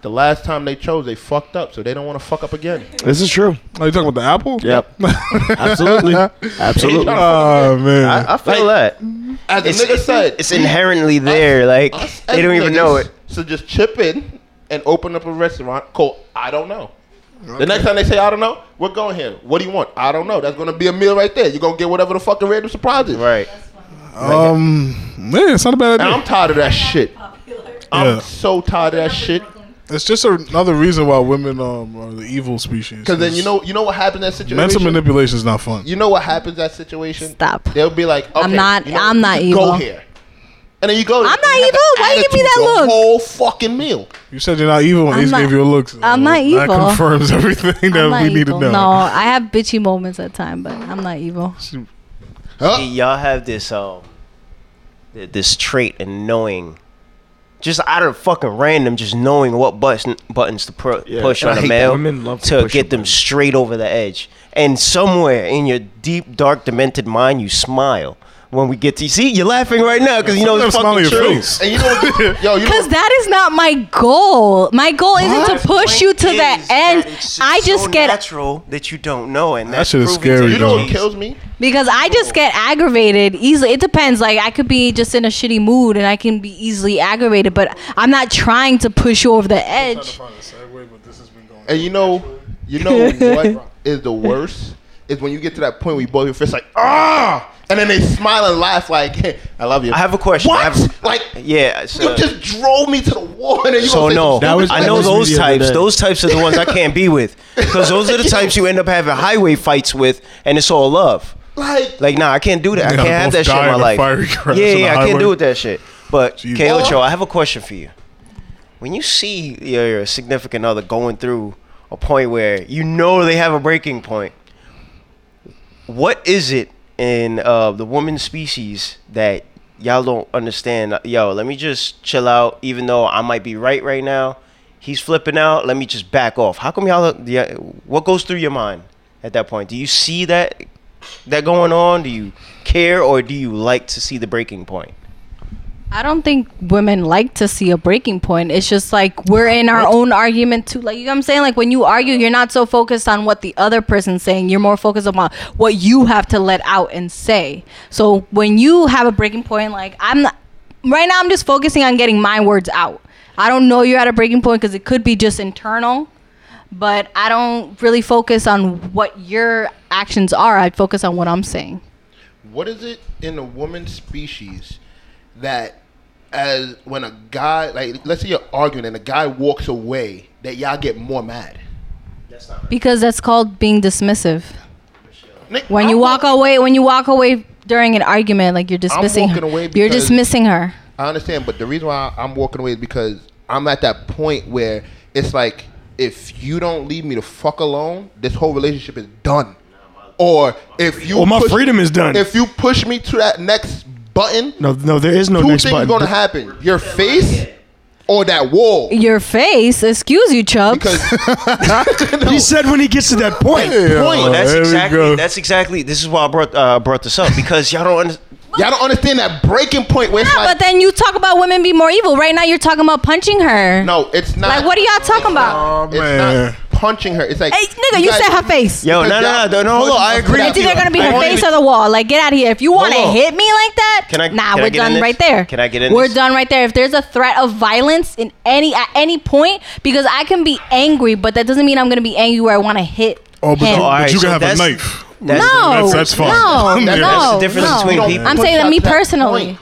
Speaker 5: The last time they chose, they fucked up, so they don't want to fuck up again.
Speaker 2: This is true.
Speaker 1: Are you talking about the Apple?
Speaker 2: Yep. Absolutely. Absolutely.
Speaker 1: Oh man.
Speaker 6: I, I feel that.
Speaker 5: As the
Speaker 6: It's,
Speaker 5: nigga said,
Speaker 6: it's inherently there. like
Speaker 5: us
Speaker 6: they don't
Speaker 5: as
Speaker 6: even
Speaker 5: niggas
Speaker 6: know it.
Speaker 5: should just chip in and open up a restaurant called I don't know. The next time they say I don't know, we're going here. What do you want? I don't know. That's gonna be a meal right there. You're gonna get whatever the fucking random surprise is.
Speaker 6: Right.
Speaker 1: um, man, it's not a bad
Speaker 5: And
Speaker 1: idea.
Speaker 5: I'm tired of that shit.
Speaker 1: Yeah.
Speaker 5: I'm so tired of that shit.
Speaker 1: It's just another reason why women um are the evil species.
Speaker 5: Because then you know you know what happens in that situation.
Speaker 1: mental manipulation is not fun.
Speaker 5: you know what happens in that situation.
Speaker 3: Stop.
Speaker 5: They'll be like, okay,
Speaker 3: I'm not-
Speaker 5: you know
Speaker 3: I'm
Speaker 5: what?
Speaker 3: not
Speaker 5: You Go
Speaker 3: evil.
Speaker 5: here. And then you go. there,
Speaker 3: I'm
Speaker 5: and
Speaker 3: not
Speaker 5: you have
Speaker 3: evil.
Speaker 5: an
Speaker 3: Why you give me
Speaker 5: attitude
Speaker 3: that
Speaker 5: the
Speaker 3: look?
Speaker 5: Whole fucking meal.
Speaker 1: You said you're not evil, and
Speaker 3: I'm
Speaker 1: Ace
Speaker 3: not-
Speaker 1: gave you a look. so
Speaker 3: I'm not
Speaker 1: That
Speaker 3: evil.
Speaker 1: confirms everything that
Speaker 3: I'm not
Speaker 1: we need
Speaker 3: evil.
Speaker 1: to know.
Speaker 3: No, I have bitchy moments at time, but I'm not evil.
Speaker 5: Huh?
Speaker 6: Y- y'all have this um th- this trait in knowing just out of fucking random just knowing what button, buttons to pr- push
Speaker 2: I
Speaker 6: on a
Speaker 2: hate that.
Speaker 6: male
Speaker 2: Women love to
Speaker 6: to,
Speaker 2: push
Speaker 6: get
Speaker 2: the
Speaker 6: them straight over the edge and somewhere in your deep dark demented mind you smile when we get to see you're laughing right now because you know it's
Speaker 1: Sometimes smile in your
Speaker 6: fucking true
Speaker 1: face.
Speaker 5: And you know, what- yo, you know.
Speaker 3: Because that is not my goal. My goal isn't to push you to the end. I just get
Speaker 6: natural that you don't know and
Speaker 1: That that's shit is proven to scary,
Speaker 5: You know
Speaker 1: though.
Speaker 5: what kills me?
Speaker 3: because I just get aggravated easily. It depends. Like I could be just in a shitty mood and I can be easily aggravated, but I'm not trying to push you over the edge.
Speaker 5: And you know, you know what is the worst is when you get to that point where you both your fists like ah, and then they smile and laugh like I love you.
Speaker 6: I have a question. I
Speaker 5: What?
Speaker 6: have a-
Speaker 5: like
Speaker 6: yeah so-
Speaker 5: you just drove me to the wall and then you
Speaker 6: So
Speaker 5: gonna say
Speaker 6: no,
Speaker 5: some
Speaker 2: That was-
Speaker 5: stupid
Speaker 6: I know
Speaker 5: shit?
Speaker 2: that was
Speaker 6: those
Speaker 2: me the other
Speaker 6: types.
Speaker 2: day.
Speaker 6: Those types are the ones I can't be with, because those are the types you end up having highway fights with, and it's all love.
Speaker 5: like,
Speaker 6: Like, nah, I can't do that. I
Speaker 1: Yeah,
Speaker 6: can't have
Speaker 1: both
Speaker 6: that shit in
Speaker 1: die
Speaker 6: my
Speaker 1: in a
Speaker 6: life.
Speaker 1: fiery crash
Speaker 6: yeah,
Speaker 1: on the
Speaker 6: yeah, I can't
Speaker 1: highway.
Speaker 6: deal with that shit. But
Speaker 1: Jeez.
Speaker 6: Kayocho, I have a question for you. When you see your significant other going through a point where you know they have a breaking point, what is it in uh, the woman species that y'all don't understand? Yo, let me just chill out, even though I might be right right now. He's flipping out. Let me just back off. How come y'all? Yeah, what goes through your mind at that point? Do you see that that going on? Do you care, or do you like to see the breaking point?
Speaker 3: I don't think women like to see a breaking point. It's just like we're in our own argument too. Like you know what I'm saying? Like when you argue, you're not so focused on what the other person's saying. You're more focused upon what you have to let out and say. So when you have a breaking point, like I'm not right now I'm just focusing on getting my words out. I don't know you're at a breaking point because it could be just internal but I don't really focus on what your actions are. I focus on what I'm saying.
Speaker 5: what is it in the woman species that as when a guy like let's say you're arguing and a guy walks away that y'all get more mad.
Speaker 3: Because that's called being dismissive.
Speaker 5: Nick,
Speaker 3: When
Speaker 5: I'm
Speaker 3: you
Speaker 5: walk-
Speaker 3: walk away, when you walk away during an argument, like you're dismissing
Speaker 5: walking
Speaker 3: her.
Speaker 5: away
Speaker 3: you're
Speaker 5: because-
Speaker 3: dismissing her.
Speaker 5: I understand, but the reason why I'm walking away is because I'm at that point where it's like, if you don't leave me the fuck alone, this whole relationship is done. Or if you,
Speaker 2: Well, my freedom is done.
Speaker 5: If you push me to that next button,
Speaker 2: No, no, there is no
Speaker 5: two
Speaker 2: next
Speaker 5: things
Speaker 2: button.
Speaker 5: gonna happen: your face or that wall.
Speaker 3: Your face, excuse you, Chubbs.
Speaker 5: Because
Speaker 2: He said when he gets to that point.
Speaker 1: Yeah,
Speaker 6: Well, that's
Speaker 1: there we go.
Speaker 6: exactly. That's exactly. This is why I brought uh, brought this up because y'all don't. Under-
Speaker 5: y'all don't understand that breaking point where it's
Speaker 3: yeah,
Speaker 5: like,
Speaker 3: but then you talk about women be more evil. Right now, you're talking about punching her.
Speaker 5: no, it's not.
Speaker 3: Like, what are y'all talking about?
Speaker 1: Oh
Speaker 5: It's
Speaker 1: man.
Speaker 5: not punching her. It's like,
Speaker 3: Hey, nigga, you,
Speaker 5: guys-
Speaker 3: said her face.
Speaker 6: Yo, no,
Speaker 5: Because
Speaker 6: no,
Speaker 5: y'all
Speaker 6: no, no, hold on. I
Speaker 5: pushing
Speaker 6: agree
Speaker 5: us
Speaker 3: it's
Speaker 6: with
Speaker 5: to
Speaker 6: you.
Speaker 3: either gonna be
Speaker 6: I
Speaker 3: her
Speaker 6: won't
Speaker 3: face
Speaker 6: even-
Speaker 3: or the wall. Like, get out of here. If you want to
Speaker 6: Hold on.
Speaker 3: hit me like that,
Speaker 6: Can I-
Speaker 3: nah,
Speaker 6: can I
Speaker 3: we're
Speaker 6: get in
Speaker 3: done
Speaker 6: this?
Speaker 3: right there.
Speaker 6: Can I get in
Speaker 3: We're
Speaker 6: this?
Speaker 3: done right there. If there's a threat of violence in any at any point, because I can be angry, but that doesn't mean I'm gonna be angry where I want to hit.
Speaker 1: Oh, but,
Speaker 3: him.
Speaker 1: you,
Speaker 6: Alright,
Speaker 1: but you
Speaker 6: so
Speaker 1: can have a
Speaker 6: that's-
Speaker 1: knife.
Speaker 6: that's-
Speaker 3: No,
Speaker 1: that's, that's fine.
Speaker 3: no,
Speaker 1: Yeah.
Speaker 3: no,
Speaker 6: That's the difference
Speaker 3: no.
Speaker 6: between
Speaker 5: don't
Speaker 6: people.
Speaker 3: I'm
Speaker 5: push
Speaker 3: saying
Speaker 5: y'all
Speaker 3: that me
Speaker 5: to that
Speaker 3: personally.
Speaker 5: point.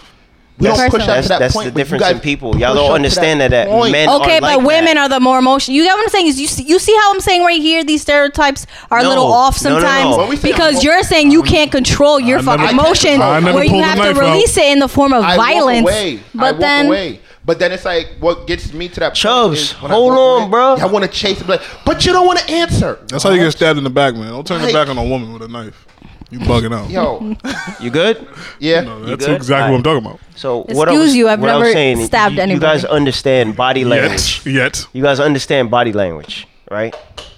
Speaker 5: We don't
Speaker 3: Personally.
Speaker 5: push out
Speaker 6: That's-
Speaker 5: to that
Speaker 6: that's
Speaker 5: point,
Speaker 6: the
Speaker 5: but you
Speaker 6: difference
Speaker 5: guys
Speaker 6: in people. Y'all
Speaker 5: push
Speaker 6: don't
Speaker 5: out to
Speaker 6: understand that that
Speaker 5: point.
Speaker 6: men-
Speaker 3: Okay,
Speaker 6: aren't
Speaker 3: but
Speaker 6: like
Speaker 3: women
Speaker 6: that.
Speaker 3: are the more emotional. You get what I'm saying? Is you see, you see how I'm saying right here? These stereotypes are a
Speaker 6: No.
Speaker 3: little off
Speaker 6: No, no, no.
Speaker 3: sometimes
Speaker 6: When
Speaker 5: we say
Speaker 3: because
Speaker 5: emo-
Speaker 3: you're saying you can't control your
Speaker 1: I never-
Speaker 3: fucking
Speaker 1: I can't
Speaker 3: emotions,
Speaker 1: control- I never
Speaker 3: where you
Speaker 1: pulled a
Speaker 3: have
Speaker 1: knife
Speaker 3: to
Speaker 1: out.
Speaker 3: release it in the form of
Speaker 5: I
Speaker 3: violence.
Speaker 5: Walk away. I
Speaker 3: But
Speaker 5: walk
Speaker 3: then,
Speaker 5: away. But then it's like what gets me to that point
Speaker 6: Chubbs,
Speaker 5: is when I
Speaker 6: hold
Speaker 5: walk
Speaker 6: on,
Speaker 5: away,
Speaker 6: bro.
Speaker 5: Y'all want to chase it, like, but you don't want to answer.
Speaker 1: That's how you get stabbed in the back, man. Don't turn your
Speaker 5: Like-
Speaker 1: back on a woman with a knife. You bugging out.
Speaker 5: Yo,
Speaker 6: You good?
Speaker 5: yeah.
Speaker 1: No, that's
Speaker 6: good?
Speaker 1: exactly what I'm talking about.
Speaker 6: So what I
Speaker 3: Excuse
Speaker 6: was-
Speaker 3: you, I've
Speaker 6: what I was
Speaker 3: never
Speaker 6: saying,
Speaker 3: stabbed
Speaker 6: you, You
Speaker 3: anybody.
Speaker 6: guys understand body language.
Speaker 1: Yet, yet.
Speaker 6: You guys understand body language, right?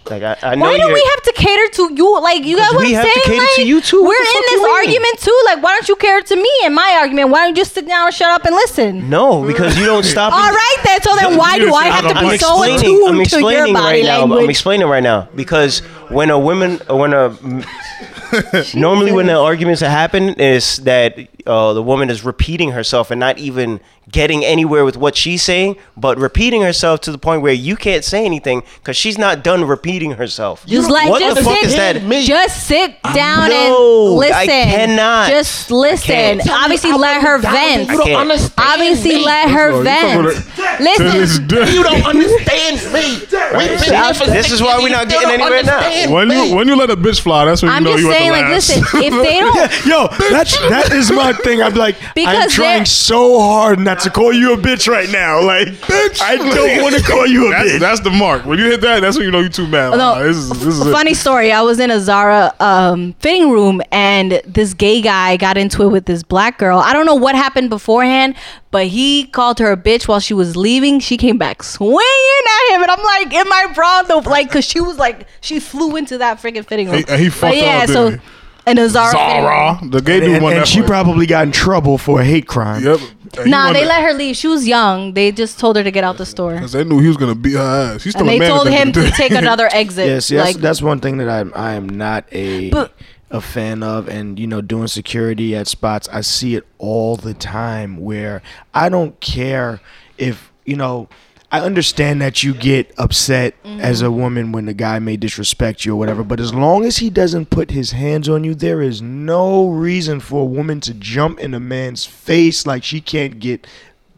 Speaker 6: Like I, I know
Speaker 3: Why do
Speaker 6: you're-
Speaker 3: we have to cater to you? Like you got
Speaker 6: Because
Speaker 3: what
Speaker 6: we
Speaker 3: I'm
Speaker 6: have to
Speaker 3: saying?
Speaker 6: cater
Speaker 3: like,
Speaker 6: to you too. What
Speaker 3: We're
Speaker 6: the
Speaker 3: in
Speaker 6: fuck
Speaker 3: this
Speaker 6: you mean?
Speaker 3: argument too. Like why don't you cater to me and my argument? Why don't you just sit down and shut up and listen?
Speaker 6: No, because you don't stop.
Speaker 3: All right then. So then why do I have to
Speaker 6: I'm
Speaker 3: be so
Speaker 6: explaining.
Speaker 3: attuned
Speaker 6: I'm
Speaker 3: to your
Speaker 6: explaining
Speaker 3: body
Speaker 6: right now. I'm
Speaker 3: language?
Speaker 6: explaining right now because when a woman, when a normally when the arguments happen is that uh, the woman is repeating herself and not even getting anywhere with what she's saying, but repeating herself to the point where you can't say anything because she's not done repeating herself.
Speaker 3: Just like
Speaker 6: what
Speaker 3: just
Speaker 6: the fuck
Speaker 3: sit,
Speaker 6: is that?
Speaker 3: Just sit down
Speaker 6: No,
Speaker 3: and listen.
Speaker 6: I cannot.
Speaker 3: Just
Speaker 6: I
Speaker 3: listen.
Speaker 6: can't.
Speaker 3: Obviously, let her
Speaker 6: I
Speaker 3: vent.
Speaker 6: can't.
Speaker 3: Obviously, let her
Speaker 1: Bro,
Speaker 3: vent.
Speaker 1: you talking about it- Till it's
Speaker 3: Listen,
Speaker 1: dead.
Speaker 6: This is why we're not getting anywhere now.
Speaker 1: When you when you let a bitch fly, that's when you
Speaker 3: I'm
Speaker 1: know
Speaker 3: just
Speaker 1: you at the
Speaker 3: saying. Like,
Speaker 1: last.
Speaker 3: listen, if they don't,
Speaker 2: Yo, that's that is my thing. I'm like, I'm
Speaker 3: Because
Speaker 2: trying
Speaker 3: they're-
Speaker 2: so hard not to call you a bitch right now. Like, bitch, I don't want to call you a
Speaker 1: that's,
Speaker 2: bitch.
Speaker 1: that's the mark. When you hit that, that's when you know you too mad.
Speaker 3: No,
Speaker 1: Like, this is, this is it.
Speaker 3: funny story. I was in a Zara um, fitting room, and this gay guy got into it with this black girl. I don't know what happened beforehand, but he called her a bitch while she was leaving. She came back swinging at him, and I'm like, "Am I wrong though?" Like, cause she was like, she flew into that freaking fitting room.
Speaker 1: He- he
Speaker 3: But
Speaker 1: fucked her up, didn't he?
Speaker 3: in a Zara. fitting
Speaker 1: Zara,
Speaker 3: room.
Speaker 1: the gay dude
Speaker 2: and
Speaker 1: won
Speaker 2: and
Speaker 1: that
Speaker 2: she
Speaker 1: fight.
Speaker 2: probably got in trouble for a hate crime.
Speaker 1: Yep. And he
Speaker 3: Nah,
Speaker 1: won
Speaker 3: they
Speaker 1: that-
Speaker 3: let her leave. She was young. They just told her to get out the store,
Speaker 1: 'cause They knew he was gonna beat her ass. He's still
Speaker 3: and
Speaker 1: a
Speaker 3: they
Speaker 1: man at
Speaker 3: told
Speaker 1: the
Speaker 3: him
Speaker 1: end of
Speaker 3: to
Speaker 1: the day.
Speaker 3: take another exit.
Speaker 2: Yes, yes,
Speaker 3: like,
Speaker 2: that's one thing that I'm I am not a
Speaker 3: But-
Speaker 2: a fan of, and you know, doing security at spots, I see it all the time. Where I don't care if you know, I understand that you get upset as
Speaker 3: Mm-hmm.
Speaker 2: a woman when the guy may disrespect you or whatever, but as long as he doesn't put his hands on you, there is no reason for a woman to jump in a man's face like she can't get.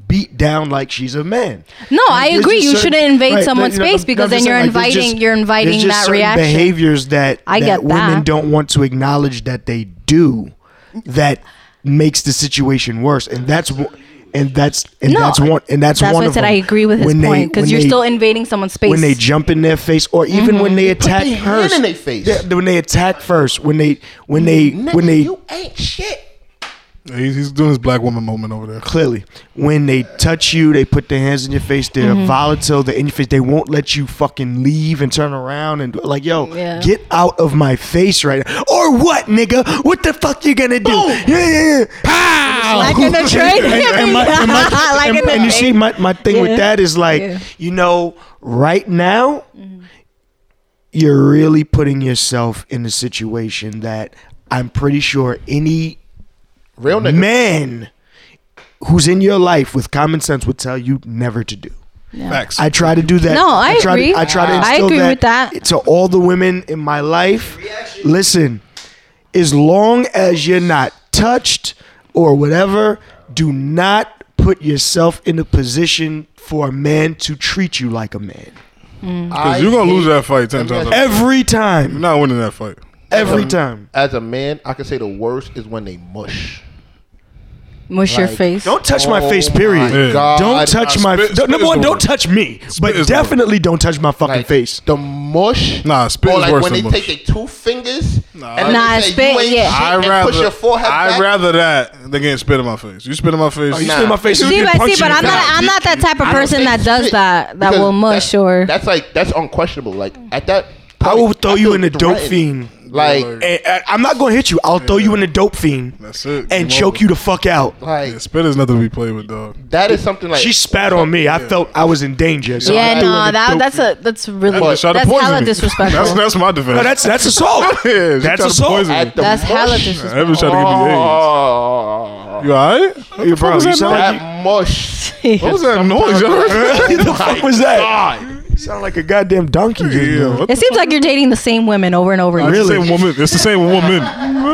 Speaker 2: Beat down like she's a man.
Speaker 3: No, I
Speaker 2: There's
Speaker 3: agree.
Speaker 2: just
Speaker 3: You shouldn't invade
Speaker 2: there-
Speaker 3: someone's
Speaker 2: I'm-
Speaker 3: space because
Speaker 2: I'm just
Speaker 3: then you're
Speaker 2: saying, there's
Speaker 3: inviting- you're inviting
Speaker 2: there's just
Speaker 3: that
Speaker 2: certain
Speaker 3: reaction.
Speaker 2: Behaviors that
Speaker 3: I
Speaker 2: that
Speaker 3: get
Speaker 2: women
Speaker 3: that.
Speaker 2: don't want to acknowledge that they do that makes the situation worse, and that's wh- and that's and
Speaker 3: No,
Speaker 2: that's one and that's,
Speaker 3: that's
Speaker 2: one
Speaker 3: why I
Speaker 2: of
Speaker 3: said I
Speaker 2: them.
Speaker 3: agree with his
Speaker 2: When they-
Speaker 3: point because
Speaker 2: when
Speaker 3: you're
Speaker 2: they-
Speaker 3: still invading someone's space.
Speaker 2: when
Speaker 3: Mm-hmm.
Speaker 2: they jump in their face, or even when they attack
Speaker 5: their hand
Speaker 2: first,
Speaker 5: in their face.
Speaker 2: Yeah, when they attack first, when they when they when they
Speaker 5: you ain't shit.
Speaker 1: He's, he's doing his black woman moment over there.
Speaker 2: clearly when they touch you they put their hands in your face they're volatile they're in your face they won't let you fucking leave and turn around and like yo
Speaker 3: Yeah.
Speaker 2: get out of my face right now or what nigga what the fuck you gonna do yeah, yeah, yeah. pow
Speaker 3: Like in the trade.
Speaker 2: and, and my- and my-
Speaker 3: Like
Speaker 2: and-
Speaker 3: in the
Speaker 2: and you
Speaker 3: trade.
Speaker 2: see my, my thing
Speaker 3: Yeah.
Speaker 2: with that is like
Speaker 3: Yeah. Mm-hmm.
Speaker 2: you know right now you're really putting yourself in a situation that i'm pretty sure any
Speaker 5: Real nigga.
Speaker 2: man who's in your life with common sense would tell you never to do.
Speaker 1: Facts.
Speaker 2: I try to do that.
Speaker 3: No, I
Speaker 2: try
Speaker 3: agree.
Speaker 2: To, I try to.
Speaker 3: I
Speaker 2: instill
Speaker 3: agree with that.
Speaker 2: to all the women in my life. Listen, as long as you're not touched or whatever, do not put yourself in a position for a man to treat you like a man. Mm,
Speaker 5: I
Speaker 1: you're gonna
Speaker 5: hate-
Speaker 1: lose that fight ten times. You're
Speaker 2: Every time.
Speaker 1: not winning that fight.
Speaker 2: Every time.
Speaker 5: As a man, I can say the worst is when they mush.
Speaker 3: Mush your
Speaker 5: Like,
Speaker 3: face.
Speaker 2: Don't touch my
Speaker 5: Oh
Speaker 2: face,
Speaker 5: my
Speaker 2: period.
Speaker 1: God.
Speaker 2: Don't touch
Speaker 1: Nah,
Speaker 2: my.
Speaker 1: spit-
Speaker 2: face.
Speaker 1: spit
Speaker 2: number
Speaker 1: is
Speaker 2: one,
Speaker 1: the
Speaker 2: don't
Speaker 1: word.
Speaker 2: touch me,
Speaker 1: Spit
Speaker 2: but
Speaker 1: is the word.
Speaker 2: definitely don't touch my fucking
Speaker 5: Like,
Speaker 2: face.
Speaker 5: The mush.
Speaker 1: Nah, spit
Speaker 5: or
Speaker 1: is
Speaker 5: like
Speaker 1: worse
Speaker 5: when
Speaker 1: than
Speaker 5: they
Speaker 1: mush.
Speaker 5: take their two fingers.
Speaker 1: Nah,
Speaker 5: and
Speaker 3: Nah,
Speaker 5: they say,
Speaker 3: spit,
Speaker 5: you ain't
Speaker 3: yeah.
Speaker 5: shit,
Speaker 1: I
Speaker 5: and
Speaker 1: rather
Speaker 5: push your forehead
Speaker 1: I
Speaker 5: back.
Speaker 1: rather that than getting spit in my face. You spit in my face.
Speaker 2: Oh, You
Speaker 5: nah.
Speaker 2: spit in my face. you
Speaker 3: See,
Speaker 2: get
Speaker 3: but see,
Speaker 2: punched in
Speaker 3: but
Speaker 2: the
Speaker 3: I'm not.
Speaker 2: face.
Speaker 3: I'm not that type of
Speaker 5: I don't
Speaker 3: person
Speaker 5: say
Speaker 3: that does
Speaker 5: spit,
Speaker 3: that. That
Speaker 5: because
Speaker 3: will mush
Speaker 5: that-
Speaker 3: or.
Speaker 5: That's like that's unquestionable. Like at that,
Speaker 2: I will
Speaker 5: point,
Speaker 2: throw
Speaker 5: I
Speaker 2: you
Speaker 5: feel
Speaker 2: in a dope
Speaker 5: threatened.
Speaker 2: fiend.
Speaker 1: Like-
Speaker 5: Like,
Speaker 2: And- and I'm not gonna hit you. I'll throw you in a dope fiend.
Speaker 1: That's it.
Speaker 2: And
Speaker 1: Come
Speaker 2: choke
Speaker 1: over.
Speaker 2: you the fuck out.
Speaker 1: Yeah,
Speaker 5: like
Speaker 1: spit is nothing to be played with, dog.
Speaker 5: that is something like
Speaker 2: She spat on me. I felt I was in danger. So I
Speaker 3: yeah,
Speaker 2: threw her
Speaker 3: no,
Speaker 2: in a
Speaker 3: that
Speaker 2: dope
Speaker 3: that's
Speaker 2: fiend.
Speaker 3: a that's really
Speaker 1: She
Speaker 3: that's
Speaker 1: tried to poison
Speaker 3: hella
Speaker 1: me.
Speaker 3: disrespectful.
Speaker 1: That's that's my defense.
Speaker 2: No, Oh, that's that's assault.
Speaker 1: yeah, she
Speaker 2: that's
Speaker 1: tried to
Speaker 2: assault.
Speaker 1: poison me.
Speaker 5: at the
Speaker 3: That's
Speaker 5: mush.
Speaker 3: hella disrespectful.
Speaker 1: Everyone's trying to give me AIDS.
Speaker 5: Oh,
Speaker 1: You alright? What the fuck
Speaker 2: bro,
Speaker 1: was
Speaker 2: you
Speaker 1: that
Speaker 2: sound
Speaker 1: noise?
Speaker 2: like
Speaker 5: that mush.
Speaker 1: What was that noise? Y'all heard that?
Speaker 2: the fuck was that? You sound like a goddamn donkey. just
Speaker 1: Yeah,
Speaker 2: now.
Speaker 1: what the
Speaker 3: It seems like you're dating the same women over and over again.
Speaker 1: It's the same woman. It's the same woman.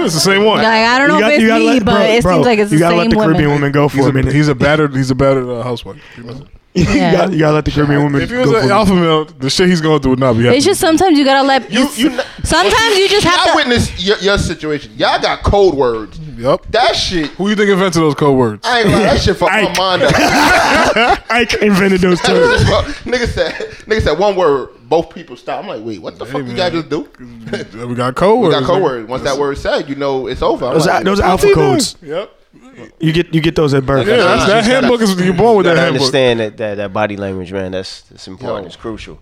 Speaker 1: It's the same one.
Speaker 3: Like I don't know
Speaker 2: You got-
Speaker 3: if
Speaker 2: you
Speaker 3: it's
Speaker 2: gotta
Speaker 3: me,
Speaker 2: let-
Speaker 3: but
Speaker 2: bro,
Speaker 3: it
Speaker 2: bro,
Speaker 3: seems like it's
Speaker 2: you
Speaker 3: the
Speaker 2: gotta let
Speaker 3: same
Speaker 2: the Caribbean
Speaker 3: woman.
Speaker 2: woman go for
Speaker 1: He's
Speaker 2: a
Speaker 1: a,
Speaker 2: minute.
Speaker 1: he's a battered. He's a battered uh, housewife.
Speaker 2: you, gotta, you gotta let the Caribbean woman
Speaker 1: If he was
Speaker 2: go
Speaker 1: an
Speaker 2: for
Speaker 1: alpha male, the shit he's going through would not be happening.
Speaker 3: It's just sometimes you gotta let.
Speaker 5: You, you, not-
Speaker 3: sometimes you just
Speaker 5: I
Speaker 3: have to.
Speaker 5: witnessed your, your situation. Y'all got code words.
Speaker 1: Yup.
Speaker 5: That shit.
Speaker 1: Who you think invented those code words?
Speaker 5: I ain't gonna lie, that shit fucked my
Speaker 2: Ike.
Speaker 5: mind up.
Speaker 2: it. Ike invented those terms.
Speaker 5: nigga said, nigga said one word. Both people stop. I'm like, wait, what the fuck
Speaker 1: man.
Speaker 5: you gotta just do?
Speaker 1: we got code
Speaker 5: We
Speaker 1: words.
Speaker 5: got code words. Once that word's said, you know it's over. I'm
Speaker 2: Those
Speaker 5: like,
Speaker 2: are, those are alpha codes.
Speaker 1: Yep.
Speaker 2: You get you get those at birth.
Speaker 1: Yeah, that's, that handbook is you're born with that
Speaker 6: I
Speaker 1: handbook.
Speaker 6: understand that, that that body language, man. That's that's important.
Speaker 5: Yo.
Speaker 6: It's crucial.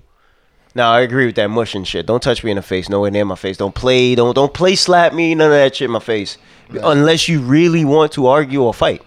Speaker 6: Now I agree with that mush and shit. Don't touch me in the face. Nowhere near my face. Don't play. Don't don't play. Slap me. None of that shit in my face. Unless you really want to argue or fight,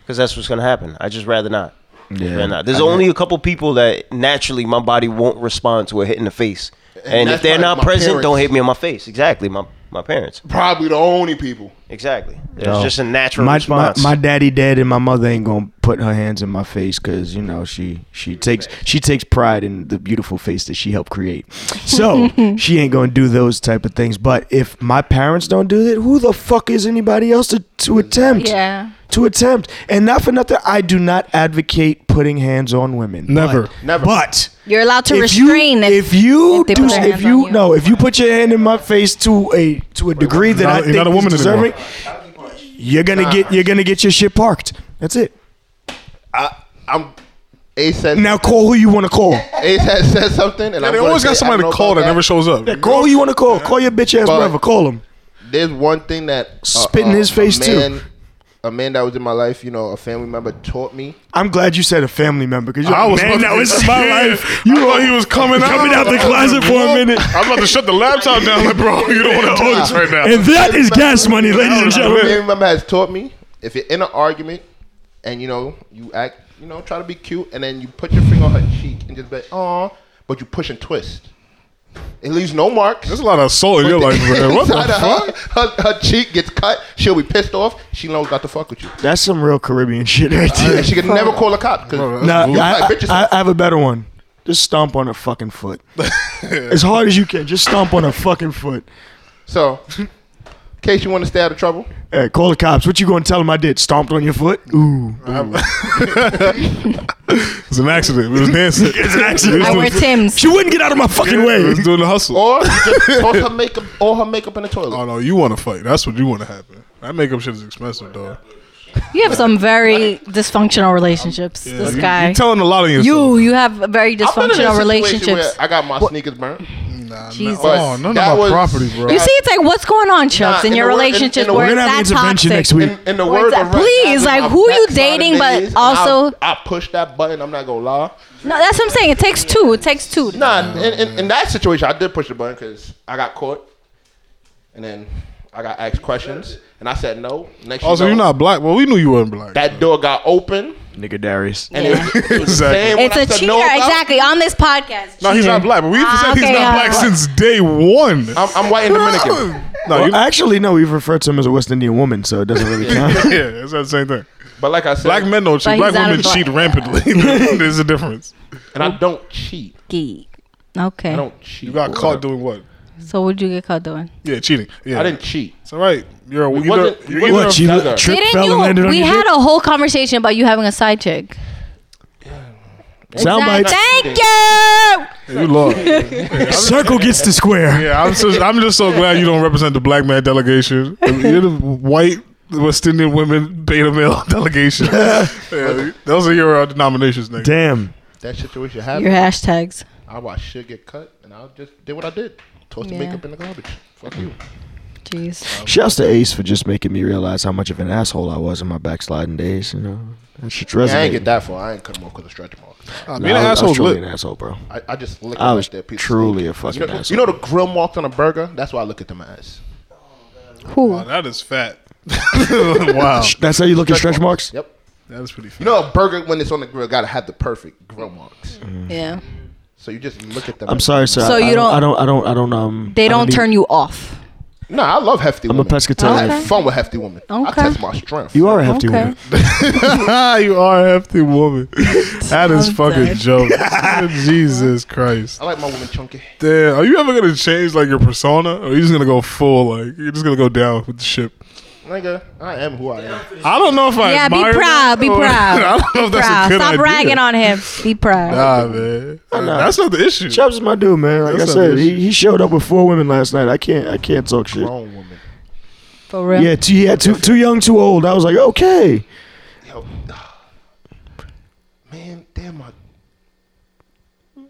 Speaker 6: because that's what's gonna happen. I just rather not. Yeah. Rather not. There's only a couple people that naturally my body won't respond to a hit in the face, and,
Speaker 5: that's
Speaker 6: if they're
Speaker 5: like
Speaker 6: not
Speaker 5: my
Speaker 6: present, don't
Speaker 5: parents.
Speaker 6: hit me in my face. Exactly. My my parents.
Speaker 5: Probably the only people.
Speaker 6: Exactly. There's
Speaker 2: No.
Speaker 6: just a natural
Speaker 2: My, my
Speaker 6: response.
Speaker 2: my daddy dead and my mother ain't gonna put her hands in my face because you know she she takes she takes pride in the beautiful face that she helped create. So she ain't gonna do those type of things. But if my parents don't do that, who the fuck is anybody else to, to attempt?
Speaker 3: Yeah.
Speaker 2: To attempt. And not for nothing, I do not advocate putting hands on women.
Speaker 1: Never.
Speaker 2: But-
Speaker 5: Never.
Speaker 2: But
Speaker 3: You're allowed to
Speaker 2: if you
Speaker 3: restrain
Speaker 2: if you
Speaker 3: if they
Speaker 2: do
Speaker 3: put their
Speaker 2: if
Speaker 3: hands
Speaker 2: you,
Speaker 3: on you.
Speaker 2: no if you put your hand in my face to a to a degree that
Speaker 1: You're
Speaker 2: I
Speaker 1: not- you're
Speaker 2: think
Speaker 1: not a woman
Speaker 2: is
Speaker 1: anymore.
Speaker 2: deserving, you're gonna get you're gonna get your shit parked. That's it.
Speaker 5: I, I'm. Ace said
Speaker 2: Now call who you want to call.
Speaker 5: Ace has said something, and
Speaker 1: Yeah,
Speaker 5: I'm
Speaker 1: they
Speaker 5: gonna
Speaker 1: always
Speaker 5: say, I
Speaker 1: got somebody
Speaker 5: don't
Speaker 1: to
Speaker 5: know
Speaker 1: call
Speaker 5: about
Speaker 1: that never shows up.
Speaker 2: Call who you want to call. Call your bitch ass
Speaker 5: But-
Speaker 2: brother. Call him.
Speaker 5: There's one thing that uh,
Speaker 2: Spit in his face,
Speaker 5: a
Speaker 2: too.
Speaker 5: man, A man that was in my life, you know, a family member taught me.
Speaker 2: I'm glad you said a family member because
Speaker 1: I was
Speaker 2: man,
Speaker 1: about
Speaker 2: that
Speaker 1: to-
Speaker 2: was
Speaker 1: my life. You thought he was coming out,
Speaker 2: Coming out the closet for a minute.
Speaker 1: I'm about to shut the laptop down, like, bro. You don't want to do this right now.
Speaker 2: And that is gas money, ladies and
Speaker 5: A
Speaker 2: gentlemen.
Speaker 5: family member has taught me if you're in an argument and you know you act, you know, try to be cute, and then you put your finger on her cheek and just be like, "Aw," but you push and twist. It leaves no marks.
Speaker 1: There's a lot of salt in your life, man. What the
Speaker 5: Inside
Speaker 1: fuck?
Speaker 5: of Her, her, her cheek gets cut. She'll be pissed off. She knows not to fuck with you.
Speaker 2: That's some real Caribbean shit right there.
Speaker 5: And she can never call a cop. 'cause-
Speaker 1: Bro,
Speaker 2: Nah,
Speaker 1: Ooh.
Speaker 2: I,
Speaker 5: Like, bitches-
Speaker 2: I- I have a better one. Just stomp on her fucking foot. as hard as you can. Just stomp on her fucking foot.
Speaker 5: So, in case you want to stay out of trouble,
Speaker 2: Hey, call the cops. What you gonna tell them I did? Stomped on your foot? Ooh.
Speaker 1: It was an accident. It was dancing. it's an accident.
Speaker 3: I wear Tim's.
Speaker 2: She wouldn't get out of my fucking way.
Speaker 1: was doing the hustle.
Speaker 5: or just toss her makeup, all her makeup in the toilet.
Speaker 1: Oh no, you want to fight? That's what you want to happen. That makeup shit is expensive, dog.
Speaker 3: You have some very dysfunctional relationships.
Speaker 1: Yeah,
Speaker 3: this
Speaker 1: you,
Speaker 3: guy.
Speaker 1: you telling a lot of yourself.
Speaker 3: You you have very
Speaker 5: I've been in a
Speaker 3: dysfunctional
Speaker 5: situation
Speaker 3: relationships.
Speaker 5: where I got my sneakers burnt.
Speaker 1: Nah,
Speaker 3: Jesus.
Speaker 1: No, oh, none of
Speaker 5: That
Speaker 1: my
Speaker 5: was-
Speaker 1: property, bro.
Speaker 3: you see, it's like what's going on, Chubbs,
Speaker 5: Nah,
Speaker 3: in
Speaker 5: in
Speaker 3: your
Speaker 5: the wor- in-
Speaker 3: relationship
Speaker 5: in the
Speaker 3: where
Speaker 5: wor-
Speaker 2: We're
Speaker 3: it's
Speaker 2: gonna have
Speaker 3: that
Speaker 2: intervention
Speaker 3: toxic.
Speaker 2: next week.
Speaker 5: In, in the
Speaker 3: Or
Speaker 5: word
Speaker 3: that-
Speaker 5: of rap,
Speaker 3: please,
Speaker 5: that was
Speaker 3: like,
Speaker 5: my
Speaker 3: who you
Speaker 5: backside of
Speaker 3: dating,
Speaker 5: the
Speaker 3: but
Speaker 5: days, and
Speaker 3: also-
Speaker 5: I, I pushed that button. I'm not gonna lie.
Speaker 3: No, that's what I'm saying. It takes two. It takes two.
Speaker 5: Nah, in, in, in that situation, I did push the button because I got caught, and then I got asked questions, and I said no. Next, you
Speaker 1: Also,
Speaker 5: know,
Speaker 1: Oh, you're not black. Well, we knew you weren't black.
Speaker 5: That door got open,
Speaker 2: Nigga Darius.
Speaker 5: and it was, it was the
Speaker 1: Exactly.
Speaker 5: same one
Speaker 3: It's
Speaker 5: I
Speaker 3: a
Speaker 5: said
Speaker 3: cheater,
Speaker 5: no about.
Speaker 3: exactly. On this podcast,
Speaker 1: no, he's
Speaker 3: cheater.
Speaker 1: not black. But we've
Speaker 3: Ah,
Speaker 1: said he's
Speaker 3: okay,
Speaker 1: not
Speaker 3: yeah.
Speaker 1: black since day one.
Speaker 5: I'm, I'm white and Dominican.
Speaker 1: No, you.
Speaker 2: actually, no, we've referred to him as a West Indian woman, so it doesn't really count.
Speaker 1: yeah, that's the same thing.
Speaker 5: But like I said,
Speaker 1: Black men don't cheat.
Speaker 3: he's
Speaker 1: Black
Speaker 3: not
Speaker 1: women
Speaker 3: black.
Speaker 1: cheat rampantly. There's a difference.
Speaker 5: and I don't cheat.
Speaker 3: Geek. Okay.
Speaker 5: I don't cheat.
Speaker 1: You got
Speaker 5: bro.
Speaker 1: caught doing what?
Speaker 3: So what'd you get caught doing?
Speaker 1: Yeah, cheating. Yeah,
Speaker 5: I didn't cheat.
Speaker 1: It's all right. You're a
Speaker 5: We
Speaker 1: you're
Speaker 5: wasn't-
Speaker 1: either-
Speaker 5: we
Speaker 1: you're either
Speaker 5: wasn't
Speaker 1: a-
Speaker 2: what, you
Speaker 5: feather.
Speaker 2: li- trip
Speaker 3: Didn't
Speaker 2: fell and landed
Speaker 3: you?
Speaker 2: on
Speaker 3: We
Speaker 2: your
Speaker 3: had
Speaker 2: dick?
Speaker 3: a whole conversation about you having a side chick.
Speaker 2: Sound bites.
Speaker 3: Thank you.
Speaker 1: you lost.
Speaker 2: Circle gets to square.
Speaker 1: Yeah, I'm so I'm just so glad you don't represent the black man delegation. You're the white West Indian women beta male delegation. Yeah, those are your uh, denominations, nigga.
Speaker 2: Damn.
Speaker 5: That situation happened.
Speaker 3: Your hashtags.
Speaker 5: I watched shit get cut, and I just did what I did. Tossed
Speaker 3: Yeah.
Speaker 5: the makeup in the garbage. Fuck you.
Speaker 3: Jeez.
Speaker 2: Shouts to Ace for just making me realize how much of an asshole I was in my backsliding days. You know, that shit resonated.
Speaker 5: Yeah, I ain't get that far. I ain't cut them off because of stretch marks.
Speaker 1: Uh,
Speaker 2: Nah,
Speaker 1: being an
Speaker 2: I was- I was
Speaker 1: asshole's
Speaker 2: truly
Speaker 1: lit.
Speaker 2: an asshole, bro.
Speaker 5: I, I just look
Speaker 2: I
Speaker 5: at
Speaker 2: was
Speaker 5: that piece.
Speaker 2: truly a fucking
Speaker 5: You know,
Speaker 2: asshole.
Speaker 5: you know the grill marks on a burger? That's why I look at them as.
Speaker 1: Wow, that is fat. wow,
Speaker 2: That's how you look at stretch marks.
Speaker 5: Yep.
Speaker 1: that is pretty fat.
Speaker 5: You know a burger when it's on the grill gotta have the perfect grill marks.
Speaker 3: Yeah.
Speaker 5: So you just look at them.
Speaker 2: I'm
Speaker 5: as-
Speaker 2: sorry, sir.
Speaker 3: So
Speaker 2: I,
Speaker 3: you
Speaker 2: I
Speaker 3: don't-
Speaker 2: I don't. I don't. I don't. Um.
Speaker 3: They
Speaker 2: I
Speaker 3: don't
Speaker 2: need-
Speaker 3: turn you off.
Speaker 5: No, I love hefty
Speaker 2: I'm a
Speaker 5: women. I
Speaker 2: pescatarian.
Speaker 5: have fun with hefty women. I
Speaker 3: Okay.
Speaker 5: test my strength.
Speaker 2: You are a hefty
Speaker 3: Okay.
Speaker 2: woman.
Speaker 1: you are a hefty woman. That is
Speaker 3: I'm
Speaker 1: fucking
Speaker 3: dead.
Speaker 1: joke. Jesus Christ.
Speaker 5: I like my women chunky.
Speaker 1: Damn, are you ever gonna change like your persona, or are you just gonna go full like you're just gonna go down with the ship?
Speaker 5: Nigga, I am who I am.
Speaker 1: I don't know if I
Speaker 3: Yeah, be
Speaker 1: admire
Speaker 3: proud.
Speaker 1: that,
Speaker 3: Be
Speaker 1: or-
Speaker 3: proud.
Speaker 1: I don't know if
Speaker 3: Be
Speaker 1: that's
Speaker 3: proud.
Speaker 1: a good
Speaker 3: Stop
Speaker 1: idea.
Speaker 3: ragging on him. Be proud.
Speaker 1: Nah, man, that's not the issue.
Speaker 2: Chubbs is my dude, man. Like
Speaker 1: That's
Speaker 2: I
Speaker 1: not
Speaker 2: said,
Speaker 1: the
Speaker 2: he,
Speaker 1: issue.
Speaker 2: he showed up with four women last night. I can't. I can't talk shit.
Speaker 5: Grown woman.
Speaker 3: For real.
Speaker 2: Yeah, two, he had too too young, too old. I was like, okay.
Speaker 5: Yo, man, damn my,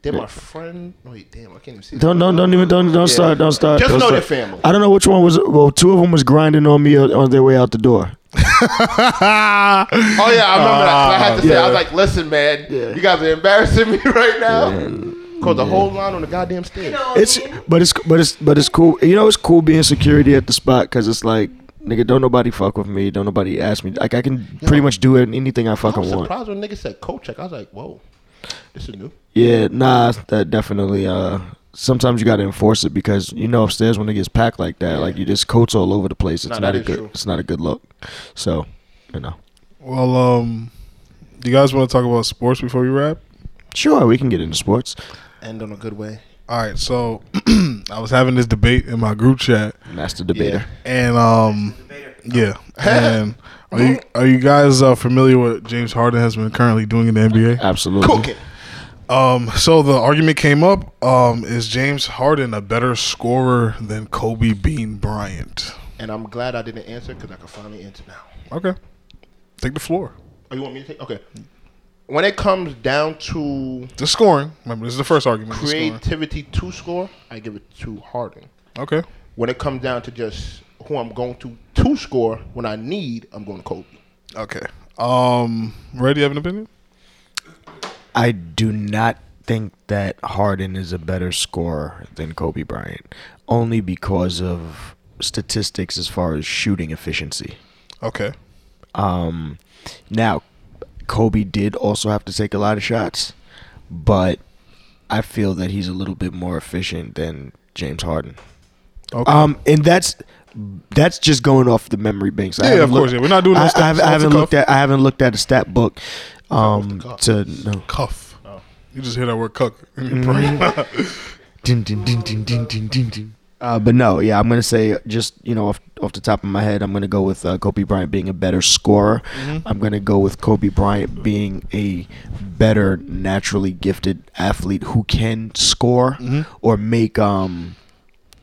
Speaker 5: damn my friend. Wait, damn, I can't even see.
Speaker 2: Don't don't don't even don't don't start don't start.
Speaker 5: Just
Speaker 2: don't
Speaker 5: know
Speaker 2: start.
Speaker 5: their family.
Speaker 2: I don't know which one was. Well, two of them was grinding on me on on their way out the door.
Speaker 5: Oh yeah, I remember that. 'cause I had to say, I was like, "Listen, man,
Speaker 2: Yeah.
Speaker 5: you guys are embarrassing me right now."
Speaker 2: And
Speaker 5: Cause the whole line on the goddamn stairs.
Speaker 2: It's but it's but it's but it's cool. You know, it's cool being security at the spot because it's like. Nigga, don't nobody fuck with me. Don't nobody ask me. Like I can pretty much do anything I
Speaker 5: I
Speaker 2: fucking
Speaker 5: was
Speaker 2: want.
Speaker 5: surprised when niggas said coat check. I was like, whoa, this is new.
Speaker 2: Yeah, nah, that definitely. Uh, sometimes you got to enforce it because you know upstairs when it gets packed like that, like you just coats all over the place. It's
Speaker 5: Nah,
Speaker 2: not
Speaker 5: that
Speaker 2: a
Speaker 5: is
Speaker 2: good.
Speaker 5: true.
Speaker 2: It's not a good look. So, you know.
Speaker 1: Well, um, do you guys want to talk about sports before we wrap?
Speaker 2: Sure, we can get into sports.
Speaker 5: End on a good way.
Speaker 1: All right, so I was having this debate in my group chat,
Speaker 2: Master debater.
Speaker 1: and um, yeah, and are you are you guys uh, familiar with what James Harden has been currently doing in the NBA?
Speaker 2: Absolutely.
Speaker 5: Cook it.
Speaker 1: Um, so the argument came up: um, Is James Harden a better scorer than Kobe Bean Bryant?
Speaker 5: And I'm glad I didn't answer because I can finally answer now.
Speaker 1: Okay, take the floor.
Speaker 5: Oh, you want me to take? Okay. Mm-hmm. When it comes down to
Speaker 1: The scoring. Remember, this is the first argument. the scoring.
Speaker 5: creativity to score, I give it to Harden.
Speaker 1: Okay.
Speaker 5: When it comes down to just who I'm going to to score when I need, I'm going to Kobe.
Speaker 1: Okay. Um, Ray, do you have an opinion?
Speaker 2: I do not think that Harden is a better scorer than Kobe Bryant, only because of statistics as far as shooting efficiency.
Speaker 1: Okay.
Speaker 2: Um, now, Kobe did also have to take a lot of shots, but I feel that he's a little bit more efficient than James Harden.
Speaker 1: Okay.
Speaker 2: Um, and that's that's just going off the memory banks. I
Speaker 1: Yeah,
Speaker 2: haven't
Speaker 1: of course,
Speaker 2: looked-
Speaker 1: yeah. We're not doing no
Speaker 2: I,
Speaker 1: stats
Speaker 2: I haven't, I
Speaker 1: off the
Speaker 2: haven't
Speaker 1: cuff.
Speaker 2: looked at I haven't looked at a stat book. Um,
Speaker 5: cuff.
Speaker 2: to no.
Speaker 1: cuff. You just hear that word cuck in your brain.
Speaker 2: Dun, dun, dun, dun, dun, dun, dun, dun. Uh, but no, yeah, I'm gonna say just you know off off the top of my head, I'm gonna go with uh, Kobe Bryant being a better scorer. I'm gonna go with Kobe Bryant being a better naturally gifted athlete who can score or make um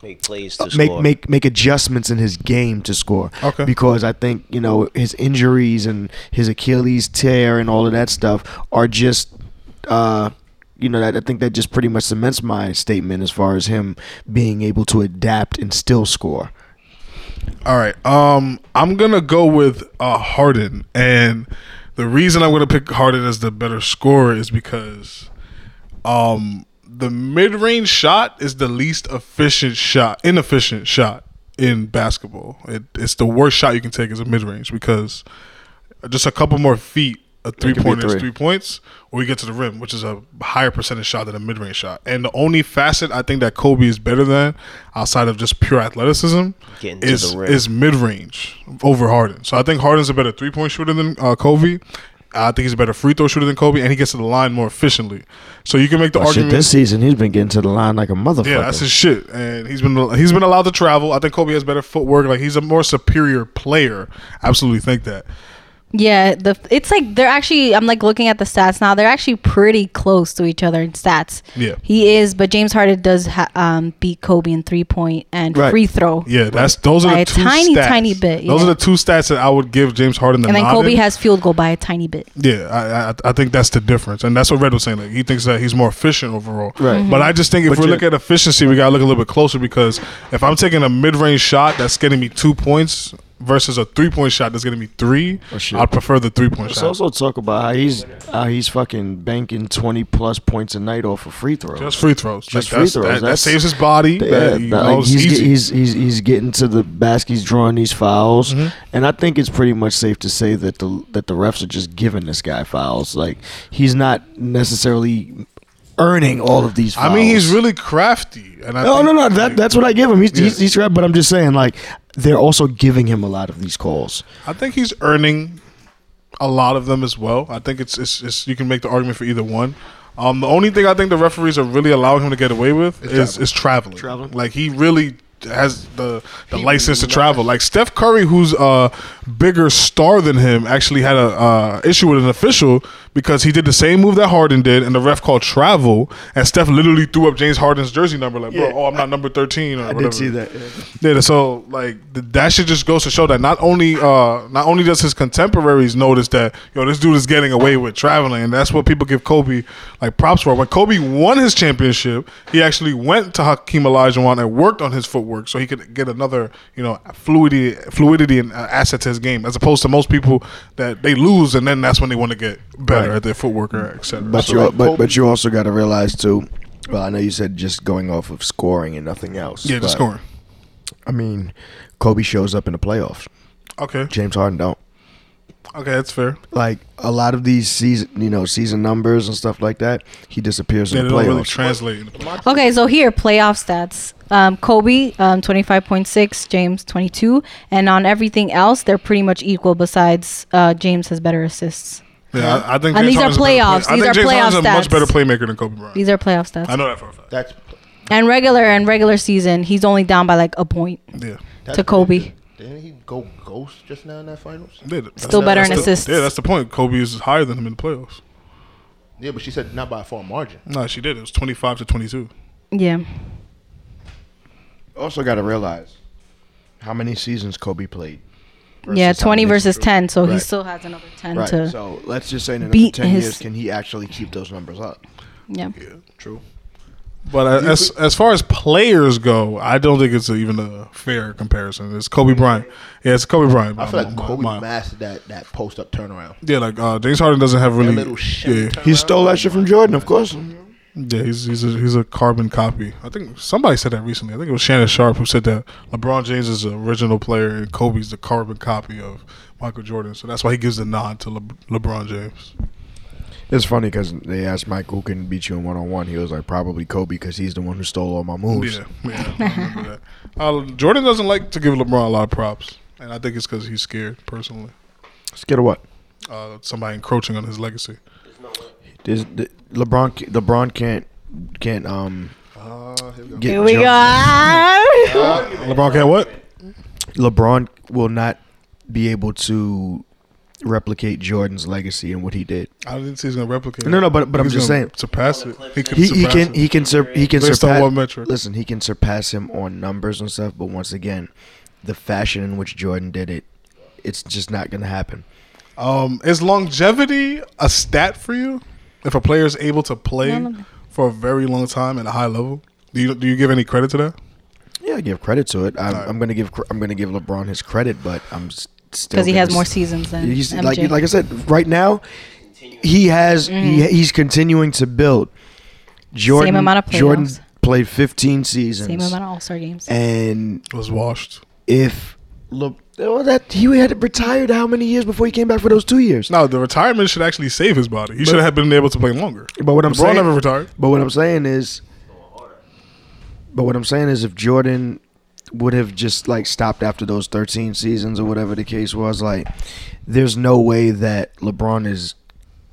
Speaker 6: Make plays to
Speaker 2: Uh, make
Speaker 6: score.
Speaker 2: make make adjustments in his game to score.
Speaker 1: Okay.
Speaker 2: Because I think you know his injuries and his Achilles tear and all of that stuff are just, uh, you know, that, I think that just pretty much cements my statement as far as him being able to adapt and still score.
Speaker 1: All right. Um, I'm gonna go with uh, Harden, and the reason I'm gonna pick Harden as the better scorer is because, um, the mid-range shot is the least efficient shot, inefficient shot in basketball. It, it's the worst shot you can take as a mid-range because just a couple more feet, a three-pointer is
Speaker 2: three.
Speaker 1: three points, or you get to the rim, which is a higher percentage shot than a mid-range shot. And the only facet I think that Kobe is better than, outside of just pure athleticism,
Speaker 6: Getting to
Speaker 1: is
Speaker 6: the rim.
Speaker 1: is mid range over Harden. So I think Harden's a better three point shooter than uh, Kobe. I think he's a better free throw shooter than Kobe, and he gets to the line more efficiently. So you can make the
Speaker 2: Shit,
Speaker 1: argument.
Speaker 2: this season he's been getting to the line like a motherfucker.
Speaker 1: yeah, that's his shit, and he's been he's been allowed to travel. I think Kobe has better footwork. Like he's a more superior player. Absolutely think that.
Speaker 3: Yeah, the it's like they're actually. I'm like looking at the stats now. They're actually pretty close to each other in stats.
Speaker 1: Yeah.
Speaker 3: he is, but James Harden does ha- um, beat Kobe in three point and
Speaker 2: Right.
Speaker 3: free throw.
Speaker 1: Yeah, that's those are
Speaker 3: By
Speaker 1: the
Speaker 3: a
Speaker 1: two
Speaker 3: tiny,
Speaker 1: stats.
Speaker 3: tiny bit,
Speaker 1: Those
Speaker 3: yeah.
Speaker 1: are the two stats that I would give James Harden. The
Speaker 3: and then
Speaker 1: nod
Speaker 3: Kobe
Speaker 1: in.
Speaker 3: has field goal by a tiny bit.
Speaker 1: Yeah, I, I I think that's the difference, and that's what Red was saying. Like he thinks that he's more efficient overall.
Speaker 2: Right. Mhm.
Speaker 1: But I just think if
Speaker 2: But
Speaker 1: we
Speaker 2: you-
Speaker 1: look at efficiency, we gotta look a little bit closer because if I'm taking a mid-range shot that's getting me two points versus a three-point shot that's getting me three,
Speaker 2: Oh, shit.
Speaker 1: I'd prefer the three-point
Speaker 2: Let's
Speaker 1: shot.
Speaker 2: also talk about how he's how he's fucking banking twenty plus points a night off of free throws.
Speaker 1: just free throws.
Speaker 2: Just
Speaker 1: Like, that's-
Speaker 2: free throws.
Speaker 1: That, that
Speaker 2: That's-
Speaker 1: saves his body.
Speaker 2: Yeah,
Speaker 1: that, you
Speaker 2: but,
Speaker 1: know,
Speaker 2: like,
Speaker 1: it's
Speaker 2: he's, get-
Speaker 1: easy.
Speaker 2: he's he's he's getting to the basket. He's drawing these fouls, and I think it's pretty much safe to say that the that the refs are just giving this guy fouls. Like he's not necessarily earning all of these. fouls.
Speaker 1: I mean, he's really crafty. And I
Speaker 2: No,
Speaker 1: think-
Speaker 2: no, no. That, that's what I give him. He's,
Speaker 1: Yeah.
Speaker 2: he's, he's right, but I'm just saying, like, they're also giving him a lot of these calls.
Speaker 1: I think he's earning a lot of them as well. I think it's, it's, it's you can make the argument for either one. Um, the only thing I think the referees are really allowing him to get away with is is traveling.
Speaker 2: Traveling.
Speaker 1: Like he really has the the license to travel. Like Steph Curry, who's a bigger star than him, actually had a uh, issue with an official because he did the same move that Harden did, and the ref called travel, and Steph literally threw up James Harden's jersey number, like, bro, oh, I'm not number thirteen or whatever. Yeah, so like th- that shit just goes to show that not only uh not only does his contemporaries notice that yo this dude is getting away with traveling, and that's what people give Kobe like props for. When Kobe won his championship, he actually went to Hakeem Olajuwon and worked on his footwork so he could get another you know fluidity fluidity and uh, asset to his game, as opposed to most people that they lose and then that's when they want to get better
Speaker 2: Right.
Speaker 1: at their footwork or etc.
Speaker 2: But you, but, but you also got to realize too, Well, I know you said just going off of scoring and nothing else.
Speaker 1: Yeah, the
Speaker 2: but,
Speaker 1: scoring.
Speaker 2: I mean, Kobe shows up in the playoffs.
Speaker 1: Okay,
Speaker 2: James Harden don't.
Speaker 1: okay, that's fair.
Speaker 2: Like a lot of these season, you know, season numbers and stuff like that, he disappears
Speaker 1: Yeah,
Speaker 2: in
Speaker 1: they
Speaker 2: the
Speaker 1: don't really
Speaker 2: playoffs.
Speaker 1: translate. in the play-
Speaker 3: Okay, so here playoff stats. Um, Kobe um, twenty five point six, James twenty two, and on everything else they're pretty much equal. Besides uh, James has better assists.
Speaker 1: Yeah, I I think
Speaker 3: And
Speaker 1: James
Speaker 3: these are
Speaker 1: Harden's a better play-
Speaker 3: playoffs.
Speaker 1: I
Speaker 3: These
Speaker 1: think
Speaker 3: are
Speaker 1: James Harden's
Speaker 3: playoff
Speaker 1: a much
Speaker 3: stats.
Speaker 1: better playmaker than Kobe Bryant.
Speaker 3: These are playoff stats.
Speaker 1: I know that for a fact.
Speaker 5: That's
Speaker 3: And regular and regular season, he's only down by like a point
Speaker 1: Yeah,
Speaker 5: that's
Speaker 3: to Kobe.
Speaker 5: Didn't he go ghost just now in that finals?
Speaker 1: Yeah, that's-
Speaker 3: Still better
Speaker 1: that's
Speaker 3: in
Speaker 1: the-
Speaker 3: assists.
Speaker 1: Yeah, that's the point. Kobe is higher than him in the playoffs.
Speaker 5: Yeah, but she said not by a far margin.
Speaker 1: No, she did. It was twenty five to twenty two.
Speaker 3: Yeah.
Speaker 2: Also, got to realize how many seasons Kobe played.
Speaker 3: yeah,
Speaker 2: versus how
Speaker 3: 20
Speaker 2: many-
Speaker 3: versus 10, so he
Speaker 2: Right.
Speaker 3: still has another 10
Speaker 2: Right.
Speaker 3: to
Speaker 2: So let's just say in another
Speaker 3: beat
Speaker 2: ten
Speaker 3: his-
Speaker 2: years, can he actually keep those numbers up?
Speaker 3: yeah.
Speaker 2: True.
Speaker 1: But uh, as as far as players go, I don't think it's even a fair comparison. It's Kobe Bryant. Yeah, it's Kobe Bryant.
Speaker 5: I feel
Speaker 1: My-
Speaker 5: like
Speaker 1: my-
Speaker 5: Kobe
Speaker 1: my-
Speaker 5: mastered that that post up turnaround.
Speaker 1: Yeah, like uh, James Harden doesn't have really.
Speaker 5: That little
Speaker 1: yeah,
Speaker 5: shit.
Speaker 2: He stole that shit from Jordan, of course.
Speaker 1: yeah, he's he's a, he's a carbon copy. I think somebody said that recently. I think it was Shannon Sharp who said that LeBron James is the original player and Kobe's the carbon copy of Michael Jordan. So that's why he gives the nod to Le- LeBron James.
Speaker 2: It's funny because they asked Mike who can beat you in one on one. He was like, probably Kobe because he's the one who stole all my moves.
Speaker 1: Yeah, yeah, I remember that. Uh, Jordan doesn't like to give LeBron a lot of props, and I think it's because he's scared personally.
Speaker 2: Scared of what?
Speaker 1: Uh, somebody encroaching on his legacy.
Speaker 2: There's, the, LeBron ca- LeBron can't can't um get
Speaker 3: Here we
Speaker 2: jumped.
Speaker 3: go.
Speaker 1: LeBron can't what?
Speaker 2: LeBron will not be able to replicate Jordan's legacy and what he did.
Speaker 1: I didn't say he's gonna replicate.
Speaker 2: No,
Speaker 1: it.
Speaker 2: no, but- but I'm
Speaker 1: He's
Speaker 2: just
Speaker 1: gonna
Speaker 2: saying.
Speaker 1: surpass it. He can.
Speaker 2: He, he
Speaker 1: surpass
Speaker 2: can
Speaker 1: it.
Speaker 2: he can sur- he can
Speaker 1: Based on
Speaker 2: surpass
Speaker 1: what metric?
Speaker 2: Listen, he can surpass him on numbers and stuff, but once again, the fashion in which Jordan did it, it's just not going to happen.
Speaker 1: Um, is longevity a stat for you? If a player is able to play
Speaker 3: No, no, no.
Speaker 1: for a very long time at a high level, do you do you give any credit to that?
Speaker 2: Yeah, I give credit to it. I'm,
Speaker 1: Alright.
Speaker 2: I'm going to give cr- I'm going to give LeBron his credit, but I'm s- still
Speaker 3: Because he
Speaker 2: gonna
Speaker 3: has more
Speaker 2: s-
Speaker 3: seasons than
Speaker 2: He's,
Speaker 3: MJ.
Speaker 2: like like I said, right now he has he, he's continuing to build. Jordan
Speaker 3: Mm. amount of
Speaker 2: Jordan
Speaker 3: playoffs.
Speaker 2: played 15 seasons.
Speaker 3: Same amount of All Star games.
Speaker 2: and
Speaker 1: It was washed.
Speaker 2: if Le- well, that he had retired how many years before he came back for those two years?
Speaker 1: No, the retirement should actually save his body. He should have been able to play longer.
Speaker 2: But what I'm
Speaker 1: LeBron
Speaker 2: saying,
Speaker 1: never retired.
Speaker 2: But what I'm saying is, but what I'm saying is, if Jordan would have just like stopped after those 13 seasons or whatever the case was, like, there's no way that LeBron is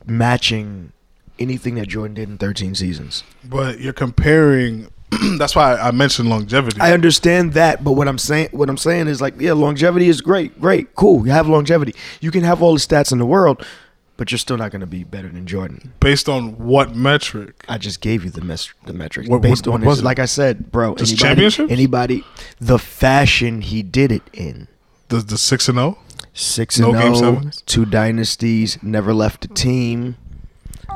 Speaker 2: matching anything that Jordan did in 13 seasons.
Speaker 1: But you're comparing. that's why I mentioned longevity.
Speaker 2: I understand that, but what I'm saying, what I'm saying is like, yeah, longevity is great, great, cool. You have longevity. You can have all the stats in the world, but you're still not going to be better than Jordan.
Speaker 1: based on what metric?
Speaker 2: I just gave you the mes- the metrics
Speaker 1: What-
Speaker 2: based
Speaker 1: what-
Speaker 2: on
Speaker 1: what was
Speaker 2: his,
Speaker 1: it?
Speaker 2: like I said, bro.
Speaker 1: Just
Speaker 2: anybody,
Speaker 1: championships?
Speaker 2: Anybody, the fashion he did it in.
Speaker 1: The the six and oh? zero.
Speaker 2: Six
Speaker 1: No
Speaker 2: and
Speaker 1: game
Speaker 2: no,
Speaker 1: sevens?
Speaker 2: two dynasties, never left a team.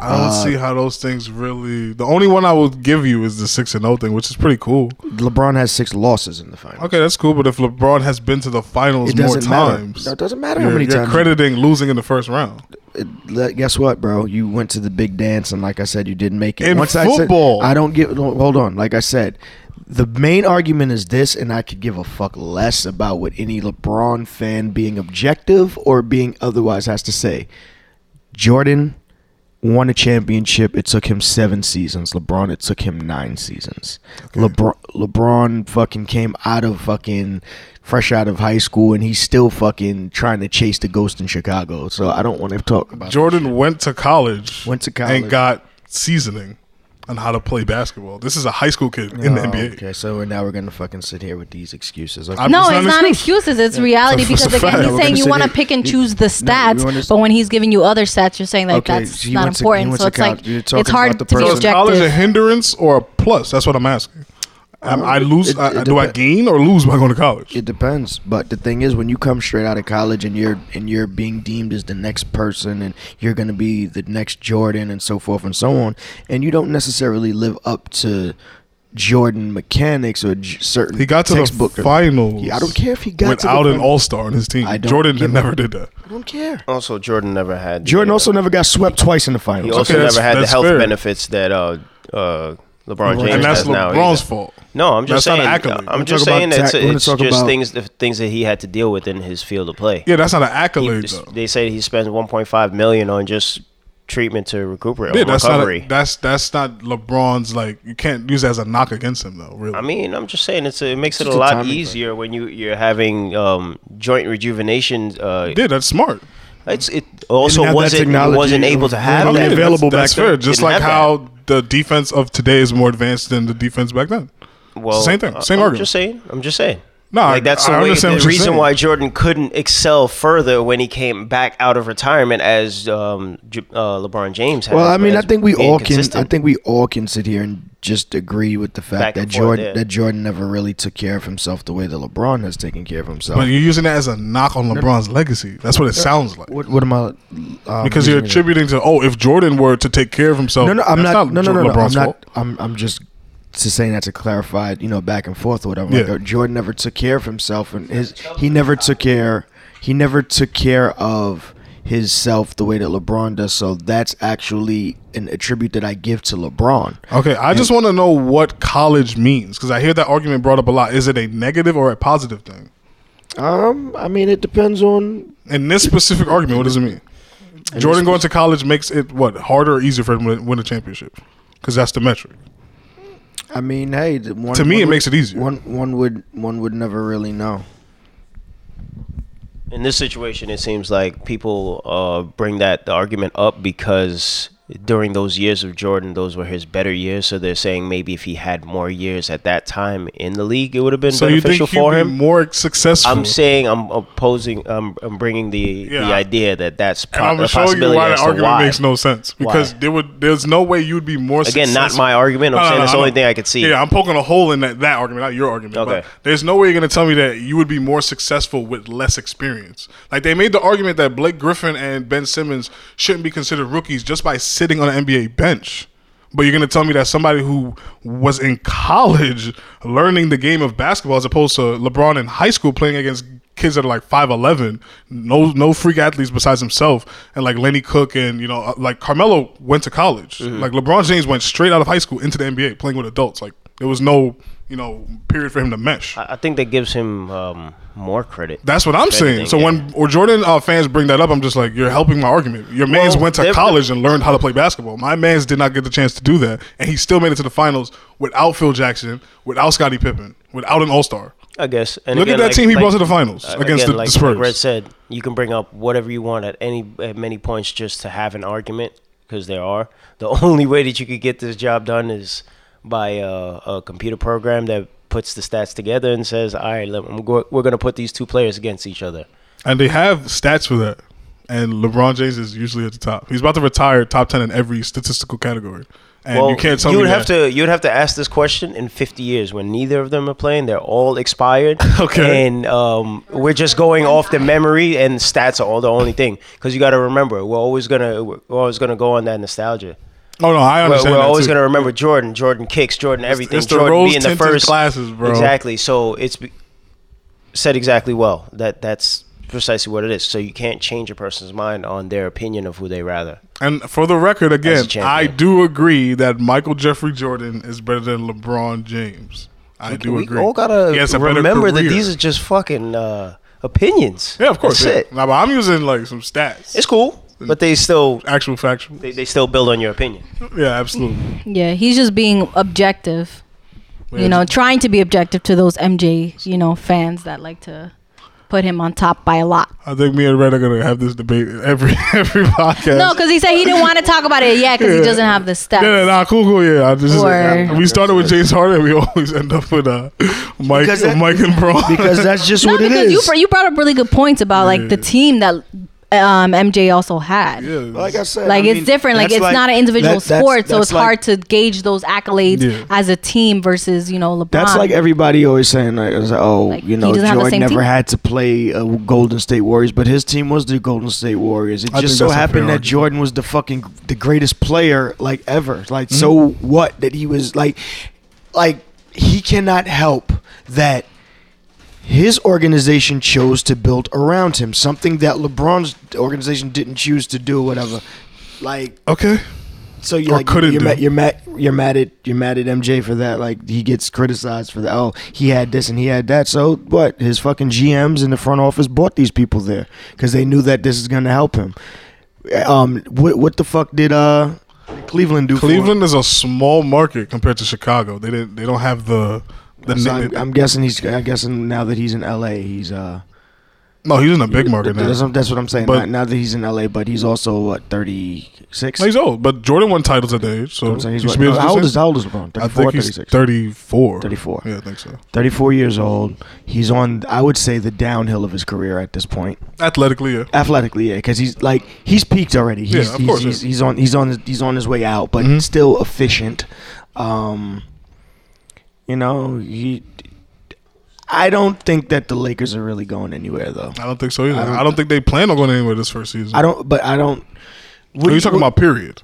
Speaker 1: I don't
Speaker 2: Uh,
Speaker 1: see how those things really. The only one I would give you is the six and zero thing, which is pretty cool.
Speaker 2: LeBron has six losses in the finals.
Speaker 1: Okay, that's cool. But if LeBron has been to the finals
Speaker 2: It
Speaker 1: more
Speaker 2: doesn't matter.
Speaker 1: times,
Speaker 2: No, it doesn't matter
Speaker 1: you're,
Speaker 2: how many
Speaker 1: you're
Speaker 2: times.
Speaker 1: crediting losing in the first round.
Speaker 2: It- le- guess what, bro? You went to the big dance, and like I said, you didn't make it.
Speaker 1: In
Speaker 2: Once
Speaker 1: football.
Speaker 2: I, said, I don't give. no, Hold on. Like I said, the main argument is this, and I could give a fuck less about what any LeBron fan being objective or being otherwise has to say. Jordan won a championship. It took him seven seasons. LeBron, it took him nine seasons. LeBron, LeBron fucking came out of fucking fresh out of high school, and he's still fucking trying to chase the ghost in Chicago. So I don't want to talk about.
Speaker 1: Jordan went to college,
Speaker 2: Went to
Speaker 1: and
Speaker 2: college.
Speaker 1: got seasoning on how to play basketball. This is a high school kid in the
Speaker 2: Oh,
Speaker 1: NBA.
Speaker 2: Okay, so we're- now we're gonna fucking sit here with these excuses. Okay.
Speaker 1: I'm
Speaker 3: No,
Speaker 1: just
Speaker 3: it's not excuses. It's reality
Speaker 1: It's a- it's
Speaker 3: because
Speaker 1: a
Speaker 3: again,
Speaker 1: fact. We're
Speaker 3: he's saying
Speaker 2: gonna
Speaker 3: you
Speaker 2: sit
Speaker 3: want to
Speaker 2: here-
Speaker 3: pick and
Speaker 2: you-
Speaker 3: choose the
Speaker 2: no, you
Speaker 3: stats,
Speaker 2: understand-
Speaker 3: but when he's giving you other stats, you're saying like
Speaker 2: Okay,
Speaker 3: that's
Speaker 2: so you
Speaker 3: not
Speaker 2: went to- you
Speaker 3: important.
Speaker 2: went
Speaker 3: so
Speaker 2: to
Speaker 3: it's
Speaker 2: college.
Speaker 3: like
Speaker 2: You're
Speaker 3: it's
Speaker 2: talking
Speaker 3: hard
Speaker 2: about the
Speaker 3: to be
Speaker 1: So
Speaker 2: person-
Speaker 1: is college a
Speaker 3: objective.
Speaker 1: hindrance or a plus? That's what I'm asking. Am I lose?
Speaker 2: Um, it-
Speaker 1: I-
Speaker 2: it
Speaker 1: do I
Speaker 2: depend-
Speaker 1: gain or lose by going to college?
Speaker 2: It depends, but the thing is, when you come straight out of college and you're and you're being deemed as the next person, and you're gonna be the next Jordan, and so forth and so on, and you don't necessarily live up to Jordan mechanics or j- certain.
Speaker 1: he got to
Speaker 2: textbook
Speaker 1: the finals.
Speaker 2: Yeah, I don't care if he got to the
Speaker 1: without an
Speaker 2: finals.
Speaker 1: All Star on his team.
Speaker 2: I don't
Speaker 1: Jordan
Speaker 2: give a-
Speaker 1: never did that.
Speaker 2: I don't care.
Speaker 6: Also, Jordan never had. the,
Speaker 2: Jordan
Speaker 6: uh,
Speaker 2: also never got swept twice in the
Speaker 6: He
Speaker 2: finals.
Speaker 1: Okay,
Speaker 6: also
Speaker 1: that's-
Speaker 6: never had the
Speaker 1: that's
Speaker 6: health
Speaker 1: fair.
Speaker 6: benefits that uh, uh, LeBron James
Speaker 1: and that's
Speaker 6: has now.
Speaker 1: LeBron's
Speaker 6: either.
Speaker 1: fault.
Speaker 6: No, I'm just
Speaker 1: That's not
Speaker 6: saying.
Speaker 1: an accolade.
Speaker 6: I'm
Speaker 1: We're
Speaker 6: just
Speaker 2: talking
Speaker 6: saying
Speaker 2: about
Speaker 6: it's,
Speaker 2: tac- we're gonna
Speaker 6: it's
Speaker 2: talk
Speaker 6: just
Speaker 2: about-
Speaker 6: things the things that he had to deal with in his field of play.
Speaker 1: Yeah, that's not an accolade
Speaker 6: He-
Speaker 1: though.
Speaker 6: they say he spends 1.5 million on just treatment to recuperate,
Speaker 1: Yeah,
Speaker 6: or
Speaker 1: that's not
Speaker 6: recovery.
Speaker 1: a, that's that's not LeBron's. Like you can't use that as a knock against him though. Really,
Speaker 6: I mean, I'm just saying it's a, it makes it
Speaker 2: just
Speaker 6: a
Speaker 2: a
Speaker 6: lot
Speaker 2: timing thing.
Speaker 6: easier when you you're having um, joint rejuvenation. Uh,
Speaker 1: yeah, that's smart.
Speaker 6: it's it also
Speaker 8: have that
Speaker 6: wasn't
Speaker 8: technology.
Speaker 6: wasn't able to have
Speaker 8: Okay,
Speaker 1: yeah,
Speaker 6: that.
Speaker 1: that's-
Speaker 8: available
Speaker 1: That's,
Speaker 8: back
Speaker 1: fair.
Speaker 8: then.
Speaker 1: Just
Speaker 6: Didn't
Speaker 1: like
Speaker 6: have
Speaker 1: how the defense of today is more advanced than the defense back then.
Speaker 6: Well,
Speaker 1: Same thing,
Speaker 6: I-
Speaker 1: same
Speaker 6: I'm
Speaker 1: argument.
Speaker 6: Just saying. I'm just saying.
Speaker 1: No, I-
Speaker 6: like that's
Speaker 1: I
Speaker 6: the, way,
Speaker 1: understand
Speaker 6: the
Speaker 1: what you're
Speaker 6: reason
Speaker 1: saying.
Speaker 6: why Jordan couldn't excel further when he came back out of retirement as um, J- uh, LeBron James. Has,
Speaker 2: Well, I mean, I
Speaker 6: as
Speaker 2: think we
Speaker 6: being
Speaker 2: all can. I
Speaker 6: consistent.
Speaker 2: think we all can sit here and just agree with the
Speaker 6: Back
Speaker 2: fact that
Speaker 6: and forth,
Speaker 2: Jordan
Speaker 6: yeah.
Speaker 2: that Jordan never really took care of himself the way that LeBron has taken care of himself.
Speaker 1: But you're using that as a knock on LeBron's legacy. That's what it sounds like.
Speaker 2: what, what am I? um,
Speaker 1: Because you're
Speaker 2: using it-
Speaker 1: attributing to oh, if Jordan were to take care of himself,
Speaker 2: No, no, I'm
Speaker 1: that's
Speaker 2: not. No, no,
Speaker 1: Jor-
Speaker 2: no, no. I'm
Speaker 1: LeBron's
Speaker 2: not.
Speaker 1: fault.
Speaker 2: I'm. I'm just. Just saying that to clarify, you know, back and forth or whatever. Like,
Speaker 1: Yeah.
Speaker 2: uh, Jordan never took care of himself, and his he never took care he never took care of his self the way that LeBron does. So that's actually an attribute that I give to LeBron.
Speaker 1: Okay, I just want to know what college means because I hear that argument brought up a lot. Is it a negative or a positive thing?
Speaker 2: Um, I mean, it depends on
Speaker 1: In this specific argument, what does it mean? Jordan going to college makes it what harder or easier for him to win a championship because that's the metric.
Speaker 2: I mean, hey, th- one,
Speaker 1: To me,
Speaker 2: one
Speaker 1: it
Speaker 2: would-
Speaker 1: makes it easier.
Speaker 2: One one would one would never really know.
Speaker 6: in this situation, it seems like people uh, bring that the argument up because during those years of Jordan, those were his better years. So they're saying maybe if he had more years at that time in the league, it would have been
Speaker 1: So you
Speaker 6: beneficial
Speaker 1: think he'd
Speaker 6: for
Speaker 1: be
Speaker 6: him.
Speaker 1: more successful?
Speaker 6: I'm saying I'm opposing. I'm, I'm bringing the
Speaker 1: Yeah.
Speaker 6: the idea that that's po-
Speaker 1: and I'm
Speaker 6: a
Speaker 1: gonna show you
Speaker 6: possibility
Speaker 1: why
Speaker 6: as
Speaker 1: the
Speaker 6: to
Speaker 1: argument
Speaker 6: why.
Speaker 1: makes no sense because
Speaker 6: Why?
Speaker 1: there would there's no way you'd be more
Speaker 6: Again, not
Speaker 1: successful.
Speaker 6: my argument. I'm saying it's the only thing I could see.
Speaker 1: Yeah, I'm poking a hole in that, that argument, not your argument. But
Speaker 6: Okay.
Speaker 1: there's no way you're gonna tell me that you would be more successful with less experience. Like they made the argument that Blake Griffin and Ben Simmons shouldn't be considered rookies just by sitting on an NBA bench. But you're gonna tell me that somebody who was in college learning the game of basketball as opposed to LeBron in high school playing against kids that are like five eleven, no no freak athletes besides himself, and like Lenny Cook and you know uh, like Carmelo went to college.
Speaker 6: Mm-hmm.
Speaker 1: Like LeBron James went straight out of high school into the NBA playing with adults. Like there was no you know period for him to mesh.
Speaker 6: I I think that gives him um, more credit.
Speaker 1: That's what I'm
Speaker 6: If
Speaker 1: saying.
Speaker 6: anything,
Speaker 1: so
Speaker 6: yeah.
Speaker 1: when or Jordan uh, fans bring that up, I'm just like, you're helping my argument. Your man's
Speaker 6: Well,
Speaker 1: went to
Speaker 6: they're-
Speaker 1: college and learned how to play basketball. My man's did not get the chance to do that, and he still made it to the finals without Phil Jackson, without Scottie Pippen, without an All Star.
Speaker 6: I guess. And
Speaker 1: Look at
Speaker 6: again,
Speaker 1: that
Speaker 6: like-
Speaker 1: team he
Speaker 6: like-
Speaker 1: brought to the finals
Speaker 6: uh,
Speaker 1: against
Speaker 6: again,
Speaker 1: the,
Speaker 6: like,
Speaker 1: the
Speaker 6: like
Speaker 1: Spurs.
Speaker 6: Red said, you can bring up whatever you want at any at many points just to have an argument because there are. The only way that you could get this job done is by uh, a computer program that puts the stats together and says, "All right, let, I'm go- we're going to put these two players against each other."
Speaker 1: And they have stats for that. And LeBron James is usually at the top. He's about to retire top ten in every statistical category. And you can't tell
Speaker 6: you
Speaker 1: me
Speaker 6: would have
Speaker 1: that.
Speaker 6: to you would have to ask this question in 50 years when neither of them are playing. They're all expired.
Speaker 1: Okay.
Speaker 6: And um, we're just going off the memory and stats are all the only thing because you got to remember we're always gonna we're always gonna go on that nostalgia.
Speaker 1: oh no, I
Speaker 6: We're,
Speaker 1: understand.
Speaker 6: we're
Speaker 1: that
Speaker 6: always
Speaker 1: too.
Speaker 6: gonna remember Jordan, Jordan kicks, Jordan everything,
Speaker 1: it's the
Speaker 6: Jordan being the
Speaker 1: rose-tinted
Speaker 6: first
Speaker 1: glasses, bro.
Speaker 6: Exactly. So it's be- said exactly well. That that's precisely what it is. So you can't change a person's mind on their opinion of who they rather.
Speaker 1: And for the record, again,
Speaker 6: As a champion.
Speaker 1: I do agree that Michael Jeffrey Jordan is better than LeBron James. I do
Speaker 6: we
Speaker 1: agree.
Speaker 6: all gotta
Speaker 1: He has a better
Speaker 6: remember that
Speaker 1: career.
Speaker 6: these are just fucking uh, opinions.
Speaker 1: yeah, of course.
Speaker 6: That's
Speaker 1: yeah.
Speaker 6: it.
Speaker 1: Now, but I'm using like some stats,
Speaker 6: It's cool, but they still
Speaker 1: actual factual.
Speaker 6: they, they still build on your opinion.
Speaker 1: Yeah, absolutely.
Speaker 3: Yeah, he's just being objective.
Speaker 1: Yeah,
Speaker 3: You know, trying to be objective to those MJ, you know, fans that like to put him on top by a lot.
Speaker 1: I think me and Red are gonna have this debate every every podcast.
Speaker 3: No, because he said he didn't want to talk about it yet because he doesn't have the stats.
Speaker 1: Yeah, yeah, nah, cool, cool. Yeah, I just, uh,
Speaker 3: Or-
Speaker 1: we started with James Harden. We always end up with uh, Mike,
Speaker 2: Because that-
Speaker 1: Mike and Braun.
Speaker 2: because that's just
Speaker 3: no,
Speaker 2: what it
Speaker 3: because
Speaker 2: is.
Speaker 3: you br- you brought up really good points about like the team that um, MJ also had.
Speaker 1: yeah,
Speaker 2: like I said,
Speaker 3: Like
Speaker 2: I
Speaker 3: it's
Speaker 2: mean,
Speaker 3: different. Like
Speaker 2: that's
Speaker 3: it's not an individual
Speaker 2: that- that's-
Speaker 3: sport, so
Speaker 2: that's
Speaker 3: it's
Speaker 2: like-
Speaker 3: hard to gauge those accolades
Speaker 1: Yeah.
Speaker 3: as a team versus you know LeBron.
Speaker 2: That's like everybody always saying, like, it's like, oh,
Speaker 3: Like,
Speaker 2: you
Speaker 3: he
Speaker 2: know,
Speaker 3: doesn't have the
Speaker 2: Jordan
Speaker 3: same
Speaker 2: never
Speaker 3: team?
Speaker 2: had to play uh, Golden State Warriors, but his team was the Golden State Warriors. It
Speaker 1: I
Speaker 2: just
Speaker 1: think
Speaker 2: so
Speaker 1: that's a fair
Speaker 2: happened that
Speaker 1: argument.
Speaker 2: Jordan was the fucking the greatest player like ever. Like, so
Speaker 1: Mm-hmm.
Speaker 2: what that he was like, like he cannot help that his organization chose to build around him something that LeBron's organization didn't choose to do. Whatever, like
Speaker 1: okay.
Speaker 2: So you
Speaker 1: Or
Speaker 2: like,
Speaker 1: couldn't
Speaker 2: you're,
Speaker 1: do.
Speaker 2: mad, you're mad you're mad at you're mad at MJ for that. Like he gets criticized for that. Oh, he had this and he had that. So what? His fucking GMs in the front office bought these people there because they knew that this is gonna help him. Um, what what the fuck did uh Cleveland do? for him?
Speaker 1: Cleveland is a small market compared to Chicago. They didn't. They don't have the. the
Speaker 2: So I'm, I'm guessing he's. I'm guessing now that he's in LA, he's uh.
Speaker 1: no, he's in a big market now.
Speaker 2: That's, what- that's what I'm saying.
Speaker 1: But-
Speaker 2: now, now that he's in LA, but he's also what 36.
Speaker 1: No, he's old, but Jordan won titles at that age. So
Speaker 2: I'm saying he's
Speaker 1: you
Speaker 2: what,
Speaker 1: should be able to
Speaker 2: how old
Speaker 1: say-
Speaker 2: is how old is LeBron?
Speaker 1: I
Speaker 2: 34,
Speaker 1: think he's
Speaker 2: 36.
Speaker 1: 34.
Speaker 2: 34.
Speaker 1: Yeah, I think so.
Speaker 2: 34 years old. He's on, I would say, the downhill of his career at this point.
Speaker 1: Athletically, yeah.
Speaker 2: Athletically, yeah, because he's like he's peaked already. He's,
Speaker 1: of
Speaker 2: he's,
Speaker 1: course, Mm-hmm.
Speaker 2: he's,
Speaker 1: yeah.
Speaker 2: he's on he's on he's on his way out, but still efficient. Um, you know, he. I don't think that the Lakers are really going anywhere though.
Speaker 1: I don't think so either. I
Speaker 2: don't-
Speaker 1: don't, think they plan on going anywhere this first season.
Speaker 2: I don't, but I don't.
Speaker 1: What are you talking about? Period.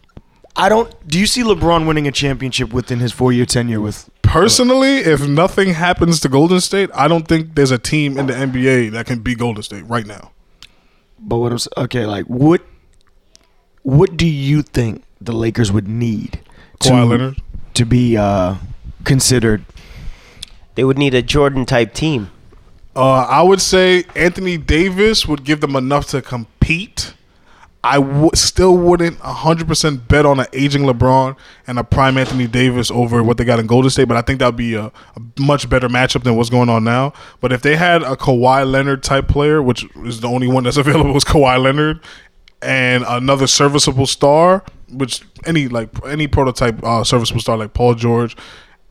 Speaker 2: I don't. Do you see LeBron winning a championship within his four-year tenure with
Speaker 1: Personally, if nothing happens to Golden State, I don't think there's a team in the NBA that can beat Golden State right now.
Speaker 2: But what I'm s- okay, like what what do you think the Lakers would need
Speaker 1: Kawhi Leonard.
Speaker 2: to be uh, considered?
Speaker 6: They would need a Jordan type team.
Speaker 1: Uh, I would say Anthony Davis would give them enough to compete. I w- still wouldn't 100% bet on an aging LeBron and a prime Anthony Davis over what they got in Golden State, but I think that would be a, a much better matchup than what's going on now. But if they had a Kawhi Leonard type player, which is the only one that's available is Kawhi Leonard, and another serviceable star, which any like any prototype uh, serviceable star like Paul George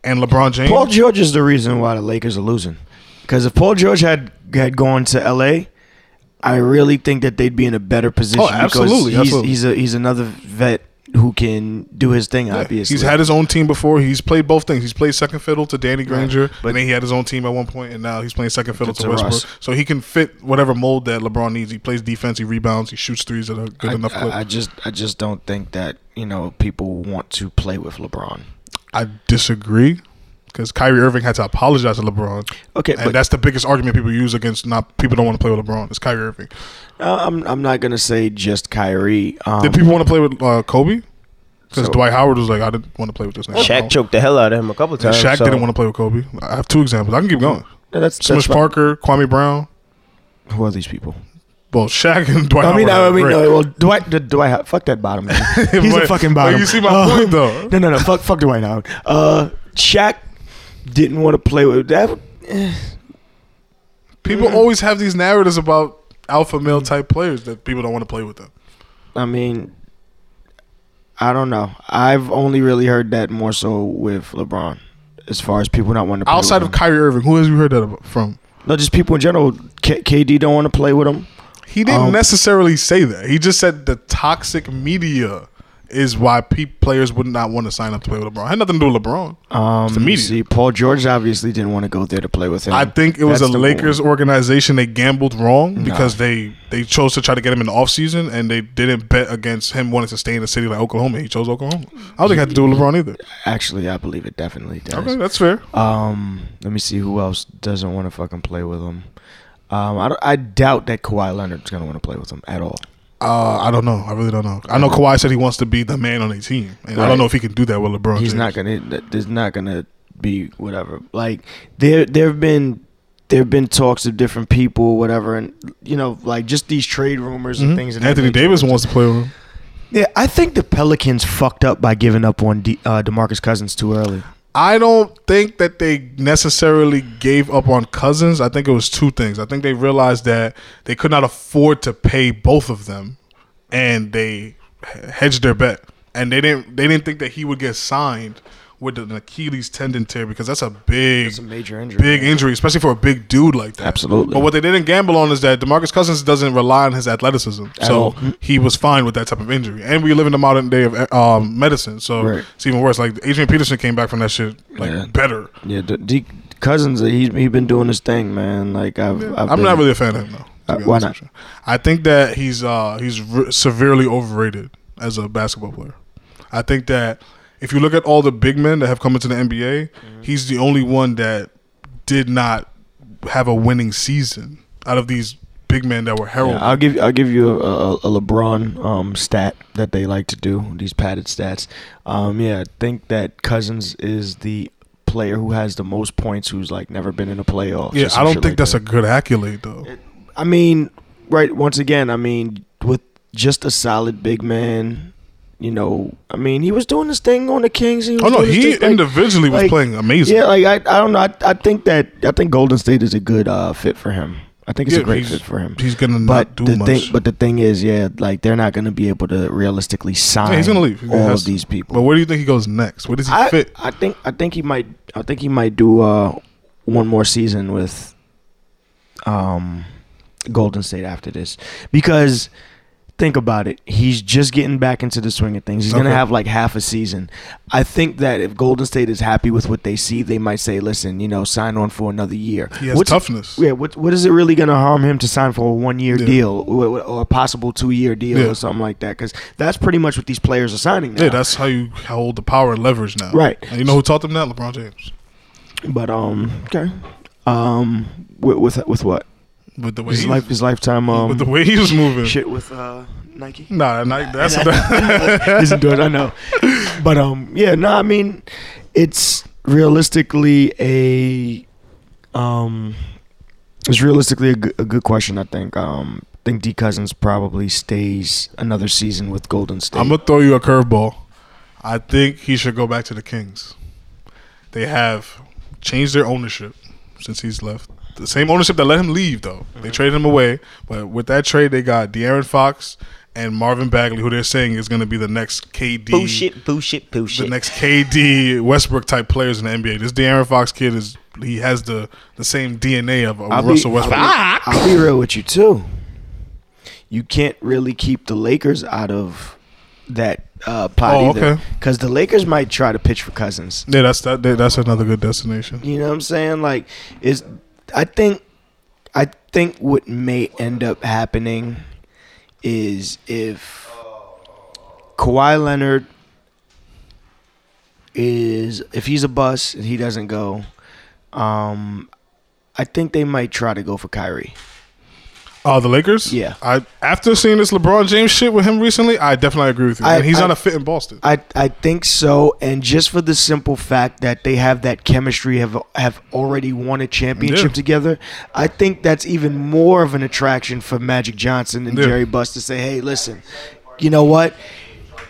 Speaker 1: and LeBron James.
Speaker 2: Paul George is the reason why the Lakers are losing. Because if Paul George had had gone to L.A., I really think that they'd be in a better position.
Speaker 1: Oh, absolutely,
Speaker 2: Because he's,
Speaker 1: absolutely.
Speaker 2: he's a he's another vet who can do his thing.
Speaker 1: Yeah,
Speaker 2: Obviously,
Speaker 1: He's had his own team before. He's played both things. He's played second fiddle to Danny Granger, and then he had his own team at one point, and now he's playing second fiddle
Speaker 2: To-
Speaker 1: to,
Speaker 2: to
Speaker 1: Westbrook.
Speaker 2: Russ.
Speaker 1: So he can fit whatever mold that LeBron needs. He plays defense, he rebounds, he shoots threes at a good
Speaker 2: I,
Speaker 1: enough clip.
Speaker 2: I, I
Speaker 1: I,
Speaker 2: just I just don't think that you know people want to play with LeBron.
Speaker 1: disagree because Kyrie Irving had to apologize to LeBron,
Speaker 2: Okay,
Speaker 1: and that's the biggest argument people use against not people don't want to play with LeBron. It's Kyrie Irving.
Speaker 2: Uh, I'm I'm not gonna say just Kyrie. Um,
Speaker 1: Did people want to play with uh, Kobe? Because
Speaker 2: So-
Speaker 1: Dwight Howard was like, I didn't want to play with this nigga.
Speaker 6: Shaq
Speaker 1: No.
Speaker 6: choked the hell out of him a couple times.
Speaker 1: Shaq
Speaker 6: so-
Speaker 1: didn't want to play with Kobe. I have two examples. I can keep going.
Speaker 2: no, that's, that's
Speaker 1: Smush
Speaker 2: fine.
Speaker 1: Parker, Kwame Brown.
Speaker 2: Who are these people?
Speaker 1: Well, Shaq and Dwight.
Speaker 2: I mean,
Speaker 1: Howard
Speaker 2: I
Speaker 1: are
Speaker 2: mean,
Speaker 1: great.
Speaker 2: no, well, Dwight, the, Dwight, Howard- fuck that bottom. Man. He's a
Speaker 1: But-
Speaker 2: fucking
Speaker 1: but
Speaker 2: bottom.
Speaker 1: you see my
Speaker 2: Uh,
Speaker 1: point, though.
Speaker 2: No, no, no. Fuck, fuck Dwight Howard. Uh, Shaq didn't want to play with that.
Speaker 1: People always have these narratives about alpha male type players that people don't want to play with them.
Speaker 2: I mean, I don't know. I've only really heard that more so with LeBron, as far as people not wanting to play
Speaker 1: Outside
Speaker 2: with
Speaker 1: of Kyrie Irving, who has you heard that about- from?
Speaker 2: him. no, just people in general. K- KD don't want to play with him.
Speaker 1: He didn't
Speaker 2: Um,
Speaker 1: necessarily say that. He just said the toxic media is why pe- players would not want to sign up to play with LeBron. Had nothing to do with LeBron.
Speaker 2: Um,
Speaker 1: It's the media.
Speaker 2: See, Paul George obviously didn't want to go there to play with him.
Speaker 1: I think it was
Speaker 2: Um, That's
Speaker 1: a
Speaker 2: number
Speaker 1: Lakers organization. They gambled wrong because they they chose to try to get him in the offseason and they didn't bet against him wanting to stay in a city like Oklahoma. He chose Oklahoma. I don't think it had to do with LeBron either.
Speaker 2: Actually, I believe it definitely does.
Speaker 1: Okay, that's fair.
Speaker 2: Um, let me see who else doesn't want to fucking play with him. Um, I, don't- I doubt that Kawhi Leonard's gonna want to play with him at all.
Speaker 1: Uh, I don't know. I really don't know. I know Kawhi said he wants to be the man on a team, and I
Speaker 2: Right.
Speaker 1: don't know if he can do that with LeBron.
Speaker 2: He's
Speaker 1: James.
Speaker 2: not gonna. that- There's not gonna be whatever. Like there, there have been there have been talks of different people, whatever, and you know, like just these trade rumors and things. of that
Speaker 1: Mm-hmm. Anthony
Speaker 2: nature.
Speaker 1: Davis wants to play with him.
Speaker 2: Yeah, I think the Pelicans fucked up by giving up on D, uh, Demarcus Cousins too early.
Speaker 1: I don't think that they necessarily gave up on Cousins. I think it was two things. I think they realized that they could not afford to pay both of them, and they hedged their bet. And they didn't. They didn't think that he would get signed with an Achilles tendon tear because that's a big,
Speaker 2: It's a major injury.
Speaker 1: big injury, especially for a big dude like that.
Speaker 2: Absolutely.
Speaker 1: But what they didn't gamble on is that Demarcus Cousins doesn't rely on his athleticism, so
Speaker 2: all.
Speaker 1: he was fine with that type of injury. And we live in the modern day of um, medicine, so
Speaker 2: Right.
Speaker 1: it's even worse. Like Adrian Peterson came back from that shit like
Speaker 2: Yeah.
Speaker 1: better.
Speaker 2: Yeah, D- D- Cousins, he's he been doing his thing, man. Like I've, I've
Speaker 1: I'm
Speaker 2: been-
Speaker 1: not really a fan of him though.
Speaker 2: Uh,
Speaker 1: to be
Speaker 2: why
Speaker 1: honest
Speaker 2: not?
Speaker 1: with you. I think that he's uh, he's re- severely overrated as a basketball player. I think that if you look at all the big men that have come into the NBA,
Speaker 2: Mm-hmm.
Speaker 1: he's the only one that did not have a winning season out of these big men that were heralded.
Speaker 2: Yeah, I'll give I'll give you a, a, a LeBron um, stat that they like to do these padded stats. Um, yeah, I think that Cousins is the player who has the most points who's like never been in a playoff.
Speaker 1: Yeah, I don't think that's a good accolade though.
Speaker 2: a. I mean, right? Once again, I mean, with just a solid big man, you know, I mean, he was doing this thing on the Kings. He was
Speaker 1: oh no,
Speaker 2: doing this
Speaker 1: he
Speaker 2: thing, like-
Speaker 1: individually was
Speaker 2: like-
Speaker 1: playing amazing.
Speaker 2: Yeah, like I, I don't know. I, I think that I think Golden State is a good uh, fit for him. I think it's
Speaker 1: Yeah,
Speaker 2: a great
Speaker 1: he's-
Speaker 2: fit for him.
Speaker 1: he's gonna
Speaker 2: but
Speaker 1: not do
Speaker 2: the
Speaker 1: much.
Speaker 2: Thing, but the thing is, yeah, like they're not gonna be able to realistically sign.
Speaker 1: Yeah, he's gonna leave. He
Speaker 2: all
Speaker 1: has
Speaker 2: of
Speaker 1: to.
Speaker 2: these people.
Speaker 1: But where do you think he goes next? Where does he
Speaker 2: I,
Speaker 1: fit?
Speaker 2: I think I think he might I think he might do uh, one more season with um, Golden State after this because think about it he's just getting back into the swing of things he's gonna
Speaker 1: Okay.
Speaker 2: have like half a season I think that if Golden State is happy with what they see they might say listen you know sign on for another year
Speaker 1: He has
Speaker 2: What's-
Speaker 1: toughness.
Speaker 2: yeah, what what is it really going to harm him to sign for a one year
Speaker 1: Yeah.
Speaker 2: deal or, or a possible two year deal
Speaker 1: Yeah.
Speaker 2: or something like that? Because that's pretty much what these players are signing now.
Speaker 1: Yeah, that's how you hold the power and leverage now.
Speaker 2: Right.
Speaker 1: And you know who taught them that? LeBron James.
Speaker 2: But um, okay. Um, with with, with what
Speaker 1: With the way
Speaker 2: his
Speaker 1: he,
Speaker 2: life his lifetime um
Speaker 1: with the way he was moving.
Speaker 2: shit with uh Nike.
Speaker 1: Nah, nah, that's
Speaker 2: He's endorsed, I know. But um, yeah, no, I mean, it's realistically a um, it's realistically a good- a good question. I think um, I think D Cousins probably stays another season with Golden State.
Speaker 1: I'm gonna throw you a curveball. I think he should go back to the Kings. They have changed their ownership since he's left. The same ownership that let him leave, though. They traded him away, but with that trade, they got De'Aaron Fox and Marvin Bagley, who they're saying is going to be the next KD,
Speaker 6: Bullshit, bullshit,
Speaker 1: the
Speaker 6: bullshit.
Speaker 1: next KD Westbrook type players in the NBA. This De'Aaron Fox kid is he has the the same DNA of, of
Speaker 2: I'll be-
Speaker 1: Russell Westbrook. Ah!
Speaker 2: I'll be real with you too. You can't really keep the Lakers out of that uh, pot
Speaker 1: Oh,
Speaker 2: either,
Speaker 1: okay.
Speaker 2: because the Lakers might try to pitch for Cousins.
Speaker 1: yeah, that's that. That's another good destination.
Speaker 2: You know what I'm saying? Like, is I think I think what may end up happening is if Kawhi Leonard is if he's a bust and he doesn't go, um, I think they might try to go for Kyrie.
Speaker 1: Oh, the Lakers.
Speaker 2: Yeah.
Speaker 1: I after seeing this LeBron James shit with him recently, I definitely agree with you.
Speaker 2: I-
Speaker 1: and he's
Speaker 2: I-
Speaker 1: not a fit in Boston.
Speaker 2: I, I think so, and just for the simple fact that they have that chemistry, have have already won a championship
Speaker 1: Yeah.
Speaker 2: together, I think that's even more of an attraction for Magic Johnson and
Speaker 1: Yeah.
Speaker 2: Jerry Buss to say, "Hey, listen, you know what?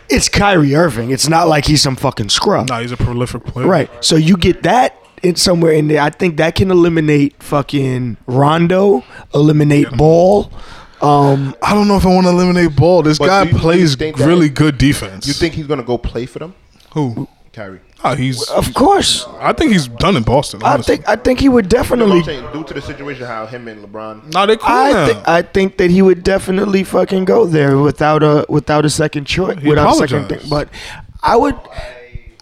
Speaker 2: It's Kyrie Irving. It's not like he's some fucking scrub,
Speaker 1: nah, he's a prolific player.
Speaker 2: right? So you get that." In somewhere in there, I think that can eliminate fucking Rondo, eliminate Ball. Um,
Speaker 1: I don't know if I want to eliminate Ball. This
Speaker 5: But
Speaker 1: guy
Speaker 5: do you- do you
Speaker 1: plays
Speaker 5: think that-
Speaker 1: really good defense.
Speaker 5: You think he's gonna go play for them,
Speaker 1: who?
Speaker 5: Kyrie?
Speaker 1: Nah, he's.
Speaker 2: of course,
Speaker 1: I think he's done in Boston.
Speaker 2: I
Speaker 1: Honestly.
Speaker 2: think I think he would
Speaker 5: That's what
Speaker 2: definitely
Speaker 5: I'm saying due to the situation how him and LeBron.
Speaker 1: Nah, they cool now.
Speaker 2: I, thi- I think that he would definitely fucking go there without a without a second choice,
Speaker 1: He
Speaker 2: without a second
Speaker 1: apologized.
Speaker 2: thing. But I would,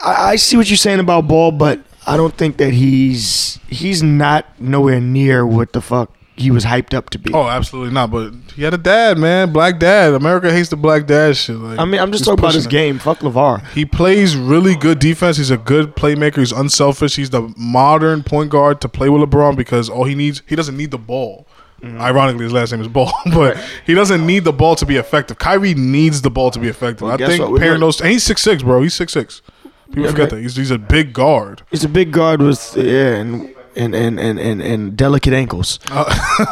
Speaker 2: I, I see what you're saying about Ball, but I don't think that he's he's not nowhere near what the fuck he was hyped up to be.
Speaker 1: oh, absolutely not. But he had a dad, man. Black dad. America hates the black dad shit. Like,
Speaker 2: I mean, I'm just
Speaker 1: he's
Speaker 2: talking about his
Speaker 1: pushing it.
Speaker 2: game. Fuck Levar.
Speaker 1: He plays really good defense. He's a good playmaker. He's unselfish. He's the modern point guard to play with LeBron because all he needs, he doesn't need the ball.
Speaker 2: Mm-hmm.
Speaker 1: Ironically, his last name is Ball, but he doesn't need the ball to be effective. Kyrie needs the ball to be effective. I
Speaker 2: guess
Speaker 1: think
Speaker 2: what? We're
Speaker 1: pairing
Speaker 2: gonna-
Speaker 1: those, and he's six six, bro. He's six six. People forget that he's, he's a big guard.
Speaker 2: He's a big guard with yeah, and and and and and, and delicate ankles.
Speaker 1: Uh,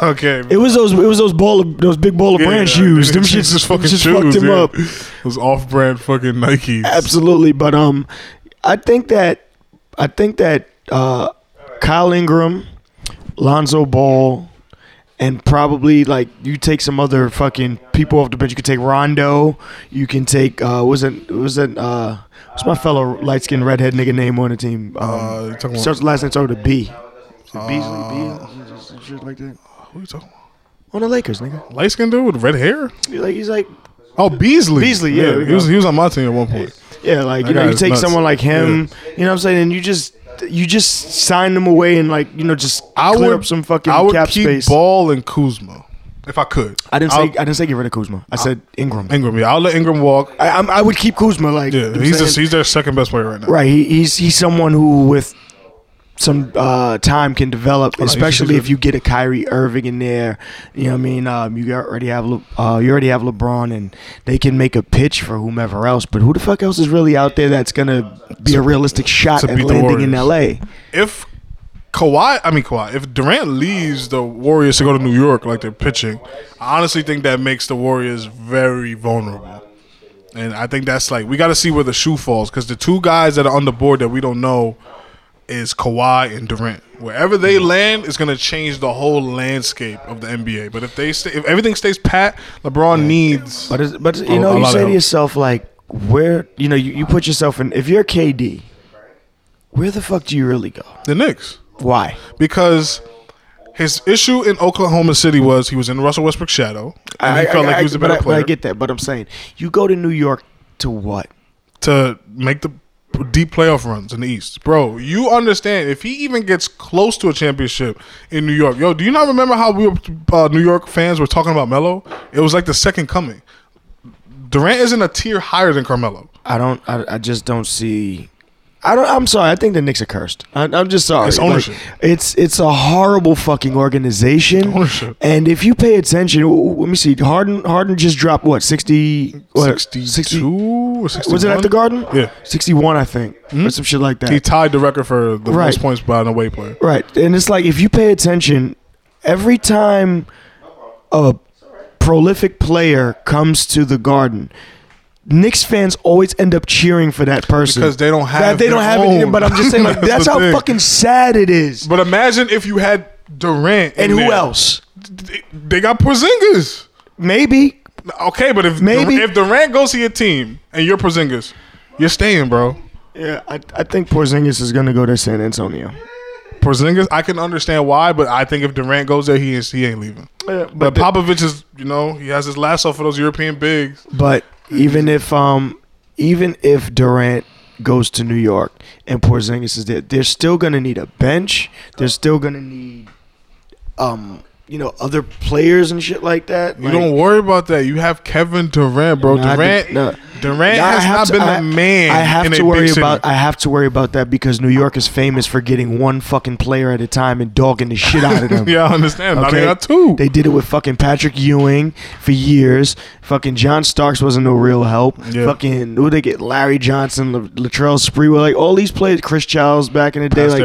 Speaker 1: okay,
Speaker 2: It was those it was those ball those big ball of brand shoes. Them shits
Speaker 1: just fucking
Speaker 2: just
Speaker 1: shoes,
Speaker 2: fucked him
Speaker 1: yeah.
Speaker 2: up.
Speaker 1: Those off brand fucking Nikes.
Speaker 2: Absolutely, but um, I think that I think that uh, Kyle Ingram, Lonzo Ball, and probably like you take some other fucking people off the bench. You could take Rondo. You can take uh, was it was it uh, what's my fellow light skinned redhead nigga name on the team? Um,
Speaker 1: Uh, you talking about- Uh,
Speaker 2: starts last name starts with a B. Beasley, Beasley, shit like that.
Speaker 1: Who you talking about?
Speaker 2: On the Lakers, nigga.
Speaker 1: Light skinned dude with red hair.
Speaker 2: Like he's like
Speaker 1: Oh, Beasley.
Speaker 2: Beasley, yeah, there we
Speaker 1: he was
Speaker 2: go.
Speaker 1: he was on my team at one point.
Speaker 2: Yeah, like
Speaker 1: That
Speaker 2: you know,
Speaker 1: guy
Speaker 2: you
Speaker 1: is
Speaker 2: take
Speaker 1: nuts.
Speaker 2: someone like him, you know what I'm saying, and you just you just sign them away and like you know just clear up some fucking
Speaker 1: I would
Speaker 2: cap
Speaker 1: keep
Speaker 2: space.
Speaker 1: Ball and Kuzma if I could.
Speaker 2: I didn't say
Speaker 1: I'll-
Speaker 2: I'll, I did not say get rid of Kuzma. I said Ingram.
Speaker 1: Ingram. Yeah, I'll let Ingram walk.
Speaker 2: I, I'm, I would keep Kuzma. Like
Speaker 1: Yeah,
Speaker 2: you know what I'm
Speaker 1: he's
Speaker 2: saying?
Speaker 1: just, he's their second best player right now.
Speaker 2: right. He, he's he's someone who with some uh, time can develop,
Speaker 1: he's-
Speaker 2: especially
Speaker 1: he's a-
Speaker 2: if you get a Kyrie Irving in there. You know what I mean? Um, you already have Le- uh, you already have LeBron, and they can make a pitch for whomever else. But who the fuck else is really out there that's gonna be a realistic shot
Speaker 1: to
Speaker 2: at
Speaker 1: beat the
Speaker 2: landing in
Speaker 1: Warriors.
Speaker 2: L.A.
Speaker 1: If Kawhi, I mean Kawhi, if Durant leaves the Warriors to go to New York like they're pitching, I honestly think that makes the Warriors very vulnerable. And I think that's like we got to see where the shoe falls because the two guys that are on the board that we don't know is Kawhi and Durant. Wherever they
Speaker 2: Mm-hmm.
Speaker 1: land is going to change the whole landscape of the NBA. But if they stay, if everything stays pat, LeBron needs.
Speaker 2: But it's, but
Speaker 1: A-
Speaker 2: you know,
Speaker 1: a
Speaker 2: you
Speaker 1: lot
Speaker 2: say
Speaker 1: of-
Speaker 2: to yourself like, where you know you, you put yourself in. If you're KD, where the fuck do you really go?
Speaker 1: the Knicks.
Speaker 2: Why?
Speaker 1: because his issue in Oklahoma City was he was in Russell Westbrook's shadow, and he felt like he was a
Speaker 2: but
Speaker 1: better
Speaker 2: I- but
Speaker 1: player
Speaker 2: I get that, but I'm saying you go to New York to what?
Speaker 1: to make the deep playoff runs in the East. Bro, you understand if he even gets close to a championship in New York. Yo, do you not remember how we were, uh, New York fans were talking about Melo? It was like the second coming. Durant isn't a tier higher than Carmelo.
Speaker 2: I don't. I, I just don't see. I don't. I'm sorry. I think the Knicks are cursed. I, I'm just sorry.
Speaker 1: It's ownership.
Speaker 2: Like, it's it's a horrible fucking organization.
Speaker 1: Ownership.
Speaker 2: And if you pay attention, w- w- let me see. Harden Harden just dropped what 60, what
Speaker 1: 62 or 61?
Speaker 2: Was it at the Garden?
Speaker 1: Yeah. Hmm?
Speaker 2: 61, I think, or some shit like that.
Speaker 1: He tied the record for the
Speaker 2: Right.
Speaker 1: most points by an away player.
Speaker 2: Right. And it's like if you pay attention, every time a prolific player comes to the garden, Knicks fans always end up cheering for that person
Speaker 1: Because they don't have
Speaker 2: that they
Speaker 1: their
Speaker 2: don't have it.
Speaker 1: own.
Speaker 2: But I'm just saying, like
Speaker 1: That's
Speaker 2: that's,
Speaker 1: the
Speaker 2: how
Speaker 1: thing.
Speaker 2: fucking sad it is.
Speaker 1: But imagine if you had Durant in
Speaker 2: and who
Speaker 1: there.
Speaker 2: else?
Speaker 1: They- They got Porzingis.
Speaker 2: Maybe
Speaker 1: Okay, but if
Speaker 2: Maybe.
Speaker 1: Dur- if Durant goes to your team and you're Porzingis, you're staying, bro.
Speaker 2: yeah, I, I think Porzingis is gonna go to San Antonio.
Speaker 1: Porzingis, I can understand why, but I think if Durant goes there, he is, he ain't leaving. but Popovich is, you know, he has his last off for those European bigs.
Speaker 2: But even if um even if Durant goes to New York and Porzingis is there, they're still gonna need a bench. They're still gonna need um you know other players and shit like that.
Speaker 1: You don't worry about that. You have Kevin Durant, bro.
Speaker 2: Nah, I
Speaker 1: Durant,
Speaker 2: do- nah.
Speaker 1: Durant has not been a man.
Speaker 2: I have
Speaker 1: in
Speaker 2: to
Speaker 1: a
Speaker 2: worry
Speaker 1: big city.
Speaker 2: about. I have to worry about that because New York is famous for getting one fucking player at a time and dogging the shit out of them.
Speaker 1: yeah, I understand. Now they
Speaker 2: Okay?
Speaker 1: got two.
Speaker 2: They did it with fucking Patrick Ewing for years. Fucking John Starks wasn't no real help.
Speaker 1: Yeah.
Speaker 2: Fucking who they get? Larry Johnson, La- Latrell Sprewell, like all these players. Chris Childs back in the day,
Speaker 1: Past their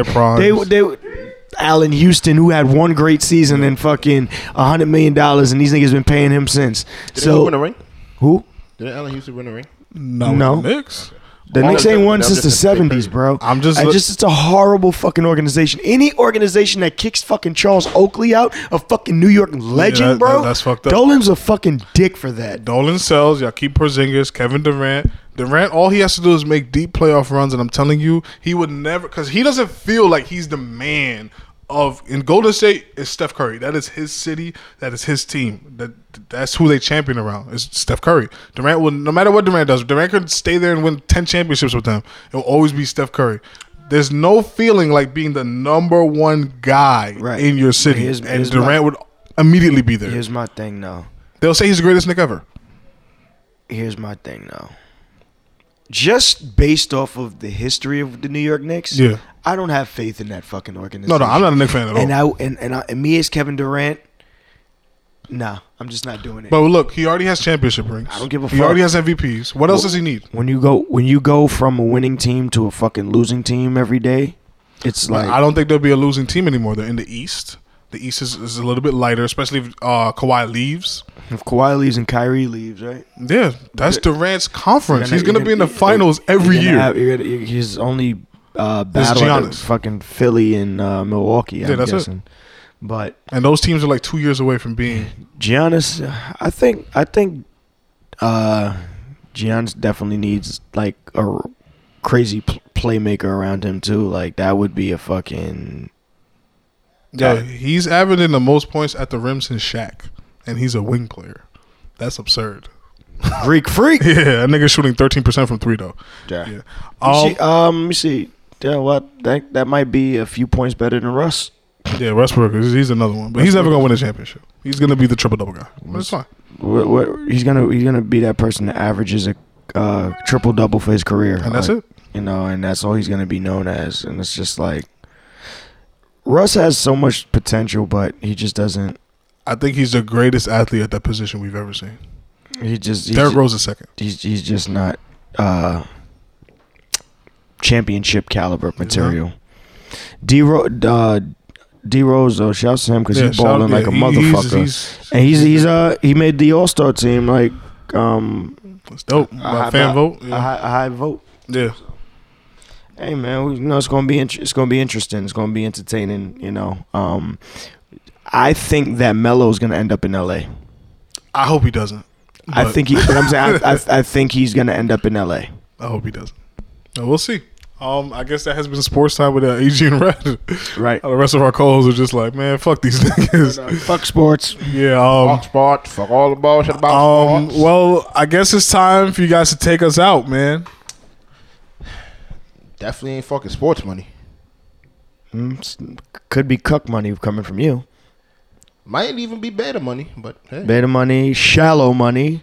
Speaker 2: like they
Speaker 1: primes.
Speaker 2: they. Allen Houston, who had one great season and fucking a hundred million dollars, and these niggas been paying him since.
Speaker 5: Did he
Speaker 2: so
Speaker 5: win a ring?
Speaker 2: who?
Speaker 5: Did Allen Houston win a ring?
Speaker 1: no,
Speaker 2: No.
Speaker 1: the Knicks.
Speaker 2: The
Speaker 5: All
Speaker 2: Knicks
Speaker 5: of
Speaker 2: ain't
Speaker 5: them-
Speaker 2: won
Speaker 5: they'll
Speaker 2: since the
Speaker 5: just have to pay
Speaker 2: seventies, bro.
Speaker 1: I'm just
Speaker 2: I
Speaker 1: look-
Speaker 2: just it's a horrible fucking organization. Any organization that kicks fucking Charles Oakley out, a fucking New York legend,
Speaker 1: that-
Speaker 2: bro.
Speaker 1: that- that's fucked up.
Speaker 2: Dolan's a fucking dick for that.
Speaker 1: Dolan sells. Y'all keep Porzingis, Kevin Durant. Durant, all he has to do is make deep playoff runs, and I'm telling you, he would never because he doesn't feel like he's the man of. In Golden State is Steph Curry. That is his city. That is his team. That that's who they champion around. Is Steph Curry. Durant will no matter what Durant does. Durant could stay there and win ten championships with them. It will always be Steph Curry. There's no feeling like being the number one guy
Speaker 2: Right.
Speaker 1: in your city,
Speaker 2: Here's-
Speaker 1: and
Speaker 2: here's my-
Speaker 1: Durant would immediately be there.
Speaker 2: Here's my thing though.
Speaker 1: They'll say he's the greatest Nick ever.
Speaker 2: Here's my thing though. Just based off of the history of the New York Knicks,
Speaker 1: Yeah.
Speaker 2: I don't have faith in that fucking organization.
Speaker 1: No, no, I'm not a Nick fan at all.
Speaker 2: And I and and, I, and me as Kevin Durant, nah, I'm just not doing it.
Speaker 1: But look, he already has championship rings. I
Speaker 2: don't give a
Speaker 1: He
Speaker 2: fuck.
Speaker 1: already has MVPs. What else does he need?
Speaker 2: when you go when you go from a winning team to a fucking losing team every day, it's like
Speaker 1: I don't think there'll be a losing team anymore. They're in the East. The East is, is a little bit lighter, especially if uh, Kawhi leaves.
Speaker 2: if Kawhi leaves and Kyrie leaves, right?
Speaker 1: Yeah, that's Durant's conference.
Speaker 2: You're
Speaker 1: He's gonna
Speaker 2: you're
Speaker 1: be in the
Speaker 2: you're-
Speaker 1: finals every
Speaker 2: you're
Speaker 1: year.
Speaker 2: gonna have- you're gonna- you're- his only uh, battle out of
Speaker 1: Giannis.
Speaker 2: fucking Philly and uh, Milwaukee.
Speaker 1: Yeah,
Speaker 2: I'm
Speaker 1: that's it.
Speaker 2: guessing. But
Speaker 1: and those teams are like two years away from being.
Speaker 2: Giannis, I think I think uh, Giannis definitely needs like a r- crazy pl- playmaker around him too. Like that would be a fucking
Speaker 1: Yeah, he's averaging the most points at the rim since Shaq, and he's a wing player. That's absurd.
Speaker 2: Greek freak.
Speaker 1: Yeah, that nigga shooting thirteen percent from three though.
Speaker 2: Yeah.
Speaker 1: Yeah.
Speaker 2: Um,
Speaker 1: Um,
Speaker 2: um, let me see. Yeah, what that that might be a few points better than Russ.
Speaker 1: yeah, Westbrook. is- He's another one, but he's never gonna win a championship. He's gonna be the triple double guy. But it's fine.
Speaker 2: What, what he's gonna he's gonna be that person that averages a uh, triple double for his career,
Speaker 1: And that's
Speaker 2: Like,
Speaker 1: it.
Speaker 2: You know, and that's all he's gonna be known as. And it's just like Russ has so much potential, but he just doesn't.
Speaker 1: I think he's the greatest athlete at that position we've ever seen.
Speaker 2: He just he's,
Speaker 1: Derrick Rose is second.
Speaker 2: he's he's just not uh, championship caliber material. D Ro- uh, D Rose though, shouts to him because
Speaker 1: Yeah,
Speaker 2: he's
Speaker 1: shout-
Speaker 2: balling like
Speaker 1: yeah,
Speaker 2: a
Speaker 1: he-
Speaker 2: motherfucker.
Speaker 1: He's, he's,
Speaker 2: and he's he's uh he made the All Star team like um
Speaker 1: it's dope. By fan vote.
Speaker 2: a
Speaker 1: Yeah.
Speaker 2: high, a high vote.
Speaker 1: yeah.
Speaker 2: Hey man, we, you know it's gonna be int- it's gonna be interesting. It's gonna be entertaining. You know, um, I think that Melo is gonna end up in L.A.
Speaker 1: I hope he doesn't.
Speaker 2: I
Speaker 1: But-
Speaker 2: think he. But I'm saying I, I, I think he's gonna end up in L.A.
Speaker 1: I hope he doesn't. Uh, we'll see. Um, I guess that has been sports time with uh, AG and Red.
Speaker 2: Right.
Speaker 1: Uh, the rest of our calls are just like, man, fuck these niggas.
Speaker 2: Fuck sports.
Speaker 1: yeah. Um,
Speaker 5: Fuck sports. Fuck all the bullshit about
Speaker 1: um,
Speaker 5: sports.
Speaker 1: well, I guess it's time for you guys to take us out, man.
Speaker 5: Definitely ain't fucking sports money.
Speaker 2: Mm, s- could be cuck money coming from you.
Speaker 5: Might even be better money, but hey.
Speaker 2: Beta money, shallow money,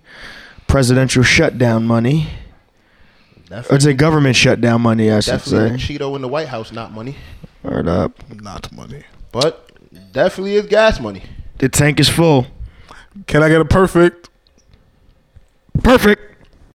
Speaker 2: presidential shutdown money. Or
Speaker 5: definitely,
Speaker 2: it's a government shutdown money, I should
Speaker 5: definitely the
Speaker 2: say.
Speaker 5: Cheeto in the White House, not money.
Speaker 2: Word up.
Speaker 1: Not money.
Speaker 5: But definitely is gas money.
Speaker 2: The tank is full.
Speaker 1: Can I get a perfect?
Speaker 2: Perfect.